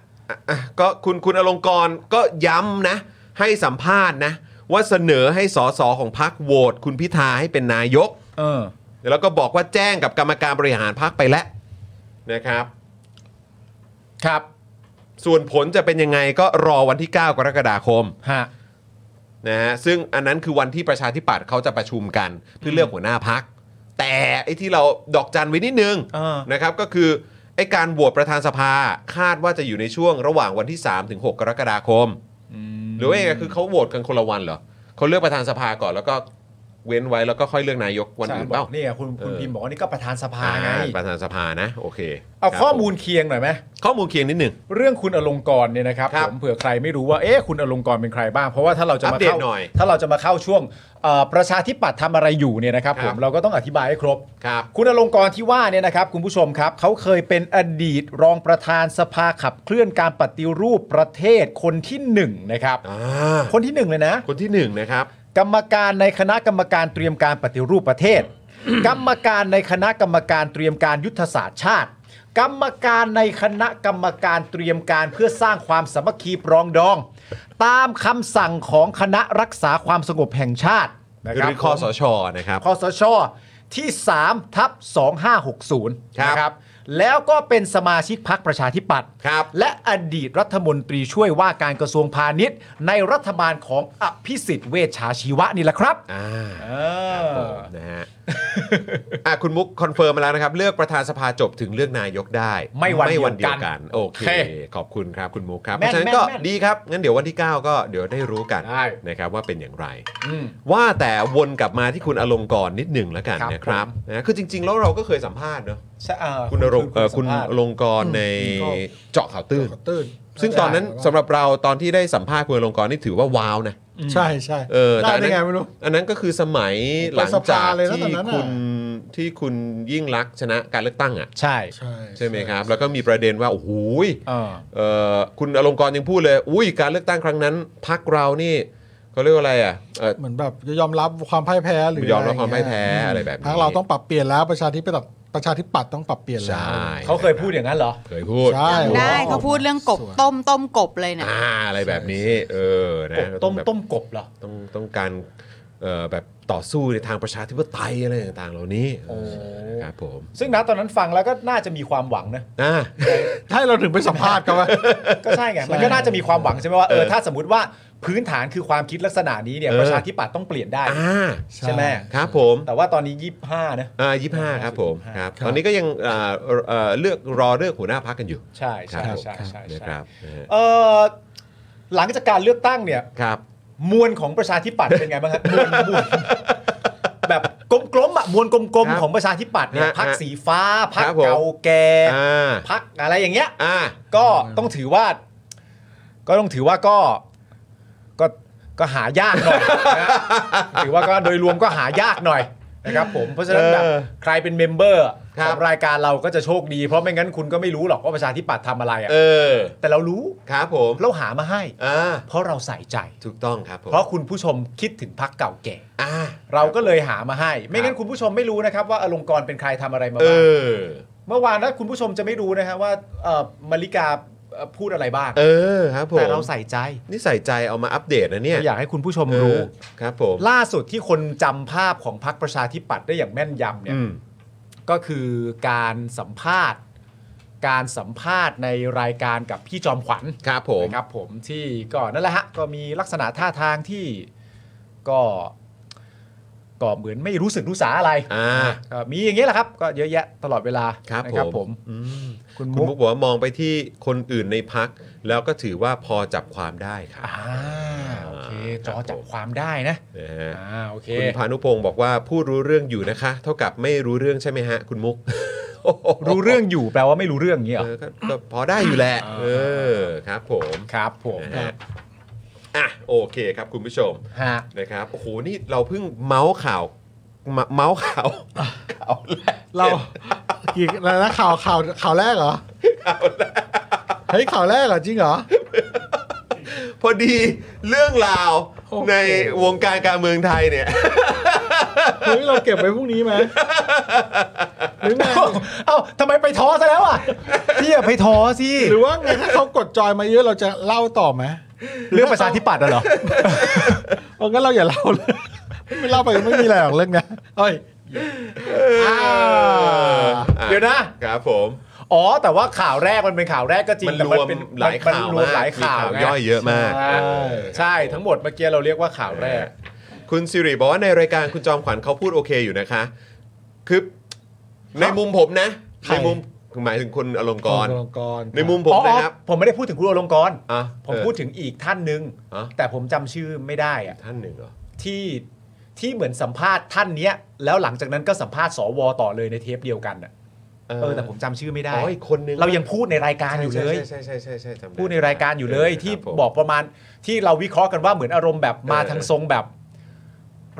อ่ะก็คุณคุณอลงกรณ์ก็ย้ำนะ ให้สัมภาษณ์นะ ว่าเสนอให้สสของพักโหวตคุณพิธาให้เป็นนายก เออ แล้วก็บอกว่าแจ้งกับกรรมการบริหารพักไปแล้วนะครับ ครับ ส่วนผลจะเป็นยังไงก็รอวันที่ 9 กรกฎาคม ฮะ นะฮะซึ่งอันนั้นคือวันที่ประชาธิปัตย์เขาจะประชุมกันเพื่อเลือกหัวหน้าพัก แต่ไอ้ที่เราดอกจันไว้นิดนึง อ่าน นะครับก็คือไอ้การโหวตประธานสภาคาดว่าจะอยู่ในช่วงระหว่างวันที่ 3 ถึง 6 กรกฎาคม หรือว่ายังไงคือเขาโหวตกันคนละวันเหรอเขาเลือกประธานสภาก่อนแล้วก็เว้นไว้แล้วก็ค่อยเลือกนายกวันอื่นเปล่า นี่ยคุณคุณ เออ พิมพ์บอกว่านี่ก็ประธานสภา อ่า ไง ประธานสภานะโอเค เอา ครับ ข้อมูลเคียงหน่อยไหม ข้อมูลเคียงนิดหนึ่ง เรื่องคุณอลงกรณ์เนี่ยนะครับ ครับ ผมเผื่อใครไม่รู้ว่าเอ๊ะคุณอลงกรณ์เป็นใครบ้างเพราะว่าถ้าเราจะ อั มา ปเดต เข้า หน่อย ถ้าเราจะมาเข้าช่วงเอ่อประชาธิปัตย์ทำอะไรอยู่เนี่ยนะครับ ครับ ผมเราก็ต้องอธิบายให้ครบ ครับ คุณอลงกรณ์ที่ว่าเนี่ยนะครับคุณผู้ชมครับเขาเคยเป็นอดีตรองประธานสภาขับเคลื่อนการปฏิรูปประเทศคนที่หนึ่งนะครับ อ่า คนที่หนึ่งเลยนะ คนที่หนึ่งนะครับ กรรมการในคณะกรรมการเตรียมการปฏิรูปประเทศ กรรมการในคณะกรรมการเตรียมการยุทธศาสตร์ชาติ กรรมการในคณะกรรมการเตรียมการเพื่อสร้างความสามัคคีปรองดอง ตามคำสั่งของคณะรักษาความสงบแห่งชาตินะ ห รับ รือคอสชนะครับ คอสชที่3ทับ2560 ครับ นะครับแล้วก็เป็นสมาชิกพักประชาธิปัตย์ ครับ และอดีตรัฐมนตรีช่วยว่าการกระทรวงพาณิชย์ ในรัฐบาลของอภิสิทธิ์เวชชาชีวะนี่แหละครับ อ่า เอ ผมนะฮะ อ่ะคุณมุกคอนเฟิร์มมาแล้วนะครับ เลือกประธานสภาจบถึงเลือกนายกได้ ไม่วัน ไม่วัน เดี เดีย ยว วกั กัน น โอเค โอเค ขอบคุณครับคุณมุกครับ เพ แม่น ราะฉะนั้นก็ แม่นแม่น ดีครับ งั้นเดี๋ยววันที่ 9 ก็เดี๋ยวได้รู้กัน ได้ นะครับว่าเป็นอย่างไร อืม ว่าแต่วนกลับมาที่คุณอลงกรณ์นิดหนึ่งแล้วกัน ครับ นะครับนะคือจริง ๆ แล้วเราก็เคยสัมภาษณ์เนอะ ใช่เอ่อ คุณอลงเอ่อคุณ สัมภาษณ์ อลงกรณ์ในเจาะข่าวตื้น ตื้น ซึ่งตอนนั้นสำหรับเราตอนที่ได้สัมภาษณ์คุณอลงกรณ์นี่ถือว่าว้าวนะ ใช่ใช่ เออแต่ ได้ อัน ได้ นั้น ไงไม่รู้ อันนั้นก็คือสมัยห ไป ลัง ส จา ภาก เลยนะตอ ที่ นนั้นน่ะ คุณที่คุณยิ่งรักษณ์ชนะการเลือกตั้งอ่ะ ใช่ ใช่ ใช่ไหมครับ แล้วก็มีประเด็นว่าโอ้โหย เออ เอ่อคุณอลงกรณ์ยังพูดเลย อุ้ยการเลือกตั้งครั้งนั้นพักเรานี่เขาเรียกว่าอะไรอ่ะเอ่อ เหมือนแบบจะยอมรับความพ่ายแพ้หรือย อมรับ ะไ ความพ่ายแพ้อะไรแบบนี้ พรรคเราต้องปรับเปลี่ยนแล้วประชาธิปัตย์ประชาธิปัตย์ต้องปรับเปลี่ยนแล้ว ใช่ เขาเคยพูดอย่างนั้นเหรอ เคยพูด ใช่ ได้เขาพูดเรื่องกบต้มต้มกบเลยนะ อ่าอะไรแบบนี้เออนะเรา ต้ม แบบ ต้มกบเหรอ ต้องต้องการเอ่อแบบต่อสู้ในทางประชาธิปไตยอะไรต่างๆ เหล่านี้ โอ้ ครับผม ซึ่งนะตอนนั้นฟังแล้วก็น่าจะมีความหวังนะ อ่า ให้เราถึงไปสัมภาษ [laughs] ณ์เขาไว้ ก็ใช่ไง มันก็น่าจะมีความหวังใช่ไหมว่าเออถ้าสมมติว่าพื้นฐานคือความคิดลักษณะนี้เนี่ย เออ ประชาธิปัตย์ต้องเปลี่ยนได้ อ่า ใช่ไหม ครับผม แต่ว่าตอนนี้ยี่ห้านะ อ่ายี่ห้าครับผมครับ ครับ ตอนนี้ก็ยังอ่าเอ่อเอ่อเลือกรอเลือกหัวหน้าพักกันอยู่ ใช่ ครับ ใช่ ผม ใช่ใช่ นะ ใช่ ครับนะฮะ เออหลังจากการเลือกตั้งเนี่ย ครับ มวลของประชาธิปัตย์เป็นไงบ้างครับมวลมวลแบบกลมๆอ่ะมวลกลมๆของประชาธิปัตย์เนี่ยพักสีฟ้าพักเก่าแก่ อ่า พักอะไรอย่างเงี้ย อ่า ก็ต้องถือว่า ก็ต้องถือว่าก็ก็ก็หายากหน่อย [laughs] นะถือว่าก็โดยรวมก็หายากหน่อยนะครับผมเพราะฉะนั้นแบบใครเป็นเมมเบอร์ของรายการเราก็จะโชคดี เพราะไม่งั้นคุณก็ไม่รู้หรอกว่าประชาธิปัตย์ทำอะไรอ่ะ เออ แต่เรารู้ ครับผม เราหามาให้ อ่า เพราะเราใส่ใจ ถูกต้องครับผม เพราะคุณผู้ชมคิดถึงพักเก่าแก่ อ่า เราก็เลยหามาให้ ไม่งั้นคุณผู้ชมไม่รู้นะครับว่าอลงกรณ์เป็นใครทำอะไรมา เอ บ้าง อ เมื่อวานนะคุณผู้ชมจะไม่รู้นะฮะว่าเอ่อมาริกาเอ่อพูดอะไรบ้าง เออครับผม แต่เราใส่ใจ นี่ใส่ใจเอามาอัปเดตนะเนี่ย อยากให้คุณผู้ชม เออ รู้ ครับผม ล่าสุดที่คนจำภาพของพรรคประชาธิปัตย์ได้อย่างแม่นยำเนี่ย อืม ก็คือการสัมภาษณ์ การสัมภาษณ์ในรายการกับพี่จอมขวัญ ครับผม นะครับผมที่ก็นั่นแหละฮะก็มีลักษณะท่าทางที่ก็ก็เหมือนไม่รู้สึกรู้สาอะไร อ่า ก็มีอย่างเงี้ยแหละครับ ก็เยอะแยะตลอดเวลา ครับ นะ ผมอืม คุณ คุณ มุ มุ ก กบอกว่ามองไปที่คนอื่นในพักแล้วก็ถือว่าพอจับความได้ครับ อ่าโอเคจ ครั อบ ผม จับความได้นะ นะฮะ อ่าโอเค คุณพานุพงศ์บอกว่าพูดรู้เรื่องอยู่นะคะ เท่ากับไม่รู้เรื่องใช่ไหมฮะ คุณมุก [laughs] รู้เรื่องอยู่แปลว่าไม่รู้เรื่องอย่างนี้เหร เอ อ อก็ก็พอได้อยู่แหละ อ่า เออครับผม ครับผม นะฮะอ่ะโอเคครับคุณผู้ชม ฮะ [laughs] นะครับโอ้โหนี่เราเพิ่งเมาส์ข่าว เมาเมาส์ข่าว [laughs] ข่าวแรก เรากี่อะไรนะข่าวข่าวข่าวแรกเหรอเฮ้ยข่าวแรกเหรอจริงเหรอ พอดีเรื่องราว โอเค ในวงการการเมืองไทยเนี่ย เฮ้ยเราเก็บไว้พรุ่งนี้ไหมหรือไง เอ้าทำไมไปท้อซะแล้ว [laughs] อ่ะพี่อย่าไปท้อสิ หรือว่าไงถ้าเขากดจอยมาเยอะเราจะเล่าต่อไหม เรื่องประชาธิปัตย์น่ะเหรอ เอางั้นเราอย่าเล่าเลย [laughs] ไม่เล่าไปก็ไม่มีอะไรหรอกเรื่องเนี้ยเอ้ย เดี๋ยวนะ ครับผม อ๋อ แต่ว่าข่าวแรกมันเป็นข่าวแรกก็จริง มัน แต่ รวม เป็น หลายข่าว มันรวม มาก หลาย มี ข่าว ข่าว ไง ย่อยเยอะมาก ใช่ใช่ทั้งหมดเมื่อกี้เราเรียกว่าข่าวแรก คุณสิริบอกว่าในรายการคุณจอมขวัญเขาพูดโอเคอยู่นะคะ คือในมุมผมนะ ใคร ในมุมหมายถึงคุณอลงกรณ์ องค์กร ในมุมผม อ๋อ นะครับ อ๋อผมไม่ได้พูดถึงคุณอลงกรณ์ อ่ะ ผม เออ พูดถึงอีกท่านหนึ่ง ฮะ แต่ผมจำชื่อไม่ได้อะ ท่านหนึ่งเหรอ ที่ที่เหมือนสัมภาษณ์ท่านเนี้ย แล้วหลังจากนั้นก็สัมภาษณ์สวต่อเลยในเทปเดียวกันอ่ะเออแต่ผมจำชื่อไม่ได้ อ๋ออีกคนนึง เรายังพูดในรายการ ใช่ อยู่เลย ใช่ใช่ใช่ใช่ใช่จำไ พูดในรายการอยู่เลย ค ที่ ผม บอกประมาณที่เราวิเคราะห์กันว่าเหมือนอารมณ์แบบมา เออ ทางทรงแบบ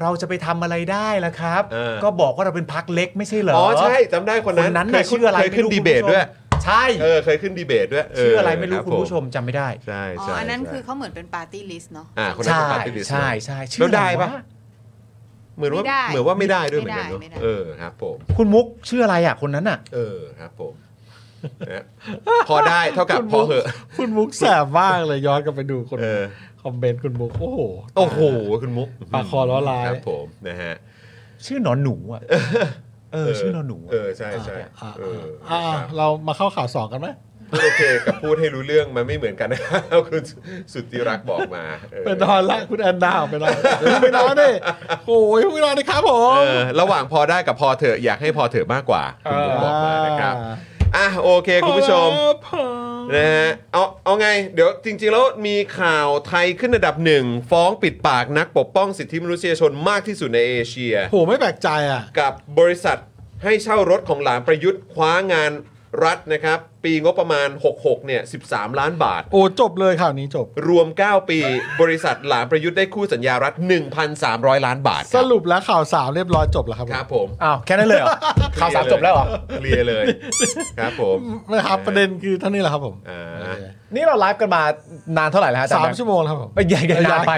เราจะไปทำอะไรได้ล่ะครับ เออ ก็บอกว่าเราเป็นพักเล็กไม่ใช่เหรอ อ๋ อ๋ อใช่จำได้คน ค นั้น นนั้นน่ะ เคยขึ้ ชื่ออะไร เคยขึ้นดีเบตด้วย ใช่ เออเคยขึ้นดีเบตด้วยเ ชื่ออะไรไม่รู้ บ คุณผู้ชมจำไม่ได้ ใช่ อ๋อ ใช่ อันนั้น ใช่ คือเขาเหมือนเป็นปาร์ตี้ลิสต์เนาะ อ่าคนนั้น ใช่ ปาร์ตี้ลิสต์ ใช่ใช่ชื่ แล้วได้ ไร ปะเหมือนว่า ไม่ได้ เหมือนว่าไม่ได้ด้วยเหมือนกันเนอะ ไม่ได้ เออครับผม คุณมุกชื่ออะไรอ่ะคนนั้นอ่ะ เออครับผมนะพอได้เท่ากับ คุณ พอเหอะ คุณมุกแสบมากเลยย้อนกลับไปดูคน เออ คอมเมนต์คุณมุกโอ้โห โอ้โห คุณมุก ปากคอล้อร้าย ครับผมนะฮะ ชื่อหนอนหนูอ่ะเออชื่อหนอนหนู เอ อะ อใช่ใช่ อ่ะ เอออ อ่ะ ครับ เรามาเข้าข่าวสองกันไหม พูดโอเคกับพูดให้รู้เรื่องมันไม่เหมือนกันนะ [laughs] คุณสุดที่รักบอกมาออ เป็นนอนละคุณแอนดาวไปนอนไปนอนดิโอ้ยไปนอนดิครับผ เอ ม อระหว่างพอได้กับพอเถอะอยากให้พอเถอะมากกว่าคุณมุกบอกมานะครับอ่ะโอเค คุณผู้ชม พอแล้นะวพอฮะเอาเอาไง เดี๋ยวจริง ๆ แล้วมีข่าวไทยขึ้นอันดับหนึ่ง ฟ้องปิดปากนักปกป้องสิทธิมนุษยชนมากที่สุดในเอเชีย โหไม่แปลกใจอ่ะ กับบริษัทให้เช่ารถของหลานประยุทธ์ คว้างานรัฐนะครับ ปีงบประมาณ 66 เนี่ย 13 ล้านบาท โอ้จบเลยข่าวนี้จบ รวม 9 ปี บริษัทหลานประยุทธ์ได้คู่สัญญารัฐ 1,300 ล้านบาทค ส รับ รุปแล้วข่าวสามเรียบร้อยจบแล้วครับ ครับผม อ้าวแค่นั้นเลยเหรอข่าวสามจบแล้วเหรอ เคลียร์เลยครับผม นะครับประเด็นคือเท่านี้แหละครับผม อ่า นี่เราไลฟ์กันมานานเท่าไหร่แล้วฮะอจร สา ย์ ม แบงค์ ชั่วโมงแล้วครับผม เอ้ยใหญ่ใหญ่นานไป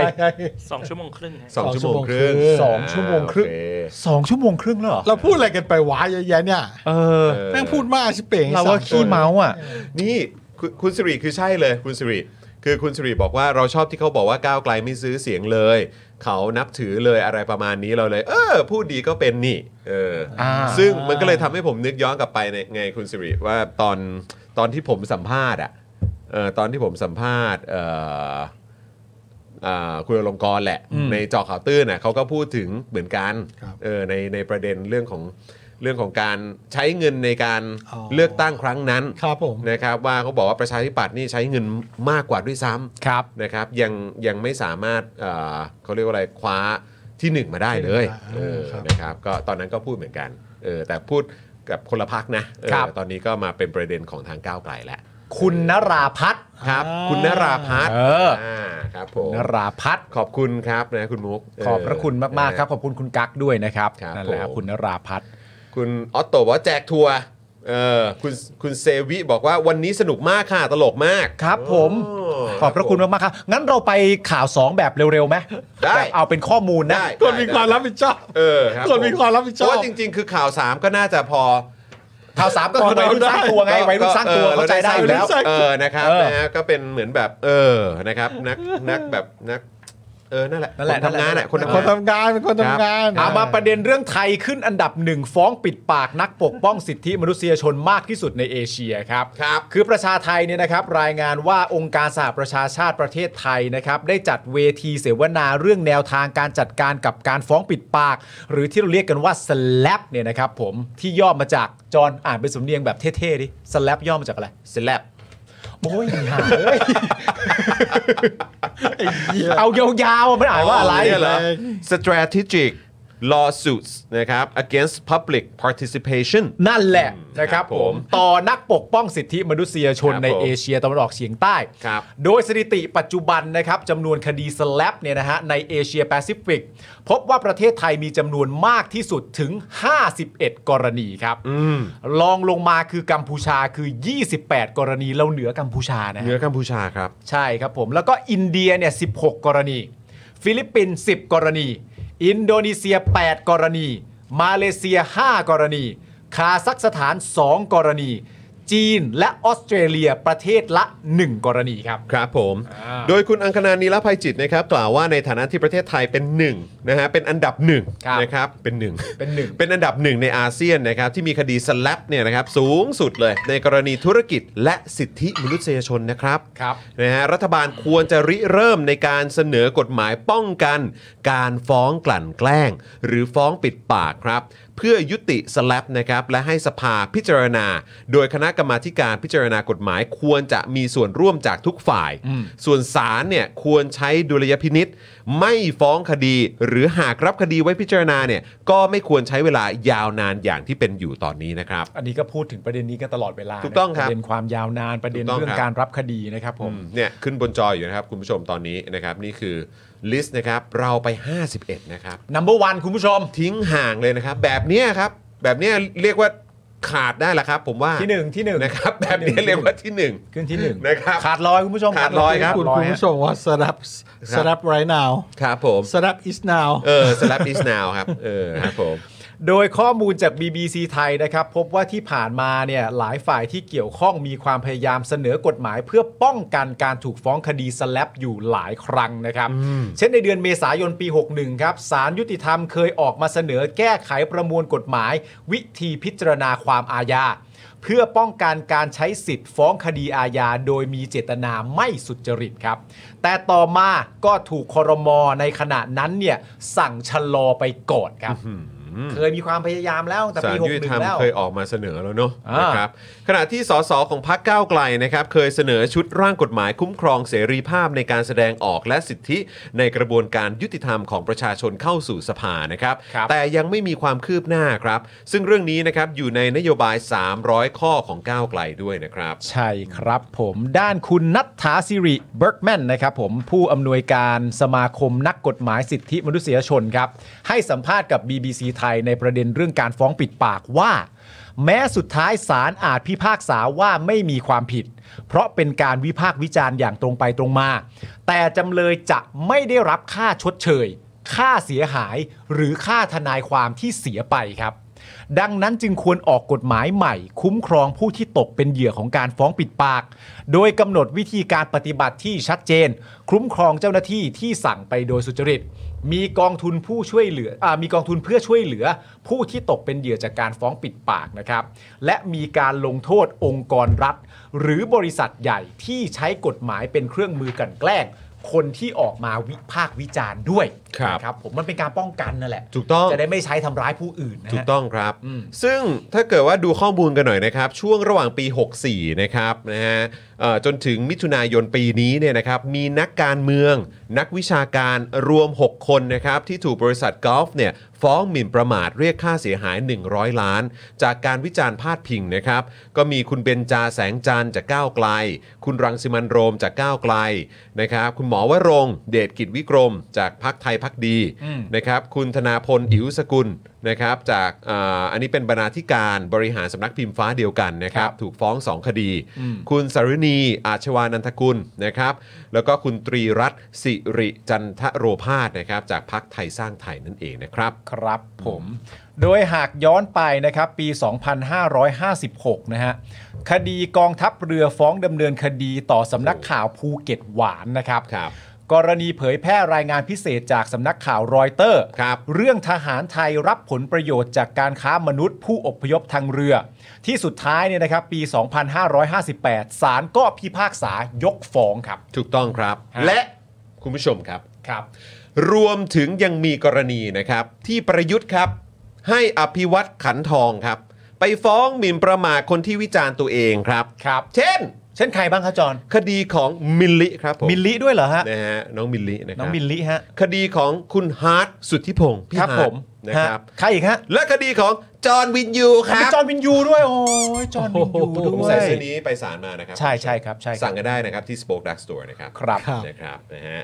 สองชั่วโมงครึ่งฮะ สองชั่วโมงครึ่ง สองชั่วโมงครึ่ง อ่าโอเ สองชั่วโมงครึ่งแล้วเหรอ เราพูดอะไรกันไปวะเยอะแยะเนี่ย เออ เออ แม่งพูดมากชิบเป่ง เรา ส ว่าม ขี้ คน เมาอ่ะ นี่คุณคุณสิริคือใช่เลยคุณสิริคือคุณสิริบอกว่าเราชอบที่เขาบอกว่าก้าวไกลไม่ซื้อเสียงเลย เขานับถือเลยอะไรประมาณนี้เราเลย เออพูดดีก็เป็นนี่เอออา ซึ่งมันก็เลยทำให้ผมนึกย้อนกลับไปในไงคุณสิริว่าตอนตอนที่ผมสัมภาษณ์อ่ะเออตอนที่ผมสัมภาษณ์เอออ่าคุณอลงกรณ์แหละ ในเจอข่าวตื้นน่ะเขาก็พูดถึงเหมือนกัน ครับ เออในในประเด็นเรื่องของเรื่องของการใช้เงินในการ อ๋อ เลือกตั้งครั้งนั้น ครับผม นะครับว่าเขาบอกว่าประชาธิปัตย์นี่ใช้เงินมากกว่าด้วยซ้ ครับ ำนะครับยังยังไม่สามารถเอ่อเขาเรียกว่าอะไรคว้าที่หนึ่งมาได้เลย เอ เอ อ อ ครับ นะครับก็ตอนนั้นก็พูดเหมือนกันเออแต่พูดกับคนละพักนะเออ ครับ ตอนนี้ก็มาเป็นประเด็นของทางก้าวไกลแล้ว คุณนราพัฒน์ ครับ คุณนราพัฒน์ เออ อ่าครับผม นราพัฒน์ ขอบคุณครับนะคุณมุกเ ขอบพระคุณมากๆครับ ขอบคุณคุณกั๊กด้วยนะครับ ครับ นั่นแหละครับ ผม คุณนราพัฒน์ คุณออตโตบอกว่าแจกทัวร์เออคุณคุณเซวิบอกว่าวันนี้สนุกมากค่ะตลกมาก ครับผม โอ้ ขอบพระคุณมากๆครับ งั้นเราไปข่าว 2 แบบเร็วๆไหม ได้ แบบเอาเป็นข้อมูลนะ ได้ คนมี ได้ ความรับผิดชอบ เออครับ คนมีความรับผิดชอบ เพราะว่าจริง ๆ คือข่าว 3 ก็น่าจะพอ ข่าวสามก็คือวัยรุ่นสร้างตัวไงวัยรุ่นสร้างตัว ออ เข้าใจได้อยู่แล้ว เออนะครับ เออ นะฮะก็เป็นเหมือนแบบเออนะครับนักนักแบบนักเออนั่นแหละ นั่นแหละ คทำงาน นั่นแห อ่ะ ละ คนทำ คน งาน ทำงานเป็นคน ครับ ทำงาน เอามาประเด็นเรื่องไทยขึ้นอันดับหนึ่งฟ้องปิดปากนักปกป้องสิทธิมนุษยชนมากที่สุดในเอเชียครับ ครับ คือประชาไทยเนี่ยนะครับรายงานว่าองค์การสหประชาชาติประเทศไทยนะครับได้จัดเวทีเสวนาเรื่องแนวทางการจัดการกับการฟ้องปิดปาก หรือที่เราเรียกกันว่า SLAP เนี่ยนะครับผมที่ย่อมาจากจอห์นอ่านเป็นสำเนียงแบบเท่ๆดิ SLAP ย่อมาจากอะไร SLAP โอ้ยหาเอ้ยเอายาวๆมันอ่านว่าอะไร เนี่ยเหรอ strategic lawsuits นะครับ against public participation นั่นแหละนะครัครับบผ ผม ม ต่อนักปกป้องสิทธิมนุษยชน ครับ ใน ผม เอเชียตะวันออกเฉียงใต้ ครับ โดยสถิติปัจจุบันนะครับจำนวนคดีสแลปเนี่ยนะฮะในเอเชียแปซิฟิก พบว่าประเทศไทยมีจำนวนมากที่สุดถึง 51 กรณีครับ ม ลองลงมาคือกัมพูชาคือ 28 กรณีเราเหนือกัมพูชานะ เห ฮะ นือกัมพูชาครับ ใช่ครับผม แล้วก็อินเดียเนี่ย16 กรณี ฟิลิปปินส์10 กรณี อินโดนีเซีย 8 กรณี มาเลเซีย 5 กรณี คาซัคสถาน 2 กรณี จีนและออสเตรเลียประเทศละ 1 กรณีครับ ครับผม โดยคุณอังคณานีรภัยจิตนะครับกล่าวว่าในฐานะที่ประเทศไทยเป็นหนึ่งนะฮะเป็นอันดับหนึ่ง ครับ นะครับเป็นหนึ่ง เป็นหนึ่ง เป็นอันดับหนึ่งในอาเซียนนะครับที่มีคดีสแลปเนี่ยนะครับสูงสุดเลย ในกรณีธุรกิจและสิทธิมนุษยชนนะครับ ครับ นะฮะรัฐบาลควรจะริเริ่มในการเสนอกฎหมายป้องกัน การฟ้องกลั่นแกล้ง หรือฟ้องปิดปากครับ เพื่อยุติสแลปนะครับและให้สภาพิจารณา โดยคณะกรรมาธิการพิจารณากฎหมายควรจะมีส่วนร่วมจากทุกฝ่าย อืม ส่วนศาลเนี่ยควรใช้ดุลยพินิษไม่ฟ้องคดี หรือหากรับคดีไว้พิจารณาเนี่ยก็ไม่ควรใช้เวลายาวนานอย่างที่เป็นอยู่ตอนนี้นะครับ อันนี้ก็พูดถึงประเด็นนี้กันตลอดเวลา ถูกต้องครับ ประเด็นความยาวนานประเด็น ถูกต้อง เรื่คองรับ การรับคดีนะครับผม เนี่ยขึ้นบนจออยู่นะครับ คุณผู้ชมตอนนี้นะครับ นี่คือลิสต์นะครับเราไป 51 นะครับ number one คุณผู้ชม ทิ้งห่างเลยนะครับ แบบเนี้ยครับ แบบเนี้ยเรียกว่าขาดได้ละครับ ผมว่า ที่หนึ่งที่หนึ่ง นะครับ แบบเนี้ยเรียกว่าที่หนึ่ง ขึ้นที่หนึ่ง นะครับ ขาดลอยคุณผู้ชม ขาดลอยครับ คุณคุณผู้ชมว่าสลับสลับ right now ครับผม สลับ is now เออ slap is now ครับเออครับผม โดยข้อมูลจาก BBC ไทยนะครับ พบว่าที่ผ่านมาเนี่ยหลายฝ่ายที่เกี่ยวข้องมีความพยายามเสนอกฎหมายเพื่อป้องกันการถูกฟ้องคดีสแลปอยู่หลายครั้งนะครับ เช่นในเดือนเมษายนปี 61 ครับสารยุติธรรมเคยออกมาเสนอแก้ไขประมวลกฎหมาย วิธีพิจารณาความอาญา เพื่อป้องกันการใช้สิทธิ์ฟ้องคดีอาญาโดยมีเจตนาไม่สุจริตครับ แต่ต่อมาก็ถูกคอรมอในขณะนั้นเนี่ยสั่งชะลอไปก่อนครับ เคยมีความพยายามแล้วตั้งสาแต่ปี ร หก ยุติ หนึ่ ธรรม งแล้ว เคยออกมาเสนอแล้วเนอะ อ่าน นะครับขณะที่สสของพรรคก้าวไกลนะครับเคยเสนอชุดร่างกฎหมายคุ้มครองเสรีภาพในการแสดงออกและสิทธิในกระบวนการยุติธรรมของประชาชนเข้าสู่สภานะครับ แต่ยังไม่มีความคืบหน้าครับ ซึ่งเรื่องนี้นะครับอยู่ในนโยบาย 300 ข้อของก้าวไกลด้วยนะครับ ใช่ครับผมด้านคุณนัทธาสิริเบิร์กแมนนะครับผมผู้อำนวยการสมาคมนักกฎหมายสิทธิมนุษยชนครับ ให้สัมภาษณ์กับ BBC ไทยในประเด็นเรื่องการฟ้องปิดปากว่า แม้สุดท้ายศาลอาจพิพากษาว่าไม่มีความผิด เพราะเป็นการวิพากษ์วิจารณ์อย่างตรงไปตรงมา แต่จำเลยจะไม่ได้รับค่าชดเชย ค่าเสียหายหรือค่าทนายความที่เสียไปครับ ดังนั้นจึงควรออกกฎหมายใหม่ คุ้มครองผู้ที่ตกเป็นเหยื่อของการฟ้องปิดปาก โดยกำหนดวิธีการปฏิบัติที่ชัดเจน คุ้มครองเจ้าหน้าที่ที่สั่งไปโดยสุจริต มีกองทุนผู้ช่วยเหลืออามีกองทุนเพื่อช่วยเหลือ ผู้ที่ตกเป็นเหยื่อจากการฟ้องปิดปากนะครับ และมีการลงโทษองค์กรรัฐ หรือบริษัทใหญ่ที่ใช้กฎหมายเป็นเครื่องมือกลันแกล้ง คนที่ออกมาวิพากษ์วิจารณ์ด้วย ครับ นะครับ ผมมันเป็นการป้องกันนั่นแหละ ถูกต้อง จะได้ไม่ใช้ทำร้ายผู้อื่นนะฮะ ถูกต้องครับ ซึ่งถ้าเกิดว่าดูข้อมูลกันหน่อยนะครับ ช่วงระหว่างปี 64 นะครับนะฮะเอ่อจนถึงมิถุนายนปีนี้เนี่ยนะครับมีนักการเมือง นักวิชาการรวม 6 คนนะครับที่ถูกบริษัทกอล์ฟเนี่ยฟ้องหมิ่นประมาทเรียกค่าเสียหาย 100 ล้าน จากการวิจารณ์พาดพิงนะครับ ก็มีคุณเบนจาแสงจันทร์จากก้าวไกล คุณรังสิมันโรมจากก้าวไกลนะครับคุณหมอวรงค์เดชกิจวิกรม จากพักไทยพักดี อืม นะครับคุณธนาพลอิ๋วสกุลนะครับจากอ่าอันนี้เป็นบรรณาธิการบริหารสำนักพิมพ์ฟ้าเดียวกันนะครับถูกฟ้อง 2 คดี คุณสรุณีอาชวานันทกุลนะครับแล้วก็คุณตรีรัตน์สิริจันทโรพาสนะครับจากพักไทยสร้างไทยนั่นเองนะครับ ครับผม โดยหากย้อนไปนะครับปี 2556 นะฮะ คดีกองทัพเรือฟ้องดำเนินคดีต่อสำนักข่าวภูเก็ตหวานนะครับ ครับ กรณีเผยแพร่รายงานพิเศษจากสำนักข่าวรอยเตอร์ ครับ เรื่องทหารไทยรับผลประโยชน์จากการค้ามนุษย์ผู้อพยพทางเรือ ที่สุดท้ายเนี่ยนะครับปี 2558 ศาลก็พิพากษายกฟ้องครับ ถูกต้องครับ ฮะ และคุณผู้ชมครับ ครับ รวมถึงยังมีกรณีนะครับ ที่ประยุทธ์ครับ ให้อภิวัตขันทองครับ ไปฟ้องหมิ่นประมาทคนที่วิจารณ์ตัวเองครับ ครับ เช่น เช่นใครบ้างครับจอน คดีของมิลลิครับผม มิลลิด้วยเหรอฮะ นะฮะน้องมิลลินะค น้ รั อบ งมิลลิฮะ คดีของคุณฮาร์ดสุทธิพงศ์พี่ ครับ ฮา ผ ร์ด ม นะครับ ฮใครอีกฮะ และคดีของจอห์นวินยูค มี รับ จอห์นวินยูด้วย โอ้ยจอห์นวินยู ผ ด้ ม วย ใส่เสื้อนี้ไปศาลมานะครับ ใช่ใช่ครับใช่ครับ สั่งกันได้นะครับ ที่ Spoke Dark Store นะครับ ครับ ครับ นะครับนะฮะ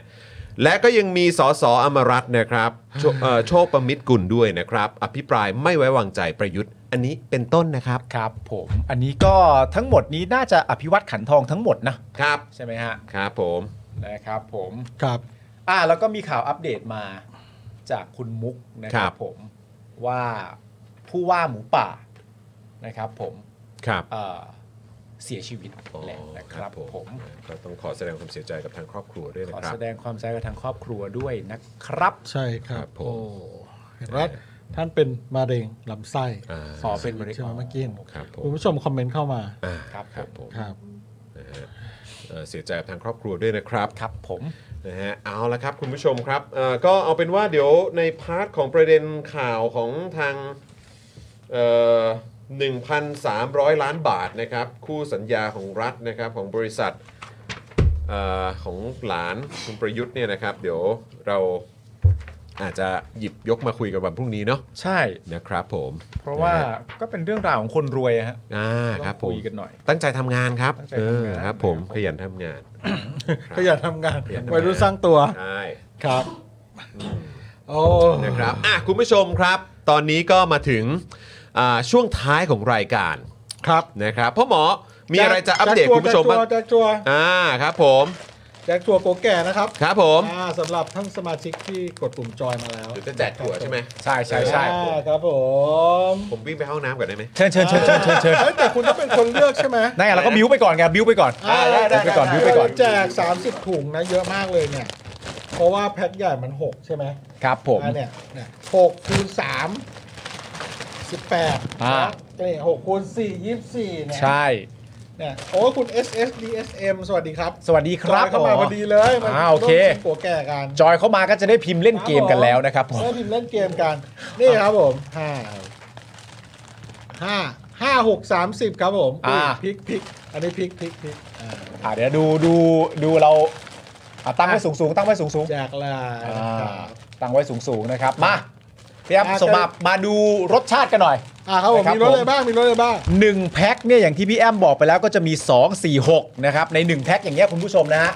และก็ยังมีสสอมรัตน์นะครับโชเอ่อโชคประมิตรกุลด้วยนะครับ อภิปรายไม่ไว้วางใจประยุทธ์ อันนี้เป็นต้นนะครับ ครับผมอันนี้ก็ทั้งหมดนี้น่าจะอภิวัตขันทองทั้งหมดนะครับ ใช่ไหมฮะ ครับผม นะครับผม ครับ อ่าแล้วก็มีข่าวอัปเดตมาจากคุณมุกนะครับผมว่าผู้ว่าหมูป่านะครับผม ครับ เอ่อเสียชีวิตแล้วนะครับผม ก็ต้องขอแสดงความเสียใจกับทางครอบครัวด้วย ข นะ อ ครับ แสดงความเสียใจกับทางครอบครัวด้วยนะครับ ใช่ค ค รั รั บบ ผม โอ้เห็นว่าท่านเป็นมะเร็งลำไส้ อ่า ขอเป็นบริ ใช่ไหมเมื่อกี้เห็น ครับผ คุ ม ณผู้ชมคอมเมนต์เข้ามา อ่า ครับ ครับผม ครับ นะฮะเอ่อเสียใจกับทางครอบครัวด้วยนะครับ ครับผม นะฮะเอาละครับคุณผู้ชมครับเอ่อก็เอาเป็นว่าเดี๋ยวในพาร์ทของประเด็นข่าวของทางเอ่อ1,300 ล้านบาทนะครับ คู่สัญญาของรัฐนะครับของบริษัทเออของหลานคุณประยุทธ์เนี่ยนะครับ เดี๋ยวเราอาจจะหยิบยกมาคุยกันวันพรุ่งนี้เนาะ ใช่ นะครับผม เพราะว่าก็เป็นเรื่องราวของคนรวยอะฮะ อ่าครับ ต้อง ผม คุยกันหน่อย ตั้งใจทำงานครับ ตั้งใจ เอ ทำงาน อครับผมขยันทำงาน ก็อย่าทำงาน ขยันทำงาน วัยรุ่นสร้างตัว ใช่ ครับ โอ้ นะครับอ่ะคุณผู้ชมครับ ตอนนี้ก็มาถึงอ่าช่วงท้ายของรายการ ครับ นะครับพ่อหมอมีอะไรจะอัปเดต แจ็ คุณผู้ชมบ้าง แจ็คจัว อ่าครับผม แจ็คจัวโกแก่นะครับ ครับผม อ่าสำหรับท่านสมาชิกที่กดปุ่มจอยมาแล้ว เดี๋ยวจะแจกถั่วใช่ไหม ใช่ใช่ใช่ อ่าครับผม ผมวิ่งไปห้องน้ำก่อนได้ไหม เชิญเชิญเชิญเชิญเชิญเชิญ เฮ้ยแต่คุณต้องเป็นคนเลือกใช่ไหม นั่นไงเราก็บิ้วไปก่อนไงบิ้วไปก่อน อ่า ได้ได้ไปก่อนบิ้วไปก่อน แจก 30 ถุงนะเยอะมากเลยเนี่ย เพราะว่าแพ็คใหญ่มัน 6 ใช่ไหม ครับผม อ่าเนี่ยเนี่ยหกคูณสามสิบแปด อ่า เนี่ยหกคูณสี่ยี่สิบสี่เนี่ย ใช่ เนี่ยโอ้คุณ S S D S M สวัสดีครับ สวัสดีค จ รั อบยเข้ามาพอดีเลยมัน อ่าโอเค ร่วมชิงโกแก่กัน จอยเข้ามาก็จะได้พิมพ์เล่นเกมกันแล้วนะครับผม เล่นเล่นเกมกัน นี่ครับผมห้าห้าห้าหกสามสิบครับผมพลิกพลิกอันนี้พลิกพลิกพลิกอ่า อ่าเดี๋ยวดูดูดูเราอ่ะตั้งไว้สูงสูงๆตั้งไว้สูงสูง แจกลาย อ่ นะครับ าตั้งไว้สูงสูงๆนะครับมาพี่ครับ อ่า ส่งมามาดูรสชาติกันหน่อย อ่าครับผม ครับ มีรถอะไรบ้างมีรถอะไรบ้าง หนึ่งแพ็คเนี่ยอย่างที่พี่แอมบอกไปแล้วก็จะมี 2 4 6นะครับในหนึ่งแพ็คอย่างเงี้ยคุณผู้ชมนะฮะ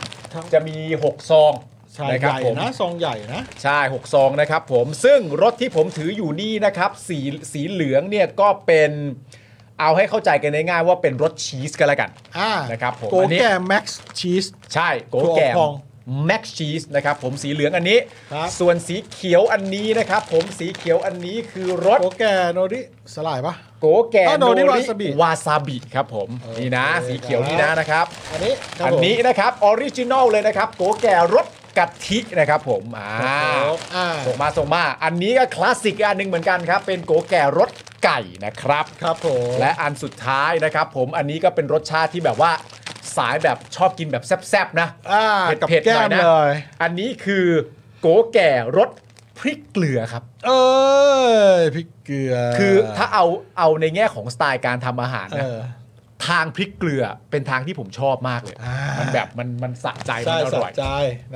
จะมี 6 ซอง ใช่ นะค ให รับ ญ่ ผม นะซองใหญ่นะ ใช่6ซองนะครับผมซึ่งรถที่ผมถืออยู่นี่นะครับสีสีเหลืองเนี่ยก็เป็นเอาให้เข้าใจกันง่ายๆว่าเป็นรสชีสกันละกัน อ่า นะครับผม โก อันนี้ แก่แม็กซ์ชีส ใช่โกแกม ถั่วพอง แม็กชีสนะครับผมสีเหลืองอันนี้ ครับ ส่วนสีเขียวอันนี้นะครับผมสีเขียวอันนี้คือรส โกแก่โนริสลายปะ โกแก อ้าวโนริ ริ วาซาบิ วาซาบิครับผม เออ นี่นะ โอเค สีเขียวนี่นะนะครับ อันนี้ครับ อัน ผม นี้นะครับออริจินอลเลยนะครับโกแกรสกะทินะครับผมอ่ อ่า า อ่า ส่งมาส่งมาอันนี้ก็คลาสสิกอันหนึ่งเหมือนกันครับ เป็นโกแก่รสไก่นะครับ ครับผม และอันสุดท้ายนะครับ ผมอันนี้ก็เป็นรสชาติที่แบบว่าสายแบบชอบกินแบบแซ่บๆนะ อ่ากับ เผ็ดๆ แก้ หน่อ ม ยนะ เลย อันนี้คือโกแก่รสพริกเกลือครับ เอ้ยพริกเกลือ คือถ้าเอาเอาในแง่ของสไตล์การทำอาหาร เอ นะ อ ทางพริกเกลือเป็นทางที่ผมชอบมากเลย อ่ามั มันแบบมันมันสะใจมั ใช่ นอ สะ ร่อย ใจ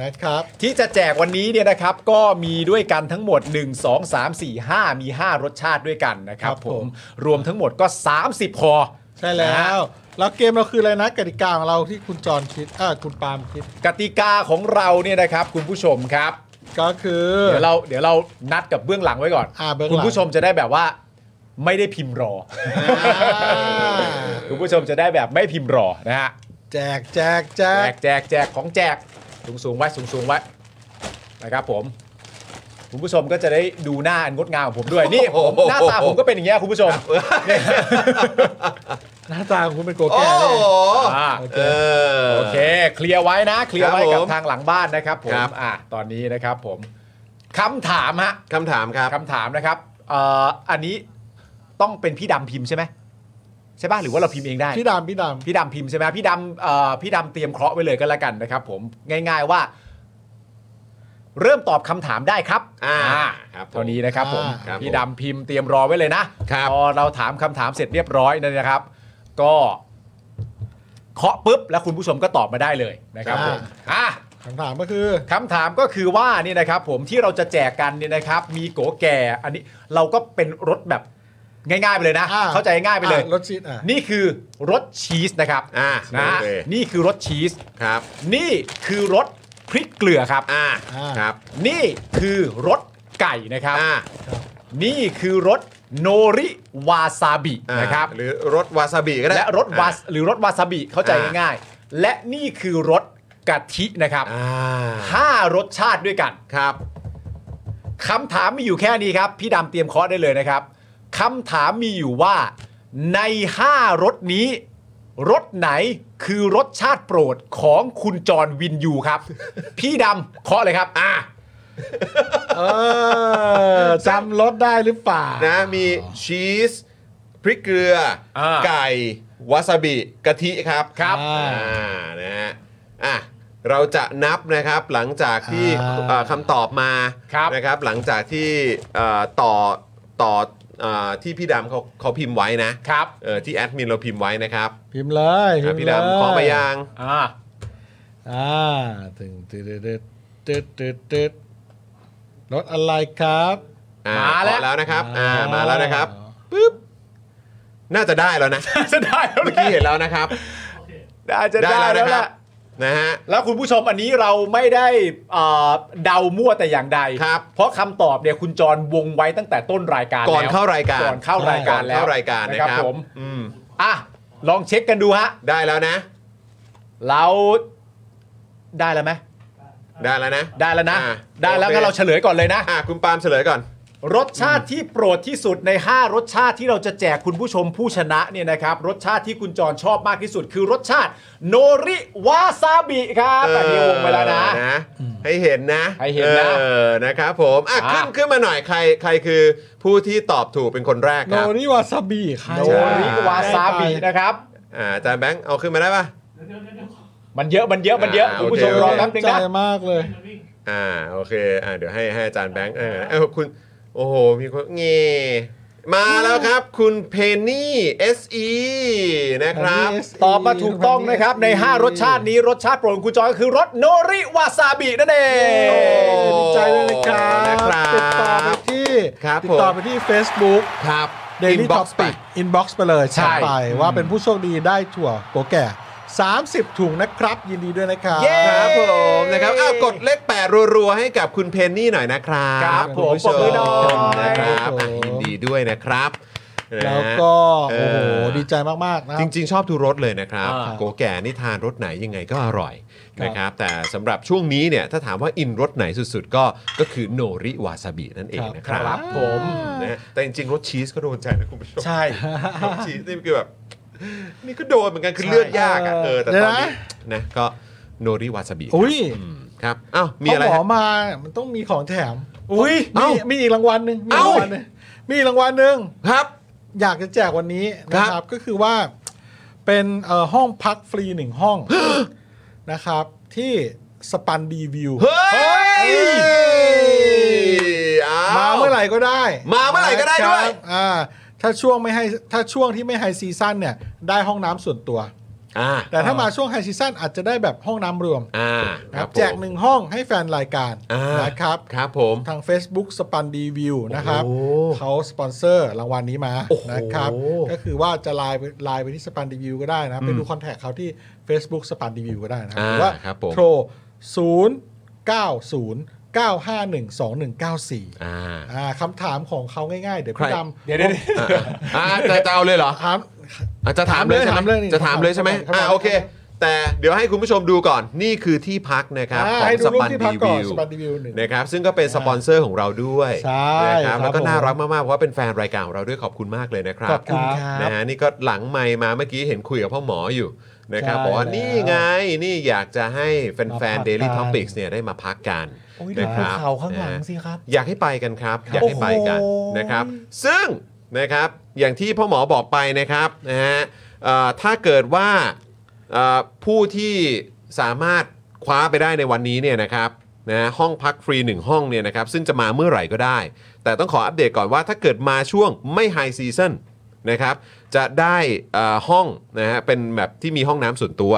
นะครับ ที่จะแจกวันนี้เนี่ยนะครับก็มีด้วยกันทั้งหมด 1 2 3 4 5 มี 5 รสชาติด้วยกันนะครับ ครับ ผ ผม ม รวมทั้งหมดก็ 30พอ ใช่แล้ว แล้วเกมเราคืออะไรนะกติกาของเราที่คุณจอนคิดอ่าคุณปาล์มคิด กติกาของเราเนี่ยนะครับคุณผู้ชมครับ ก็คือ เดี๋ยวเราเดี๋ยวเรานัดกับเบื้องหลังไว้ก่อน อ่าเบื้องหลัง คุณผู้ชมจะได้แบบว่าไม่ได้พิมพ์รอ อ่า คุณผู้ชมจะได้แบบไม่พิมพ์รอนะฮะ แจกแจกแจ แจ ก กแจกแจกของแจกสูงสูงๆไว้สูงสูงๆไว้นะครับผม คุณผู้ชมก็จะได้ดูหน้าอันงดงามของผมด้วยนี่ผมหน้าตาผมก็เป็นอย่างเงี้ยคุณผู้ชม หน้าตาของคุณเป็นโก โอ้ แก่ โห แน่ อ่า เออ โอเค เคลียร์ไว้นะ เคลียร์ไว้ ครับกับ ผม ทางหลังบ้านนะครับผม ครับ อ่ะตอนนี้นะครับผมคำถามฮะ คำถามครับ คำถามนะครับเอ่ออันนี้ต้องเป็นพี่ดำพิมพ์ใช่ไหมใช่ป่ะหรือว่าเราพิมพ์เองได้ พี่ดำพี่ด พี่ดำพิมพ์ใช่ไหมพี่ดำเอ่อพี่ดำเตรียมเคราะห์ไว้เลยก็แล้วกันนะครับผมง่าย ๆว่า เริ่มตอบคำถามได้ครับ อ่า อ่า ครับผม เท่านี้นะครับผม อ่าครับ พี่ ผม ดำพิมพ์เตรียมรอไว้เลยนะครับ พอเราถามคำถามเสร็จเรียบร้อยนะครับ ก็ เคาะปุ๊บแล้วคุณผู้ชมก็ตอบมาได้เลยนะครับ อ่า ผมอ่ะ คำถามก็คือ คำถามก็คือว่านี่นะครับผมที่เราจะแจกกันเนี่ยนะครับ มีโกแก่อันนี้เราก็เป็นรถแบบง่ายๆไปเลยนะ อ่า เข้าใจง่ายไปเลย อ่ะรสชีสอ่ะ นี่คือรสชีสนะครับ อ่า นะ โอเค นี่คือรสชีส ครับ นี่คือรสพริกเกลือครับ อ่า อ่า ครับ นี่คือรสไก่นะครับ อ่า นี่คือรสโนริวาซาบิ อ่า นะครับ หรือรถวาซาบิก็ได้ และรสวาส อ่ หรือรสวาซาบิเข้าใจง่ายๆ และนี่คือรสกะทินะครับ อ่า ห้ารสชาติด้วยกัน ครับ คำถามมีอยู่แค่นี้ครับ พี่ดำเตรียมเคอร์สได้เลยนะครับ คำถามมีอยู่ว่า ใน 5 รถนี้ รถไหนคือรสชาติโปรดของคุณจรวินยูครับ [laughs] พี่ดำเคาะเลยครับ อ่า เออจำรสได้หรือเปล่า นะมีชีสพริกเกลืออาไก่วาซาบิกะทิครับ ครับ อ่านะฮะอ่ะเราจะนับนะครับหลังจากที่ อ่า เอ่อคำตอบมา ครับ นะครับ หลังจากที่เอ่อต่อต่อเอ่อที่พี่ดำเขาเขาพิมพ์ไว้นะครับ เอ่อที่แอดมินเราพิมพ์ไว้นะครับ พิมพ์เลย อ่ะพี่ มพ์เลย ดำขอไปยัง อ่า อ่าตึงตึ๊ดตึ๊ดตึ๊ดตึ๊ดตึ๊ดรสอะไรครับ อ่ะขอแล้วนะครับอ่ามาแล้วนะครับ น่าจะได้แล้วนะ จะ [laughs] ได้แล้ว เมื่อกี้เห็นแล้วนะครับ อาจจะ ได้ ได้ แล้วนะคแล้วรับ ล่ะ นะฮะ แล้วคุณผู้ชมอันนี้เราไม่ได้เอ่อเดามั่วแต่อย่างใด ครับ เพราะคำตอบเนี่ยคุณจรวงไว้ตั้งแต่ต้นรายการ ก่อน แล้ว เข้ารายการ ก่อนเข้ารายการแล้ว ก่อนเข้ารายการนะ นะครับ ครับ ผม อืม อ่ะลองเช็คกันดูฮะ ได้แล้วนะ เราได้แล้วไหม ได้แล้วนะ ได้แล้วนะ อ่ะ ได้แล้ว โอเค งั้นเราเฉลยก่อนเลยนะ อ่ะคุณปาล์มเฉลยก่อน รสชาติที่โปรดที่สุดใน 5 รสชาติที่เราจะแจกคุณผู้ชมผู้ชนะเนี่ยนะครับ รสชาติที่คุณจรชอบมากที่สุด คือรสชาติ โนริวาซาบิครับแต่นี้วงไปแล้วนะ เออให้เห็นนะ ให้เห็นนะ ออนะครับผมอ่ะ อ่ะ ขึ้นขึ้นมาหน่อยใครใครคือผู้ที่ตอบถูกเป็นคนแรก โน ครับ ริวาซาบิใคร โน ใช่ ริวาซาบินะครับ อ่าอาจารย์แบงค์เอาขึ้นมาได้ปะ มันเยอะมันเยอะมันเยอะ อ่า คุณผู้ชม โอเค รอ ตั้งแป๊บนึง ใจ นะ มากเลย อ่าโอเคอ่าเดี๋ยวให้ให้อาจารย์แบงค์เออเออคุณโอ้โหมีคนเงมาแล้วครับ คุณเพนนี่ SE นะครับ Penny SE ตอบมาถูกต้องนะครับใน 5 รสชาตินี้รสชาติโปรดของคุณจอยก็คือรสโนริวาซาบินั่นเอง โอ้ ดีใจด้วยนะครับ นะครับ ติดต่อไปที่ ครับ ติดต่อ ผม ไปที่ Facebook ครับ Daily Inbox Topic Inbox ไปเลย ใช่ แชร์ไปว่าเป็นผู้โชคดีได้ถั่วโกแก่ 30 ถุงนะครับ ยินดีด้วยนะครับ เย้ ครับผมนะครับอ้าวกดเลขแปดรัวๆให้กับคุณเพนนี่หน่อยนะครับ ครับผม ณผู้ช ปรบมือหน่อย นะครับ ครับผม อ่ะยินดีด้วยนะครับนะ แล้ว ฮะ ก็ เอ โอ้ อ โหดีใจมาก ๆ นะจครับ ริง ๆ ชอบทุกรสเลยนะครับ อ่า โกแก่นี่ทานรสไหนยังไงก็อร่อย ครับ นะครับ แต่สำหรับช่วงนี้เนี่ยถ้าถามว่าอินรสไหนสุดๆ ก็ก็คือโนริวาซาบินั่นเองนะค ครับ รับผม นะฮะแต่จริง ๆ รสชีสก็โดนใจนะคุณผู้ชม ใช่ รสชีสนี่คือแบบ [laughs] นี่ก็โดนเหมือนกันคือเลือดยากอ่ะเออแต่ตอนนี้นะก็โนริวาซาบิ อุ้ย อืมครับอ้าวมี เขา อะไร ขอ ฮะ มามันต้องมีของแถม อุ้ย มี เอ้า มีอีกรางวัลหนึ่งมี เอ้า รางวัลหนึ่งมีอีกรางวัลหนึ่ง ครับ อยากจะแจกวันนี้คนะครั รับ บก็คือว่าเป็นเอ่อห้องพักฟรีหนึ่งห้องนะครับที่สปันดีวิว เฮ้ยเอ้ มาเมื่อไหร่ก็ได้ มาเมื่อไหร่ก็ได้ด้วย นะครับอ่าถ้าช่วงไม่ให้ถ้าช่วงที่ไม่ไฮซีซั่นเนี่ยได้ห้องน้ำส่วนตัว อ่า แต่ถ้ามาช่วงไฮซีซั่นอาจจะได้แบบห้องน้ำรวม อ่า นะ ครัครั บบ แจก ผม หนึ่งห้องให้แฟนรายการ อ่าน นะครับ ครับผม ทาง Facebook สปันดีวิวนะครับ โอ้โห เขาสปอนเซอร์รางวัลนี้มา โอ้โห นะครับ ก็คือว่าจะไลน์ไปไลน์ไปที่สปันดีวิวก็ได้นะไปดูคอนแทคเขาที่ Facebook สปันดีวิวก็ได้นะครั อ่า หรือว่า ครับผม โทร 0 9 0 9 5 1 2 1 9 4 อ่า อ่าคำถามของเขาง่ายๆ เดี๋ยว ใคร พี่ดำ เดี๋ยวเดี๋ยว อ่ะอ่ะจะจะเอาเลยเหรอ ถาม อ่ะจะถามเลยใช่ไหม ถามเลยนี่ จะถามเลยใช่ไหม ถามเลย อ่าโอเค แต่เดี๋ยวให้คุณผู้ชมดูก่อนนี่คือที่พักนะครับ อ่า ของ ให้ดู ส รูป ปัน ที่พั ดี กก่อน วิว สปันดีวิวหนึ่ง นะครับซึ่งก็เป็นสปอนเซอร์ของเราด้วย ใช่ นะครับ ครับ แล้วก็น่า ผม รักมากๆเพราะว่าเป็นแฟนรายการของเราด้วยขอบคุณมากเลยนะครับ ขอบคุณครับ นะฮะนี่ก็หลังไมค์มาเมื่อกี้เห็นคุยกับพ่อหมออยู่นะครับ ใช่ บอกว่า แล้ว นี่ไงนี่อยากจะให้ มา แฟ พั น ก ๆ Daily กัน Topics เนี่ยได้มาพักกัน โอ้ยดู นะค ภู รับ เขาข้างหลัง นะ สิครับ อยากให้ไปกันครับ อยากให้ไปกัน โอ้โห นะครับ ซึ่งนะครับอย่างที่พ่อหมอบอกไปนะครับนะฮะเอ่อถ้าเกิดว่าเอ่อผู้ที่สามารถคว้าไปได้ในวันนี้เนี่ยนะครับนะห้องพักฟรี 1 ห้องเนี่ยนะครับซึ่งจะมาเมื่อไหร่ก็ได้ แต่ต้องขออัปเดตก่อนว่าถ้าเกิดมาช่วงไม่ไฮซีซั o น นะครับ จะได้เอ่อห้องนะฮะเป็นแบบที่มีห้องน้ำส่วนตัว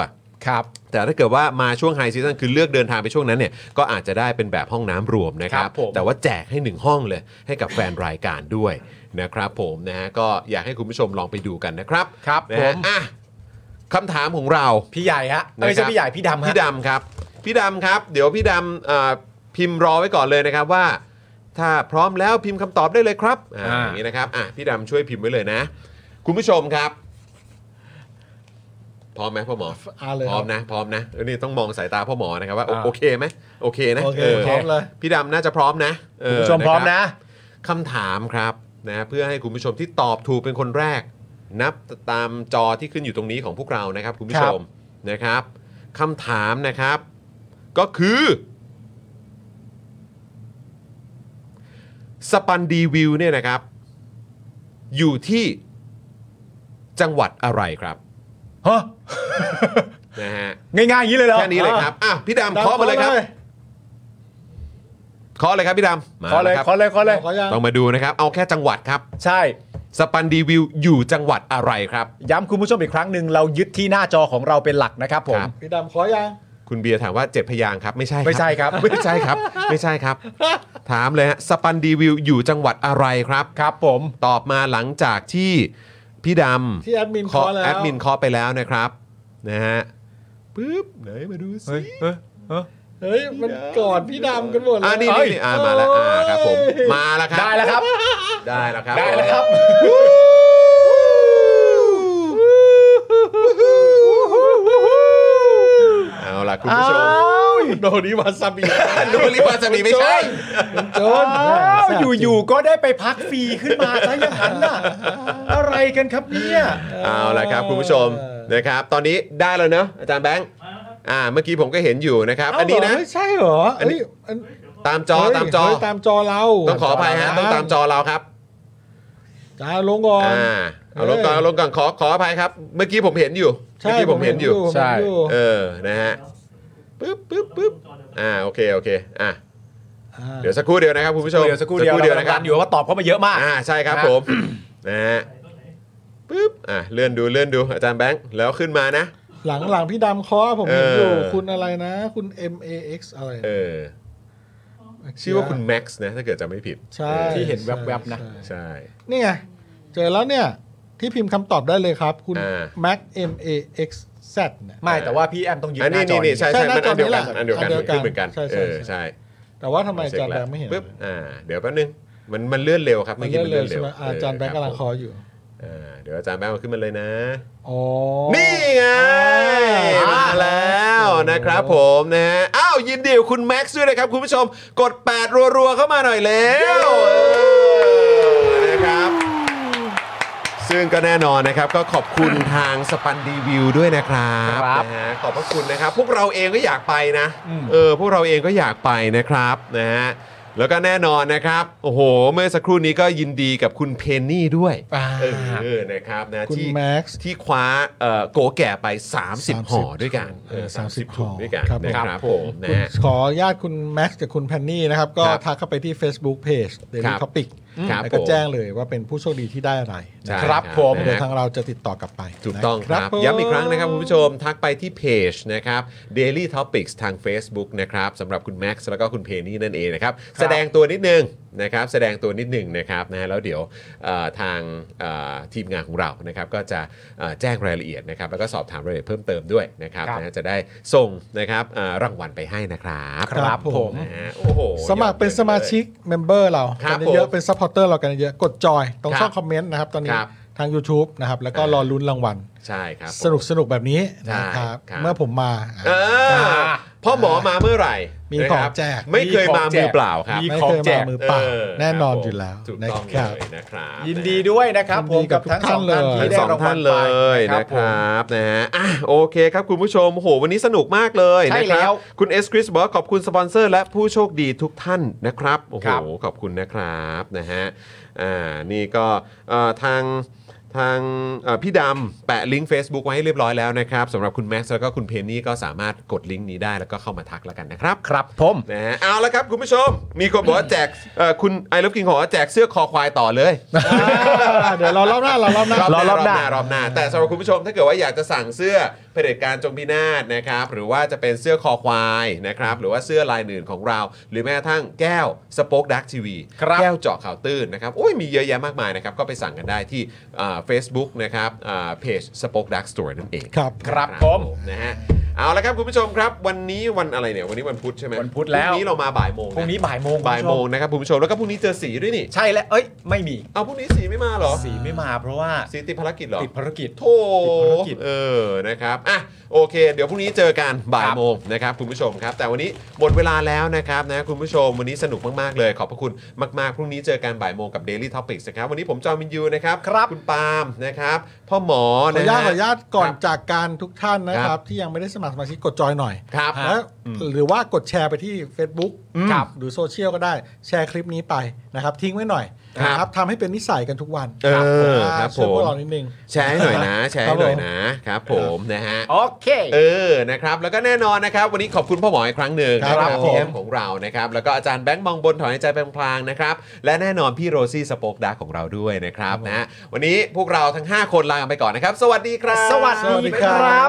ครับ แต่ถ้าเกิดว่ามาช่วงไฮซีซันคือเลือกเดินทางไปช่วงนั้นเนี่ยก็อาจจะได้เป็นแบบห้องน้ำรวมนะครัครับบผม แต่ว่าแจกให้หนึ่งห้องเลย ให้กับแฟนรายการด้วยนะครับผมนะฮะก็อยากให้คุณผู้ชมลองไปดูกันนะครับ ครับ นะ ผ ฮะ ม อ่ะคำถามของเรา พี่ใหญ่ฮะเอ้ยไม่ นะครั ใช่ บ พี่ใหญ่พี่ดำฮะ พี่ดำครับ พี่ดำครับ เดี๋ยวพี่ดำอ่าพิมพ์รอไว้ก่อนเลยนะครับว่า ถ้าพร้อมแล้วพิมพ์คำตอบได้เลยครับอ่า อ่า อย่างนี้นะครับอ่ะพี่ดำช่วยพิมพ์ไว้เลยนะ คุณผู้ชมครับ พร้อมไหมพ่อหมอ เอาเลย พ ค ร้อ รั ม บ นะพร้อมนะเออนี่ต้องมองสายตาพ่อหมอนะครับว่าโอ อ่า โอเคไหมโอเคนะ โอเคพร้อมเลย พี่ดำน่าจะพร้อมนะเอ คุณ อ ผู้ชมพร้อม ค นะ บคำถามครับนะเพื่อให้คุณผู้ชมที่ตอบถูกเป็นคนแรก นับตามจอที่ขึ้นอยู่ตรงนี้ของพวกเรานะครับ คุณผู้ชมนะครับคำถามนะครับ ก็คือสปันดีวิวเนี่ยนะครับ อยู่ที่จังหวัดอะไรครับ ฮะ นะฮะ ง่ายๆอย่างนี้เลยเหรอ แค่นี้เลยครับ อ่ะ พี่ดำเคาะมาเลยครับเคาะเลยครับพี่ดำมา ขอเลย แวครับ ขอเลยขอเลย ขอยัง ต้องมาดูนะครับ เอาแค่จังหวัดครับ ใช่ สปันดีวิวอยู่จังหวัดอะไรครับ ย้ำคุณผู้ชมอีกครั้งหนึ่งเรายึดที่หน้าจอของเราเป็นหลักนะครับผม ครับ พี่ดำขอยัง คุณเบียร์ถามว่าเจ็ดพยางค์ครับ ไม่ใช่ ไม่ใช่ครับ [laughs] ไม่ใช่ครับ ไม่ใช่ครับ ถามเลยฮะ สปันดีวิวอยู่จังหวัดอะไรครับ ครับผม ตอบมาหลังจากที่พี่ดำ ที่แอดมินขอ เคาะ แล้ว แอดมินเคาะไปแล้วนะครับ นะฮะ ปึ๊บไหนมาดูสิ เฮ้ยมันก่อนพี่ดำกันหมดเลย อ่านี่ เอ้ยนี่นี่อ่ามาแล้วอ่าครับผม มาแล้วครับ ได้แล้วครับ ได้แล้วครับ ได้แล้วครับ เอาล่ะคุณผู้ชม โดนนี้วาซาบิ ดูริบาสมีไม่ใช่ โดน อ้าวอยู่ๆก็ได้ไปพักฟรีขึ้นมาซะอย่างนั้นน่ะอะไรกันครับเนี่ย เอาล่ะครับคุณผู้ชมนะครับ ตอนนี้ได้แล้วเนอะอาจารย์แบงค์อ่าเมื่อกี้ผมก็เห็นอยู่นะครับ เาอันเหรนี้นะ ไม่ใช่เหรอ อันนี้ เอ้ยอัน ตามจอ เฮ้ย ตามจอ เฮ้ยตามจอเรา ต้องขออภัยฮะต้องตามจอเราครับ จ้าลงก่อน อ่าเอาลงก่อนเอาลงก่อนขอขออภัยครับ เมื่อกี้ผมเห็นอยู่เมื่อ ใช่ กี้ผมเห็นอยู่ ผมเห็นอยู่ เออ นะฮะ ปึ๊บปึ๊บปึ๊บอ่า โอเค โอเค อ่ะ อ่า เดี๋ยวสักครู่เดียวนะครับคุณผู้ชม เดี๋ยวสักครู่เดียว นะครั กำลังอยู่ว่าตอบเข้ามาเยอะมาก อ่า ใช่ครับ นะ ผม นะฮะ ปึ๊บ อ่ะ เลื่อนดู เลื่อนดู อาจารย์แบงค์ แล้วขึ้นมานะ หลังหลังพี่ดำเคอผมเห็นอยู่ เออ คุณอะไรนะ คุณ M A X อะไร เออ ชื่อว่าคุณแม็กซ์นะ ถ้าเกิดจำไม่ผิด ใช่ ที่เห็นแวบๆนะ ใช่ ใช่ นี่ไง เจอแล้วเนี่ย ที่พิมพ์คำตอบได้เลยครับ คุณ อ่า Mac M A X Z เนี่ย ไม่แต่ว่าพี่แอมต้องยืน อัน ห นี้ น้าจอ นี่นี่ใช่ใช่ ใช่ มันอันเดียวกัน หน้าจอนี้แหละ อันเดียวกัน อันเดียวกัน ขึ้นเหมือนกัน ใช่ใช่ เออ ใช่ ใช่ แต่ว่าทำไมอาจารย์แบงค์ไม่เห็น ปึ๊บ อ่า เดี๋ยวแป๊บนึง มัน มันเลื่อนเร็วครับ มั เมื่อน กี้ เลื่อ มัน น เล เลื่ ย อนเร็วใช่ไหมอาจารย์แบงค์กำลังเคออยู่ อ่า เดี๋ยวอาจารย์แบงค์เอาขึ้นมาเลยนะ อ๋อ นี่ไงมาแล้วนะครับผมนะฮะอ้าวยินดีกับคุณแม็กซ์ด้วยนะครับ คุณผู้ชมกด 8 รัวๆ เข้ามาหน่อยแล้วเออนะครับ ซึ่งก็แน่นอนนะครับ ก็ขอบคุณทางสปันดีวิวด้วยนะครับ ครับ นะฮะขอบพระคุณนะครับ พวกเราเองก็อยากไปนะเออพวกเราเองก็อยากไปนะครับนะฮะแล้วก็แน่นอนนะครับ โอ้โห เมื่อสักครู่นี้ก็ยินดีกับคุณเพนนี่ด้วย อ่า เออนะครับนะ คุณ ที่ แม็ก ที่คว้าเอ่อโกแก่ไป 30 30 ห่อด้วยกันเออ เออ 30ถุง ห่อ ด้วยกัน ครับ นะครับผมนะฮะ ขออนุญาตคุณแม็กซ์กับคุณแพนนี่นะครับ ก็ ครับ ทักเข้าไปที่ Facebook Page ครั Daily บ Topic ครับ แล้วก็ ผม แจ้งเลยว่าเป็นผู้โชคดีที่ได้อะไร ใช่ นะ นะครับผม นะ เดี๋ยว ฮะ ทางเราจะติดต่อกลับไป ถูกต้องครับ ผม ย้ำอีกครั้งนะครับ คุณผู้ชมทักไปที่เพจนะครับ Daily Topics ทาง Facebook นะครับสำหรับคุณแม็กซ์แล้วก็คุณเพนี่นั่นเองนะครับ แสดงตัวนิดนึงนะครับ แสดงตัวนิดนึงนะครับนะแล้วเดี๋ยวเอ่อทางเอ่อทีมงานของเรานะครับ ก็จะเอ่อแจ้งรายละเอียดนะครับ แล้วก็สอบถามรายละเอียดเพิ่มเติมด้วยนะครับ ครับ นะจะได้ส่งนะครับเอ่อรางวัลไปให้นะครับ ครับผม นะฮะโอ้โห สมัครเป็นสมาชิกเมมเบอร์เรา ครั กับ นเย ผ อะ ม ๆเป็นซัพพอร์เตอร์เรากันเยอะๆกดจอยตรง ครับ ช่องคอมเมนต์นะครับ ตอนนี้ ครับ ทาง YouTube นะครับ แล้วก็ อ่าร รอลุ้นรางวัล ใช่ครับผม สนุกสนุกๆแบบนี้นะครับ ใช่ครับ เมื่อผมมาอ่ะ เออพ่อหมอมาเมื่อไหร่ มี นะ ข ค อง รับ แจก ไม่เคยมามือเปล่าครับ มี ไม่ ของ เคย แจ มาก มือเปล่า เ แน่นอน ครับผม อยู่แล้ว ถูก นะ ต้อง ครั เล บ ยนะครับ ยินดีด้วยนะครับผม ยินดีกักับบ ทั้ง ทุก สอ ท่าท่านง นเลย ที่ ทั้ง ได้ สอง รางวั ท่า ล น ไป เลยนะครับนะฮะอ่ะโอเคครับคุณผู้ชมโหวันนี้สนุกมากเลย ใช่ นะค แล้ รั ว บคุณเอสคริสบอกว่าขอบคุณสปอนเซอร์และผู้โชคดีทุกท่านนะครับโอ้โห ครับ ขอบคุณนะครับนะฮะอ่านี่ก็เอ่อทาง ทางเอ่อพี่ดำแปะลิงก์ Facebook ไว้ให้เรียบร้อยแล้วนะครับสำหรับคุณแม็กซ์แล้วก็คุณเพนนี่ก็สามารถกดลิงก์นี้ได้แล้วก็เข้ามาทักแล้วกันนะครับ ครับผม นะฮะเอาละครับ คุณผู้ชม มีคนบอกว่าแจกเอ่อคุณไอร k บกิงขอแจกเสื้อคอควายต่อเลย อ่าเดี๋ยวเรารอบหน้าเรารอบหน้า รอบหน้ารอบหน้าร [laughs] อบหน้าร อบหน้า แต่สำหรับคุณผู้ชมถ้าเกิดว่าอยากจะสั่งเสื้อเผด็จการจงพินาศนะครับ หรือว่าจะเป็นเสื้อคอควายนะครับ หรือว่าเสื้อลายอื่นของเรา หรือแม้กระทั่งแก้วสป็อคดักทีวี ครับ แก้วเจาะข่าวตื้นนะครับโอ้ยมีเยอะแยะมากมายนะครับ ก็ไปสั่งกันได้ที่เฟซบุ๊กนะครับเพจสป็อคดักสโตร์นั่นเอง ครับ ครับผม นะฮะเอาละครับคุณผู้ชมครับ วันนี้วันอะไรเนี่ยวันนี้วันพุธใช่ไหม วันพุธแล้พวรุ่งนี้เรามาบ่ายโมง พรุ่ง นะ นี้บ่ายโมง บ่ายโมงนะครับคุณผู้ชมแล้วก็พรุ่งนี้เจอสีด้วยนี่ ใช่แล้วเอ้ย ไม่มี เอาพรุ่งนี้สีไม่มาเหรอ สีไม่มาเพราะว่า สีติดภารกิจเหรอ ติดภารกิจ โถ ติดภารกิจ เออนะครับอ่ะโอเค เดี๋ยวพรุ่งนี้เจอกันบ่าย ครับ โมงนะครับคุณผู้ชมครับ แต่วันนี้หมดเวลาแล้วนะครับนะคุณผู้ชมวันนี้สนุกมาก ๆ เลย ขอบพระคุณมาก ๆ พรุ่งนี้เจอกันบ่ายโมงกับ Daily Topics นะครับวันนี้ผมจอมินยูนะครับ ครับ คุณปาล์มนะครับพ่อหมอ ขออ นะ นุญาตขฮะออนุญาตก่อน ครับ จากการทุกท่านนะค ครั รับ บ ที่ยังไม่ได้สมัครสมาชิกกดจอยหน่อย ครับ และหรือว่ากดแชร์ไปที่ Facebook ครับ หรือโซเชียลก็ได้แชร์คลิปนี้ไปนะครับ ทิ้งไว้หน่อย ครับ นะครับทำให้เป็นนิสัยกันทุกวัน เออครับ ช่วยพวผม กเรานิดนึง แชร์ให้หน่อยนะ แชร์ให้หน่อยนะครับผมนะฮะ โอเค เออ นะครับ แล้วก็แน่นอนนะครับ วันนี้ขอบคุณพ่อหมออีกครั้งหนึ่ง ครับ นะ ผม ทีมของเรา นะครับ แล้วก็อาจารย์แบงค์มองบนถอนหายใจพลางๆ นะครับ และแน่นอนพี่โรซี่สโปกดาร์กของเราด้วยนะครับนะฮะวันนี้พวกเราทั้ง 5 คนลากันไปก่อนนะครับ สวัสดีครับ สวัสดีครับ